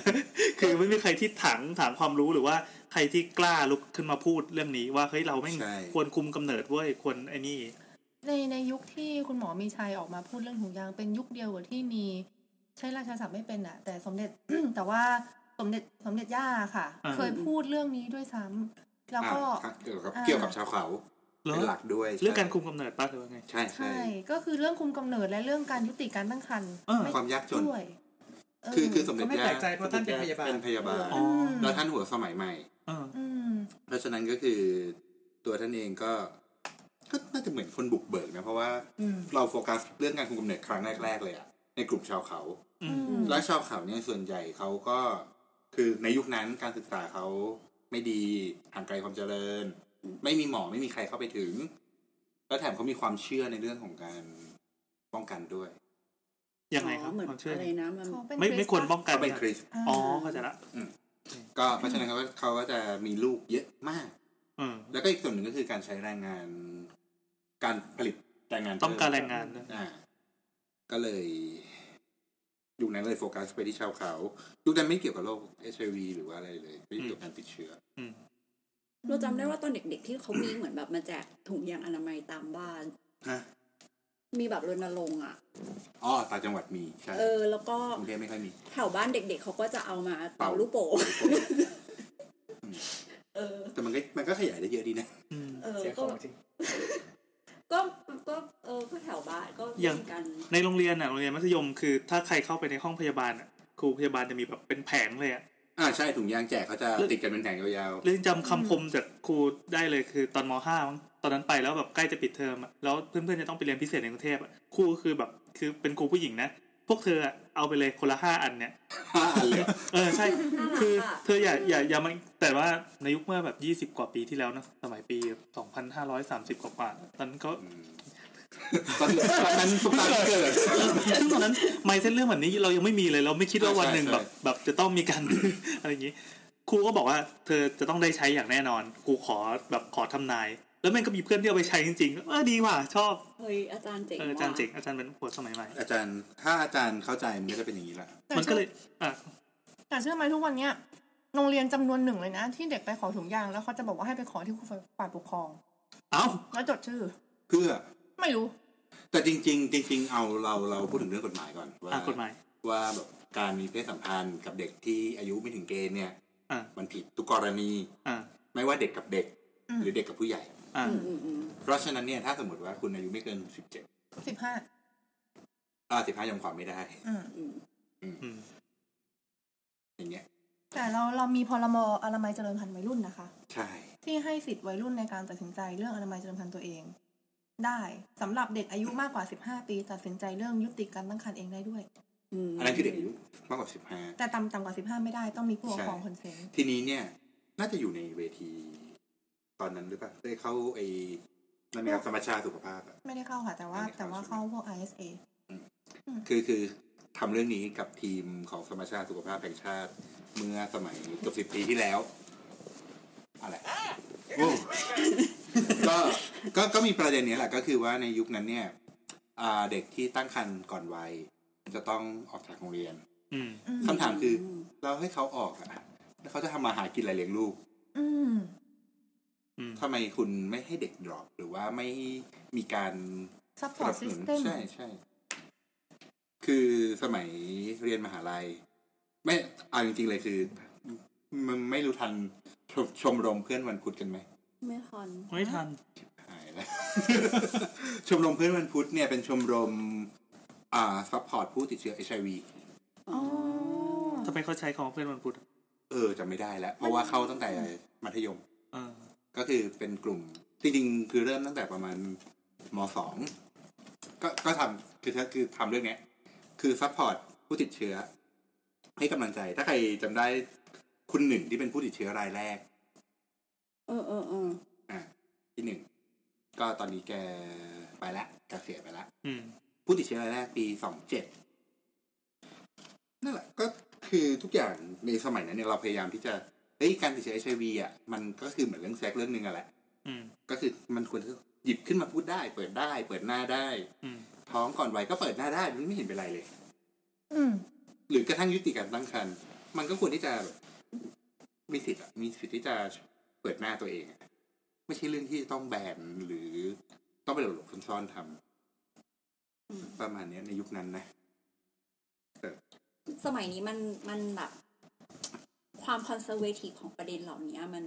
Speaker 4: คือไม่มีใครที่ถางถางความรู้หรือว่าใครที่กล้าลุกขึ้นมาพูดเรื่องนี้ว่าเฮ้ยเราไม่ง
Speaker 5: ใช่
Speaker 4: ควรคุมกำเนิดเว้ยควรไอ้นี่
Speaker 2: ในในยุคที่คุณหมอมีชัยออกมาพูดเรื่องถุงยางเป็นยุคเดียวกับที่มีใช้ราชาศัพท์ไม่เป็นอ่ะ แต่สมเด็จ แต่ว่าสมเด็จสมเด็จย่าค่ะ
Speaker 4: อ่า
Speaker 2: เคยพูดเรื่องนี้ด้วยซ้ำแล้วก็
Speaker 5: อ่าเกี่ยวกับ
Speaker 2: อ่า
Speaker 5: เกี่ยวกับชาวเขา
Speaker 4: เหรอ
Speaker 5: เป็นหลักด้วย
Speaker 4: เรื่องการ
Speaker 5: ใช่
Speaker 4: คุมกำเนิดป้าหรือว่าไง
Speaker 5: ใช่ใช่
Speaker 2: ใช่ก็คือเรื่องคุมกำเนิดและเรื่องการยุติการตั้งครรภ์
Speaker 4: เออ
Speaker 2: ไม่
Speaker 5: ความยากจน
Speaker 2: ด้วยเ
Speaker 5: คือคือสมเด็จ
Speaker 6: ก็ไม่
Speaker 5: ย่า
Speaker 6: แปลกใจเพราะท่านเป็นพยาบาล
Speaker 5: เป็นพยาบาล
Speaker 4: อ๋อ
Speaker 5: แล้วท่านหัวสมัยใหม่
Speaker 4: เออ
Speaker 2: อืม
Speaker 5: เพราะฉะนั้นก็คือตัวท่านเองก็ ก็น่าจะเหมือนคนบุกเบิกนะ เพราะว่า
Speaker 6: อืม
Speaker 5: เราโฟกัสเรื่องการคุมกำเนิดครั้งแรก ๆ เลยอะ ในกลุ่มชาวเขา
Speaker 4: อืม
Speaker 2: อืม
Speaker 5: แล้วชาวเขาเนี่ยส่วนใหญ่เขาก็คือในยุคนั้นการศึกษาเขาไม่ดีห่างไกลความเจริญ ไม่มีหมอไม่มีใครเข้าไปถึง แล้วแถมเขามีความเชื่อในเรื่องของการป้องกันด้วย
Speaker 4: ยังไงครับ
Speaker 3: เหมือน
Speaker 4: ความเชื่อ
Speaker 3: อะไรนะมัน
Speaker 2: เขาเป็น
Speaker 4: ไม่ไม่ควรป้องกัน
Speaker 5: เขาเป็นคริสต์
Speaker 4: อ๋อเข้าใจละ
Speaker 5: ก็เพราะฉะนั้นเขาก็เขาก็จะมีลูกเยอะมาก
Speaker 4: อืม
Speaker 5: แล้วก็อีกส่วนหนึ่งก็คือการใช้แรงงาน การผลิตแรงงาน
Speaker 4: ต้องการแรงงานด้วย
Speaker 5: อ่า ก็เลยยุคนั้นเลยโฟกัสไปที่ชาวเขายุคนั้นไม่เกี่ยวกับโรคเอชไอวีหรือว่าอะไรเลยไม่เกี่ยวกับการติดเชื้อ
Speaker 4: อืม
Speaker 3: เราจำได้ว่าตอนเด็กๆที่เขามีเหมือนแบบมาแจกถุงยางอนามัยตามบ้าน
Speaker 5: ฮะ
Speaker 3: มีแบบรณรงค์อ่ะ
Speaker 5: อ๋อต่างจังหวัดมีใช่
Speaker 3: เออ แล้วก็
Speaker 5: กรุงเทพไม่ค่อยมี
Speaker 3: แถวบ้านเด็ก ๆเขาก็จะเอามาเป่า
Speaker 5: เป่า
Speaker 3: ลูกโป่งเออ
Speaker 5: แต่มันก็มันก็ขยายได้เยอะดีนะ
Speaker 4: อืม
Speaker 3: เออ
Speaker 10: เสียข
Speaker 3: ก็
Speaker 10: องจริง
Speaker 3: ก็ก็เออก็แถวบ้านก็
Speaker 4: อย่าง
Speaker 3: มีกัน
Speaker 4: ในโรงเรียนอ่ะโรงเรียนมัธยมคือ ถ้าใครเข้าไปในห้องพยาบาลอ่ะครูพยาบาลจะมีแบบเป็นแผงเลยอ่ะ
Speaker 5: อ่าใช่ถุงยางแจกเขาจะ
Speaker 4: แล้ว
Speaker 5: ติดกันเป็นแผงยาว
Speaker 4: เรื่องจำคำคมจากครูได้เลยคือตอนมห้ามั้งตอนนั้นไปแล้วแบบใกล้จะปิดเทอมอะแล้วเพื่อนๆจะต้องไปเรียนพิเศษในกรุงเทพอะครูก็คือแบบคือเป็นครูผู้หญิงนะ พวกเธออะเอาไปเลยคนละห้าอันเนี่ย
Speaker 5: ๆห้าอันเลย
Speaker 4: เออใช่
Speaker 3: น่ารักอะ
Speaker 4: คือเธออย่าอย่าอย่ามาแต่ว่าในยุคเมื่อแบบยี่สิบ20 กว่าปีที่แล้วนะสมัยปีสองพันห้าร้อยสามสิบกว่าๆตอนนั้นก็
Speaker 5: อืมตอนตอนนั้นตุกตาเกิด
Speaker 4: ซึ่งตอนนั้นไม่เส้นเรื่องแบบนี้เรายังไม่มีเลยเราไม่คิดว่า
Speaker 5: ใช่
Speaker 4: วันหนึ่ง
Speaker 5: ใช่
Speaker 4: แบบแบบจะต้องมีการ อะไรอย่างนี้ครูก็บอกว่าเธอจะต้องได้ใช้อย่างแน่นอนครูขอแบบขอทำนาย แล้วมันก็มีเพื่อนที่เอาไปใช้จริงๆเออดีว่ะชอบ
Speaker 3: เฮ้ยอาจารย์เจ๋ง
Speaker 4: เอออาจารย์เจ๋งอาจารย์เป็นผู้ปวดสมัยใหม่
Speaker 5: อาจารย์ถ้าอาจารย์เข้าใจมันก็จะเป็นอย่างนี้แหละ
Speaker 2: แต่
Speaker 4: มันก็เลยอ่ะ
Speaker 2: แต่เชื่อไหมทุกวันเนี้ยโรงเรียนจำนวนหนึ่งเลยนะ ที่เด็กไปขอถุงยางแล้วเขาจะบอกว่าให้ไปขอที่ฝ่ายปกครอง
Speaker 4: เอ้า
Speaker 2: แล้วจดชื่อ
Speaker 5: เพื่อ
Speaker 2: ไม่รู้
Speaker 5: แต่จริง ๆ จริง ๆ เอาเราเราพูดถึงเรื่องกฎหมายก่อนว่า
Speaker 4: อ่ะกฎหมาย
Speaker 5: ว่าแบบการมีเพศสัมพันธ์กับเด็กที่อายุไม่ถึงเกณฑ์เนี่ย
Speaker 4: อ่ะ
Speaker 5: มันผิดทุกกรณี
Speaker 4: อ่ะ
Speaker 5: ไม่ว่าเด็กกับเด็ก
Speaker 2: อืม
Speaker 5: หรือเด็กกับผู้ใหญ่
Speaker 4: อ่ะ
Speaker 3: อืมอืมอืม
Speaker 5: เพราะฉะนั้นเนี่ยถ้าสมมติว่าคุณอายุไม่เกินสิบเจ็ด
Speaker 2: สิบห้า
Speaker 5: อ่าสิบห้ายังความไม่ได้
Speaker 2: อืม
Speaker 3: อืม
Speaker 4: อืม
Speaker 5: อย่างเงี้ย
Speaker 2: แต่เราเรามีพรมอนามัยเจริญพันธุ์วัยรุ่นนะคะ
Speaker 5: ใช่
Speaker 2: ที่ให้สิทธิ์วัยรุ่นในการตัดสินใจเรื่องอนามัยเจริญพันธุ์ตัวเอง ได้สำหรับเด็กอายุมากกว่า 15 ปีตัดสินใจเรื่องยุติการตั้งครรภ์เองได้ด้วย
Speaker 3: ม
Speaker 5: อันนั้นคือเด็กอายุมากกว่าสิบห้า
Speaker 2: แต่ต่ำต่ำกว่า 15 ไม่ได้ต้องมีผู้ปกครอง
Speaker 5: ใช่
Speaker 2: คอนเซนต์
Speaker 5: ทีนี้เนี่ย น่าจะอยู่ในเวที ตอนนั้นหรือเปล่าได้เข้าไอ้นั่นไหมครับสมัชชาสุขภาพอะ
Speaker 2: ไม่ได้เข้าค่ะ แต่ว่า
Speaker 5: ไม่ได้เข้า
Speaker 2: แต่ว่า
Speaker 5: ใช่ไหม
Speaker 2: เข้าพวก ISA
Speaker 5: คือคือทำเรื่องนี้กับทีมของสมัชชาสุขภาพแห่งชาติ เมื่อสมัยเกือบสิบ10 ปีที่แล้ว อะไรโอ้ก็ก็ก็มีประเด็นเนี้ยแหละก็คือว่าในยุคนั้นเนี่ยอ่าเด็กที่ตั้งครรภ์ก่อนวัย จะต้องออกจากโรงเรียน
Speaker 4: อืม
Speaker 2: อืม
Speaker 5: คำถามคือ เราให้เขาออกอะแล้วเขาจะทำมาหากินอะไรเลี้ยงลูก
Speaker 2: อืม
Speaker 4: อืม
Speaker 5: ทำไมคุณไม่ให้เด็ก drop หรือว่าไม่มีการ
Speaker 2: support
Speaker 5: สนับสนุน
Speaker 2: system
Speaker 5: ใช่ใช่ คือสมัยเรียนมหาลัย ไม่เอาจริงๆเลยคือมันไม่รู้ทันชมชมรมเพื่อนวันพุธกันไหม
Speaker 3: ไม่ทัน
Speaker 4: ไม่ทัน
Speaker 5: หายแล้ว ชมรมเพื่อนวันพุธเนี่ยเป็นชมรม อ่า ซัพพอร์ตผู้ติดเชื้อ HIV
Speaker 2: อ๋อ
Speaker 4: ทำไมเขาใช้คำว่าเพื่อนวันพุธ
Speaker 5: เออจำไม่ได้แล้ว เพราะว่าเข้าตั้งแต่มัธยม
Speaker 4: อ่า
Speaker 5: ก็คือเป็นกลุ่มจริงๆคือเริ่มตั้งแต่ประมาณมสองก็ก็ทำคือคือทำเรื่องเนี้ย คือซัพพอร์ตผู้ติดเชื้อ ให้กำลังใจ ถ้าใครจำได้คุณหนึ่งที่เป็นผู้ติดเชื้อรายแรก
Speaker 3: เออเออเออ
Speaker 5: อ่ะที่หนึ่งก็ตอนนี้แกไปละแกเสียไปละ
Speaker 4: อืม
Speaker 5: ผู้ติดเชื้อรายแรกปีสองเจ็ดนั่นแหละก็คือทุกอย่างในสมัยนั้นเนี่ยเราพยายามที่จะเฮ้ยการติดเชื้อ HIV อ่ะมันก็คือเหมือนเรื่องแซกเรื่องหนึ่งอะแหละ
Speaker 4: อืม
Speaker 5: ก็คือมันควรจะหยิบขึ้นมาพูดได้ เปิดได้ เปิดหน้าได้
Speaker 4: อืม
Speaker 5: ท้องก่อนวัยก็เปิดหน้าได้ มันไม่เห็นเป็นไรเลย
Speaker 2: อืม
Speaker 5: หรือกระทั่งยุติการตั้งครรภ์มันก็ควรที่จะแบบมีสิทธิ์อะมีสิทธิ์ที่จะเปิดหน้าตัวเองอะไม่ใช่เรื่องที่ต้องแบนหรือต้องไปหลบๆซ่อนๆทำประมาณเนี้ยในยุคนั้นนะ
Speaker 3: สมัยนี้มันมันแบบ ความคอนเซอร์เวทีฟของประเด็นเหล่านี้มัน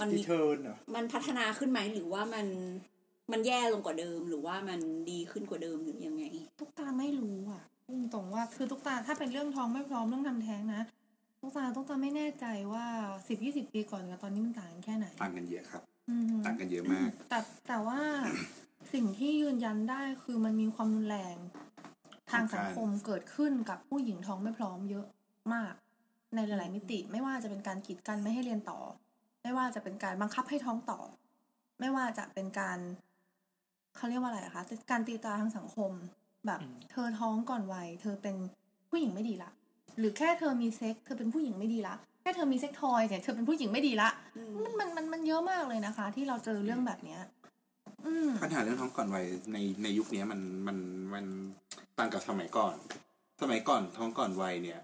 Speaker 3: มัน
Speaker 10: ดี
Speaker 3: มี
Speaker 10: เทิร์นเหรอ
Speaker 3: มันพัฒนาขึ้นไหมหรือว่ามันมันแย่ลงกว่าเดิม หรือว่ามันดีขึ้นกว่าเดิมหรือยังไง
Speaker 2: ตุ๊กตาไม่รู้อ่ะพูดตรงๆว่าคือตุ๊กตาถ้าเป็นเรื่องท้องไม่พร้อมเรื่องทำแท้งนะตุ๊กตาตุ๊กตาไม่แน่ใจว่าสิบยี่สิบปีก่อนกับตอนนี้มันต่างกันแค่ไหน
Speaker 5: ต่างกันเยอะครับ
Speaker 2: อืม
Speaker 5: ต่างกันเยอะมาก
Speaker 2: แต่แต่ว่า สิ่งที่ยืนยันได้คือมันมีความรุนแรง
Speaker 7: ทางสังคมเกิดขึ้นกับผู้หญิงท้องไม่พร้อมเยอะมาก ในหลาย ๆ มิติ ไม่ว่าจะเป็นการกีดกันไม่ให้เรียนต่อ ไม่ว่าจะเป็นการบังคับให้ท้องต่อ ไม่ว่าจะเป็นการเขาเรียกว่าอะไรอะคะการตีตราทางสังคม แบบ
Speaker 4: อืม
Speaker 7: เธอท้องก่อนวัยเธอเป็นผู้หญิงไม่ดีละ หรือแค่เธอมีเซ็กเธอเป็นผู้หญิงไม่ดีละแค่เธอมีเซ็กทอยเนี่ยเธอเป็นผู้หญิงไม่ดีละ
Speaker 3: อืม
Speaker 7: มันมันมันมันเยอะมากเลยนะคะ ที่เราเจอเรื่องแบบเนี้ย อืม
Speaker 5: ปัญหาเรื่องท้องก่อนวัยในในยุคเนี้ยมันมันมันต่างกับสมัยก่อน สมัยก่อนท้องก่อนวัยเนี่ย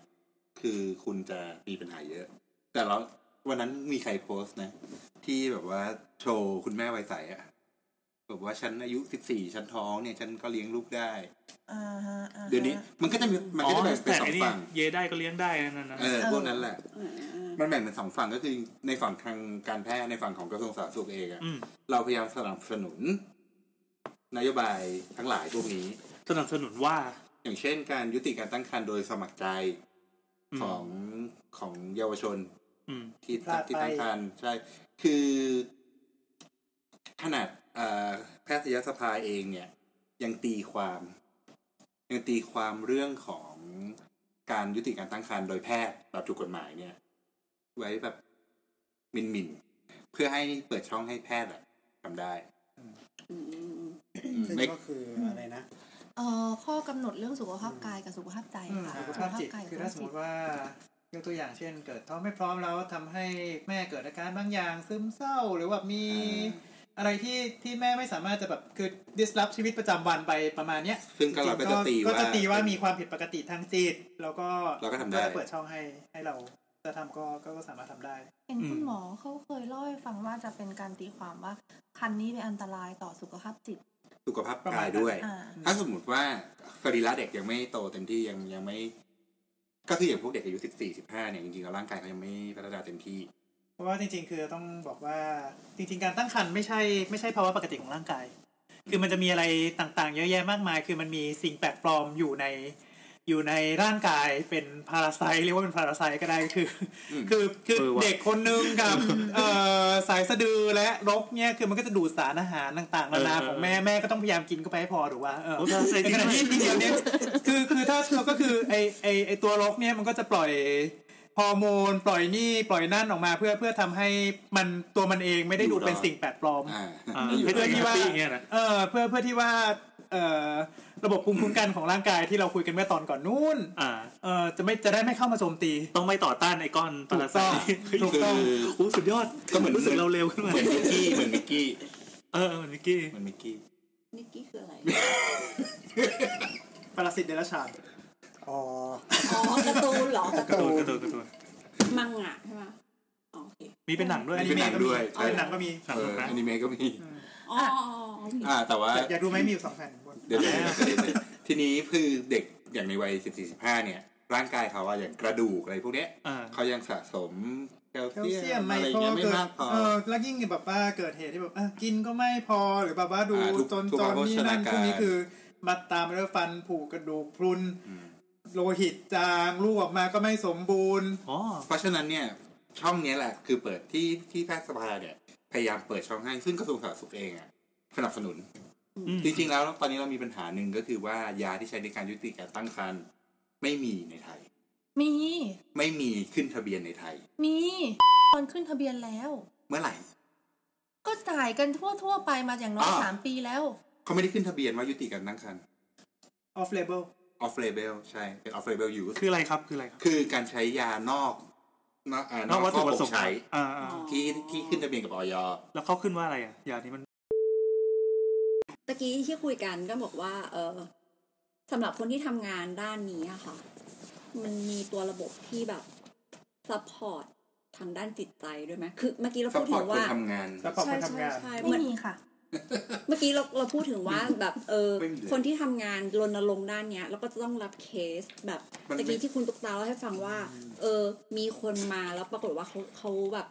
Speaker 5: คือคุณจะมีปัญหาเยอะ แต่เราวันนั้นมีใครโพสต์นะ ที่แบบว่าโชว์คุณแม่วัยใสอะแบบว่าฉันอายุสิบสี่ฉันท้องเนี่ย ฉันก็เลี้ยงลูกได้
Speaker 7: อ่าฮะอ่าฮะ
Speaker 5: เดี๋ยวนี้มันก็จะมีมัน
Speaker 4: อ๋
Speaker 5: ก็
Speaker 4: อ
Speaker 5: จะแบ่งเป็น
Speaker 4: แต่
Speaker 5: สอ
Speaker 4: ไอ้
Speaker 5: ง
Speaker 4: นี่
Speaker 5: ฝั่ง
Speaker 4: เยได้ก็เลี้ยงได้นั่นนะ
Speaker 5: เออ
Speaker 7: เออ
Speaker 5: พวกนั้นแหละ
Speaker 3: เออเออเออ
Speaker 5: มันแบ่งเป็นสองฝั่งก็คือในฝั่งทางการแพทย์ในฝั่งของกระทรวงสาธารณสุขเองอะ
Speaker 4: อืม
Speaker 5: เราพยายามสนับสนุน นโยบายทั้งหลายพวกนี้
Speaker 4: สนับสนุนว่า
Speaker 5: อย่างเช่นการยุติการตั้งครรภ์โดยสมัครใจ
Speaker 4: อืม
Speaker 5: ของของเยาวชน
Speaker 4: อืม
Speaker 5: ที่
Speaker 6: พลาดไป
Speaker 5: ที่ตั้งครรภ์ใช่ คือขนาดเอ่อแพทยสภาเองเนี่ย ยังตีความ ยังตีความเรื่องของการยุติการตั้งครรภ์โดยแพทย์แบบถูกกฎหมายเนี่ย ไว้แบบหมินหมินๆเพื่อให้เปิดช่องให้แพทย์อะทำได้อืม
Speaker 1: ซึ่ง
Speaker 5: ใน
Speaker 1: ก็คืออะไรนะ
Speaker 7: เอ่อข้อกำหนดเรื่องสุขภาพกายกับสุขภาพใจ
Speaker 6: อืม
Speaker 7: ค่ะ
Speaker 6: สุขภาพจิต
Speaker 7: ย
Speaker 6: คือถ้าสมมติว่ายกตัวอย่างเช่น เกิดท้องไม่พร้อมแล้วทำให้แม่เกิดอาการบางอย่าง ซึมเศร้าหรือว่ามีอะไรที่ที่แม่ไม่สามารถจะแบบคือ disrupt ชีวิตประจำวันไปประมาณเนี้ย
Speaker 5: ซึ่งก็เราก็จะตี
Speaker 6: ก็จะตีว่า
Speaker 5: ว่ามี
Speaker 6: มีความผิดปกติทางจิต แล้วก็
Speaker 5: เราก็ทำได้
Speaker 6: จะเปิดช่องให้ให้เราจะทำก็ก็ก็สามารถทำได้
Speaker 7: เป็นคุณหมอเขาเคยเล่าให้ฟังว่าจะเป็นการตีความว่าคันนี้เป็นอันตรายต่อสุขภาพจิต
Speaker 5: สุขภาพกายด้วย
Speaker 7: อ่า
Speaker 5: ถ้าสมมติว่าสรีระเด็กยังไม่โตเต็มที่ยังยังไม่ ก็คืออย่างพวกเด็กอายุสิบสี่สิบห้าเนี่ยจริงๆแล้วร่างกายเขายังไม่พัฒนาเต็มที่
Speaker 6: เพราะว่าจริงๆ คือต้องบอกว่าจริง ๆ การตั้งครรภ์ไม่ใช่ไม่ใช่ภาวะปกติของร่างกาย คือมันจะมีอะไรต่างๆ เยอะแยะมากมาย คือมันมีสิ่งแปลกปลอมอยู่ในอยู่ในร่างกายเป็นพาราไซเรียกว่าเป็นพาราไซก็ได้คือ
Speaker 5: อืม
Speaker 6: คือคือ
Speaker 4: เออว่ะ
Speaker 6: เด็กคนนึงกับเอ่อสายสะดือและรกเนี่ยคือมันก็จะดูดสารอาหารต่างๆนานาของแม่แม่ก็ต้องพยายามกินเข้าไปให้พอหรือว่าเออ
Speaker 4: โอ้ถ้าใส่
Speaker 6: ใน
Speaker 4: ที่
Speaker 6: ขณะ
Speaker 4: ไหน
Speaker 6: ที่ทีเดียวเนี่ยคือคือถ้าเราก็คือไอไอไอตัวล็อกเนี่ยมันก็จะปล่อยฮอร์โมน ปล่อยนี่ปล่อยนั่นออกมาเพื่อเพื่อทำให้มันตัวมันเองไม่ได้ดูเป็นสิ่งแปลกปลอม
Speaker 5: อ่า
Speaker 4: อ่า
Speaker 5: อยู่
Speaker 4: ให้
Speaker 6: พื่
Speaker 4: ตัว
Speaker 6: ที่
Speaker 4: ที่
Speaker 6: ว่า
Speaker 4: ว่าอย่างเงี้ยนะ
Speaker 6: เออเพื่อเพื่อที่ว่าเอ่อระบบภูมิคุ้มกันของร่างกายที่เราคุยกันเมื่อตอนก่อนนู้น
Speaker 4: อ่า
Speaker 6: เออจะไม่จะได้ไม่เข้ามาโจมตี
Speaker 4: ต้องไม่ต่อต้านไอก้อนป
Speaker 6: ถู
Speaker 4: ราก ไซ
Speaker 6: ต้อง
Speaker 4: ต์
Speaker 6: ถูกต้อง
Speaker 5: คือ
Speaker 4: โอ้สุดยอด
Speaker 5: ก็เหมือน
Speaker 4: รู้สึกเราเร็วขึ้นมา
Speaker 5: เหมือนมิกกี้เหมือนมิกกี้
Speaker 4: เออเหมือนนิกกี้
Speaker 5: เหมือนมิกกี้
Speaker 3: นิกกี้คืออะไร
Speaker 6: ปรสิตเดรัจฉาน
Speaker 1: อ๋อ
Speaker 3: อ๋อการ์ตูนเหรอการ์
Speaker 4: การ์
Speaker 3: ตู
Speaker 4: ตูน
Speaker 3: น
Speaker 4: การ์ตูนการ์ตูน
Speaker 3: มังงะใช่ไหมอ๋อโอเค
Speaker 4: มีเป็นหนังด้วย
Speaker 6: อัน
Speaker 5: มี
Speaker 6: นี้
Speaker 5: เป็นหนังด้วย
Speaker 6: เอาเป็นหนังก็มี
Speaker 4: หนัง
Speaker 5: เออ
Speaker 4: นะ
Speaker 5: อนิเมะก็มี
Speaker 3: อ๋ออ๋ออ๋อ
Speaker 5: อ่า แต่ว่า
Speaker 6: อยากอยากดูไหมมีอยู่สองแผ่นบน
Speaker 5: เดี๋ยวเดี๋ยวเดี๋ยวเดี๋ยวเดี๋ยวทีนี้คือเด็กอย่างในวัยสิบสี่สิบห้าเนี่ย ร่างกายเขาอะอย่างกระดูกอะไรพวกเนี้ย
Speaker 4: อ่า
Speaker 5: เขายังสะสมแคล
Speaker 6: แคล
Speaker 5: เซี
Speaker 6: เซี
Speaker 5: ย
Speaker 6: ย
Speaker 5: ม
Speaker 6: ม
Speaker 5: อะไร
Speaker 6: ไม่
Speaker 5: อย่าง
Speaker 6: พอ
Speaker 5: เงี้ยไม่
Speaker 6: เกิด
Speaker 5: มากพอ
Speaker 6: เออแล้วยิ่งแบบว่าเกิดเหตุที่แบบเออกินก็ไม่พอหรือแบบว่าดู
Speaker 5: อ่าทุก
Speaker 6: จน
Speaker 5: ทุก
Speaker 6: จ
Speaker 5: วัน นโภช
Speaker 6: นี่นั่น
Speaker 5: นา
Speaker 6: พ
Speaker 5: การ
Speaker 6: วกนี้คือมาตามไปด้วยฟันผุกระดูกพรุน
Speaker 5: ม
Speaker 6: โลหิตจางลูกออกมาก็ไม่สมบูรณ์
Speaker 4: อ๋อ
Speaker 5: เพราะฉะนั้นเนี่ยช่องเนี้ยแหละคือเปิดที่ที่แพทยสภาเนี่ย พยายามเปิดช่องให้ ซึ่งกระทรวงสาธารณสุขเองอะสนับสนุน
Speaker 4: อืม
Speaker 5: จริงๆแล้วตอนนี้เรามีปัญหาหนึ่งก็คือว่ายาที่ใช้ในการยุติการตั้งครรภ์ไม่มีในไทย
Speaker 7: มี
Speaker 5: ไม่มีขึ้นทะเบียนในไทย
Speaker 7: มีตอนขึ้นทะเบียนแล้ว
Speaker 5: เมื่อไหร่
Speaker 7: ก็จ่ายกันทั่วทั่วๆไปมาอย่างน้อย
Speaker 5: อ่า
Speaker 7: สามปีแล้ว
Speaker 5: เขาไม่ได้ขึ้นทะเบียนว่ายุติการตั้งครรภ์
Speaker 6: off label
Speaker 5: off label ใช่เป็น off label อยู่
Speaker 4: คืออะไรครับคืออะไรครับ
Speaker 5: คือการใช้ยานอกนอกเอ่อน
Speaker 4: นอกวัต
Speaker 5: ข้
Speaker 4: ถุ
Speaker 5: อ
Speaker 4: ป
Speaker 5: บ
Speaker 4: ระส
Speaker 5: ก
Speaker 4: งค์
Speaker 5: ใช้
Speaker 4: อ่าอ่า
Speaker 5: ที่ที่ขึ้นทะเบียนกับออย
Speaker 4: แล้วเขาขึ้นว่าอะไรอ่ะอย่างนี้มัน
Speaker 3: ตะกี้ที่คุยกันก็บอกว่า เออสำหรับคนที่ทำงานด้านนี้อะค่ะ มันมีตัวระบบที่แบบซัพพอร์ตทางด้านจิตใจด้วยไหมคือเมื่อกี้เรา
Speaker 5: ซัพ
Speaker 3: พูด
Speaker 5: พอ
Speaker 3: ถึ
Speaker 5: ร์ต
Speaker 3: ง
Speaker 5: คน
Speaker 3: ว่า
Speaker 5: ทำงาน
Speaker 6: ซัพพอร์ตค
Speaker 3: ใช่
Speaker 6: น
Speaker 3: ใช่
Speaker 6: ทำงาน
Speaker 3: ใช่เห
Speaker 7: ไม่
Speaker 3: มือน
Speaker 7: มีค่ะ
Speaker 3: เมื่อกี้เราเราพูดถึงว่าแบบเออ
Speaker 5: ไม่มีเลย
Speaker 3: คนที่ทำงานรณรงค์ด้านเนี้ย แล้วก็จะต้องรับเคสแบบ
Speaker 5: มันไม่
Speaker 3: ตะกี้ที่คุณตุ๊กตาเล่าให้ฟังว่า เออ มีคนมาแล้วปรากฏว่าเขาเขาแบบ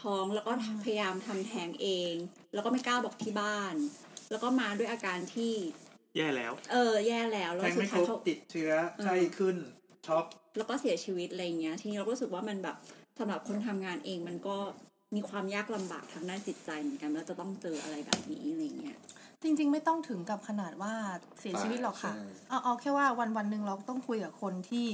Speaker 3: ท้องแล้วก็พยายามทำแท้งเอง แล้วก็ไม่กล้าบอกที่บ้าน แล้วก็มาด้วยอาการที่
Speaker 4: แย่แล้ว
Speaker 3: เออแย่แล้วแล้ว
Speaker 6: แทง
Speaker 3: สุด
Speaker 6: ไม่ค
Speaker 3: ท้าร ย
Speaker 6: บ
Speaker 3: เขา
Speaker 6: ติดเชื้อไข้ขึ้นช็อก
Speaker 3: แล้วก็เสียชีวิตอะไรเงี้ย ทีนี้เราก็รู้สึกว่ามันแบบสำหรับคนทำงานเองมันก็มีความยากลำบากทางด้านจิตใจเหมือนกันแล้วจะต้องเจออะไรแบบนี้อะไรเงี้ย
Speaker 2: จริง ๆ ไม่ต้องถึงกับขนาดว่าเสียชีวิตหรอกค่ะ
Speaker 5: ใช่
Speaker 2: เอาเอาแค่ว่าวันวันหนึ่งเราต้องคุยกับคนที่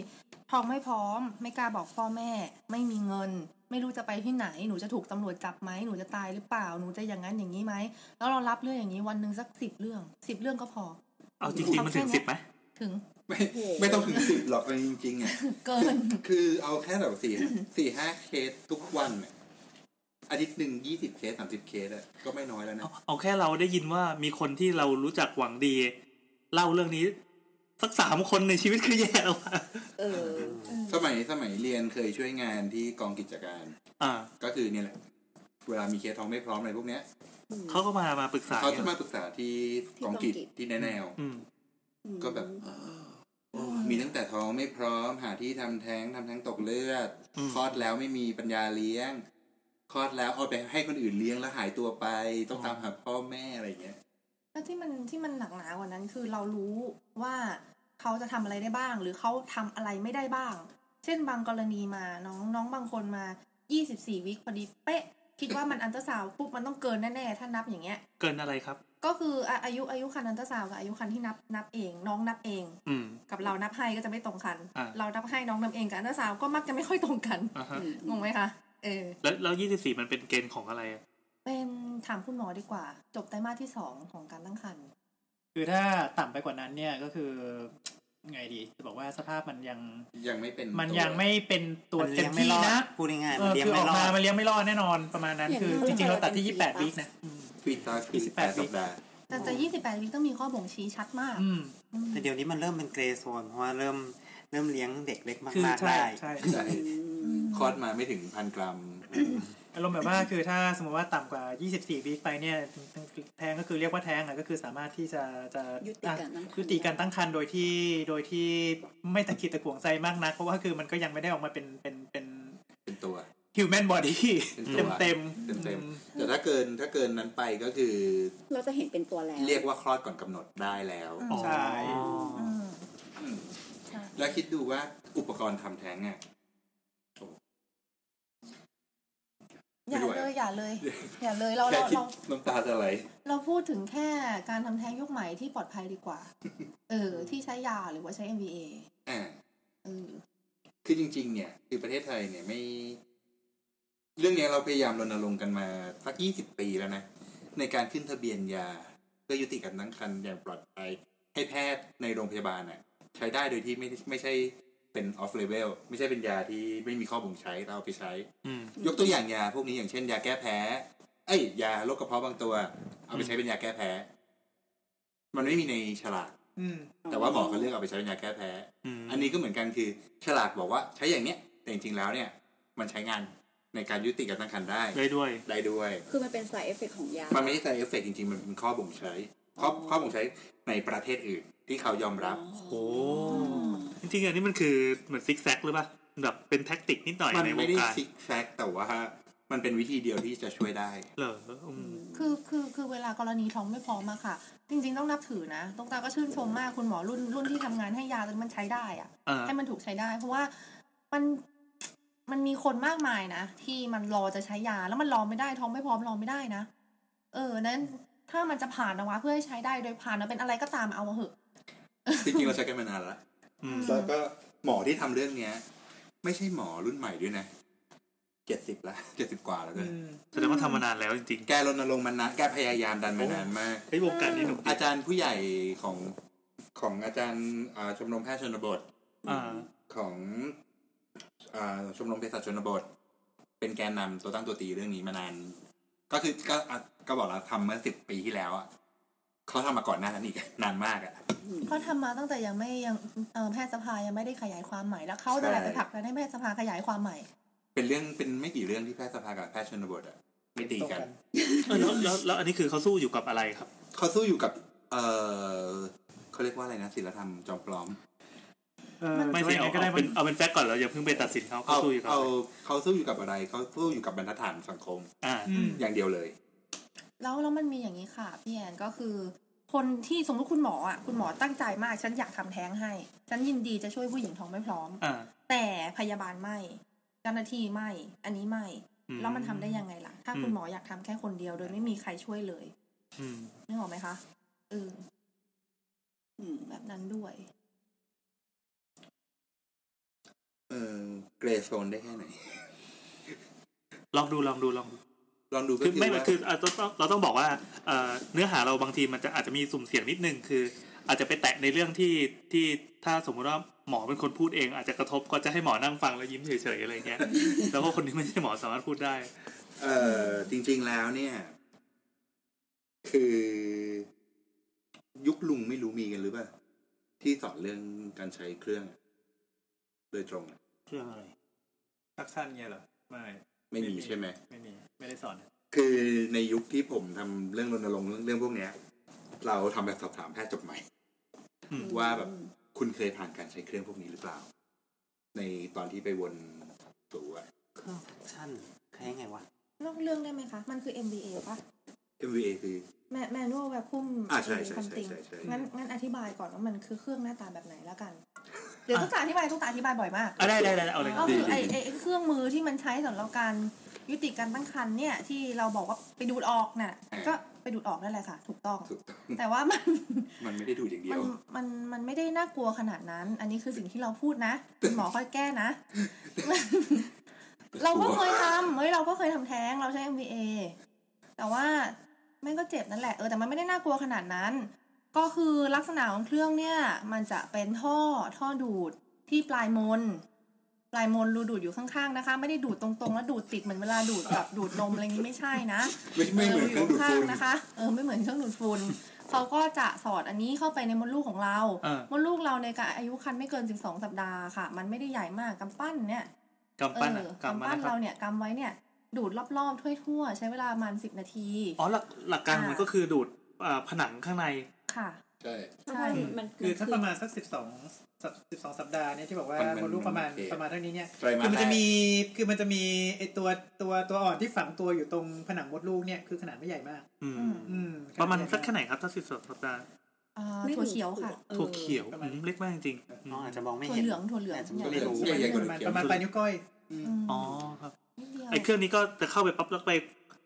Speaker 2: ท้องไม่พร้อม ไม่กล้าบอกพ่อแม่ ไม่มีเงิน ไม่รู้จะไปที่ไหนหนูจะถูกตำรวจจับไหมหนูจะตายหรือเปล่าหนูจะอย่างนั้นอย่างนี้ไหมแล้วเรารับเรื่องอย่างนี้วันหนึ่งสักสิบเรื่องสิบเรื่องก็พอ
Speaker 4: เอาจริงๆมันถึงสิบไหม
Speaker 2: ถึง
Speaker 5: ไม่ไม่ต้องถึงสิบหรอกเอาจริงๆอ่ะ
Speaker 2: เกิน
Speaker 5: คือเอาแค่แบบสี่สี่ห้าเคสทุกวันน่ะอาทิตย์หนึ่งยี่สิบเคสสามสิบเคสอะก็ไม่น้อยแล้วนะ
Speaker 4: เอาเอาแค่เราได้ยินว่ามีคนที่เรารู้จักหวังดี เล่าเรื่องนี้ สักสามคนในชีวิตคือแย่แล้วอะ
Speaker 3: เออ
Speaker 5: สมัยสมัยเรียนเคยช่วยงานที่กองกิจการ
Speaker 4: อ่า
Speaker 5: ก็คือเนี่ยแหละ เวลามีเคสท้องไม่พร้อมอะไรพวกเนี้ย
Speaker 4: เขาก็มามาปรึกษา
Speaker 5: เขาจะมาปรึกษาที่กองกิจ
Speaker 3: ที่กองกิจ
Speaker 5: ที่แนแนว
Speaker 4: อืม
Speaker 5: ก็แบบโอ้มีตั้งแต่ท้องไม่พร้อม หาที่ทำแท้งทำแท้งตกเลือด
Speaker 4: อืม
Speaker 5: คลอดแล้วไม่มีปัญญาเลี้ยงคลอดแล้วเอาไปให้คนอื่นเลี้ยงแล้วหายตัวไป ต้องตามหาพ่อแม่อะไรอย่างเงี้ย
Speaker 2: แล้วที่มันที่มันหนักหนากว่านั้นคือเรารู้ว่าเขาจะทำอะไรได้บ้าง หรือเขาทำอะไรไม่ได้บ้าง เช่นบางกรณีมาน้องน้องบางคนมา 24 วิคพอดีเป๊ะ คิดว่ามันอันตราซาวด์ปุ๊บมันต้องเกินแน่ๆถ้านับอย่างเงี้ย
Speaker 4: เกินอะไรครับ
Speaker 2: ก็คืออ่ะอายุอายุคันอันตราซาวด์กับอายุคันที่นับนับเอง น้องนับเอง
Speaker 4: อืม
Speaker 2: กับเรานับให้ก็จะไม่ตรงกัน
Speaker 4: อ่า
Speaker 2: เรานับให้น้องนับเองกับอันตราซาวด์ก็มักจะไม่ค่อยตรงกัน
Speaker 4: อ่าฮะ
Speaker 2: งงไหมคะเออ
Speaker 4: แล้วแล้วยี่สิบสี่มันเป็นเกณฑ์ของอะไรอะ
Speaker 2: เป็นถามคุณหมอดีกว่า จบไตรมาสที่สองของการตั้งครรภ์
Speaker 6: คือถ้าต่ำไปกว่านั้นเนี่ยก็คือไงดีจะบอกว่าสภาพมันยัง
Speaker 5: ยังไม่เป็น
Speaker 6: มัน
Speaker 5: ตัว
Speaker 6: ยังไม่เป็นตัว
Speaker 1: มัน
Speaker 6: เต็ม
Speaker 1: เลี้ยงไม่
Speaker 6: ที่
Speaker 1: รอ
Speaker 6: นะ
Speaker 1: ดพูดง่ายๆ
Speaker 6: เอ
Speaker 1: มัน
Speaker 6: อ
Speaker 1: เลี้ยง
Speaker 6: คือออ
Speaker 1: ไม่
Speaker 6: ก
Speaker 1: รอ
Speaker 6: มา
Speaker 1: ด
Speaker 6: มันเลี้ยงไม่รอดแน่นอนประมาณนั้น
Speaker 3: อย่าง
Speaker 6: คือ
Speaker 3: น้อย
Speaker 6: จริงๆเราตัด
Speaker 3: เป็น
Speaker 6: ที่
Speaker 3: สี่
Speaker 6: ยี่สิบแปด
Speaker 3: ปะ
Speaker 6: วินะอืม
Speaker 5: ฟีตาคือ
Speaker 6: 28
Speaker 5: 8สัปดาห์
Speaker 2: แต่แต่28วิต้องมีข้อบ่งชี้ชัดมาก
Speaker 6: อืม
Speaker 1: แต่เดี๋ยวนี้มันเริ่มเป็นเกรย์โซนเพราะว่าเริ่มเริ่มเลี้ยงเด็กเล็ก
Speaker 6: คือ
Speaker 1: มากๆ
Speaker 6: ใช่
Speaker 1: ได้
Speaker 6: ใช่
Speaker 5: ใช่คลอดมาไม่ถึงพันกรัม
Speaker 6: อารมณ์แบบว่าคือถ้าสมมติว่าต่ำกว่า 24วีคไปเนี่ยแท้งก็คือเรียกว่าแท้งอะก็คือสามารถที่จะจะ
Speaker 3: ยุติการตั้งครรภ์
Speaker 6: อ่ะยุติการตั้งครรภ์โดยที่โดยที่ไม่ตะขิดตะขวงใจมากนัก เพราะว่าคือมันก็ยังไม่ได้ออกมาเป็นเป็นเป็น
Speaker 5: เป็นตัว
Speaker 6: human body
Speaker 5: เป็นตั
Speaker 6: เต็
Speaker 5: ว
Speaker 6: มเต็ม
Speaker 5: เต็มๆแต่ถ้าเกินถ้าเกินนั้นไปก็คือ
Speaker 3: เราจะเห็นเป็นตัวแล้ว
Speaker 5: เรียกว่าคลอดก่อนกำหนดได้แล้ว
Speaker 2: อืม
Speaker 6: ใช่
Speaker 2: อืมใช่
Speaker 5: แล้วคิดดูว่าอุปกรณ์ทำแท้งอ่ะ
Speaker 2: อย่า
Speaker 5: ไม่ไหว
Speaker 2: เลยอย่าเลย อย่าเลยเรา
Speaker 5: แค่
Speaker 2: เรา
Speaker 5: คิด
Speaker 2: เรา
Speaker 5: น้ำตาจะไหล
Speaker 2: เราพูดถึงแค่การทำแท้งยุคใหม่ที่ปลอดภัยดีกว่า เออ ที่ใช้ยาหรือว่าใช้ MVA
Speaker 5: อ่า
Speaker 2: เออ
Speaker 5: คือจริง ๆ เนี่ย คือประเทศไทยเนี่ยไม่ เรื่องเนี้ยเราพยายามรณรงค์กันมาสักยี่สิบปีแล้วนะ ในการขึ้นทะเบียนยา เพื่อยุติการตั้งครรภ์อย่างปลอดภัย ให้แพทย์ในโรงพยาบาลน่ะ ใช้ได้โดยที่ไม่ไม่ใช่เป็น off label ไม่ใช่เป็นยาที่ไม่มีข้อบ่งใช้เราเอาไปใช้
Speaker 4: อืม
Speaker 5: ยกตัวอย่างยาพวกนี้อย่างเช่น ยาแก้แพ้ เอ้ย ยาโรคกระเพาะบางตัว เอาไปใช้เป็นยาแก้แพ้ มันไม่มีในฉลาก
Speaker 6: อืม
Speaker 5: แต่ว่าหมอเขาเลือกเอาไปใช้เป็นยาแก้แพ้
Speaker 4: อืม
Speaker 5: อันนี้ก็เหมือนกันคือฉลากบอกว่าใช้อย่างเนี้ยแต่จริงๆแล้วเนี่ย มันใช้งานในการยุติการตั้งครรภ์ได้
Speaker 4: ได้ด้วย
Speaker 5: ได้ด้วย
Speaker 3: คือมันเป็น side effect ของยา
Speaker 5: มันไม่ใช่ไซเอฟเฟกจริงๆ มันเป็นข้อบ่งใช้ ข้อข้อบ่งใช้ในประเทศอื่นที่เขายอมรับ
Speaker 4: โอ้จริงๆอันนี้มันคือเหมือนซิกแซกหรือเปล่าแบบเป็นแท็กติกนิดหน่อย
Speaker 5: มัน
Speaker 4: ในว
Speaker 5: ไม่
Speaker 4: ง
Speaker 5: ได้
Speaker 4: การ
Speaker 5: ซิกแซกแต่ว่ามันเป็นวิธีเดียวที่จะช่วยได้
Speaker 4: เหรออืม
Speaker 2: คือคือคือเวลากรณีท้องไม่พร้อมมาค่ะ จริง ๆ ต้องนับถือนะตรงตาก็ชื่นชมมากคุณหมอรุ่นรุ่นที่ทำงานให้ยาจนมันใช้ได้อะ
Speaker 4: อ่า
Speaker 2: ให้มันถูกใช้ได้ เพราะว่ามันมันมีคนมากมายนะที่มันรอจะใช้ยาแล้วมันรอไม่ได้ท้องไม่พร้อมรอไม่ได้นะเออนั้นถ้ามันจะผ่านนะวะเพื่อให้ใช้ได้โดยผ่านนะเป็นอะไรก็ตามเอามาเหอะ
Speaker 5: จริงๆ เราใช้กันมานานแล้ว
Speaker 4: อืม
Speaker 5: แล้วก็หมอที่ทำเรื่องเนี้ย ไม่ใช่หมอรุ่นใหม่ด้วยนะเจ็ดสิบละเจ็ดสิบกว่าแล้วด้
Speaker 6: อื
Speaker 5: วย
Speaker 6: ม
Speaker 4: แสดงว่าทำมานานแล้วจริง
Speaker 5: แกรณรงค์มานานแกพยายามดันมานานมาก
Speaker 4: ๆไอ้ยวงการนี้หนุกดี
Speaker 5: อาจารย์ผู้ใหญ่ของของอาจารย์อ่าชมรมแพทย์ชนบท
Speaker 4: อ่า
Speaker 5: ของอ่าชมรมเภสัชชนบท เป็นแกนนำตัวตั้งตัวตีเรื่องนี้มานาน ก็คือก็อ่ะก็บอกแล้วทำเมื่อสิบปีที่แล้วอ่ะเขาทำมาก่อนหน้านั้นอีก นานมากอ่ะ
Speaker 2: เขาทำมาตั้งแต่ยังไม่ยังเอ่อแพทยสภายังไม่ได้ขยายความใหม่แล้วเขาจะแหละ
Speaker 5: ใช่
Speaker 2: ไปผลักดันให้แพทยสภาขยายความใหม่
Speaker 5: เป็นเรื่องเป็นไม่กี่เรื่องที่แพทยสภากับแพทย์ชนบทอ่ะไม่ตีกัน
Speaker 4: เออแล้วแล้วแล้วอันนี้คือเขาสู้อยู่กับอะไรครับ
Speaker 5: เขาสู้อยู่กับ เออเขาเรียกว่าอะไรนะศิลธรรมจอมปลอม
Speaker 6: เออ
Speaker 4: ไม่ใช่
Speaker 6: จะ
Speaker 4: เอา
Speaker 6: ว่ายังงก็ได้
Speaker 4: เอาเป็
Speaker 6: มั
Speaker 4: นนเอาเป็นแฟกต์ก่อนแล้วอย่าเพิ่งไปตัดสินเขาเขา
Speaker 5: เอา
Speaker 4: สู้อยู่กับ
Speaker 5: เอา
Speaker 4: อะไร
Speaker 5: เขาสู้อยู่กับอะไรเขาสู้อยู่กับบรรทัดฐานสังคม
Speaker 4: อ่า
Speaker 6: อืม
Speaker 5: อย่างเดียวเลย
Speaker 2: แล้วแล้วมันมีอย่างนี้ค่ะพี่แอนก็คือ คนที่สมมติคุณหมออ่ะคุณหมอตั้งใจมากฉันอยากทำแท้งให้ ฉันยินดีจะช่วยผู้หญิงท้องไม่พร้อม
Speaker 4: อ่า
Speaker 2: แต่พยาบาลไม่เจ้าหน้าที่ไม่ อันนี้ไม่
Speaker 4: อื
Speaker 2: แล้วมันทำได้ยังไงล่ะ ถ้า
Speaker 4: อืม
Speaker 2: คุณหมออยากทำแค่คนเดียว โดยไม่มีใครช่วยเลย
Speaker 4: อืม
Speaker 2: นึกออกไหมคะ เออ
Speaker 3: อืม
Speaker 2: แบบนั้นด้วย
Speaker 5: เออเกรย์โซนได้แค่ไหน
Speaker 4: ลองดูลองดูลองดู
Speaker 5: ลองดูก็
Speaker 4: คือไม่
Speaker 5: ว่า
Speaker 4: คืออ่ะเราต้องเราต้องบอกว่าเอ่อเนื้อหาเราบางทีมันจะอาจจะมีสุ่มเสี่ยงนิดนึงคือ อาจจะไปแตะในเรื่องที่ที่ถ้าสมมุติว่าหมอเป็นคนพูดเอง อาจจะกระทบก็จะให้หมอนั่งฟังแล้วยิ้มเฉยๆอะไรเงี้ย แล้วก็คนที่ไม่ใช่หมอสามารถพูดได้
Speaker 5: เออจริง ๆแล้วเนี่ย คือ ยุคลุงไม่รู้มีกันหรือเปล่าที่สอนเรื่องการใช้เครื่อง โดยตรงอะ
Speaker 1: เครื่องอะไร
Speaker 6: ฟักชันเงี้ยเหรอไม่
Speaker 5: ไม่มีใช่ไหม
Speaker 6: ไม่มีไม่ได้สอน
Speaker 5: คือในยุคที่ผมทำเรื่องรณรงค์เรื่องเรื่องพวกเนี้ย เราทำแบบสอบถามแพทย์จบใหม่
Speaker 4: อืม
Speaker 5: ว่าแบบคุณเคยผ่านการใช้เครื่องพวกนี้หรือเปล่า ในตอนที่ไปวนตัว
Speaker 1: เครื่องแฟคชั่นใช้ไงวะ
Speaker 2: นอกเรื่องได้ไหมคะ มันคือ MBA ปะ
Speaker 5: MVA คือ
Speaker 2: แมแมนวลแวคคุม
Speaker 5: อ่าใช่ใช่ใช่ใช่ใช่
Speaker 2: งั้นงั้นอธิบายก่อนว่ามันคือเครื่องหน้าตาแบบไหนแล้วกัน เดี๋ยวต้องการอธิบายต้องการอธิบายบ่อยมาก
Speaker 4: อ่ะได้ได้ได้เอาเลยค
Speaker 2: ก็
Speaker 4: รับ
Speaker 2: คือไอ้ไอ้ไอ้เครื่องมือที่มันใช้สำหรับการยุติการตั้งครรภ์เนี่ย ที่เราบอกว่าไปดูดออกน่ะ
Speaker 5: อ่า
Speaker 2: ก็ไปดูดออกนั่นแหละค่ะ ถูกต้อง
Speaker 5: ถูกต้อง
Speaker 2: แต่ว่ามัน
Speaker 5: มันไม่ได้ดูอย่างเดีย
Speaker 2: มั
Speaker 5: วน
Speaker 2: มันมันไม่ได้น่ากลัวขนาดนั้น อันนี้คือสิ่งที่เราพูด นะคุณหมอค่อยแก้นะ เราก็เคยทำเฮ้ยเราก็เคยทำแท้งเราใช้ MVA แต่ว่าแม่งก็เจ็บนั่นแหละเออแต่มันไม่ได้น่ากลัวขนาดนั้น ก็คือลักษณะของเครื่องเนี่ย มันจะเป็นท่อท่อดูดที่ปลายมน ปลายมนรูดูดอยู่ข้างๆนะคะ ไม่ได้ดูดตรงๆ แล้วดูดติดเหมือนเวลาดูดกับดูดนมอะไรอย่างนี้ไม่ใช่นะ
Speaker 5: ไม่ไม่เหมือนเครื่องดูดฝุ่น
Speaker 2: นะคะ เออไม่เหมือนเครื่องดูดฝุ่น เขาก็จะสอดอันนี้เข้าไปในมดลูกของเรา
Speaker 4: เออ
Speaker 2: มดลูกเราในยการอายุครรภ์ไม่เกิน 12 สัปดาห์ค่ะ มันไม่ได้ใหญ่มากกำปั้นเนี่ย
Speaker 4: กำปั้น
Speaker 2: เออก
Speaker 4: อ่ะำ
Speaker 2: กำ
Speaker 4: ปั้
Speaker 2: ปั้
Speaker 4: น
Speaker 2: น
Speaker 4: นะครั
Speaker 2: เรา
Speaker 4: บ
Speaker 2: เนี่ยกำไว้เนี่ย ดูดรอบๆทั่วๆใช้เวลาประมัน 10 นาที
Speaker 4: อ๋อหลักหลักการ
Speaker 2: อ่ามั
Speaker 4: มันก็คือดูดอ่าผนังข้างใน
Speaker 2: ค่ะ
Speaker 5: ใช่
Speaker 2: ใช่
Speaker 3: มัน
Speaker 6: คือถ้า
Speaker 3: มัน
Speaker 6: ประมาณสักสิบสองสิบสองสัปดาห์เนี่ยที่บอกว่า
Speaker 5: มันมัน
Speaker 6: มดลูกประมาณ
Speaker 5: โอเค
Speaker 6: ประมาณเท่านี้เนี่ย
Speaker 5: ไตรมาส
Speaker 6: คือมันจะ
Speaker 5: แรก
Speaker 6: มีคือมันจะมีไอตัวตัวตัวอ่อนที่ฝังตัวอยู่ตรงผนังมดลูกเนี่ยคือขนาดไม่ใหญ่มาก
Speaker 4: อืม
Speaker 2: อืม
Speaker 6: อืม
Speaker 4: ประมาณ
Speaker 6: ขดใหญ่
Speaker 4: สักแค่ไหนครับถ้าสิบสองสัปดาห์
Speaker 2: เอ่อ
Speaker 3: ไม่
Speaker 2: ถั่วเขียวค่ะ
Speaker 3: ออ
Speaker 4: ถั่วเขียว
Speaker 6: ประมาณ
Speaker 4: อืมเล็กมากจริงๆอืม
Speaker 1: น้องอาจจะมองไม่
Speaker 2: ถั่ว
Speaker 1: เห็น
Speaker 2: เหลืองถั่วเหลือง
Speaker 1: อาจจะ
Speaker 2: ใหญ่
Speaker 1: ไม่รู้
Speaker 5: ใหญ่ก
Speaker 6: ป
Speaker 5: ว่า
Speaker 6: ระ
Speaker 5: เดิม
Speaker 6: มาณประมาณปลายนิ้วก้อย
Speaker 2: ม
Speaker 4: อ๋อครับ
Speaker 2: นิดเดียว
Speaker 4: ไอ้เครื่องนี้ก็จะเข้าไปปั๊บแล้วไป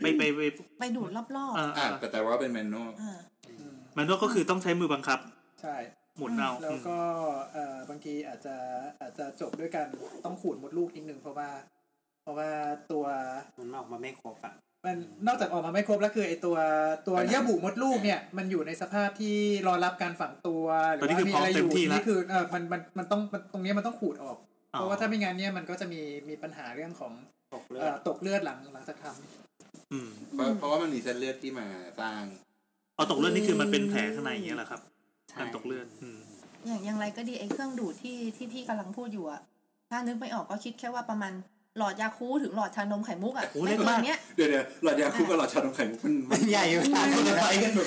Speaker 4: ไปไปไป
Speaker 2: ไปดูดรอบ
Speaker 4: เอ่อ
Speaker 5: อ่าแต่แต่ว่าเป็นแมนนวล
Speaker 2: ๆอ่า
Speaker 6: อืม
Speaker 4: มันก็คือต้องใช้มือบังคับ
Speaker 6: ใช่
Speaker 4: หมุนเอา
Speaker 6: แล้วก็เอ่อบางทีอาจจะอาจจะจบด้วยการต้องขูดมดลูกนิดนึงเพราะว่า เพราะว่าตัว
Speaker 1: มันออกมาไม่ครบอ่ะ
Speaker 6: มันนอกจากออกมาไม่ครบแล้วคือไอตัวตัวเยื่อบุมดลูกเนี่ยมันอยู่ในสภาพที่รอรับการฝังตัวหรือ
Speaker 4: ตอนนี้คือ
Speaker 6: ว่ามีอะ
Speaker 4: พร้อม
Speaker 6: ไร
Speaker 4: เต็
Speaker 6: อ
Speaker 4: ม
Speaker 6: ยู่
Speaker 4: ที่แล้ว
Speaker 6: นี่คือเออมันมันมันต้องมันตรงเนี้ยมันต้องขูดออก
Speaker 4: อ๋อ
Speaker 6: เพราะว่าถ้าไม่งั้นเนี่ยมันก็จะมีมีปัญหาเรื่องของ
Speaker 1: ตกเลือ
Speaker 6: เอ่
Speaker 1: ด
Speaker 6: อตกเลือดหลังหลังจากท
Speaker 4: อืม
Speaker 5: เพราะเพราะว่ามันมีเส้นเลือดที่มาสร้าง
Speaker 4: เอาตกเลือดนี่คือมันเป็นแผลข้างในอย่างเงี้ยแหละครับ
Speaker 1: ใช่
Speaker 4: การตกเลือดอืม
Speaker 2: อย่างอย่างไรก็ดีไอ้เครื่องดูดที่ที่พี่กำลังพูดอยู่อะถ้านึกไม่ออกก็คิดแค่ว่าประมาณหลอดยาคูถึงหลอดชานมไข่มุกอะ
Speaker 4: โอ้โหเล็
Speaker 2: ไม่
Speaker 4: ก
Speaker 2: เกิ
Speaker 4: มาก
Speaker 2: นเนี้ย
Speaker 5: เดี๋ยวเดี๋ยวหลอดยาคุกกับหลอดชานมไข่มุกมันมัน
Speaker 1: ใหญ่อยู่ต่างกัน
Speaker 5: ไปกันแบบ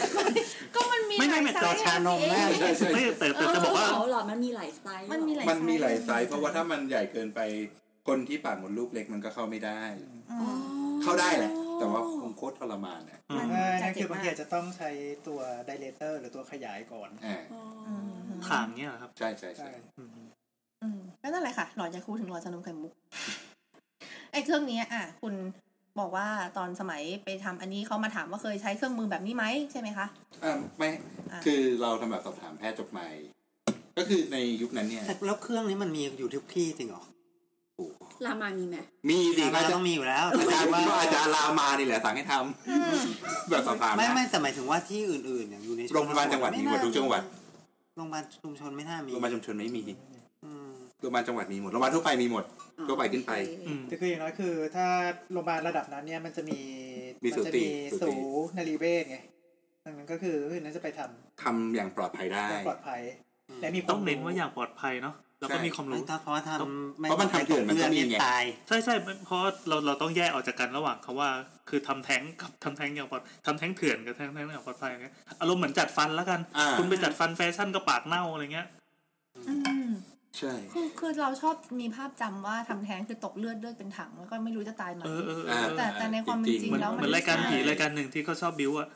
Speaker 2: ก็มันมี
Speaker 4: ไม่ไม่ไม่
Speaker 2: หลายไซส์
Speaker 1: ชานมแม่
Speaker 2: อะพี่
Speaker 5: ใช่ใช่
Speaker 4: ไม่แต่แต่จะบอกว่า
Speaker 3: เเหรอมันมีหลายไซส์เหรอ
Speaker 2: มันมีหลาย
Speaker 5: มันมีหลายไซ
Speaker 2: ส์
Speaker 5: ส์เพราะว่าถ้ามันใหญ่เกินไปคนที่ปากมดลูกเล็กมันก็เข้าไม่ได้
Speaker 2: อืม
Speaker 5: เข้าได้แหละ แต่ว่าคงโคตรทรมานอ่ะ
Speaker 4: อื
Speaker 6: ำ
Speaker 4: ม
Speaker 6: อ่า
Speaker 2: จะ
Speaker 6: นั่น
Speaker 2: เจ็
Speaker 6: คือบาม
Speaker 2: บาก
Speaker 6: งทีอาจจะต้องใช้ตัวไดเลเตอร์หรือตัวขยายก่อน
Speaker 5: อ่า
Speaker 3: อ๋อ
Speaker 4: ถางเงี้ยเหรอครับ
Speaker 5: ใช่ใช่ใช่
Speaker 6: ใช่
Speaker 4: อืม
Speaker 2: อืมก็นั่นแหละค่ะ หลอดยาคูถึงหลอดชานมไข่มุก ไอ้เครื่องเนี้ยอ่ะ คุณบอกว่าตอนสมัยไปทำอันนี้เขามาถามว่าเคยใช้เครื่องมือแบบนี้ไหมใช่ไหมคะ
Speaker 5: อ่าไม่
Speaker 2: อ่ะ
Speaker 5: คือเราทำแบบสอบถามแพทย์จบใหม่ ก็คือในยุคนั้นเนี่ย
Speaker 1: แต่แล้วเครื่องนี้มันมีอยู่ทุกที่จริงเหรอ
Speaker 3: ลามามีไหม
Speaker 5: มีดิ
Speaker 1: เรา
Speaker 5: อาจาร
Speaker 1: ต้อ
Speaker 5: ย์
Speaker 1: งมีอยู่แล้วแต่
Speaker 5: อาจารย์
Speaker 1: ว่า
Speaker 5: ว่าอาจารย์ลามานี่แหละสั่งให้ทำแบบสอบถามนะ
Speaker 1: ไม่ไม่แต่หมายถึงว่าที่อื่นๆอย่างอยู่ในชนบท
Speaker 5: โรงพยาบาลจังหวัดมีหมด
Speaker 1: ไน่า
Speaker 5: ทุกจังหวัด
Speaker 1: โรงพยาบาลชุมชนไม่น่ามี
Speaker 5: โรงพยาบาลชุมชนไม่มี
Speaker 1: อืม
Speaker 5: โรงพยาบาลจังหวัดมีหมดโรงพยาบาลทั่วไปมีหมด ทั่วไปขึ้นไป
Speaker 4: อืม
Speaker 6: แต่คืออย่างน้อยคือถ้าโรงพยาบาลระดับนั้นเนี่ยมันจะมี
Speaker 5: มีสู
Speaker 6: น
Speaker 5: ติ
Speaker 6: จะมี
Speaker 5: สู
Speaker 6: สู
Speaker 5: ติ
Speaker 6: นารีเวชไงดังนั้นก็คือเรื่องนั้นจะไปท
Speaker 5: ทำอย่างปลอดภัยได้
Speaker 6: ำอย่างปลอดภัย และมีควม
Speaker 4: ต้องเน้นว่าอย่างปลอดภัยเนาะแล้วก็
Speaker 5: ใช่
Speaker 4: มีความรู้
Speaker 1: ไม่ถ้าเพราะว่าทำ
Speaker 5: เพราะมันทำเถื่อนมันก็มีไง
Speaker 1: เลือดตาย
Speaker 4: ใช่ใช่เพราะเราเราต้องแยกออกจากกันระหว่างคำว่า คือทำแท้งกับ ทำแท้งอย่างปลอดทำแท้งเถื่อนกับทำแท้งอย่างปลอดภัยเนี่ยอารมณ์เหมือนจัดฟันแล้วกัน
Speaker 5: อ่า
Speaker 4: คุณไปจัดฟันแฟชั่นก็ปากเน่าอะไรเงี้ย
Speaker 2: อืม
Speaker 5: ใช่
Speaker 2: คือคือเราชอบมีภาพจำว่าทำแท้งคือตกเลือดด้วยเป็นถังแล้วก็ไม่รู้จะตายไหม
Speaker 4: เออเออเอ
Speaker 5: อ่า
Speaker 4: อ
Speaker 2: แต่แต่ในความเป็นจริง
Speaker 4: เหมือน
Speaker 2: แล้ว
Speaker 4: เหมือนรายการผีรายการหนึ่งที่เขาชอบบิวอะ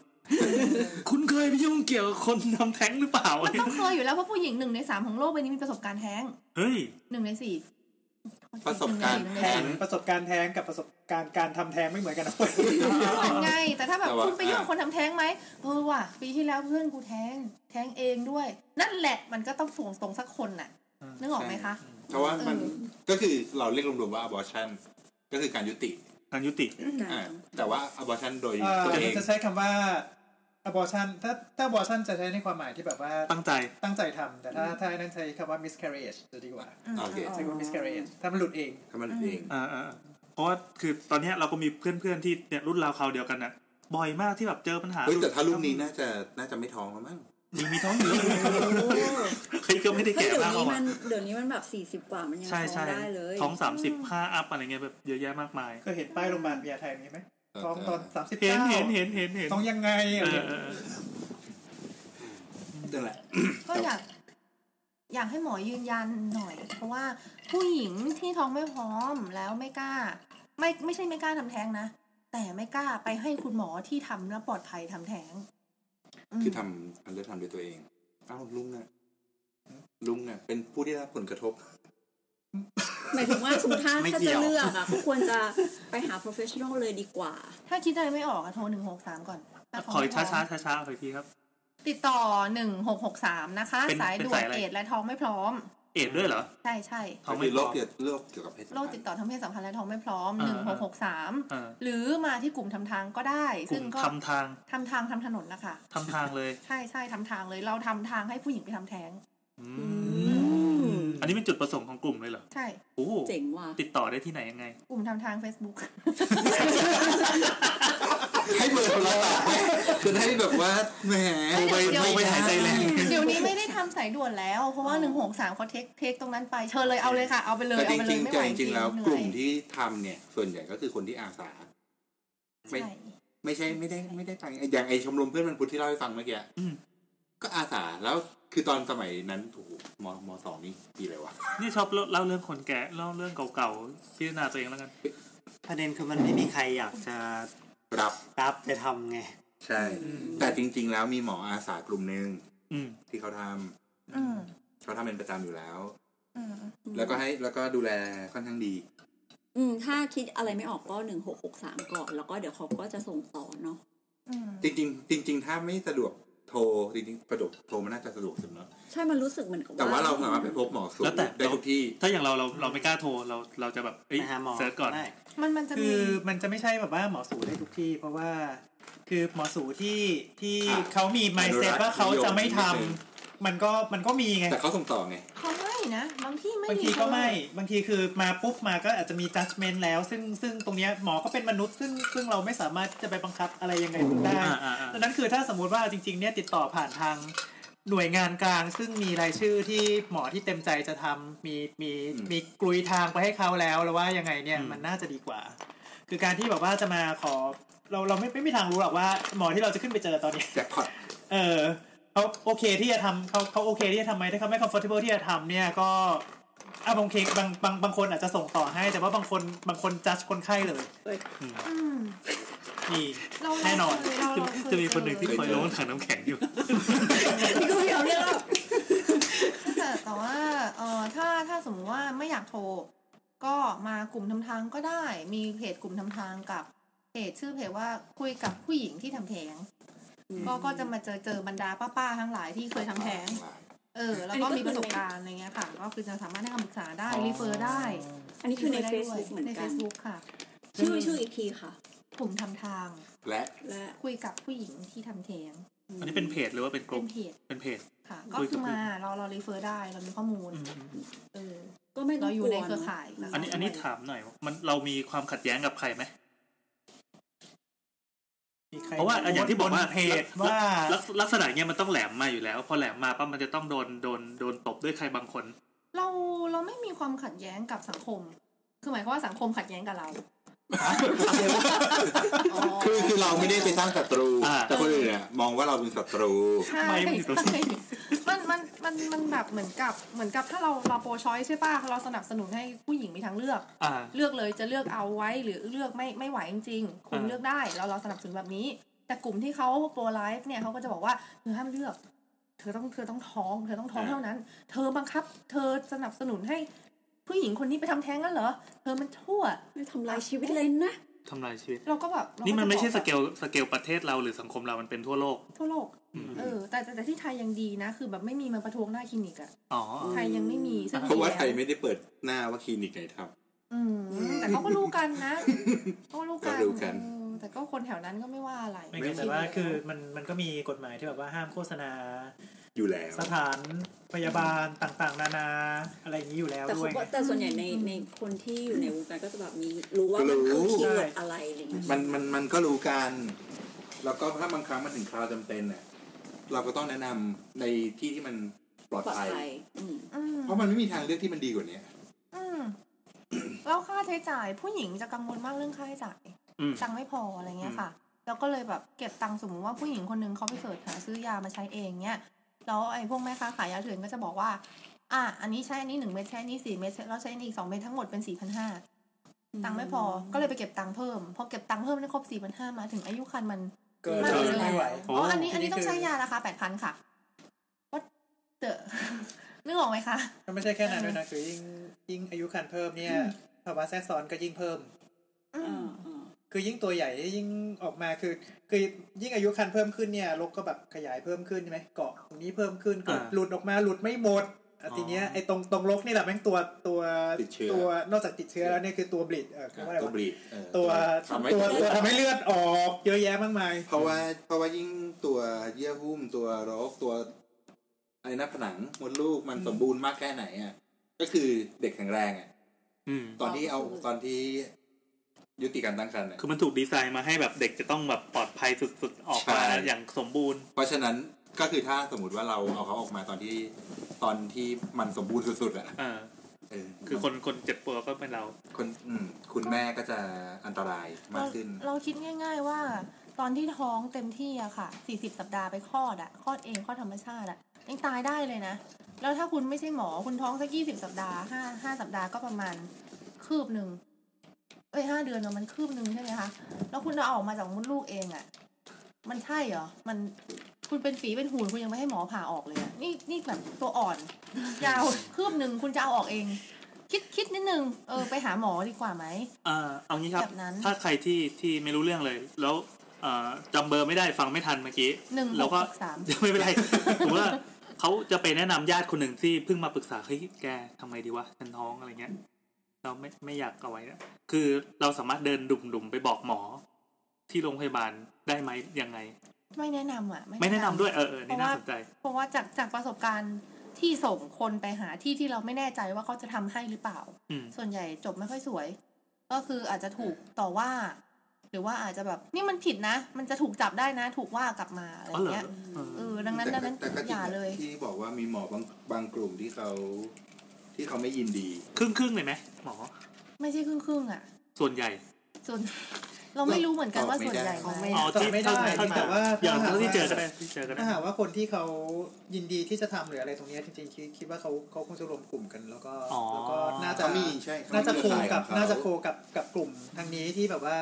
Speaker 4: คุณเคยไปยุ่งเกี่ยวกับคนทำแท้งหรือเปล่า
Speaker 2: มันต้องเคยอยู่แล้วเพราะผู้หญิงหนึ่งในสามของโลกใบนี้มีประสบการณ์แท้ง
Speaker 4: เฮ้ย
Speaker 2: หนึ่งในสี่
Speaker 5: ประสบการณ์แทน
Speaker 6: ประสบการณ์แท้งกับประสบการณ์การทำแท้งไม่เหมือนกันนะเว้ย
Speaker 2: เหมือนไง แต่ถ้าแบบ
Speaker 5: แต่ว่า
Speaker 2: คุณไปยุ่งกับคนทำแท้งไหมเออว่ะปีที่แล้วเพื่อนกูแท้ง แท้งเองด้วย นั่นแหละมันก็ต้องส่งตรงสักคนน่ะ
Speaker 6: อืม
Speaker 2: นึกออกไหมคะ
Speaker 5: เพราะว่ามัน
Speaker 2: เออ
Speaker 5: ก็คือเราเรียกรวมๆว่า abortion ก็คือการยุติ
Speaker 4: การยุติ
Speaker 5: อ่าแต่ว่า abortion โดย
Speaker 6: เอ่อ
Speaker 5: ตัวเอ
Speaker 6: มั
Speaker 5: ง
Speaker 6: นจะใช้คำว่า abortion ถ้าถ้า abortion จะใช้ในความหมายที่แบบว่า
Speaker 4: ตั้งใจ
Speaker 6: ตั้งใจทำแต่ถ้าถ้านั้นใช้คำว่า miscarriage จะดีกว่า
Speaker 5: โอเค
Speaker 6: ใช้คำว่า miscarriage ถ้ามันหลุดเอง
Speaker 5: ทำมันเอง
Speaker 4: อ่าอ่าอ่าเพราะว่าคือตอนเนี้ยเราก็มีเพื่อนๆที่เนี่ยรุ่นราวคราวเดียวกันน่ะบ่อยมากที่แบบเจอปัญหา
Speaker 5: เฮ้ยแต่ถ้ารุ่นนี้น่าจะน่าจะไม่ท้องแล้วมั้ง
Speaker 4: มีมีท้องอยู่แล้วเฮ้ยก็ไม่ได้
Speaker 3: เฮ้ย
Speaker 4: แก่
Speaker 3: เดี๋ยว
Speaker 4: มากหรอ
Speaker 3: นี้
Speaker 4: ก
Speaker 3: มั
Speaker 4: อะ
Speaker 3: นเดี๋ยวนี้มันแบบสี่สิบ40 กว่ามันยัง
Speaker 4: ใช่
Speaker 3: ท้อ
Speaker 4: ใช่
Speaker 3: งได้เลย
Speaker 4: ท้องสามสิบห้าอัพอะไรเงี้ยแบบเยอะแยะมากมาย
Speaker 6: เคยเห็นป้ายโรงพยาบาลพญาไทมีไหมท้องตอนสามสิบ
Speaker 4: เห็น
Speaker 6: เก้า
Speaker 4: เห็นเห็นเห็นเห็น
Speaker 6: ต้องยังไง
Speaker 4: เอ
Speaker 6: อะไร
Speaker 4: อ
Speaker 6: เงี้ย
Speaker 4: เออ
Speaker 5: นั่นแหละ
Speaker 2: ก็อยาก อยากให้หมอยืนยันหน่อย เพราะว่าผู้หญิงที่ท้องไม่พร้อมแล้วไม่กล้า ไม่ไม่ใช่ไม่กล้าทำแท้งนะ แต่ไม่กล้าไปให้คุณหมอที่ทำแล้วปลอดภัยทำแท้งม
Speaker 5: คือทำอันเลือกทำด้วยตัวเองอ้าวลุงอ่ะลุงอ่ะเป็นผู้ได้รับผลกระทบ
Speaker 3: หมายถึงว่าสมมติถ้า
Speaker 1: ไม่
Speaker 3: ถ้า
Speaker 1: เกี่
Speaker 3: จะ
Speaker 1: ยว
Speaker 3: เลือกอะก็ควรจะไปหา professional เลยดีกว่า
Speaker 2: ถ้าคิดอะไรไม่ออกอะโทรหนึ่งหกสามก่อน
Speaker 4: เอ
Speaker 2: ถ้า
Speaker 4: อ
Speaker 2: ท้ง
Speaker 4: ขอ
Speaker 2: ไม่
Speaker 4: อีก
Speaker 2: พร้
Speaker 4: ช้าม ช้าช้าช้าขออีกทีครับ
Speaker 2: ติดต่อหนึ่งหกหกสามนะคะ
Speaker 4: เป็น
Speaker 2: สาย
Speaker 4: เป็น
Speaker 2: ด่ว
Speaker 4: สาน ยอะไร
Speaker 2: เอดและท้องไม่พร้อม
Speaker 4: เอ็ดด้วยเหรอ
Speaker 2: ใช่ใช่
Speaker 4: ท้อง
Speaker 5: คื
Speaker 4: ไม่
Speaker 5: อโร
Speaker 4: ร้อ
Speaker 5: ค
Speaker 4: ม
Speaker 5: เกี่ยวโรคเกี่ยวกับเพศสัม
Speaker 2: โรค
Speaker 5: พัน
Speaker 2: ติด
Speaker 5: ธ์
Speaker 2: ต่อทางเพศสัมพันธ์และท้องไม่พร้อมห
Speaker 4: อ่า
Speaker 2: นึ่งหกหกสาม
Speaker 4: เออ
Speaker 2: หรือมาที่กลุ่มทำทางก็ได้
Speaker 4: กลุ่
Speaker 2: ซึ่
Speaker 4: ม
Speaker 2: งก็
Speaker 4: ทำทาง
Speaker 2: ทำทางทำถนนนะคะ
Speaker 4: ทำทางเลย
Speaker 2: ใช่ใช่ทำทางเลยเราทำทางให้ผู้หญิงไปทำแท้ง
Speaker 4: อื
Speaker 3: อื
Speaker 4: ม
Speaker 3: ม
Speaker 4: อันนี้เป็นจุดประสงค์ของกลุ่มเลยเหรอ
Speaker 2: ใช่
Speaker 4: โอ้โห
Speaker 3: เจ๋งว่ะ
Speaker 4: ติดต่อได้ที่ไหนยังไง
Speaker 2: กลุ่มทำทาง Facebook
Speaker 5: ให้เบอร์โทรศัพท์ ไหมจะได้แบบว่าแหม
Speaker 4: โทรไปโทรไปหายใจแรง
Speaker 2: เดี๋ยวนี้ไม่ได้ทำสายด่วนแล้ว เพราะว่าหนึ่งหกสามเขาเทคเทคตรงนั้นไปเชิญเลยเอาเลยค่ะเอาไปเลย
Speaker 5: แต่จ
Speaker 2: เอาไปเล
Speaker 5: ริ
Speaker 2: ย
Speaker 5: ง
Speaker 2: ไม่
Speaker 5: ๆ
Speaker 2: ไห
Speaker 5: แต่
Speaker 2: ว
Speaker 5: จริงๆแล้ว
Speaker 2: เห
Speaker 5: ก
Speaker 2: นื่
Speaker 5: ลุ่
Speaker 2: อ
Speaker 5: ม
Speaker 2: ย
Speaker 5: ที่ทำเนี่ย ส่วนใหญ่ก็คือคนที่อาสา ไม่
Speaker 2: ใช่
Speaker 5: ไม่ใช่ไม่ได้ไม่ได้ตังค์อย่างไอชมรมเพื่อนมันพุทธที่เล่าให้ฟังเมื่อกี้
Speaker 4: อืม
Speaker 5: ก็อาสาแล้วคือตอนสมัยนั้นโอ้โหมมสองนี่ปีอะไรวะ
Speaker 4: นี่ชอบเล่าเล่าเรื่องคนแก่เล่าเรื่องเก่าๆพิจารณาตัวเองแล้วกัน
Speaker 1: ประเด็นคือมันไม่มีใครอยากจะ
Speaker 5: รับ
Speaker 1: รับไปทำไง
Speaker 5: ใช่ แต่จริง ๆ แล้วมีหมออาสากลุ่มหนึ่ง
Speaker 4: อืม
Speaker 5: ที่เขาทำ
Speaker 2: อืม
Speaker 5: เขาทำเป็นประจำอยู่แล้ว
Speaker 2: อืม
Speaker 5: แล้วก็ให้แล้วก็ดูแลค่อนข้างดี
Speaker 3: อืมถ้าคิดอะไรไม่ออกก็หนึ่งหกหกสามก่อน แล้วก็เดี๋ยวเขาก็จะส่งต่อเนาะ
Speaker 2: อืม
Speaker 5: จริงๆจริง ๆ ถ้าไม่สะดวกโทรจริงๆประดกโทรมันน่าจะสะดวกสุดเนาะ
Speaker 3: ใช่มันรู้สึกเหมือนกับ
Speaker 5: แต่ว่าเราสามารถไปพบหมอสุข
Speaker 4: แล้วแต่
Speaker 5: ได้ทุกที่
Speaker 4: ถ้าอย่างเราเราเราไม่กล้าโทรเราเราจะแบบเอ้ย
Speaker 1: ไปหาหมอ
Speaker 4: เซิร์ชก่อน
Speaker 1: ได้
Speaker 2: มันมันจะ
Speaker 6: คื
Speaker 2: มี
Speaker 6: อมันจะไม่ใช่แบบว่าหมอสูได้ทุกที่ เพราะว่า คือหมอสูที่ที่เขามี mindset ว่าเขาจะไม่ทำมันก็มันก็มีไง
Speaker 5: แต่เขาส่งต่อไง
Speaker 2: เขาไม่นะบางที่ไม่
Speaker 6: บาง
Speaker 2: มี
Speaker 6: ทีก็ไม่
Speaker 2: เลย
Speaker 6: บางทีคือมาปุ๊บมาก็อาจจะมี judgment แล้ว ซึ่งซึ่งตรงเนี้ยหมอก็เป็นมนุษย์ ซึ่งซึ่งเราไม่สามารถจะไปบังคับอะไรยังไงได้
Speaker 4: อ่าอ่าอ่า
Speaker 6: ดังนั้นคือถ้าสมมุติว่าจริง ๆ เนี่ยติดต่อผ่านทางหน่วยงานกลาง ซึ่งมีรายชื่อที่หมอที่เต็มใจจะทำมีมี
Speaker 5: อืม
Speaker 6: มีกลุยทางไปให้เขาแล้วแล้วว่ายังไงเนี่ยมันน่าจะดีกว่า คือการที่แบบว่าจะมาขอเราเราไม่ไม่มีทางรู้หรอกว่าหมอที่เราจะขึ้นไปเจอตอนเนี้ย
Speaker 5: แจ็คพอต
Speaker 6: เออเขาโอเคที่จะทำเขาเขาโอเคที่จะทำไหมถ้าเขาไม่ comfortable ที่จะทำเนี่ยก็อ่ะบางเคบางบางบางคนอาจจะส่งต่อให้ แต่ว่าบางคนบางคนจัดคนไข้เลย
Speaker 2: อืม
Speaker 6: นี่
Speaker 2: เรา
Speaker 6: แน่นอน
Speaker 2: เราเราเคย
Speaker 4: จะมีคนหนึ่งที่
Speaker 2: เจอ
Speaker 4: คอยลงถังน้ำแข็งอยู่
Speaker 3: นี่ก็ไม่ยอมเรียกเรา
Speaker 2: แต่แต่ว่าเออถ้าถ้าสมมติว่าไม่อยากโทร ก็มากลุ่มทำทางก็ได้ มีเพจกลุ่มทำทางกับเพจชื่อเพจว่าคุยกับผู้หญิงที่ทำแท้งก็ก็จะมาเจอเจอบรรดาป้าๆทั้งหลายที่เคยทำแท้งเออ แล้วก็มีประสบการณ์อะไรเงี้ยค่ะ ก็คือจะสามารถให้คำปรึกษาได้ รีเฟอร์ได้
Speaker 3: อันนี้คือใน
Speaker 2: รีฟร์ได้ด้วย
Speaker 3: Facebook เหมือน
Speaker 2: ใน
Speaker 3: กัน
Speaker 2: Facebook ค่ะ
Speaker 3: ชื่อชื่ออีกทีค่ะ
Speaker 2: กลุ่มทำทาง
Speaker 5: และ
Speaker 3: และ
Speaker 2: คุยกับผู้หญิงที่ทำแท้ง
Speaker 4: อันนี้เป็นเพจหรือว่าเป็นก
Speaker 2: เป็
Speaker 4: ลุ่ม
Speaker 2: นเพจ
Speaker 4: เป็นเพจ
Speaker 2: ค่ะก็
Speaker 4: คุยกับ
Speaker 2: คือมาเราเรารีเฟอร์ได้เรามีข้อมูลเออ
Speaker 3: ก็ไม่ต้ง
Speaker 2: เราอยู่
Speaker 3: กลัว
Speaker 2: ในเครือข่ายนะ
Speaker 4: อันนี้อันนี้ถามหน่อยมันเรามีความขัดแย้งกับใครไหม
Speaker 6: มีใค
Speaker 4: เพราะว่าอย่างที่บอกว่า
Speaker 6: เพจว่า
Speaker 4: ลักษลักษณะเนี้ยมันต้องแหลมมาอยู่แล้ว พอแหลมมาปั๊บมันจะต้องโดนโดนโดนตบด้วยใครบางคน
Speaker 2: เราเราไม่มีความขัดแย้งกับสังคม คือหมายความว่าสังคมขัดแย้งกับ เรา
Speaker 5: คือคือเราไม่ได้ไปสร้างศัตรู
Speaker 4: อ่า
Speaker 5: แต่คนอื่นเนี่ยมองว่าเราเป็นศัตรู
Speaker 2: ใช่
Speaker 4: ไม่ไม่อยู่ตรงนั้น
Speaker 2: ใช่มันมันมันมันแบบเหมือนกับเหมือนกับถ้าเราเราโปรช้อยใช่ป่ะเราสนับสนุนให้ผู้หญิงมีทางเลือก
Speaker 4: อ่า
Speaker 2: เลือกเลยจะเลือกเอาไว้หรือเลือกไม่ไม่ไหวจริงๆ คุณ
Speaker 4: อ่า
Speaker 2: เลือกได้เราเราสนับสนุนแบบนี้ แต่กลุ่มที่เขาโปรไลฟ์เนี่ยเขาก็จะบอกว่าเธอห้ามเลือก เธอต้องเธอต้องท้อง เธอต้องท้อง
Speaker 5: อ่า
Speaker 2: เท่านั้น เธอบังคับ เธอสนับสนุนให้ ผู้หญิงคนนี้ไปทำแท้งกันเหรอเธอมันชั่ว
Speaker 3: ไม่ทำลายชีวิตเลยนะ
Speaker 4: ทำลายชีวิต
Speaker 2: เราก็แบบเราก็
Speaker 4: นี่มันไม่ใช่
Speaker 2: จะ
Speaker 4: ส
Speaker 2: บอก
Speaker 4: เกลสเกลประเทศเราหรือสังคมเรามันเป็นทั่วโลก
Speaker 2: ทั่วโลก
Speaker 4: อืม
Speaker 2: เออแต่แต่แต่ที่ไทยยังดีนะ คือแบบไม่มีมาประท้วงหน้าคลินิกอะ
Speaker 4: อ๋อ
Speaker 2: ไทยยังไม่มีซึ่ง
Speaker 5: เพราะว่า
Speaker 2: ดี
Speaker 5: ไทย
Speaker 2: แล้
Speaker 5: ไม่ได้เปิดหน้าว่าคลินิกไหนท
Speaker 2: อืมแต่เขาก็รู้กันนะเขาก็รู้กัน
Speaker 5: ก็รู้กัน
Speaker 2: เออแต่ก็คนแถวนั้นก็ไม่ว่าอะไร
Speaker 6: ไม่เกี่ยวแต่ว่าคือมันมันก็มีกฎหมายที่แบบว่าห้ามโฆษณา
Speaker 5: ำอยู่แล้ว
Speaker 6: สถานพยาบาลต่างๆ นานาอะไรอย่างนี้อยู่แล้ว
Speaker 3: แต่
Speaker 6: ด้ว
Speaker 3: เขา
Speaker 6: ย
Speaker 3: ก็แต่ส่วนใหญ่ในในคนที่อยู่ในวงการก็จะแบบมีรู้ว่ามัน
Speaker 5: ก็
Speaker 3: คือ
Speaker 5: รู้
Speaker 3: คีย์เวิร์ดอะไรอะไรอย่างเงี้ย
Speaker 5: มันมันมันก็รู้กัน แล้วก็ถ้าบางครั้งมันถึงคราวจำเป็นเนี่ยเราก็ต้องแนะนำในที่ที่มันปลอด
Speaker 3: ปลอด
Speaker 5: ภัย
Speaker 3: ภัยอืม
Speaker 2: อืม
Speaker 5: เพราะมันไม่มีทางเลือกที่มันดีกว่านี้
Speaker 2: อืมแล้วค่าใช้จ่ายผู้หญิงจะกังวลมากเรื่องค่าใช้จ่าย
Speaker 4: อืม
Speaker 2: ตังค์ไม่พออะไรเงี้ยค่ะ แล้วก็เลยแบบเก็บตังค์สมมติว่าผู้หญิงคนหนึงเขาไปเสิร์ชหาซื้อยามาใช้เองเนี่ยแล้วไอ้พวกแม่ค้าขายยาเถื่อนก็จะบอกว่า อ่ะอันนี้ใช้อันนี้หนึ่งเม็ดใช้อันนี้สี่เม็ดใช้แล้วใช้อันนี้อีกสองเม็ดทั้งหมดเป็นสี่พันห้าตังค์ไม่พอก็เลยไปเก็บตังค์เพิ่มพอเก็บตังค์เพิ่มได้ครบสี่พันห้ามาถึงอายุครรภ์มัน
Speaker 6: เกิน
Speaker 2: ไม่
Speaker 6: เกิน
Speaker 2: ไม่
Speaker 6: ไม่ไหว
Speaker 4: โอ้
Speaker 2: อ๋ออันนี้อันนี้
Speaker 6: อันนี้
Speaker 2: ต้องใช้
Speaker 6: คือ
Speaker 2: ยาราคาแปดพันค่ะว่าเจอ นึกออกไหมคะ
Speaker 6: ก็ไม่ใช่แค่นั้นด้วยนะคือยิ่งยิ่งอายุขันเพิ่มเนี่ยภาวะแทรกซ้อนก็ยิ่งเพิ่ม
Speaker 2: อืม
Speaker 6: คือยิ่งตัวใหญ่ยิ่งออกมาคือคือยิ่งอายุคันเพิ่มขึ้นเนี่ยรกก็แบบขยายเพิ่มขึ้นใช่ไหมเกาะตรงนี้เพิ่มขึ้นเกิด
Speaker 4: อ่า
Speaker 6: หลุดออกมาหลุดไม่หมดอ่ะ
Speaker 4: อ๋อ
Speaker 6: ทีเนี้ยไอ้ตรงตรงรกนี่แหละแม่งตัวตัว
Speaker 5: ติดเชื้อ
Speaker 6: ตัวนอกจากติดเชื้อแล้วเนี่ยคือตัวบลิดเออคือว่าอะไร
Speaker 5: ตัว
Speaker 6: วะ
Speaker 5: บรีดเออ
Speaker 6: ตัว
Speaker 5: ทำให้
Speaker 6: ตัวตัวทำให้เลือดออกเยอะแยะมากมาย
Speaker 5: เพราะว่าเพราะว่ายิ่งตัวเยื่อหุ้มตัวรกตัวไอ้หน้าผนังมดลูกมัน
Speaker 6: อืม
Speaker 5: สมบูรณ์มากแค่ไหนอ่ะก็คือเด็กแข็งแรงอ่ะ
Speaker 4: อืม
Speaker 5: ตอนที่เอา
Speaker 3: อ๋อ
Speaker 5: ตอนที่ยุติการตั้งครรภ์อะ
Speaker 4: คือมันถูกดีไซน์มาให้แบบเด็กจะต้องแบบปลอดภัยสุดๆ ออกมา
Speaker 5: ใช่
Speaker 4: อย่างสมบูรณ์
Speaker 5: เพราะฉะนั้นก็คือถ้าสมมติว่าเราเอาเขาออกมาตอนที่ตอนที่มันสมบูรณ์สุดๆอ่ะ
Speaker 4: เออ
Speaker 5: เออ
Speaker 4: คือคนคนเจ็บปวดก็เป็นเรา
Speaker 5: คนอืมคุณแม่ก็จะอันตรายมากขึ้น
Speaker 2: เราเราคิดง่าย ๆ ว่าตอนที่ท้องเต็มที่อะค่ะ 40 สัปดาห์ไปคลอดอะคลอดเองคลอดธรรมชาติอะยังตายได้เลยนะ แล้วถ้าคุณไม่ใช่หมอคุณท้องสักยี่สิบสัปดาห์ห้าห้าสัปดาห์ก็ประมาณคืบหนึ่งเอ้ยห้าเดือนเนอะมันคืบหนึ่งใช่ไหมคะ แล้วคุณเอาออกมาจากมดลูกเองอะมันใช่เหรอ มันคุณเป็นฝีเป็นหูนคุณยังไม่ให้หมอผ่าออกเลยอะนี่นี่แบบตัวอ่อน ยาวคืบหนึ่งคุณจะเอาออกเอง คิดคิดนิดนึงเออไปหาหมอดีกว่าไหม
Speaker 4: เออเอางี้ครับ
Speaker 2: แบบนั้น
Speaker 4: ถ้าใครที่ที่ไม่รู้เรื่องเลย แล้วเอ่อจำเบอร์ไม่ได้ฟังไม่ทันเมื่อกี้
Speaker 2: หนึ่งหก
Speaker 4: เราก็
Speaker 2: หกสาม
Speaker 4: ไม่เป็นไรผมว่าเขาจะไปแนะนำญาติคนหนึ่งที่เพิ่งมาปรึกษาเฮ้ยแกทำไงดีวะฉันท้องอะไรเงี้ย เราไม่ไม่อยากเอาไว้นะคือเราสามารถเดินดุ่มๆไปบอกหมอ ที่โรงพยาบาลได้ไหมยังไง
Speaker 2: ไม่แนะนำอะ
Speaker 4: ไม่แนะนำด้วยเออเออนี่น่าสนใจ
Speaker 2: เพราะว่าจากจากประสบการณ์ที่ส่งคนไปหาที่ที่เราไม่แน่ใจว่าเขาจะทำให้หรือเปล่า
Speaker 4: อืม
Speaker 2: ส่วนใหญ่จบไม่ค่อยสวย ก็คืออาจจะถูกต่อว่า หรือว่าอาจจะแบบนี่มันผิดนะ มันจะถูกจับได้นะ ถูกว่ากลับมาอะไรอย่างเงี้ย
Speaker 4: อ๋อเหรอ
Speaker 2: เออดังนั้นดังนั้น
Speaker 5: แต่ก็จ
Speaker 2: อ
Speaker 5: ริง
Speaker 2: ย่าเลย
Speaker 5: ที่บอกว่ามีหมอบางบางกลุ่มที่เขาที่เขาไม่ยินดี
Speaker 4: ครึ่งครึ่งๆเลยไหมหมอ
Speaker 2: ไม่ใช่ครึ่งครึ่งๆอ่ะ
Speaker 4: ส่วนใหญ่
Speaker 2: ส่วน เราไม่รู้เหมือนกันว่า
Speaker 5: ตอบไม่
Speaker 2: ส่วนใหญ่
Speaker 5: ได้
Speaker 2: ไหม
Speaker 4: อ๋อ
Speaker 6: ตอบไม่ได้
Speaker 4: ที่เท่ที่
Speaker 6: แต่ว่า
Speaker 4: อย่าง
Speaker 6: ถ้าหาก
Speaker 4: ที่เจอ
Speaker 6: ว่า
Speaker 4: ก็ได้ที่เจอก็ได้
Speaker 6: ถ้าหากว่าคนที่เขายินดีที่จะทำหรืออะไรตรงเนี้ยจริงๆคิดคิดว่าเขาเขาคงจะรวมกลุ่มกันแล้วก็แล้วก็น่าจะ
Speaker 5: เขามีใช่เขมี
Speaker 6: น่าจะโค
Speaker 5: เครือข่ย
Speaker 6: กับ
Speaker 5: ของเข
Speaker 6: น่าจะโคกับกับกลุ่มทางนี้ที่แบบว่า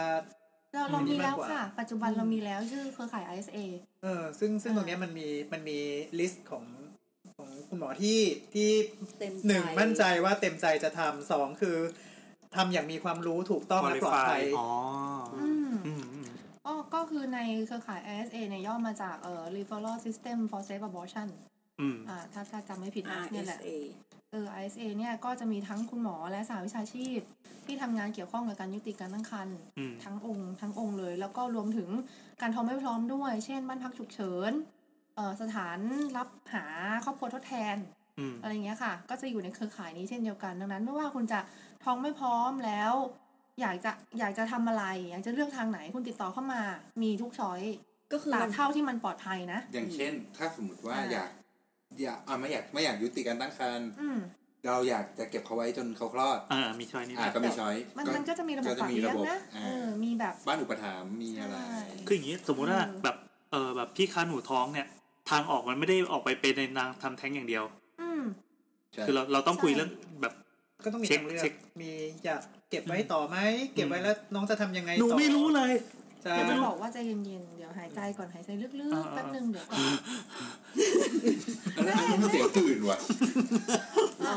Speaker 2: เราเรามีแล้ว
Speaker 6: มากกว่า
Speaker 2: ค่ะ ปัจจุบันเรามีแล้วชื่อเครือข่าย ISA
Speaker 6: เออซึ่งซึ่งตรงเนี้ยมันมีมันมีลิสต์ของของคุณหมอที่ที่
Speaker 3: เต็มใจ
Speaker 6: หนึ่งมั่นใจว่าเต็มใจจะทำสองคือทำอย่างมีความรู้ถูกต้องและปลอดภัย
Speaker 4: อ๋อ
Speaker 2: อืม
Speaker 4: อืมอืม
Speaker 2: ก็ก็คือในเครือข่าย ISA เนี่ยย่อมาจากเอ่อ Referral System for Safe Abortion
Speaker 4: อืม
Speaker 2: อ่าถ้าถ้าจำไม่ผิดนะเนี่ยแหละ
Speaker 3: RSA
Speaker 2: เออ ISA เนี่ยก็จะมีทั้งคุณหมอและสาวิชาชีพ ที่ทำงานเกี่ยวข้องกับการยุติการตั้งครรภ์
Speaker 4: อืม
Speaker 2: ทั้งองค์ทั้งองค์เลย แล้วก็รวมถึงการท้องไม่พร้อมด้วย เช่นบ้านพักฉุกเฉินเอ่อสถานรับหาครอบครัวทดแทน
Speaker 4: อืม
Speaker 2: อะไรเงี้ยค่ะ ก็จะอยู่ในเครือข่ายนี้เช่นเดียวกัน ดังนั้นไม่ว่าคุณจะท้องไม่พร้อมแล้ว อยากจะอยากจะทำอะไร อยากจะเลือกทางไหนคุณติดต่อเข้ามา มีทุกช้อย
Speaker 3: ก็คือ
Speaker 2: ตรา
Speaker 3: มั
Speaker 2: บ
Speaker 3: น
Speaker 2: เท่าที่มันปลอดภัยนะ
Speaker 5: อย่างเช่น ถ้าสมมติว่า
Speaker 2: อ่า
Speaker 5: อยากอยากอ่าไม่อยากไม่อยากยุติการตั้งครรภ์
Speaker 2: อืม
Speaker 5: เราอยากจะเก็บเขาไว้จนเขาคลอด
Speaker 4: อ่า มีช้อยนี้
Speaker 5: อ่า
Speaker 4: นะ
Speaker 5: ก็มีช้อย
Speaker 2: มันมันก็จะมีระบบ
Speaker 5: ก็
Speaker 2: ฝา
Speaker 5: จะ
Speaker 2: ก
Speaker 5: มี
Speaker 2: เลี้ย
Speaker 5: ระ
Speaker 2: ง
Speaker 5: บบ
Speaker 2: นะ
Speaker 5: อ่า
Speaker 2: เออมีแบบ
Speaker 5: บ้านอุปถัมภ์มีอะไร
Speaker 2: ใช่
Speaker 4: คืออย่างนี้สมมุติว่า
Speaker 2: อืม
Speaker 4: แบบ เออแบบพี่ค้าหนูท้องเนี่ย ทางออกมันไม่ได้ออกไปเป็นในนางทำแท้งอย่างเดียว
Speaker 2: อืม
Speaker 5: ใช่
Speaker 4: คือเราเราต้องคุย
Speaker 2: ใช่
Speaker 4: เรื่องแบบ
Speaker 6: ก็ต้องมี
Speaker 4: เช็ค
Speaker 6: ทางเลือ
Speaker 4: เช็
Speaker 6: ก
Speaker 4: ค
Speaker 6: มีอยากเก็บไว้ต่อไหมเก็บไว้แล้วน้องจะทำยังไง
Speaker 4: หนู
Speaker 6: ต่อ
Speaker 4: ไม่รู้เลย
Speaker 6: ใช่
Speaker 2: เดี๋ยวมันบอกว่าใจเย็นๆ เดี๋ยวหายใจก่อนหายใจลึกๆ แป๊บนึงเดี๋ยวก่อน
Speaker 5: อันนั้นอันนั้นมันเสียงตื่นว่ะ
Speaker 2: อ่า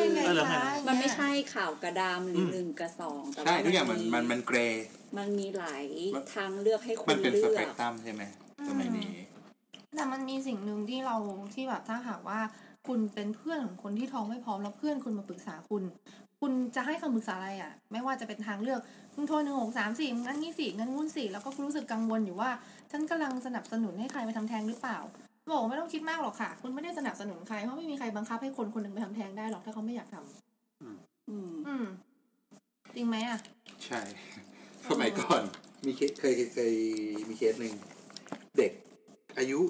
Speaker 2: ยังไง
Speaker 4: เออเหรอ
Speaker 2: คะ
Speaker 3: มันไม่ใช่ข่าวกระดามหรืออ
Speaker 5: ม
Speaker 3: หนึ่งกระสองแต่ว่า
Speaker 5: ใช่ทุกอย่างมันมันมันเกร
Speaker 3: มันมีหลาย
Speaker 5: มัน
Speaker 3: ทางเลือกให้คุ
Speaker 5: มัน
Speaker 3: ณ
Speaker 5: เป็นส
Speaker 3: เลื
Speaker 5: เป
Speaker 3: อก
Speaker 5: กตรัมใช่ไหมสมัยนี้
Speaker 2: แต่มันมีสิ่งหนึ่งที่เราที่แบบถ้าหากว่า คุณเป็นเพื่อนของคนที่ท้องไม่พร้อมแล้วเพื่อนคุณมาปรึกษาคุณ คุณจะให้คำปรึกษาอะไรอ่ะ ไม่ว่าจะเป็นทางเลือกคุณโทรหนึ่งหกสามสี่งั้นนี่สี่งั้นงุ้นสี่แล้วก็รู้สึกกังวลอยู่ว่าฉันกำลังสนับสนุนให้ใครไปทำแท้งหรือเปล่าบอกว่าไม่ต้องคิดมากหรอกค่ะ คุณไม่ได้สนับสนุนใครเพราะไม่มีใครบังคับให้คนคนหนึ่งไปทำแท้งได้หรอกถ้าเขาไม่อยากทำ
Speaker 3: อืม
Speaker 2: อืม จริงไหมอ่ะ
Speaker 5: ใช่ สมัยก่อนมีเคสเคยเคยเคยมีเคสหนึ่งเด็กอายุ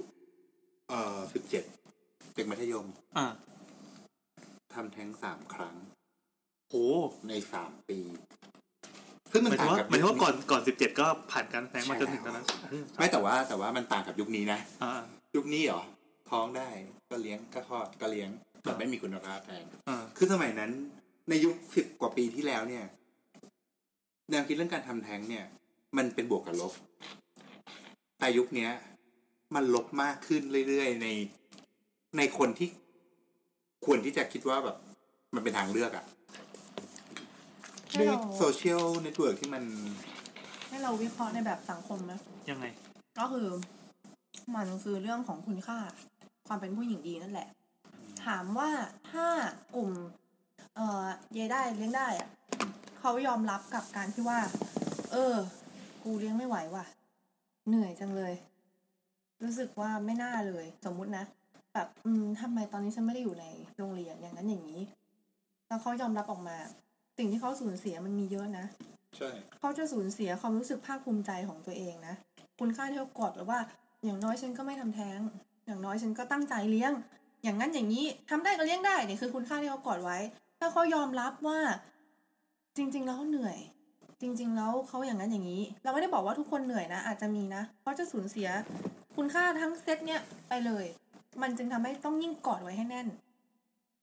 Speaker 5: เอ่อสิบเจ็ดเด็กมัธยม
Speaker 4: อ่า
Speaker 5: ทำแท้งสามครั้ง
Speaker 4: โอ้
Speaker 5: ในสามปี ซึ่ง
Speaker 4: ห
Speaker 5: มัน
Speaker 4: มายถึ
Speaker 5: ต่าง ง
Speaker 4: ว่า
Speaker 5: กับ
Speaker 4: หมายถึงว่าก่อนก่อนสิบเจ็ดก็ผ่านการแซงมาจนถึงตอนนั้น
Speaker 5: ไม่แต่ว่าแต่ว่ามันต่างกับยุคนี้นะ
Speaker 4: อ่า
Speaker 5: ยุคนี้เหรอ ท้องได้ก็เลี้ยงก็คลอดก็เลี้ยงแต่ไม่มีคุณภาพแทน
Speaker 4: อ่า
Speaker 5: คือสมัยนั้นในยุคสิบกว่าปีที่แล้วเนี่ยแนวคิดเรื่องการทำแท้งเนี่ย มันเป็นบวกกับลบ แต่ยุคเนี้ย มันลบมากขึ้นเรื่อยๆในในคนที่ควรที่จะคิดว่าแบบ มันเป็นทางเลือกอะ
Speaker 2: ให้
Speaker 5: ด้วย
Speaker 2: เรา
Speaker 5: โซเชียลเน็ตเวิร์กที่มัน
Speaker 2: ให้เราวิเคราะห์ในแบบสังคมนะ
Speaker 4: ยังไง
Speaker 2: ก็คือมันคือเรื่องของคุณค่า ความเป็นผู้หญิงดีนั่นแหละ ถามว่าถ้ากลุ่ม เอ่อเยได้เลี้ยงได้อะเขายอมรับกับการที่ว่า เออ กูเลี้ยงไม่ไหวว่ะ เหนื่อยจังเลย รู้สึกว่าไม่น่าเลย สมมุตินะแบบอืมทำไมตอนนี้ฉันไม่ได้อยู่ในโรงเรียนอย่างนั้นอย่างนี้ แล้วเขายอมรับออกมา สิ่งที่เขาสูญเสียมันมีเยอะนะ
Speaker 5: ใช่
Speaker 2: เขาจะสูญเสียความรู้สึกภาคภูมิใจของตัวเองนะ คุณค่าที่เขากดหรือว่า อย่างน้อยฉันก็ไม่ทำแท้ง อย่างน้อยฉันก็ตั้งใจเลี้ยง อย่างนั้นอย่างนี้ทำได้ก็เลี้ยงได้เนี่ยคือคุณค่าที่เขากดไว้ ถ้าเขายอมรับว่า จริง ๆ แล้วเขาเหนื่อย จริง ๆ แล้วเขาอย่างนั้นอย่างนี้ เราไม่ได้บอกว่าทุกคนเหนื่อยนะ อาจจะมีนะเขาจะสูญเสีย คุณค่าทั้งเซตเนี่ยไปเลย มันจึงทำให้ต้องยิ่งกอดไว้ให้แน่น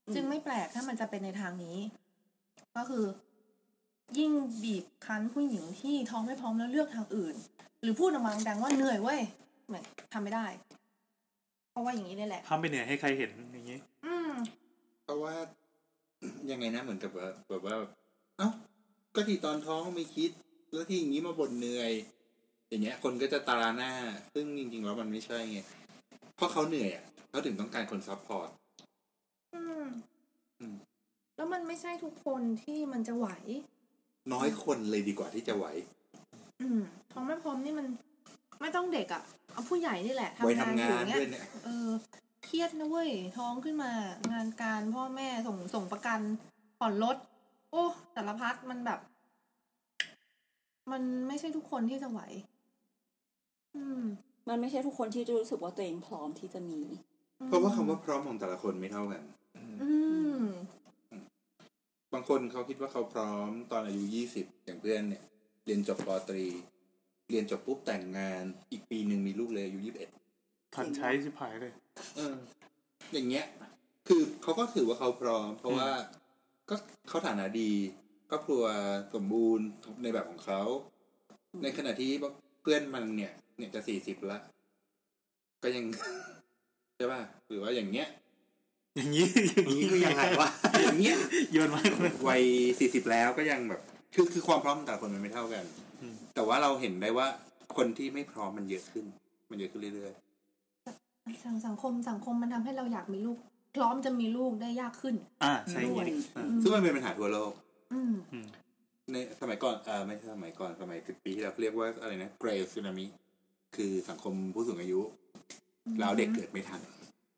Speaker 3: อืม
Speaker 2: จึงไม่แปลกถ้ามันจะเป็นในทางนี้ ก็คือ ยิ่งบีบคั้นผู้หญิงที่ท้องไม่พร้อมแล้วเลือกทางอื่น หรือพูดออกมาดังๆว่าเหนื่อยเว้ยเหมือนทำไม่ได้ เพราะว่าอย่างนี้นี่แหละ
Speaker 4: ทำไปเหนื่อยให้ใครเห็นอย่างนี้
Speaker 2: อืม
Speaker 5: เพราะว่า ยังไงนะเหมือนกับว่าแบบว่าเอ้าก็ที่ตอนท้องไม่คิด แล้วที่อย่างนี้มาบ่นเหนื่อย อย่างเงี้ย คนก็จะตาหน้า ซึ่งจริงๆแล้วมันไม่ใช่ไงเพราะเขาเหนื่อยอะเขาถึงต้องการคนซัพพอร์ต
Speaker 2: อืม
Speaker 5: อืม
Speaker 2: แล้วมันไม่ใช่ทุกคนที่มันจะไหว
Speaker 5: น้อยคนเลยดีกว่าที่จะไหว
Speaker 2: อืมท้องไม่พร้อมนี่มันไม่ต้องเด็กอะ่ะ เอาผู้ใหญ่นี่แหละ
Speaker 5: ไว้
Speaker 2: ทำงานอง
Speaker 5: ทำาน
Speaker 2: ยู่เนี้ย
Speaker 5: ด้วยเนี่ย
Speaker 2: เออเครียดนะเว้ย ท้องขึ้นมางานการพ่อแม่ส่งส่งประกันผ่อนรถ โอ้สารพัดมันแบบ มันไม่ใช่ทุกคนที่จะไหว อืม
Speaker 3: มันไม่ใช่ทุกคนที่จะรู้สึกว่าตัวเองพร้อมที่จะมี
Speaker 5: เพราะว่าคำว่าพร้อมของแต่ละคนไม่เท่ากัน
Speaker 2: อืม
Speaker 5: บางคนเขาคิดว่าเขาพร้อมตอนอายุยี่สิบอย่างเพื่อนเนี่ย เรียนจบปตรี เรียนจบปุ๊บแต่งงาน อีกปีหนึ่งมีลูกเลยอายุยี่สิบเอ็ด
Speaker 4: ทันใช้ชิบหายเลย
Speaker 5: อย่างเงี้ย คือเขาก็ถือว่าเขาพร้อม เพราะว่าก็เขาฐานะดีครอบครัวสมบูรณ์ในแบบของเขา ในขณะที่เพื่อนมันเนี่ย เนี่ยจะสี่สิบละก็ยัง ใช่ป่ะหรือว่าอย่างเงี้ย
Speaker 4: อย่างนี้ อย่างนี้
Speaker 1: คือยังไงวะ
Speaker 5: อย่างเงี้ย
Speaker 4: โยนไว้คนละ
Speaker 5: วัยสี่สิบแล้วก็ยังแบบคือคือความพร้อมของแต่ละคนมันไม่เท่ากัน
Speaker 4: อืม
Speaker 5: แต่ว่าเราเห็นได้ว่าคนที่ไม่พร้อมมันเยอะขึ้น มันเยอะขึ้นเรื่อย
Speaker 2: สังสังคมสังคมมันทำให้เราอยากมีลูก พร้อมจะมีลูกได้ยากขึ้น
Speaker 4: อ่าใช่อย่างนี้ดิอ่า
Speaker 5: ๆ ซึ่งมันเป็นปัญหาทั่วโลก
Speaker 2: อืม
Speaker 5: ในสมัยก่อนเออไม่ใช่สมัยก่อนสมัยสิบปีที่แล้วเรียกว่าอะไรนะเกรซูนามิคือสังคมผู้สูงอายุ แล้วเด็กเกิดไม่ทัน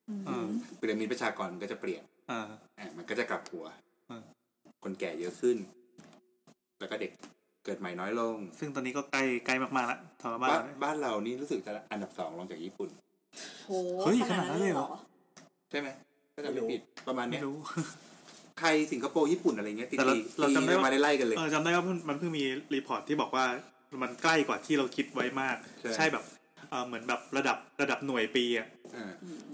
Speaker 2: อืม
Speaker 4: อ่า
Speaker 5: พีระมิดประชากรมันก็จะเปลี่ยน
Speaker 4: อ่า
Speaker 5: อ่ะมันก็จะกลับหัว
Speaker 4: อืม
Speaker 5: คนแก่เยอะขึ้น แล้วก็เด็กเกิดใหม่น้อยลง
Speaker 4: ซึ่งตอนนี้ก็ใกล้ใกล้มากๆแล้วสำหรับบ้าน
Speaker 5: บ้า
Speaker 4: เรา
Speaker 5: นบ้านเรา
Speaker 4: เนี่ย
Speaker 5: นี่รู้สึกจะอันดับสองรองจากญี่ปุ่น
Speaker 3: โห
Speaker 4: เฮ้ยขนาดนั้นเลยเหรอ
Speaker 5: ใช่ไหมก็จะไม่ผิดประมาณเนี้
Speaker 4: ไม่
Speaker 5: ย
Speaker 4: รู้
Speaker 5: ใครสิงคโปร์ญี่ปุ่นอะไรเงี้ยติด
Speaker 4: แต่เรา
Speaker 5: ตี
Speaker 4: เราจำได้
Speaker 5: ตี
Speaker 4: ว่า
Speaker 5: มาได้ไล่กันเลย
Speaker 4: เออจำได้ว่ามันมันเพิ่งมีรีพอร์ตที่บอกว่ามันใกล้กว่าที่เราคิดไว้มาก
Speaker 5: ใช่
Speaker 4: ใช่แบบเออเหมือนแบบระดับระดับหน่วยปีอ่ะ
Speaker 5: อ่า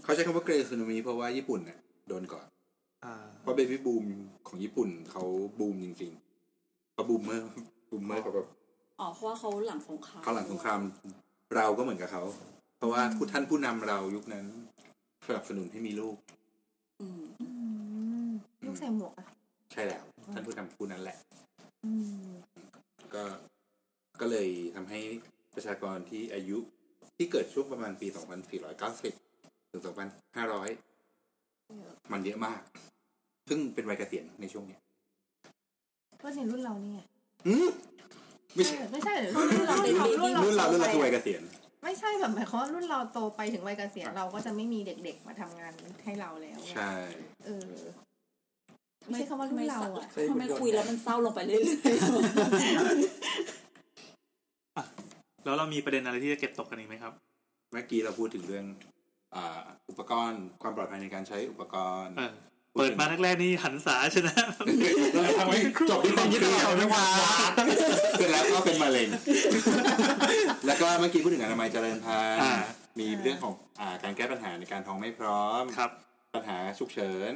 Speaker 5: เขาใช้คำว่าเกรซูนามิเพราะว่าญี่ปุ่นเนี่ยโดนก่อน
Speaker 4: อ่า
Speaker 5: เพราะเบบี้บูมของญี่ปุ่นเขาบูมจริงๆเขาบูมเมอร์บูมเมอร์เขาแบบ
Speaker 3: อ๋อเพราะว่าเขาหลังสงคราม
Speaker 5: เขาหลังสงครามเราก็เหมือนกับเขา เพราะว่าผู้ท่านผู้นำเรายุคนั้นสนับสนุนให้มีลูก
Speaker 3: อืม
Speaker 7: อืมลูกใส่หมวกอะ
Speaker 5: ใช่แล้ว ท่านผู้นำผู้นั้นแหละ ก็ก็เลยทำให้ประชากรที่อายุที่เกิดช่วงประมาณปี 2490 ถึง 2500 มันเยอะมาก ซึ่งเป็นวัยเกษียณในช่วงเนี้ย
Speaker 7: ก็ในรุ่นเราเนี่ย
Speaker 5: หืมไม่
Speaker 7: ไม่
Speaker 5: ใช่
Speaker 7: ใช่ไม่ใช่เหรอรุ่นเราของรุ่นเรา
Speaker 5: รุ่นเรารุ่นเราคือวัยเกษียณ
Speaker 7: ไม่ใช่แบบหมายความว่ารุ่นเราโตไปถึงวัยเกษียณเราก็จะไม่มีเด็กๆ มาทำงานให้เราแล้วไง
Speaker 5: ใช่
Speaker 7: เออ ไม่ใช่คำว่ารุ่นเราอะ
Speaker 3: ทำไมคุยแล้วมันเศร้าลงไปเรื่อยๆ
Speaker 4: แล้วเรามีประเด็นอะไรที่จะเก็บตกกันอีกไหมครับ
Speaker 5: เมื่อกี้เราพูดถึงเรื่องอ่าอุปกรณ์ความปลอดภัยในการใช้อุปกรณ์
Speaker 4: เออเปิดมาแรกๆนี่หันษาชนะ
Speaker 5: ทำให้จบที่ความคิดเราไม่ว่าเสร็จแล้วก็เป็นมะเร็ง แล้วก็เมื่อกี้พูดถึงอนามัยเจริญพัน
Speaker 4: อ่า
Speaker 5: ธุ์มีเรื่องของอ่าการแก้ปัญหาในการท้องไม่พร้อม
Speaker 4: ครับ
Speaker 5: ปัญหาฉุกเฉิน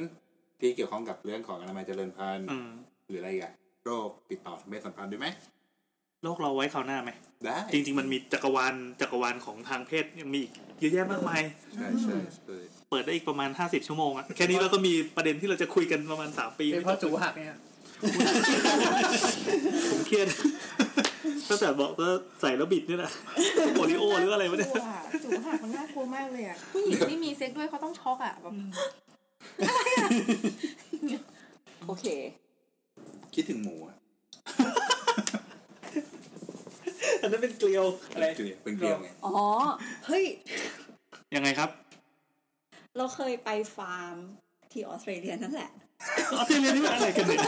Speaker 5: ที่เกี่ยวข้องกับเรื่องของอนามัยเจริญพันธุ์
Speaker 4: อืม
Speaker 5: หรืออะไรอีกอะโรคติดต่อทางเพศสัมพันธ์ด้วยไหม
Speaker 4: โลกเราไว้คราวหน้าไหม
Speaker 5: ได้
Speaker 4: จริง ๆ มันมีจักรวาลจักรวาลของทางเพศยังมีอีกเยอะแยะมากมาย
Speaker 5: ใช่ใช่ใช่
Speaker 4: เปิดได้อีกประมาณ 50 ชั่วโมง อะแค่นี้เราก็มีประเด็นที่เราจะคุยกันประมาณ 3 ปี
Speaker 6: เป็น
Speaker 4: ไม่
Speaker 6: เพราะจูหักเนี่ย
Speaker 4: ผมเครียด ตั้งแต่บอกว่าใส่แล้วบิดเนี่ยแหละโอริโอหรืออะไรวะเนี่ย
Speaker 7: กลัวจูหักมันน่ากลัวมากเลยอะผู้หญิงที่มีเซ็กด้วยเขาต้องช็อกอะแบบ
Speaker 3: โอเค
Speaker 5: คิดถึงหมูอะ
Speaker 4: อันนั้นเป็นเกลียวอะไร
Speaker 5: เป็นเกลียวเป็นเกลียวไง
Speaker 3: อ๋อ เฮ้ย
Speaker 4: ยังไงครับ
Speaker 3: เราเคยไปฟาร์มที่ออสเตรเลียนั่นแหละ
Speaker 4: ออสเตรเลียนี่มันอะไรกันเนี่ย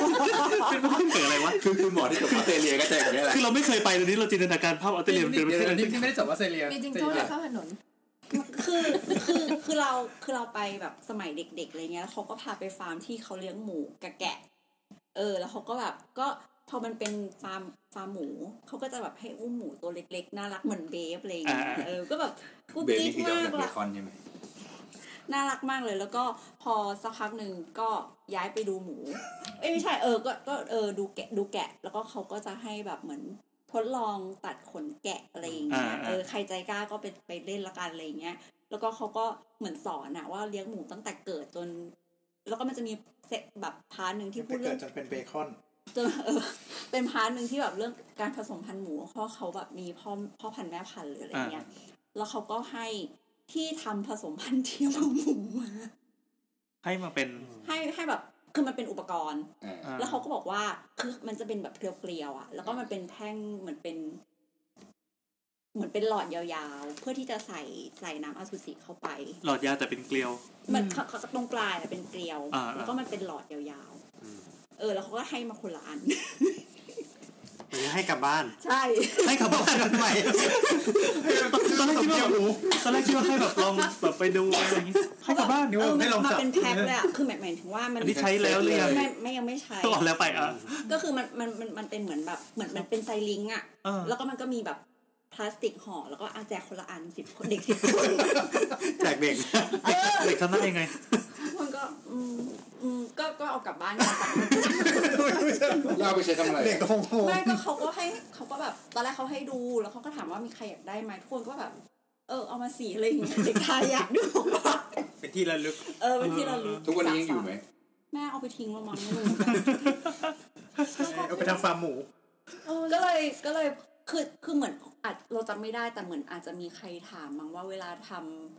Speaker 4: เป็นประเทศเกิดอะไรวะ
Speaker 5: คือคือหมอที่จบออสเตรเลียก็จะอย่างนี้แหละ
Speaker 4: คือเราไม่เคยไปตอนนี้เราจินตนาการภาพออสเตรเลียมันเป็นประเทศอะไร
Speaker 6: นี่ไม่ได้จบว่าเซเลีย
Speaker 7: มีจิงโจ้เดินเข้าถนน
Speaker 3: คือคือคือเราคือเราไปแบบสมัยเด็กๆอะไรเงี้ยแล้วเขาก็พาไปฟาร์มที่เขาเลี้ยงหมูกะแกะ เออ แล้วเขาก็แบบก็พอมันเป็นฟาร์มฟาร์มหมูเขาก็จะแบบให้อุ้มหมูตัวเล็กๆน่ารักเหมือนเบฟอะไรเงี้ยเออก็แบบกุ๊ก
Speaker 5: เบล
Speaker 3: กิ๊
Speaker 5: นี่
Speaker 3: ก
Speaker 5: คือเจ้าม
Speaker 3: าก
Speaker 5: จากเบ
Speaker 3: ละ
Speaker 5: คอนใช่ไหม
Speaker 3: น่ารักมากเลยแล้วก็พอสักพักหนึ่งก็ย้ายไปดูหมู เอ้ยไม่ใช่เออก็ก็เออดูแกะดูแกะ แล้วก็เขาก็จะให้แบบเหมือนทดลองตัดขนแกะอะไรอย่างเงี้ย
Speaker 4: อ่าอ่า
Speaker 3: เออใครใจกล้าก็ไปไปเล่นละกันอะไรอย่างเงี้ย แล้วก็เขาก็เหมือนสอนอะว่าเลี้ยงหมูตั้งแต่เกิดจน แล้วก็มันจะมีเซตแบบพาร์ทหนึ่งที่พู
Speaker 6: ไป
Speaker 3: ดเรื่อ
Speaker 6: เกิด
Speaker 3: ง
Speaker 6: จนเป็นเบคอน
Speaker 3: จนเอ อเป็นพาร์ทหนึ่งที่แบบเรื่องการผสมพันธุ์หมูเพราะเขาแบบมีพ่อพ่อพันธุ์แม่พันธุ์หรืออะไรเงี้ย แล้วเขาก็ให้ที่ทำผสมพันธุ์เทียมของหมู มา
Speaker 4: ให้มาเป็น
Speaker 3: ให้ให้แบบคือมันเป็นอุปกรณ์
Speaker 5: อ่า
Speaker 4: อ่
Speaker 3: แล้วเขาก็บอกว่าคือมันจะเป็นแบบเกลียวๆอ่ะ แล้วก็มันเป็นแท่งเหมือนเป็น เหมือนเป็นหลอดยาวๆ เพื่อที่จะใส่ใส่น้ำอสุจิเข้าไป
Speaker 4: หลอดยาแต่เป็นเกลียว
Speaker 3: มันเขาเขาตรงปลายอะเป็นเกลียว
Speaker 4: อ่าๆ
Speaker 3: แล้วก็มันเป็นหลอดยาว
Speaker 1: อืม
Speaker 3: ๆ เออ แล้วเขาก็ให้มาคนละอัน
Speaker 1: หรือให้กลับบ้าน
Speaker 3: ใช่
Speaker 4: ให้ขับบ้านกันใหม่ตอนแรกคิดว่าแบบตอนแรกคิดว่าให้แบบลองแบบไปดูอะไรอย่างงี้
Speaker 3: เขาแบบ
Speaker 6: บ้านนี่ว่า
Speaker 3: เออ
Speaker 6: ไม่ลอง
Speaker 3: มา
Speaker 6: จับ
Speaker 3: เป็นแพ็คเลยอ่ะ คือหมายหมายถึงว่ามัน
Speaker 4: อันนี้ใช้แล้วหรือยัง
Speaker 3: ไม่ไม่ยังไม่ใช้
Speaker 4: ก็ออกแล้วไปอ่ะ
Speaker 3: ก็คือมันมันมันมันเป็นเหมือนแบบเหมือนมันเป็นไซลิงก์อ่ะ
Speaker 4: เออ
Speaker 3: แล้วก็มันก็มีแบบพลาสติกห่อแล้วก็อาแจกคนละอันสิบคนเด็กสิบคน
Speaker 1: แจกเด็ก
Speaker 4: เด็กทำได้ยังไง
Speaker 3: มันก็อืมอืมก็ก็เอากลับบ้านกัน
Speaker 5: เราเอาไปใช้ทำอะไร
Speaker 6: เด็กกระโปรง
Speaker 3: ไม่ก็เขาก็ให้เขาก็แบบตอนแรกเขาให้ดูแล้วเขาก็ถามว่ามีใครอยากได้ไหมทุกคนก็แบบ เออเอามาสีอะไรอย่างเงี้ยเด็กไทยอยากดูของว่า
Speaker 6: เป็นที่ระลึก
Speaker 3: เออเป็นที่เรารู้
Speaker 5: ทุกวันนี้ยังอยู่ไหม
Speaker 3: แม่เอาไปทิ้งและมั้งไม่รู้
Speaker 6: เอาไปทำฟาร์มหมู
Speaker 3: ก็เลยก็เลยคือคือเหมือนอาจเราจำไม่ได้แต่เหมือนอาจจะมีใครถามมั้งว่าเวลาท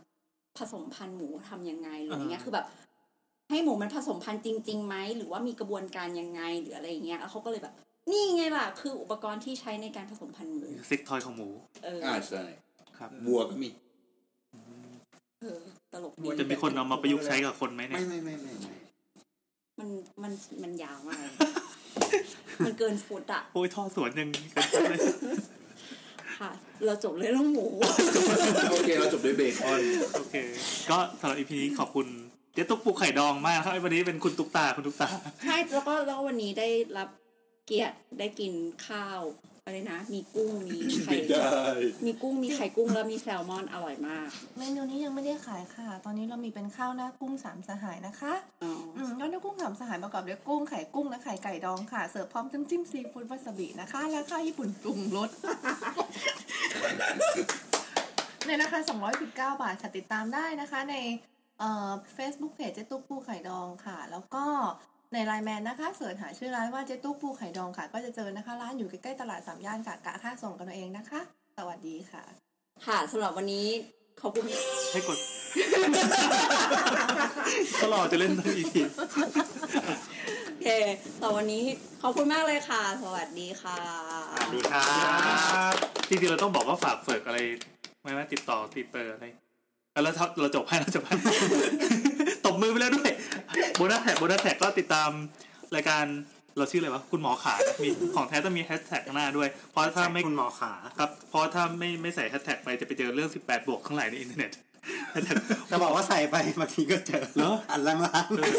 Speaker 3: ำผสมพันธุ์หมูทำยังไงหรืออะไรเงี้ยคือแบบ ให้หมูมันผสมพันธุ์จริงๆไหมหรือว่ามีกระบวนการยังไงหรืออะไรอย่างเงี้ยแล้วเขาก็เลยแบบ นี่ไงล่ะ คืออุปกรณ์ที่ใช้ในการผสมพันธุ์หมู
Speaker 4: ซิกทอยของหมู
Speaker 3: เออ
Speaker 5: อ่าใช่
Speaker 4: ครับ
Speaker 5: บัวก็มี
Speaker 3: เออตลกดี
Speaker 4: จะมีคนเอามาประยุกต์ใช้กับคนไหมเนี่
Speaker 5: ไม่
Speaker 4: ย
Speaker 5: ไม่ไม่ไม่ไม่
Speaker 3: มันมันมันยาวมากเลย มันเกินฟุตอะ
Speaker 4: โอ้ยท่อสวนยัง กันเลย
Speaker 3: ค่ะ เราจบเลยเรื่องหมู
Speaker 5: โอเค เราจบด้วยเบคอน
Speaker 4: โอเค ก็สำหรับอีพีนี้ขอบคุณเจ๊ตุ๊กปูไข่ดองมากครับวันนี้เป็นคุณตุ๊กตาคุณตุ๊กตา
Speaker 3: ใช่แล้วก็แล้วก็วันนี้ได้รับเกียรติได้กินข้าว อะไรนะ มีกุ้งมีไข่
Speaker 5: ไม่ได้
Speaker 3: มีกุ้งมีไข่กุ้งแล้วมีแซลมอนอร่อยมาก
Speaker 2: เมนูนี้ยังไม่ได้ขายค่ะ ตอนนี้เรามีเป็นข้าวหน้ากุ้งสามสหายนะคะ
Speaker 3: อ๋อ
Speaker 2: อืมข้าวหน้ากุ้งสามสหายประกอบด้วยกุ้งไข่กุ้งและไข่ไก่ดองค่ะ เสิร์ฟพร้อมน้ำจิ้มซีฟู้ดวาซาบินะคะ และข้าวญี่ปุ่นปรุงรส ในราคา219 บาทค่ะติดตามได้นะคะ ในเอ่อ Facebook Page เจ๊ตุ๊กปูไข่ดองค่ะ แล้วก็ในไลน์แมนนะคะเสิร์ชหาชื่อร้านว่าเจ๊ตุ๊กปูไข่ดองค่ะ ก็จะเจอนะคะ ร้านอยู่ใกล้ๆตลาดสามย่านกะกะค่าส่งกันเอาเองนะคะ สวัสดีค่ะ
Speaker 3: ค่ะสำหรับวันนี้ขอบคุณ
Speaker 4: ให้กด ก็รอจะเล่นตั้งอีกที
Speaker 3: โอเคต่อวันนี้ขอบคุณมากเลยค่ะ สวัสดีค่ะ
Speaker 1: สวัสดีครับ
Speaker 11: บ
Speaker 4: จริงๆเราต้องบอกว่าฝากเฟิร์กอะไรไหม่ว่าติดต่อติดเตอร์อะไรเอาแล้วถ้าเราจบให้เราจบให้ ตบมือไปแล้วด้วยโบนัสแท็กโบนัสแท็กก็ติดตามรายการเราชื่ออะไรวะคุณหมอขานะมีของแท้ต้องมีแฮชแท็กข้างหน้าด้วย เพราะถ้าไม่
Speaker 1: คุณหมอขา
Speaker 4: ครับเพราะถ้าไม่ไม่ใส่แฮชแท็กไปจะไปเจอเรื่อง 18 บวกทั้งหลายในอินเทอร์เน็ต hashtag
Speaker 1: จะบอกว่าใส่ไปบางทีก็เจอ
Speaker 4: เหรอ
Speaker 1: อันล่าง
Speaker 4: เออ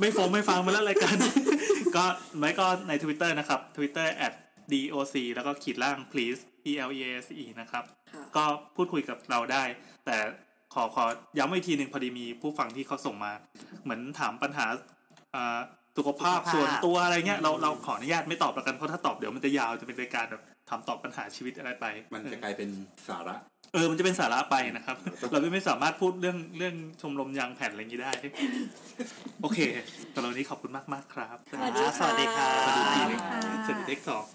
Speaker 4: ไม่ฟงไม่ฟังมาแล้วรายการ ก็ไว้ก็ใน Twitter นะครับ Twitter at doc แล้วก็ขีดล่าง please p l e a s e นะครับ
Speaker 3: ค่ะ
Speaker 4: ก็พูดคุยกับเราได้ แต่ขอขอย้ำอีกทีหนึ่งพอดีมีผู้ฟังที่เขาส่งมา เหมือนถามปัญหาอ่าสุขภาพส่วนตัวอะไรเงี้ยเราเราขออนุญาตไม่ตอบแล้วกัน เพราะถ้าตอบเดี๋ยวมันจะยาวจะเป็นรายการแบบถามตอบปัญหาชีวิตอะไรไป
Speaker 5: มันจะกลายเป็นสาระ
Speaker 4: เออ มันจะเป็นสาระไปนะครับ เราไม่สามารถพูดเรื่องเรื่องชมรมยางแผ่นอะไรอย่างนี้ได้ โอเคสำหรับวันนี้ขอบคุณมาก ๆ ครับ
Speaker 1: ๆ
Speaker 3: สวัสดีค่ะ
Speaker 1: สวัสดีครับ
Speaker 4: สวัสดีเด็กสอง